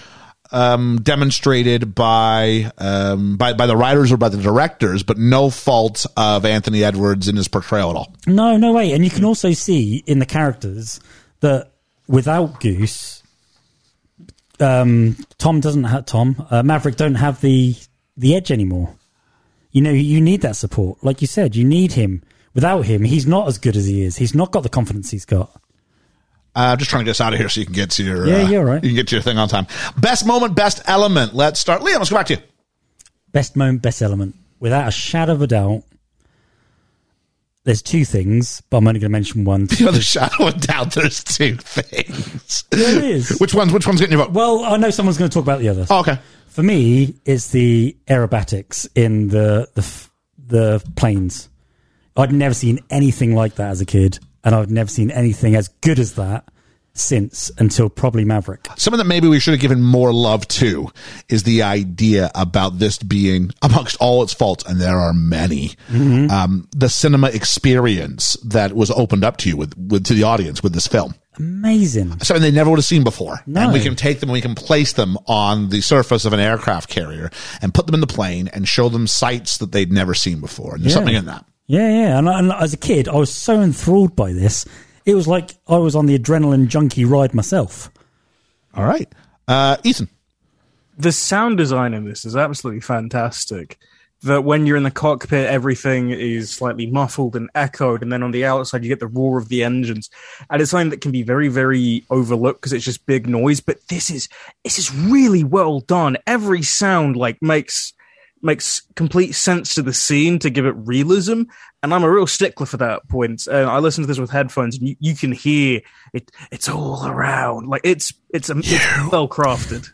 Speaker 4: um, demonstrated by um, by by the writers or by the directors, but no fault of Anthony Edwards in his portrayal at all.
Speaker 5: No, no way. And you can also see in the characters that without Goose, um, Tom doesn't have Tom uh, Maverick don't have the the edge anymore. You know, you need that support. Like you said, you need him. Without him, he's not as good as he is. He's not got the confidence he's got.
Speaker 4: Uh, I'm just trying to get us out of here so you can get to your
Speaker 5: Yeah,
Speaker 4: uh,
Speaker 5: you're right.
Speaker 4: You can get to your thing on time. Best moment, best element. Let's start, Liam. Let's go back to you.
Speaker 5: Best moment, best element, without a shadow of a doubt. There's two things, but I'm only going to mention one.
Speaker 4: You know, the shadow of doubt. There's two things.
Speaker 5: There it is.
Speaker 4: Which one's which one's getting your vote?
Speaker 5: Well, I know someone's going to talk about the other.
Speaker 4: Oh, okay.
Speaker 5: For me, it's the aerobatics in the the f- the planes. I'd never seen anything like that as a kid, and I've never seen anything as good as that since until probably Maverick.
Speaker 4: Something that maybe we should have given more love to is the idea about this being, amongst all its faults, and there are many, um, the cinema experience that was opened up to you with, with to the audience with this film.
Speaker 5: Amazing.
Speaker 4: Something they never would have seen before.
Speaker 5: No.
Speaker 4: And we can take them, we can place them on the surface of an aircraft carrier and put them in the plane and show them sights that they'd never seen before. And there's
Speaker 5: Yeah.
Speaker 4: something in that.
Speaker 5: Yeah, yeah. And, I, and as a kid, I was so enthralled by this. It was like I was on the adrenaline junkie ride myself.
Speaker 4: All right. Uh, Ethan.
Speaker 3: the sound design in this is absolutely fantastic. That when you're in the cockpit, everything is slightly muffled and echoed, and then on the outside you get the roar of the engines, and it's something that can be very, very overlooked because it's just big noise. But this is this is really well done. Every sound like makes makes complete sense to the scene to give it realism. And I'm a real stickler for that point. Uh, I listen to this with headphones, and you, you can hear it. It's all around. Like it's it's, um, it's well crafted.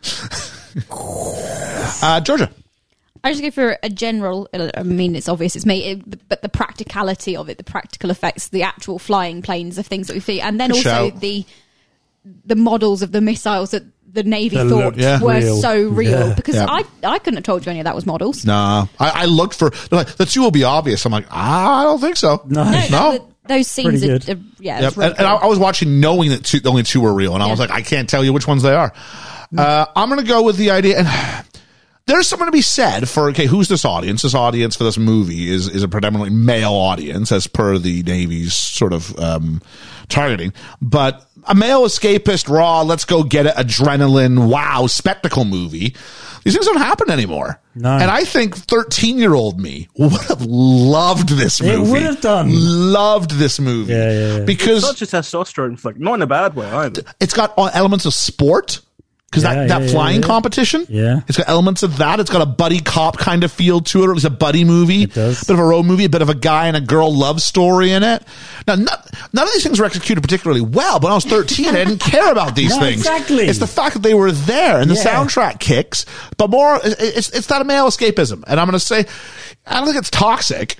Speaker 4: Uh, Georgia.
Speaker 6: I just go for a general. I mean, it's obvious it's me, it, but the practicality of it, the practical effects, the actual flying planes of things that we see, and then
Speaker 4: Good
Speaker 6: also
Speaker 4: shout.
Speaker 6: the the models of the missiles that the navy
Speaker 5: That
Speaker 6: thought
Speaker 5: looked Yeah.
Speaker 6: were
Speaker 5: real.
Speaker 6: so real.
Speaker 5: Yeah.
Speaker 6: Because
Speaker 4: Yeah.
Speaker 6: I I couldn't have told you any of that was models.
Speaker 4: Nah. I, I looked for, they're like, the two will be obvious. I'm like, "Ah, I don't think so.
Speaker 5: No.
Speaker 6: No,
Speaker 4: No.
Speaker 6: th- those scenes
Speaker 5: Pretty
Speaker 6: are,
Speaker 5: good.
Speaker 6: are yeah.
Speaker 4: Yep.
Speaker 6: it's really
Speaker 4: and, and I,
Speaker 6: cool.
Speaker 4: I was watching knowing that two, only two were real, and I was
Speaker 6: Yeah. Mm.
Speaker 4: like, I can't tell you which ones they are. Uh, I'm going to go with the idea, and there's something to be said for okay, who's this audience? This audience for this movie is is a predominantly male audience, as per the Navy's sort of um, targeting. But a male escapist, raw, let's go get it, adrenaline, wow, spectacle movie. These things don't happen anymore.
Speaker 5: No.
Speaker 4: And I think 13 year old me would have loved this
Speaker 5: It
Speaker 4: movie.
Speaker 5: would have done.
Speaker 4: Loved this movie.
Speaker 5: Yeah, yeah, yeah.
Speaker 4: Because
Speaker 3: Such a testosterone flick, not in a bad way either.
Speaker 4: it's got all elements of sport because
Speaker 5: Yeah,
Speaker 4: that, that
Speaker 5: yeah, yeah,
Speaker 4: flying
Speaker 5: yeah.
Speaker 4: competition
Speaker 5: Yeah.
Speaker 4: it's got elements of that it's got a buddy cop kind of feel to it or at least a buddy movie it
Speaker 5: does.
Speaker 4: bit of a road movie a bit of a guy and a girl love story in it now not, none of these things were executed particularly well but when i was 13 i didn't care about these
Speaker 5: No,
Speaker 4: things
Speaker 5: exactly.
Speaker 4: it's the fact that they were there and the
Speaker 5: Yeah.
Speaker 4: soundtrack kicks but more it- it's, it's that male escapism and i'm going to say i don't think it's toxic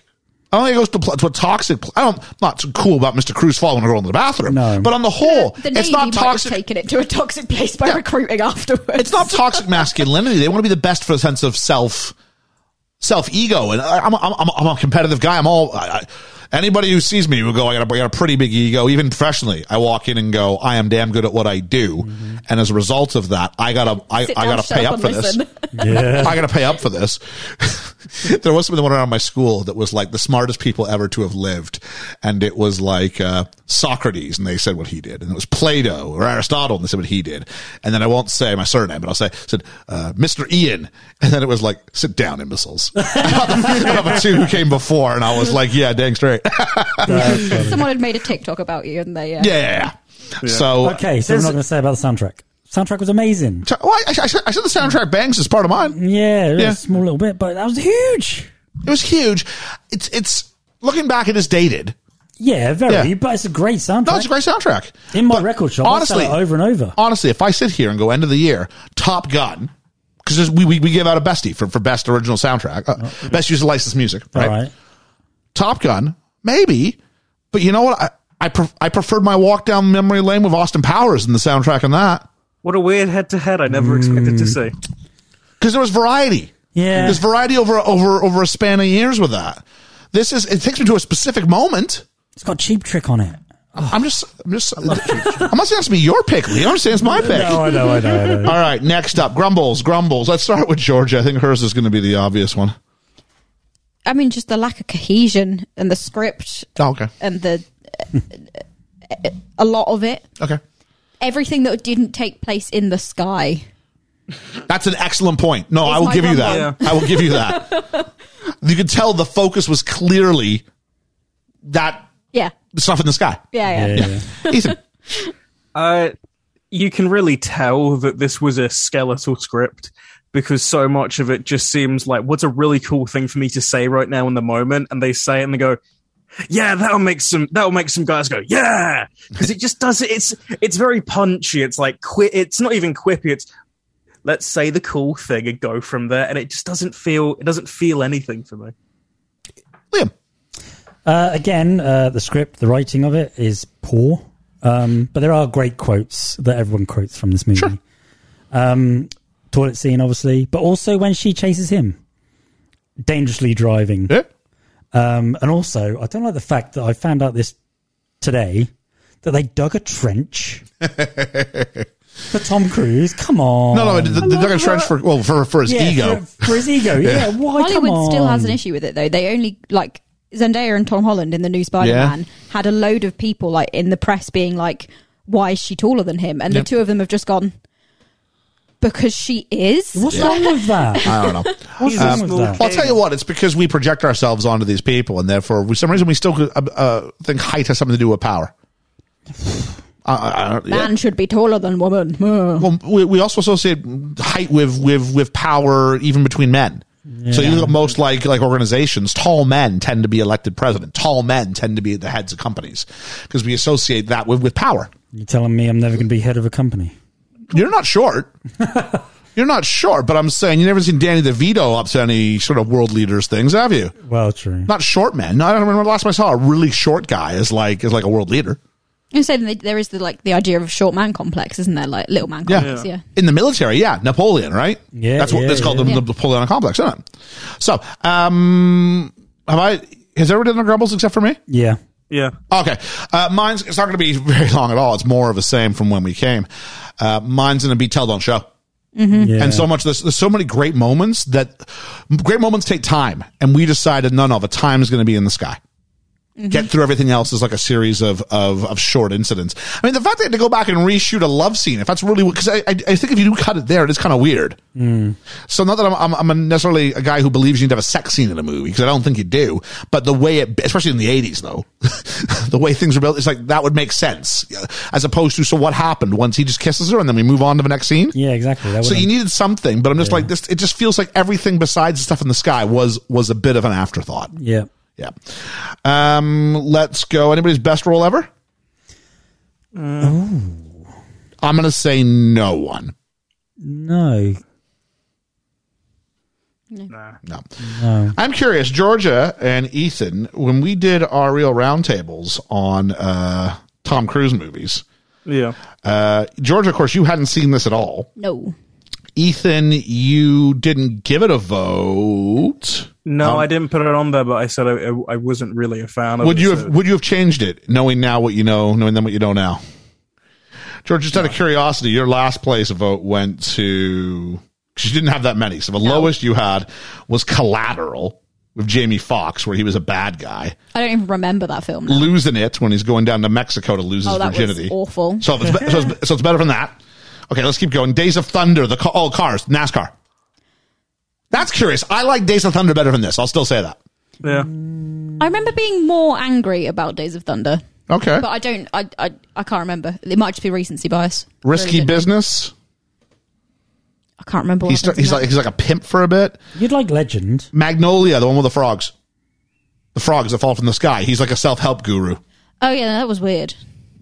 Speaker 4: I don't think it goes to, pl- to a toxic. Pl- I don't. Not cool about Mr. Cruz following a girl into the bathroom.
Speaker 5: No.
Speaker 4: But on the whole,
Speaker 6: The Navy
Speaker 4: it's not
Speaker 6: might have
Speaker 4: toxic.
Speaker 6: taken it to a toxic place by recruiting afterwards.
Speaker 4: It's not toxic masculinity. They want to be the best for a sense of self, self ego. And I, I'm, I'm, I'm I'm a competitive guy. I'm all. I, I, anybody who sees me will go. I got, a, I got a pretty big ego, even professionally. I walk in and go, I am damn good at what I do. And as a result of that, I gotta, I,
Speaker 6: Mm-hmm. Sit
Speaker 4: I
Speaker 6: down,
Speaker 4: gotta
Speaker 6: shut
Speaker 4: pay
Speaker 6: up
Speaker 4: up
Speaker 6: and
Speaker 4: for this.
Speaker 6: listen.
Speaker 5: Yeah.
Speaker 4: I gotta pay up for this. there was someone around my school that was like the smartest people ever to have lived, and it was like uh, Socrates, and they said what he did, and it was Plato or Aristotle, and they said what he did, and then I won't say my surname, but I'll say said uh, Mr. Ian, and then it was like sit down, imbeciles. about the two who came before, and I was like, yeah, dang straight, yeah,
Speaker 6: Someone had made a TikTok about you, and they uh,
Speaker 4: yeah, yeah. So
Speaker 5: Okay, so we're not going to say about the soundtrack. Soundtrack was amazing.
Speaker 4: so- well, I, I, said- I said the soundtrack bangs is part of mine.
Speaker 5: Yeah, it was
Speaker 4: Yeah.
Speaker 5: a small little bit, but that was huge.
Speaker 4: It was huge. It's it's looking back, it is dated.
Speaker 5: Yeah, very.
Speaker 4: Yeah.
Speaker 5: But it's a great soundtrack.
Speaker 4: No, it's a great soundtrack.
Speaker 5: In my record shop, I sell
Speaker 4: honestly,
Speaker 5: it over and over.
Speaker 4: honestly, if I sit here and go end of the year, Top Gun, because we, we we give out a bestie for for best original soundtrack, uh, best use of licensed music,
Speaker 5: Oh, All
Speaker 4: right?
Speaker 5: right.
Speaker 4: Top Gun, maybe, but you know what? I I, pref- I preferred my walk down memory lane with Austin Powers in the soundtrack on that
Speaker 3: What a weird head to head I never expected to see.
Speaker 4: because there was variety.
Speaker 5: Yeah.
Speaker 4: there's variety over over over a span of years with that. This is it takes me to a specific moment.
Speaker 5: It's got Cheap Trick on it.
Speaker 4: I'm just I'm just I'm not saying it has to be your pick, Lee. I'm just saying it's my pick.
Speaker 5: Oh, I know, I know, I know.
Speaker 4: All right, next up, grumbles, grumbles. Let's start with Georgia. I think hers is going to be the obvious one.
Speaker 6: I mean, just the lack of cohesion and the script
Speaker 4: Oh, okay,
Speaker 6: and the a lot of it.
Speaker 4: okay,
Speaker 6: Everything that didn't take place in the sky.
Speaker 4: that's an excellent point. No,
Speaker 6: It's
Speaker 4: I will
Speaker 6: my
Speaker 4: give you
Speaker 6: grumble.
Speaker 4: that. I will give you that. you could tell the focus was clearly that
Speaker 6: Yeah,
Speaker 4: stuff in the sky.
Speaker 6: yeah, yeah.
Speaker 5: Yeah, yeah.
Speaker 4: Ethan,
Speaker 3: Uh, you can really tell that this was a skeletal script because so much of it just seems like what's a really cool thing for me to say right now in the moment, and they say it and they go, "Yeah, that'll make some that'll make some guys go, yeah," because it just does it. It's it's very punchy. It's like qui- It's not even quippy. It's let's say the cool thing and go from there, and it just doesn't feel it doesn't feel anything for me.
Speaker 4: Liam,
Speaker 5: Uh, again, uh, the script, the writing of it is poor, um, but there are great quotes that everyone quotes from this movie. Um, toilet scene, obviously, but also when she chases him, dangerously driving.
Speaker 4: yeah,
Speaker 5: Um, and also, I don't like the fact that I found out this today that they dug a trench for Tom Cruise. Come on,
Speaker 4: no, no, the, the Duncan Trench for well for for his
Speaker 5: Um, yeah,
Speaker 4: ego.
Speaker 5: for, for his ego. yeah, why? Come
Speaker 6: Hollywood
Speaker 5: on.
Speaker 6: still has an issue with it though. They only like Zendaya and Tom Holland in the new Spider-Man had a load of people like in the press being like, "Why is she taller than him?" And
Speaker 4: Yep.
Speaker 6: the two of them have just gone because she is.
Speaker 5: What's wrong with that?
Speaker 4: I don't know. Um,
Speaker 5: What's
Speaker 3: a
Speaker 5: wrong with
Speaker 3: small
Speaker 5: that?
Speaker 4: Well, I'll tell you what, it's because we project ourselves onto these people, and therefore, for some reason, we still uh, uh, think height has something to do with power. I, I, I don't, yeah.
Speaker 6: Man should be taller than woman. Ugh.
Speaker 4: Well, we, we also associate height with with with power, even between men. So you look at most like like organizations, tall men tend to be elected president. Tall men tend to be the heads of companies because we associate that with with power.
Speaker 5: You're telling me I'm never going to be head of a company?
Speaker 4: You're not short. You're not short, but I'm saying you never seen Danny DeVito up to any sort of world leaders things, have you?
Speaker 5: Well, true.
Speaker 4: Not short men. No, I don't remember the last time I saw a really short guy as like as like a world leader.
Speaker 6: And so they- there is the like the idea of short man complex, isn't there? Like little man complex. Yeah.
Speaker 4: in the military, yeah, Napoleon, right?
Speaker 5: Yeah,
Speaker 4: that's what
Speaker 5: yeah,
Speaker 4: that's called
Speaker 5: yeah.
Speaker 4: the the Napoleonic complex, isn't it? So, um, have I? Has everyone done the grumbles except for me?
Speaker 5: Yeah.
Speaker 3: Yeah,
Speaker 4: Okay, uh, mine's it's not going to be very long at all. It's more of the same from when we came. Uh, mine's going to be tell don't show.
Speaker 5: Yeah.
Speaker 4: and so much there's, there's so many great moments that great moments take time and we decided no no the time is going to be in the sky get through everything else is like a series of, of of short incidents i mean the fact they had to go back and reshoot a love scene if that's really because I, I I think if you do cut it there it is kind of weird so not that I'm, I'm, I'm necessarily a guy who believes you need to have a sex scene in a movie because I don't think you do. But the way it, especially in the 80s though, the way things were built, it's like that would make sense Yeah. as opposed to so what happened once he just kisses her and then we move on to the next scene.
Speaker 5: Yeah, exactly. That
Speaker 4: So
Speaker 5: would've-
Speaker 4: you needed something, but I'm just like this. It just feels like everything besides the stuff in the sky was was a bit of an afterthought.
Speaker 5: yeah.
Speaker 4: Yeah. Um. Let's go. Anybody's best role ever? I'm gonna say no one.
Speaker 5: No.
Speaker 4: No. I'm curious, Georgia and Ethan, when we did our real roundtables on uh, Tom Cruise movies,
Speaker 3: Yeah.
Speaker 4: uh, Georgia, of course, you hadn't seen this at all.
Speaker 6: No.
Speaker 4: Ethan, you didn't give it a vote.
Speaker 3: No, I didn't put it on there, but I said I, I wasn't really a fan of
Speaker 4: Um, Would
Speaker 3: it,
Speaker 4: you
Speaker 3: so-
Speaker 4: have Would you have changed it, knowing now what you know, knowing then what you know now? George, just out of curiosity, your last place vote went to because you didn't have that many. So the lowest you had was Collateral with Jamie Foxx, where he was a bad guy.
Speaker 6: I don't even remember that film. Now.
Speaker 4: losing it when he's going down to Mexico to lose
Speaker 6: Oh,
Speaker 4: his
Speaker 6: that
Speaker 4: virginity.
Speaker 6: was awful.
Speaker 4: So it's, be- so, it's, so it's better than that. Okay, let's keep going. Days of Thunder, the ca- oh cars, NASCAR. That's curious. I like Days of Thunder better than this. I'll still say that.
Speaker 3: Yeah.
Speaker 6: I remember being more angry about Days of Thunder,
Speaker 4: Okay.
Speaker 6: but I don't. I I, I can't remember. It might just be recency bias.
Speaker 4: Risky
Speaker 6: Really didn't-
Speaker 4: business.
Speaker 6: I can't remember. What
Speaker 4: He's
Speaker 6: happens
Speaker 4: he's
Speaker 6: in
Speaker 4: like he's like a pimp for a bit.
Speaker 5: You'd like Legend.
Speaker 4: Magnolia, the one with the frogs. The frogs that fall from the sky. He's like a self help guru.
Speaker 6: that. oh yeah, that was weird.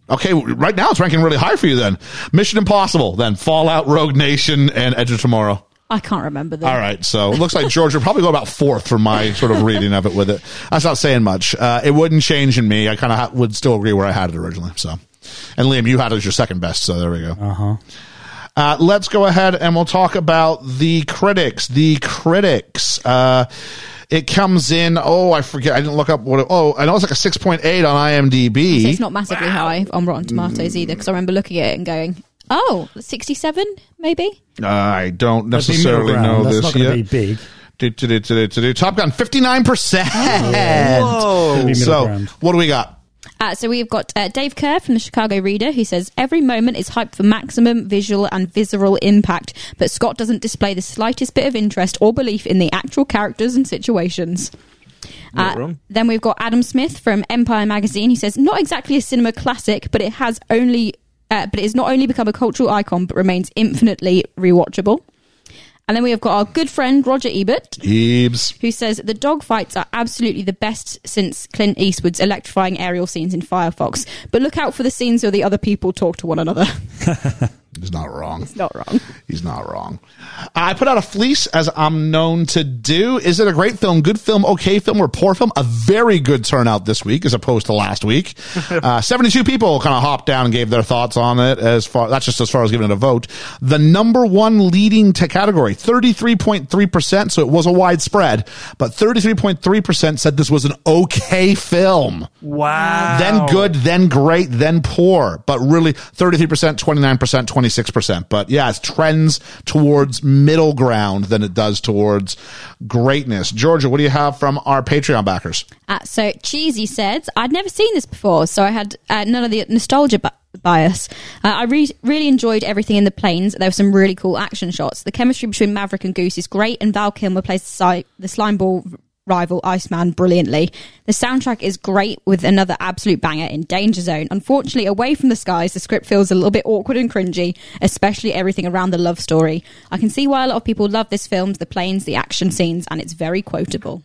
Speaker 4: Okay, right now it's ranking really high for you. Then Mission Impossible, then Fallout, Rogue Nation, and Edge of Tomorrow.
Speaker 6: I can't remember that.
Speaker 4: All right, so it looks like George would probably go about fourth for my sort of reading of it with it. That's not saying much. Uh, it wouldn't change in me. I kind of ha- would still agree where I had it originally. So, and Liam, you had it as your second best. So there we go. Uh-huh. Let's go ahead and we'll talk about the critics. The critics. Uh, it comes in. Oh, I forget. I didn't look up what. It, oh, I know it's like a six point eight on IMDb.
Speaker 6: It's not massively high on Rotten Tomatoes either, because I remember looking at it and going, "Oh, 67 maybe."
Speaker 4: Uh, I don't
Speaker 5: That'd be middle
Speaker 4: necessarily
Speaker 5: ground.
Speaker 4: know
Speaker 5: That's
Speaker 4: this
Speaker 5: not going to be
Speaker 4: yet.
Speaker 5: big.
Speaker 4: Do, do, do, do, do, do. Top Gun fifty nine percent.
Speaker 5: It'll be middle
Speaker 4: So
Speaker 5: ground.
Speaker 4: what do we got?
Speaker 6: Uh, so we've got uh, Dave Kerr from the Chicago Reader who says every moment is hyped for maximum visual and visceral impact, but Scott doesn't display the slightest bit of interest or belief in the actual characters and situations.
Speaker 3: Not
Speaker 6: Uh,
Speaker 3: wrong.
Speaker 6: then we've got Adam Smith from Empire Magazine. He says, "Not exactly a cinema classic, but it has only, uh, but it has not only become a cultural icon, but remains infinitely rewatchable." And then we have got our good friend Roger Ebert,
Speaker 4: Ebs.
Speaker 6: who says the dogfights are absolutely the best since Clint Eastwood's electrifying aerial scenes in Firefox. But look out for the scenes where the other people talk to one another.
Speaker 4: He's not wrong.
Speaker 6: Not wrong.
Speaker 4: He's not wrong. I put out a fleece as I'm known to do. Is it a great film, good film, okay film, or poor film? A very good turnout this week as opposed to last week. uh, 72 people kind of hopped down and gave their thoughts on it as far, that's just as far as giving it a vote. The number one leading to category, 33.3%. So it was a wide spread, but 33.3% said this was an okay film
Speaker 3: Wow.
Speaker 4: then good, then great, then poor. But really, 33%, 29%, 26%. But yeah, it trends towards middle ground than it does towards greatness. Georgia, what do you have from our Patreon backers?
Speaker 6: Uh, so Cheesy said, I'd never seen this before, so I had uh, none of the nostalgia bi- bias. Uh, I re- really enjoyed everything in the planes. There were some really cool action shots. The chemistry between Maverick and Goose is great, and Val Kilmer plays the, si- the slime ball v- rival Iceman brilliantly. The soundtrack is great with another absolute banger in Danger Zone. Unfortunately, away from the skies, the script feels a little bit awkward and cringy, especially everything around the love story. I can see why a lot of people love this film, the planes, the action scenes, and it's very quotable.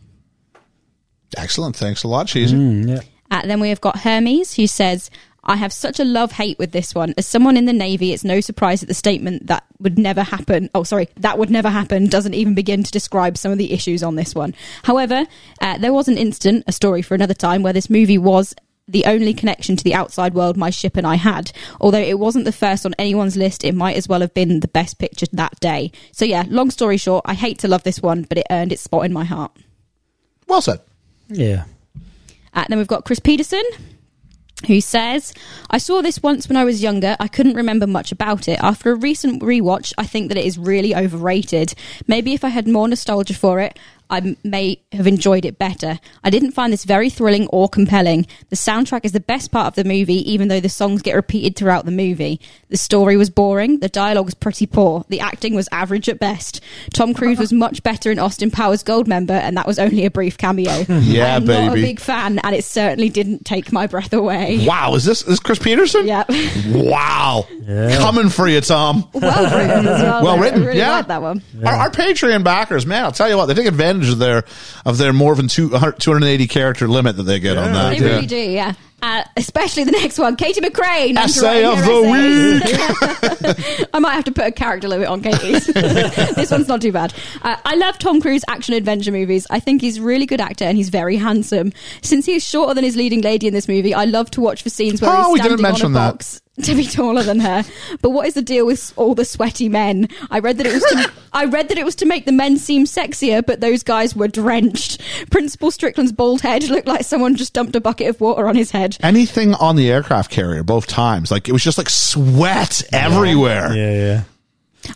Speaker 4: Excellent. Thanks a lot, Cheesy.
Speaker 6: Uh, then we have got Hermes, who says, I have such a love hate with this one. As someone in the Navy, it's no surprise that the statement that would never happen, oh, sorry, that would never happen, doesn't even begin to describe some of the issues on this one. However, uh, there was an instant, a story for another time, where this movie was the only connection to the outside world my ship and I had. Although it wasn't the first on anyone's list, it might as well have been the best picture that day. So, yeah, long story short, I hate to love this one, but it earned its spot in my heart.
Speaker 4: Well said.
Speaker 5: Yeah.
Speaker 6: Uh, then we've got Chris Peterson, who says, I saw this once when I was younger. I couldn't remember much about it. After a recent rewatch, I think that it is really overrated. Maybe if I had more nostalgia for it, I m- may have enjoyed it better. I didn't find this very thrilling or compelling. The soundtrack is the best part of the movie, even though the songs get repeated throughout the movie. The story was boring. The dialogue was pretty poor. The acting was average at best. Tom Cruise was much better in Austin Powers Gold member, and that was only a brief cameo.
Speaker 4: Yeah,
Speaker 6: I'm not a
Speaker 4: baby.
Speaker 6: big fan, and it certainly didn't take my breath away.
Speaker 4: Wow, is this is this Chris Peterson?
Speaker 6: Yeah.
Speaker 4: Wow, coming for you, Tom.
Speaker 6: well written as well.
Speaker 4: Well
Speaker 6: Oh, I
Speaker 4: written,
Speaker 6: really
Speaker 4: yeah.
Speaker 6: like that one.
Speaker 4: Our, our Patreon backers, man, I'll tell you what, they take advantage of their of their more than 200, 280 character limit that they get on that.
Speaker 6: They
Speaker 4: yeah.
Speaker 6: really do, yeah. Uh, especially the next one, Katie McCrane.
Speaker 4: Essay
Speaker 6: underrated
Speaker 4: of the
Speaker 6: essays. I might have to put a character limit on Katie's. this one's not too bad. Uh, I love Tom Cruise action adventure movies. I think he's a really good actor and he's very handsome. Since he is shorter than his leading lady in this movie, I love to watch for scenes where
Speaker 4: Oh, we
Speaker 6: he's
Speaker 4: didn't
Speaker 6: standing
Speaker 4: mention
Speaker 6: on a
Speaker 4: that.
Speaker 6: box to be taller than her. But what is the deal with all the sweaty men? I read that it was to, I read that it was to make the men seem sexier, but those guys were drenched. Principal Strickland's bald head looked like someone just dumped a bucket of water on his head.
Speaker 4: Anything on the aircraft carrier, both times, like it was just like sweat everywhere.
Speaker 5: Yeah, yeah.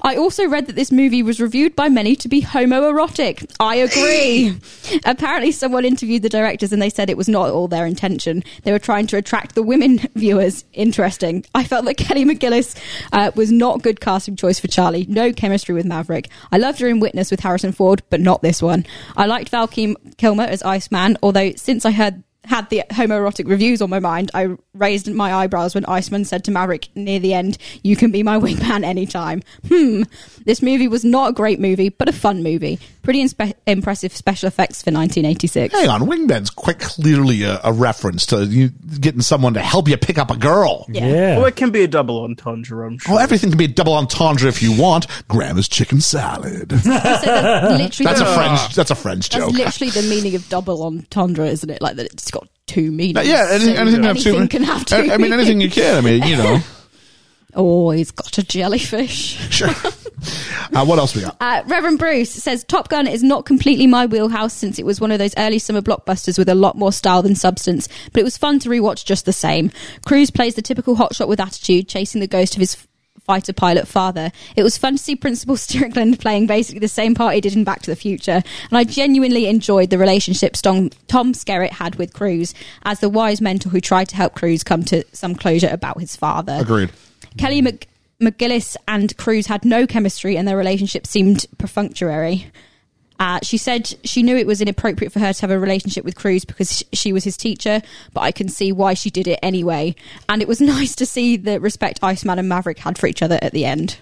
Speaker 6: I also read that this movie was reviewed by many to be homoerotic. I agree. Apparently, someone interviewed the directors and they said it was not at all their intention. They were trying to attract the women viewers. Interesting. I felt that Kelly McGillis uh, was not good casting choice for Charlie. No chemistry with Maverick. I loved her in Witness with Harrison Ford, but not this one. I liked Val Kim- Kilmer as Iceman, although since I heard had the homoerotic reviews on my mind, I raised my eyebrows when Iceman said to Maverick near the end, You can be my wingman anytime. Hmm. This movie was not a great movie, but a fun movie. Pretty inspe- impressive special effects for 1986.
Speaker 4: Hang on, wingman's quite clearly a, a reference to you getting someone to help you pick up a girl.
Speaker 6: Yeah.
Speaker 3: Well, it can be a double entendre, I'm sure.
Speaker 4: Oh, everything can be a double entendre if you want. Grandma's chicken salad.
Speaker 6: So that's literally
Speaker 4: That's
Speaker 6: the,
Speaker 4: a French. That's a French
Speaker 6: that's
Speaker 4: joke.
Speaker 6: literally the meaning of double entendre, isn't it? Like that it's got two
Speaker 4: Uh,
Speaker 6: meanings.
Speaker 4: yeah, anything,
Speaker 6: so
Speaker 4: anything, can have two,
Speaker 6: can have two.
Speaker 4: I, I mean, anything you can. I mean, you know,
Speaker 6: Oh, he's got a jellyfish.
Speaker 4: sure. Uh, what else we got?
Speaker 6: Uh, Reverend Bruce says Top Gun is not completely my wheelhouse since it was one of those early summer blockbusters with a lot more style than substance, but it was fun to rewatch just the same. Cruise plays the typical hotshot with attitude, chasing the ghost of his f- fighter pilot father. It was fun to see Principal Strickland playing basically the same part he did in Back to the Future, and I genuinely enjoyed the relationship Stom- Tom Skerritt had with Cruise as the wise mentor who tried to help Cruise come to some closure about his father.
Speaker 4: Agreed.
Speaker 6: Kelly Mc- McGillis and Cruz had no chemistry and their relationship seemed perfunctory. Uh, she said she knew it was inappropriate for her to have a relationship with Cruz because sh- she was his teacher, but I can see why she did it anyway. And it was nice to see the respect Iceman and Maverick had for each other at the end.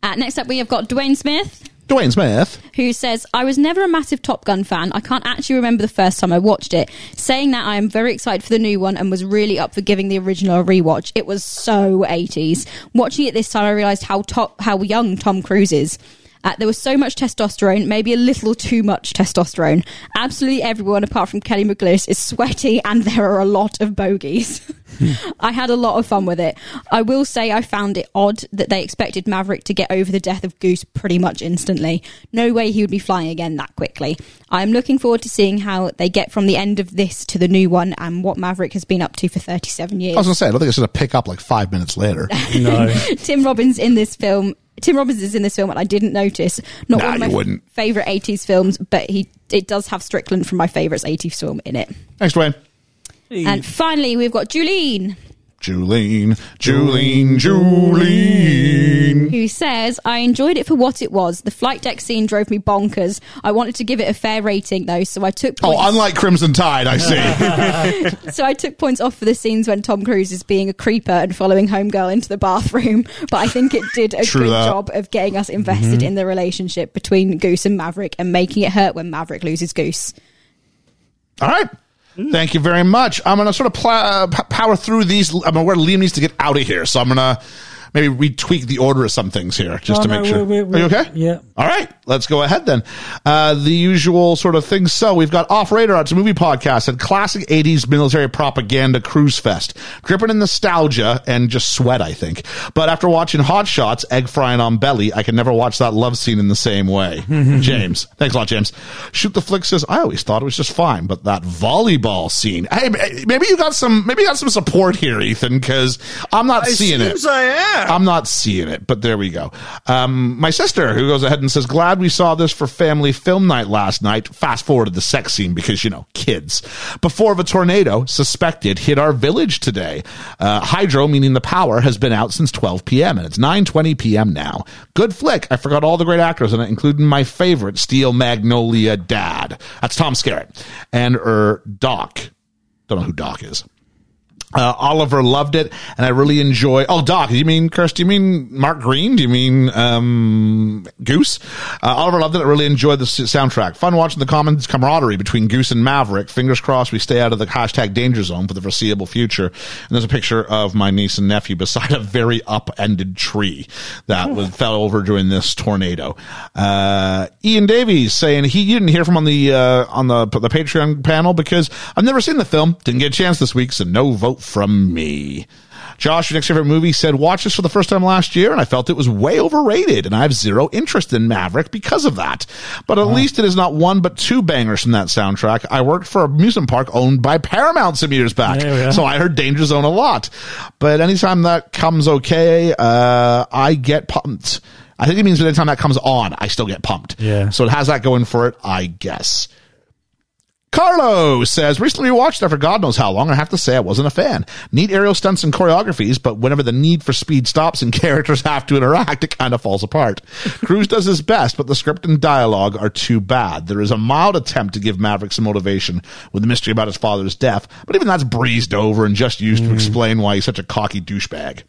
Speaker 6: Uh, next up, we have got Dwayne Smith
Speaker 4: Dwayne Smith.
Speaker 6: who says, I was never a massive Top Gun fan. I can't actually remember the first time I watched it. Saying that, I am very excited for the new one and was really up for giving the original a rewatch. It was so 80s. Watching it this time, I realised how, top, how young Tom Cruise is. Uh, there was so much testosterone, maybe a little too much testosterone. Absolutely everyone, apart from Kelly McGillis, is sweaty, and there are a lot of bogeys. I had a lot of fun with it. I will say I found it odd that they expected Maverick to get over the death of Goose pretty much instantly. No way he would be flying again that quickly. I am looking forward to seeing how they get from the end of this to the new one and what Maverick has been up to for 37 years.
Speaker 4: I was gonna say, I don't think it's gonna pick up like five minutes later.
Speaker 5: No.
Speaker 6: Tim Robbins in this film. Tim Robbins is in this film, and I didn't notice. Not
Speaker 4: Nah,
Speaker 6: one of my
Speaker 4: you wouldn't.
Speaker 6: favorite '80s films, but he it does have Strickland from my favorite '80s film in it.
Speaker 4: Thanks, Dwayne.
Speaker 6: And finally, we've got Julene,
Speaker 4: Julene, Julene, Julene.
Speaker 6: who says, "I enjoyed it for what it was. The flight deck scene drove me bonkers. I wanted to give it a fair rating, though, so I took
Speaker 4: Oh,
Speaker 6: points,
Speaker 4: unlike Crimson Tide, I see.
Speaker 6: so I took points off for the scenes when Tom Cruise is being a creeper and following Homegirl into the bathroom. But I think it did a
Speaker 4: True
Speaker 6: good
Speaker 4: that. Mm-hmm.
Speaker 6: job of getting us invested in the relationship between Goose and Maverick and making it hurt when Maverick loses Goose."
Speaker 4: All right. Thank you very much. I'm gonna sort of pl- uh, p- power through these. I'm aware Liam needs to get out of here, so I'm gonna maybe retweak the order of some things here just
Speaker 5: Oh,
Speaker 4: to
Speaker 5: no,
Speaker 4: make sure.
Speaker 5: we- we- we-
Speaker 4: Are you okay?
Speaker 5: yeah.
Speaker 4: All right, let's go ahead then. Uh, the usual sort of things. So we've got off radar. It's a movie podcast and classic '80s military propaganda cruise fest, dripping in nostalgia and just sweat, I think. But after watching Hot Shots, egg frying on belly, I can never watch that love scene in the same way. James, thanks a lot, James. Shoot the flick says I always thought it was just fine, but that volleyball scene. Hey, maybe you got some, maybe you got some support here, Ethan, because I'm not seeing it.
Speaker 3: seems I am.
Speaker 4: I'm not seeing it, but there we go. Um, my sister, who goes ahead and says, Glad we saw this for family film night last night. Fast forward to the sex scene because, you know, kids. Before of a tornado, suspected, hit our village today. Uh, hydro, meaning the power, has been out since 12 p.m. and it's 9.20 p.m. now. Good flick. I forgot all the great actors in it, including my favorite, Steel Magnolia Dad. That's Tom Skerritt. And, er, Doc. Don't know who Doc is. Uh, Oliver loved it, and I really enjoy. Oh, Doc, you mean Kirst? Do you mean Mark Green? Do you mean um, Goose? Uh, Oliver loved it. I really enjoyed the s- soundtrack. Fun watching the common camaraderie between Goose and Maverick. Fingers crossed we stay out of the hashtag danger zone for the foreseeable future. And there's a picture of my niece and nephew beside a very upended tree that was, fell over during this tornado. Uh, Ian Davies saying he you didn't hear from on the uh, on the the Patreon panel because I've never seen the film. Didn't get a chance this week, so no vote from me. Josh, your next favorite movie said, watch this for the first time last year, and I felt it was way overrated, and I have zero interest in Maverick because of that. But at
Speaker 5: Oh.
Speaker 4: least it is not one but two bangers from that soundtrack. I worked for an amusement park owned by Paramount some years back,
Speaker 5: There we are.
Speaker 4: so I heard Danger Zone a lot. But anytime that comes okay, uh, I get pumped. I think it means anytime that comes on, I still get pumped.
Speaker 5: Yeah.
Speaker 4: So it has that going for it, I guess. Carlo says, recently watched after God knows how long, and I have to say I wasn't a fan. Neat aerial stunts and choreographies, but whenever the need for speed stops and characters have to interact, it kind of falls apart. Cruz does his best, but the script and dialogue are too bad. There is a mild attempt to give Maverick some motivation with the mystery about his father's death, but even that's breezed over and just used to explain why he's such a cocky douchebag.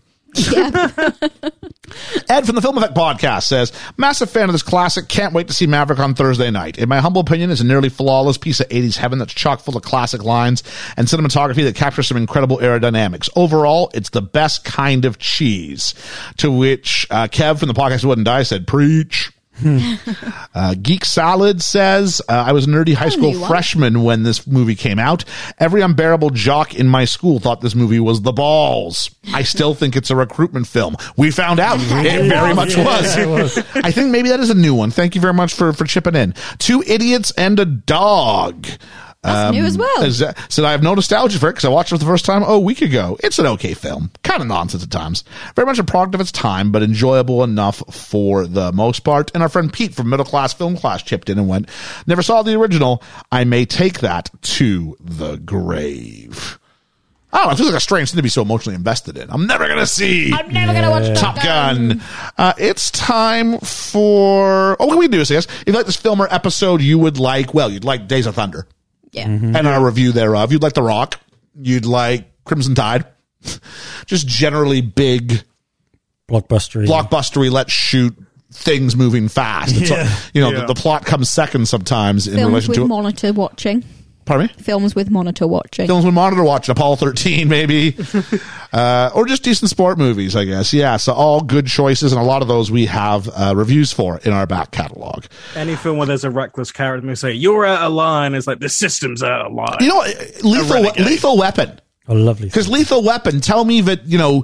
Speaker 4: Ed from the Film Effect Podcast says, massive fan of this classic. Can't wait to see Maverick on Thursday night. In my humble opinion, it's a nearly flawless piece of 80s heaven that's chock full of classic lines and cinematography that captures some incredible aerodynamics. Overall, it's the best kind of cheese. To which uh, Kev from the podcast Wouldn't Die said, preach. Uh, Geek Salad says, uh, I was a nerdy high school
Speaker 6: knew one.
Speaker 4: freshman when this movie came out. Every unbearable jock in my school thought this movie was the balls. I still think it's a recruitment film. We found out it very much
Speaker 5: Yeah,
Speaker 4: was.
Speaker 5: it was.
Speaker 4: I think maybe that is a new one. Thank you very much for, for chipping in. Two idiots and a dog. Um,
Speaker 6: That's new as well.
Speaker 4: Is that- said I have no nostalgia for it because I watched it for the first time oh, a week ago. It's an okay film, kind of nonsense at times. Very much a product of its time, but enjoyable enough for the most part. And our friend Pete from Middle Class Film Class chipped in and went, "Never saw the original. I may take that to the grave." I don't know. It feels like a strange thing to be so emotionally invested in. I'm never gonna see.
Speaker 6: I'm never going to watch
Speaker 4: Top Gun. Uh, it's time for. Oh, what can we do? Is yes, if you like this film or episode, you would like. Well, you'd like Days of Thunder
Speaker 6: Yeah.
Speaker 4: and our review thereof. You'd like The Rock. You'd like Crimson Tide. Just generally big
Speaker 5: Blockbuster.
Speaker 4: blockbustery. Let's shoot things moving fast. It's
Speaker 5: Yeah.
Speaker 4: you know
Speaker 3: Yeah.
Speaker 4: the, the plot comes second sometimes in
Speaker 6: Films
Speaker 4: relation
Speaker 6: with
Speaker 4: to.
Speaker 6: monitor watching.
Speaker 4: pardon me.
Speaker 6: Films with monitor watching.
Speaker 4: films with monitor watching apollo 13 maybe uh, or just decent sport movies i guess yeah so all good choices and a lot of those we have uh, reviews for in our back catalog
Speaker 3: Any film where there's a reckless character, they say you're out of line. It's like the system's out of line.
Speaker 4: you know what? lethal
Speaker 3: renegade.
Speaker 4: lethal weapon
Speaker 5: A lovely.
Speaker 4: because lethal weapon tell me that you know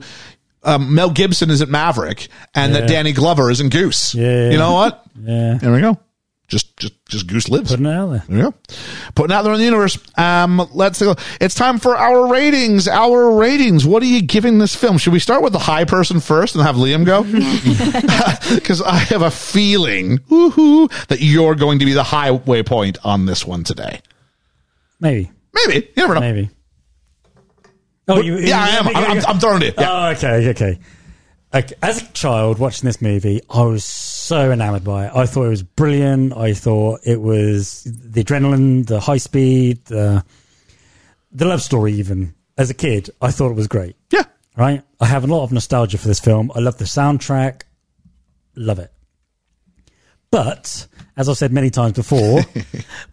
Speaker 4: um, mel gibson isn't maverick and that danny glover isn't goose
Speaker 5: Yeah.
Speaker 4: you know what
Speaker 5: Yeah.
Speaker 4: there we go just just just goose lives
Speaker 5: Putting it out there.
Speaker 4: There we go. Putting out there in the universe. Um, let's go. It's time for our ratings. Our ratings. What are you giving this film? Should we start with the high person first and have Liam go? Because I have a feeling woohoo, that you're going to be the highway point on this one today.
Speaker 5: Maybe.
Speaker 4: Maybe. You never know.
Speaker 5: Maybe. Oh, you,
Speaker 4: Yeah, I am. I'm, I'm, I'm throwing it. Yeah.
Speaker 5: Oh, okay, okay. Like, as a child watching this movie, I was so enamored by it. I thought it was brilliant. I thought it was the adrenaline, the high speed, the the love story. Even as a kid, I thought it was great.
Speaker 4: yeah.
Speaker 5: Right? I have a lot of nostalgia for this film. I love the soundtrack. Love it. But as I've said many times before,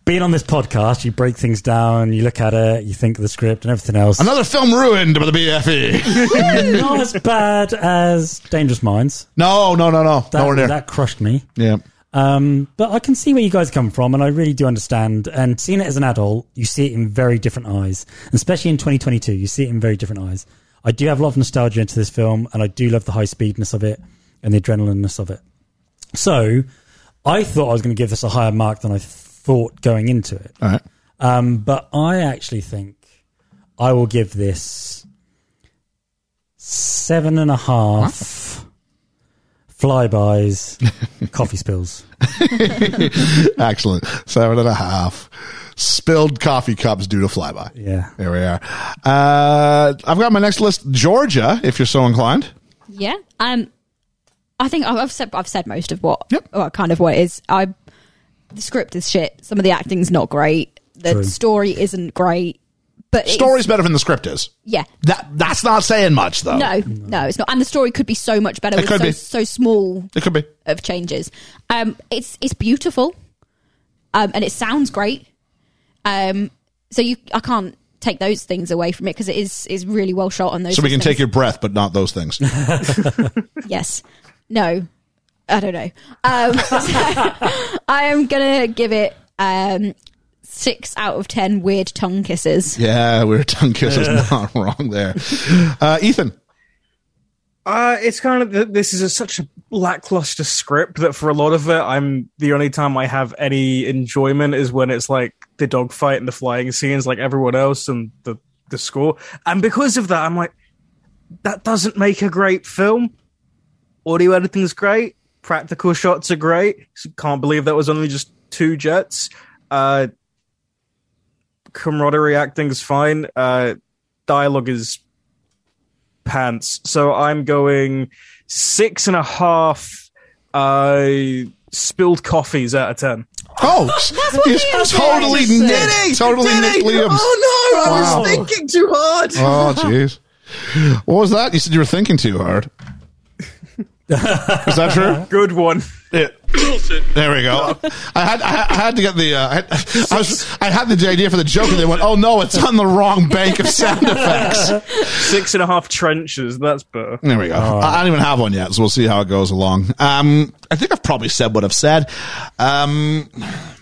Speaker 5: being on this podcast, you break things down, you look at it, you think of the script and everything else.
Speaker 4: Another film ruined by the E. BFE.
Speaker 5: Not as bad as Dangerous Minds.
Speaker 4: no, no, no, no. Nowhere
Speaker 5: That,
Speaker 4: near.
Speaker 5: that crushed me.
Speaker 4: yeah.
Speaker 5: Um, but I can see where you guys come from, and I really do understand. And seeing it as an adult, you see it in very different eyes, And especially in 2022. You see it in very different eyes. I do have a lot of nostalgia into this film, and I do love the high speedness of it and the adrenalineness of it. So, I thought I was going to give this a higher mark than I thought going into it.
Speaker 4: All right.
Speaker 5: Um, but I actually think I will give this seven and a half flybys, coffee spills.
Speaker 4: Excellent. Seven and a half. Spilled coffee cups due to flyby.
Speaker 5: Yeah.
Speaker 4: There we are. Uh, I've got my next list Georgia, if you're so inclined.
Speaker 6: Yeah. Um, I think I've- I've said I've said most of what,
Speaker 4: Yep.
Speaker 6: well, kind of what it is. I the script is shit. Some of the acting's not great. The
Speaker 5: True.
Speaker 6: story isn't great. But it's-
Speaker 4: Story's better than the script is.
Speaker 6: yeah.
Speaker 4: That That's not saying much, though.
Speaker 6: No, no, it's not. And the story could be so much better
Speaker 4: It
Speaker 6: with
Speaker 4: could
Speaker 6: so,
Speaker 4: be.
Speaker 6: so small
Speaker 4: It could be.
Speaker 6: of changes. Um, it's it's beautiful, um, and it sounds great. Um, so you, I can't take those things away from it because it is is really well shot on those.
Speaker 4: So we can
Speaker 6: things.
Speaker 4: take your breath, but not those things.
Speaker 6: Yes. No. I don't know. Um, so I am gonna give it um, six out of ten weird tongue kisses.
Speaker 4: yeah, we were tongue kissers. Not wrong there. Uh, Ethan.
Speaker 3: Uh, it's kind of th- this is a, such a lackluster script that for a lot of it, I'm the only time I have any enjoyment is when it's like the dogfight and the flying scenes, like everyone else, and the the score. And because of that, I'm like, that doesn't make a great film. Audio editing's great, practical shots are great. S- Can't believe that was only just two jets. Uh, camaraderie acting's fine. Uh, dialogue is pants. So I'm going six and a half uh, spilled coffees out of ten.
Speaker 4: Oh, he's
Speaker 6: the answer
Speaker 4: totally
Speaker 6: is. Did
Speaker 4: Nick, totally Nick Williams.
Speaker 3: Oh no, I
Speaker 4: Wow.
Speaker 3: was thinking too hard.
Speaker 4: Oh, jeez. What was that? You said you were thinking too hard. Is that true?
Speaker 3: Good one.
Speaker 4: There we go. I had I had- I had to get the uh, I, had- I was I had the idea for the joke and they went, oh no, it's on the wrong bank of sound effects.
Speaker 3: Six and a half trenches. That's better.
Speaker 4: There we go. I I don't even have one yet, so we'll see how it goes along. Um, I think I've probably said what I've said. Um,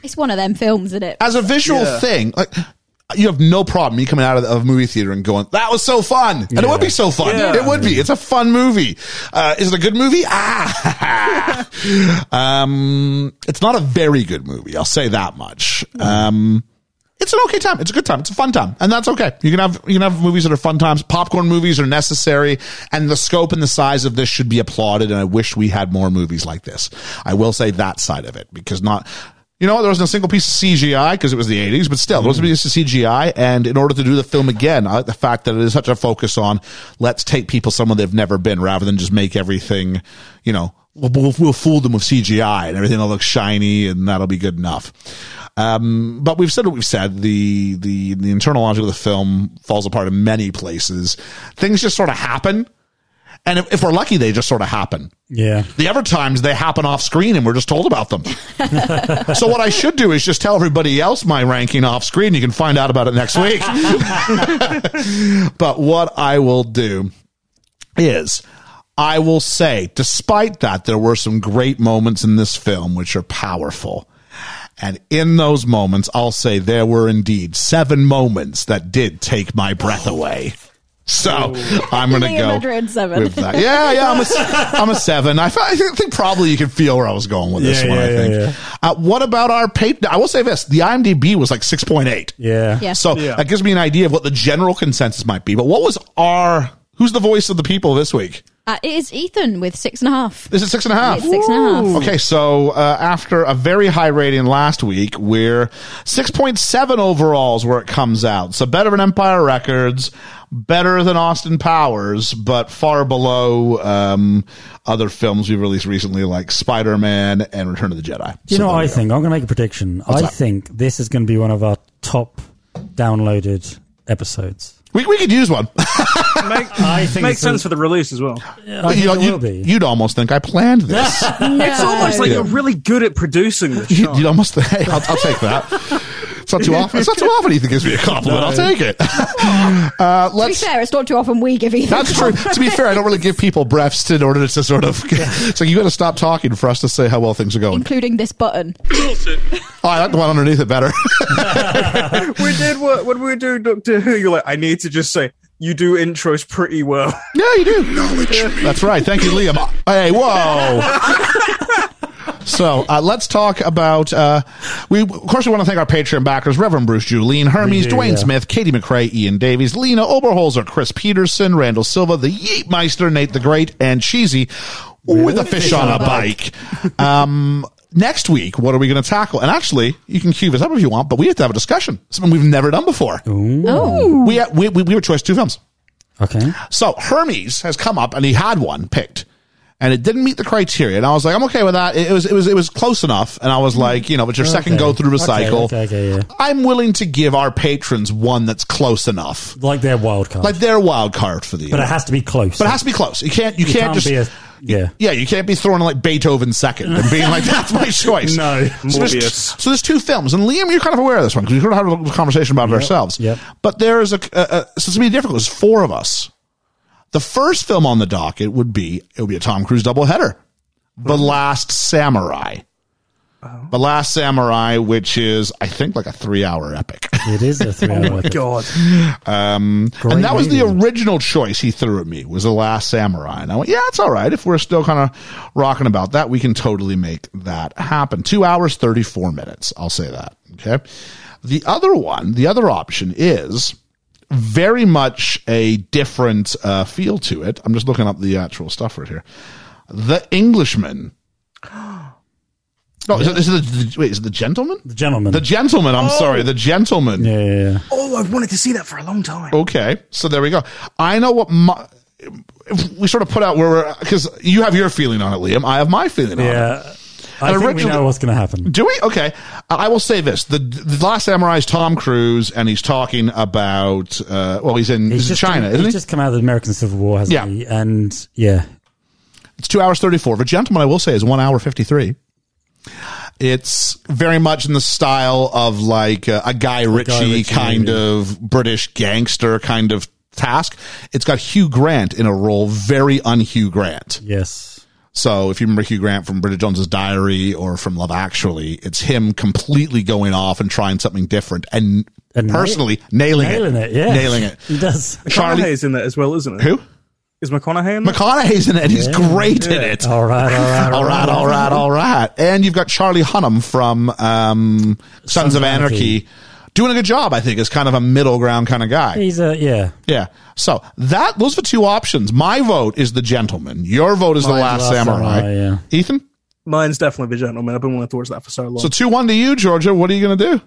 Speaker 6: It's one of them films, isn't it?
Speaker 4: as a visual
Speaker 3: Yeah.
Speaker 4: thing, like you have no problem me coming out of, of a movie theater and going, "That was so fun," and it would be so fun.
Speaker 3: Yeah.
Speaker 4: It would be. It's a fun movie. Uh, is it a good movie? Ah, um, it's not a very good movie. I'll say that much. Um, it's an okay time. It's a good time. It's a fun time, and that's okay. You can have you can have movies that are fun times. Popcorn movies are necessary, and the scope and the size of this should be applauded. And I wish we had more movies like this. I will say that side of it because not. You know, what? there wasn't a single piece of CGI because it was the 80s, but still, there wasn't a piece of CGI. And in order to do the film again, I like the fact that it is such a focus on let's take people somewhere they've never been rather than just make everything, you know, we'll, we'll, we'll fool them with CGI and everything will look shiny and that'll be good enough. Um, but we've said what we've said. The, the, the internal logic of the film falls apart in many places. Things just sort of happen. And if, if we're lucky, they just sort of happen.
Speaker 5: Yeah.
Speaker 4: The other times they happen off screen and we're just told about them. so what I should do is just tell everybody else my ranking off screen. You can find out about it next week. but what I will do is I will say, despite that, there were some great moments in this film which are powerful. And in those moments, I'll say there were indeed seven moments that did take my breath away. So I'm going to
Speaker 6: Only a
Speaker 4: go
Speaker 6: matter of seven.
Speaker 4: with that. Yeah, yeah, I'm a, s- I'm a seven. I, fi- I think probably you can feel where I was going with this
Speaker 5: Yeah,
Speaker 4: one. I
Speaker 5: yeah,
Speaker 4: think.
Speaker 5: yeah,
Speaker 4: Uh, what about our paper? I will say this: the IMDb was like six point eight.
Speaker 5: Yeah.
Speaker 6: Yeah.
Speaker 4: So
Speaker 3: Yeah.
Speaker 4: that gives me an idea of what the general consensus might be. But what was our? Who's the voice of the people this week?
Speaker 6: Uh, it is Ethan with six and a half.
Speaker 4: Is it six and a half?
Speaker 6: It's six and a half.
Speaker 4: Okay, so uh, after a very high rating last week, we're 6.7 overalls where it comes out. So better than Empire Records, better than Austin Powers, but far below um, other films we've released recently like Spider Man and Return of the Jedi.
Speaker 5: Do you
Speaker 4: So
Speaker 5: know
Speaker 4: there
Speaker 5: what I
Speaker 4: we
Speaker 5: think? I'm going to make a prediction. I
Speaker 4: that?
Speaker 5: think this is going to be one of our top downloaded episodes.
Speaker 4: We, we could use one.
Speaker 3: Make,
Speaker 5: I think
Speaker 3: makes
Speaker 5: it's
Speaker 3: sense
Speaker 5: a-
Speaker 3: for the release as well.
Speaker 5: I think
Speaker 4: you,
Speaker 5: it will
Speaker 4: would
Speaker 5: be.
Speaker 4: almost think I planned this.
Speaker 3: It's almost like
Speaker 4: Yeah.
Speaker 3: you're really good at producing this.
Speaker 4: you,
Speaker 3: shot.
Speaker 4: would almost think, hey, I'll, I'll take that. It's not too often. It's not too often Ethan gives me a compliment. I'll take it. Uh,
Speaker 6: To be
Speaker 4: let's.
Speaker 6: fair, it's not too often we give either.
Speaker 4: That's true. To be fair, I don't really give people breaths in order to sort of. It's like you got to stop talking for us to say how well things are going.
Speaker 6: including this button.
Speaker 4: Oh, I like the one underneath it better.
Speaker 3: we did what when we were doing Doctor Who. You're like, I need to just say you do intros pretty well.
Speaker 4: yeah, you do. That's right. Thank you, Liam. Hey, whoa. So uh, let's talk about. Uh, we of course we want to thank our Patreon backers: Reverend Bruce Julian, Hermes,
Speaker 5: do,
Speaker 4: Dwayne
Speaker 5: yeah.
Speaker 4: Smith, Katie McRae, Ian Davies, Lena Oberholzer, Chris Peterson, Randall Silva, the Yeatmeister, Nate the Great, and Cheesy with a fish on a bike. um, next week, what are we going to tackle? And actually, you can cue this up if you want, but we have to have a discussion. Something we've never done before.
Speaker 6: Oh,
Speaker 4: We, we we we were choice two films.
Speaker 5: Okay.
Speaker 4: So Hermes has come up and he had one picked. And it didn't meet the criteria, and I was like, "I'm okay with that." It it was, it was, it was close enough, and I was like, "You know, it's your second
Speaker 5: Mm. Okay.
Speaker 4: go through
Speaker 5: Okay,
Speaker 4: recycle.
Speaker 5: okay, okay, yeah.
Speaker 4: I'm willing to give our patrons one that's close enough,
Speaker 5: Like their wild card.
Speaker 4: like their wild card for the year.
Speaker 5: but it has to be close.
Speaker 4: but it has to be close. You can't, you,
Speaker 5: It
Speaker 4: can't,
Speaker 5: can't
Speaker 4: just,
Speaker 5: be a, yeah.
Speaker 4: yeah, you can't be throwing like Beethoven second and being like, "That's my choice."
Speaker 5: No.
Speaker 4: So there's,
Speaker 3: Morbius.
Speaker 4: so there's two films, and Liam, you're kind of aware of this one because we could have had a conversation about it ourselves.
Speaker 5: yep.
Speaker 4: But there is a, a, a so it's gonna be difficult. There's four of us. The first film on the docket would be it would be a Tom Cruise doubleheader, The Last Samurai. The Last Samurai, which is I think like a three-hour epic,
Speaker 5: It is a
Speaker 4: Oh
Speaker 5: three hour.
Speaker 3: God,
Speaker 4: and that was the
Speaker 5: movie.
Speaker 4: original choice he threw at me was The Last Samurai, and I went, yeah, it's all right. If we're still kind of rocking about that, we can totally make that happen. Two hours thirty-four minutes, I'll say that. Okay, the other one, the other option is very much a different uh, feel to it. I'm just looking up the actual stuff right here. The Englishman. No, is it, is it the, wait, is it the gentleman?
Speaker 5: The gentleman.
Speaker 4: The gentleman. I'm sorry, the gentleman.
Speaker 5: yeah, yeah, yeah.
Speaker 3: oh, I've wanted to see that for a long time.
Speaker 4: Okay, so there we go. I know what my. If we sort of put out where we're because you have your feeling on it, Liam. I have my feeling on it.
Speaker 5: yeah. I
Speaker 4: And
Speaker 5: think we
Speaker 4: originally-
Speaker 5: know what's going to happen.
Speaker 4: Do we? Okay. I I will say this: the, the Last Samurai is Tom Cruise, and he's talking about. Uh, well, he's in, he's in China,
Speaker 5: come,
Speaker 4: isn't he?
Speaker 5: He's just come out of the American Civil War, hasn't
Speaker 4: Yeah.
Speaker 5: he? And yeah,
Speaker 4: It's two hours thirty four. The gentleman, I will say, is one hour fifty three. It's very much in the style of like uh, a, a Guy, Ritchie
Speaker 5: Ritchie
Speaker 4: kind
Speaker 5: movie.
Speaker 4: of British gangster kind of task. It's got Hugh Grant in a role very un Hugh Grant.
Speaker 5: yes.
Speaker 4: So if you remember Hugh Grant from Bridget Jones's Diary or from Love Actually, it's him completely going off and trying something different and,
Speaker 5: And nail-
Speaker 4: personally nailing,
Speaker 5: Nailing it, yeah.
Speaker 4: nailing it.
Speaker 5: He does.
Speaker 4: Charlie,
Speaker 3: McConaughey's in that as well, isn't it?
Speaker 4: who?
Speaker 3: is McConaughey in that?
Speaker 4: McConaughey's in it. and He's great in it.
Speaker 5: All right, all right,
Speaker 4: All right, all right, all right. And you've got Charlie Hunnam from um, Sons, of
Speaker 5: of
Speaker 4: Anarchy.
Speaker 5: Anarchy.
Speaker 4: doing a good job, I think, as kind of a middle ground kind of guy.
Speaker 5: He's a yeah.
Speaker 4: Yeah. So that those are the two options. My vote is the gentleman. Your vote is the last,
Speaker 5: Last
Speaker 4: samurai.
Speaker 5: Samurai, yeah.
Speaker 4: Ethan.
Speaker 3: Mine's definitely the gentleman. I've been wanting to watch that for so long.
Speaker 4: So two one to you, Georgia. What are you going to do?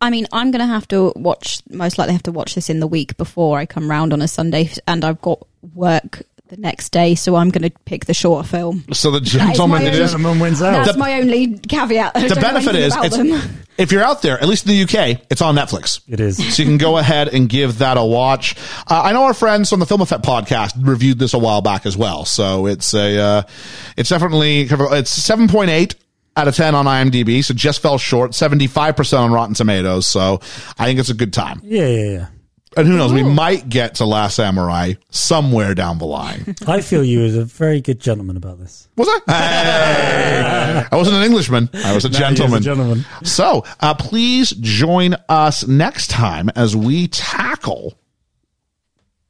Speaker 6: I mean, I'm going to have to watch. Most likely, have to watch this in the week before I come round on a Sunday, and I've got work the next day, so I'm going to pick the shorter film.
Speaker 4: So the
Speaker 6: my
Speaker 4: gentleman it
Speaker 6: only-
Speaker 4: is.
Speaker 5: Gentleman wins out.
Speaker 6: That's
Speaker 4: The-
Speaker 6: my only caveat. I
Speaker 4: The
Speaker 6: don't know
Speaker 4: benefit
Speaker 6: anything
Speaker 4: is,
Speaker 6: about
Speaker 4: it's,
Speaker 6: them.
Speaker 4: if you're out there, at least in the UK, it's on Netflix.
Speaker 5: It is.
Speaker 4: So you can go ahead and give that a watch. Uh, I know our friends on the Film Effect podcast reviewed this a while back as well. So it's a, uh, it's definitely, it's 7.8 out of 10 on IMDb. So just fell short, 75% on Rotten Tomatoes. So I think it's a good time.
Speaker 5: Yeah, yeah, yeah.
Speaker 4: And who knows, we might get to Last Samurai somewhere down the line.
Speaker 5: I feel you is a very good gentleman about this.
Speaker 4: Was I? Hey! I wasn't an Englishman. I was a
Speaker 5: he is a
Speaker 4: gentleman.
Speaker 5: gentleman.
Speaker 4: So uh, please join us next time as we tackle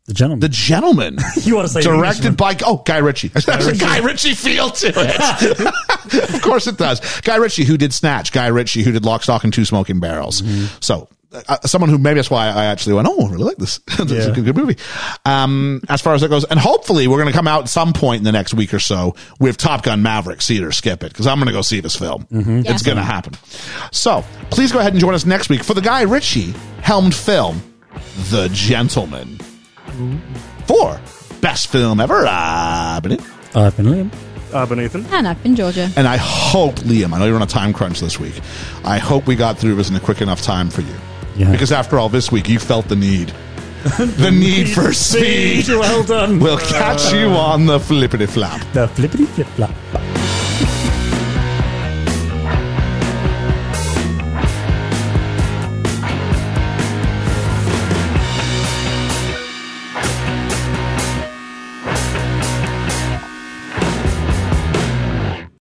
Speaker 5: The gentleman.
Speaker 4: The Gentleman.
Speaker 5: you want to say
Speaker 4: Directed by oh Guy Ritchie. There's a Guy Ritchie feel to it. of course it does. Guy Ritchie who did Snatch. Guy Ritchie who did Lock, Stock, and Two Smoking Barrels. So uh, someone who maybe that's why I actually went. Oh, I really like this. It's a
Speaker 5: Yeah.
Speaker 4: good, good movie. Um, as far as that goes, and hopefully we're going to come out at some point in the next week or so with Top Gun Maverick. See it or skip it because I'm going to go see this film. It's going to happen. So please go ahead and join us next week for the Guy Ritchie helmed film, The Gentleman for best film ever. I've been in.
Speaker 5: I've been Liam.
Speaker 3: uh, but Ethan.
Speaker 6: and I've been Georgia.
Speaker 4: And I hope, Liam, I know you're on a time crunch this week. I hope we got through this in a quick enough time for you.
Speaker 5: Yeah.
Speaker 4: Because after all, this week you felt the need the need for speed
Speaker 5: Well done.
Speaker 4: will catch you on the flippity flap.
Speaker 5: the flippity flip flop.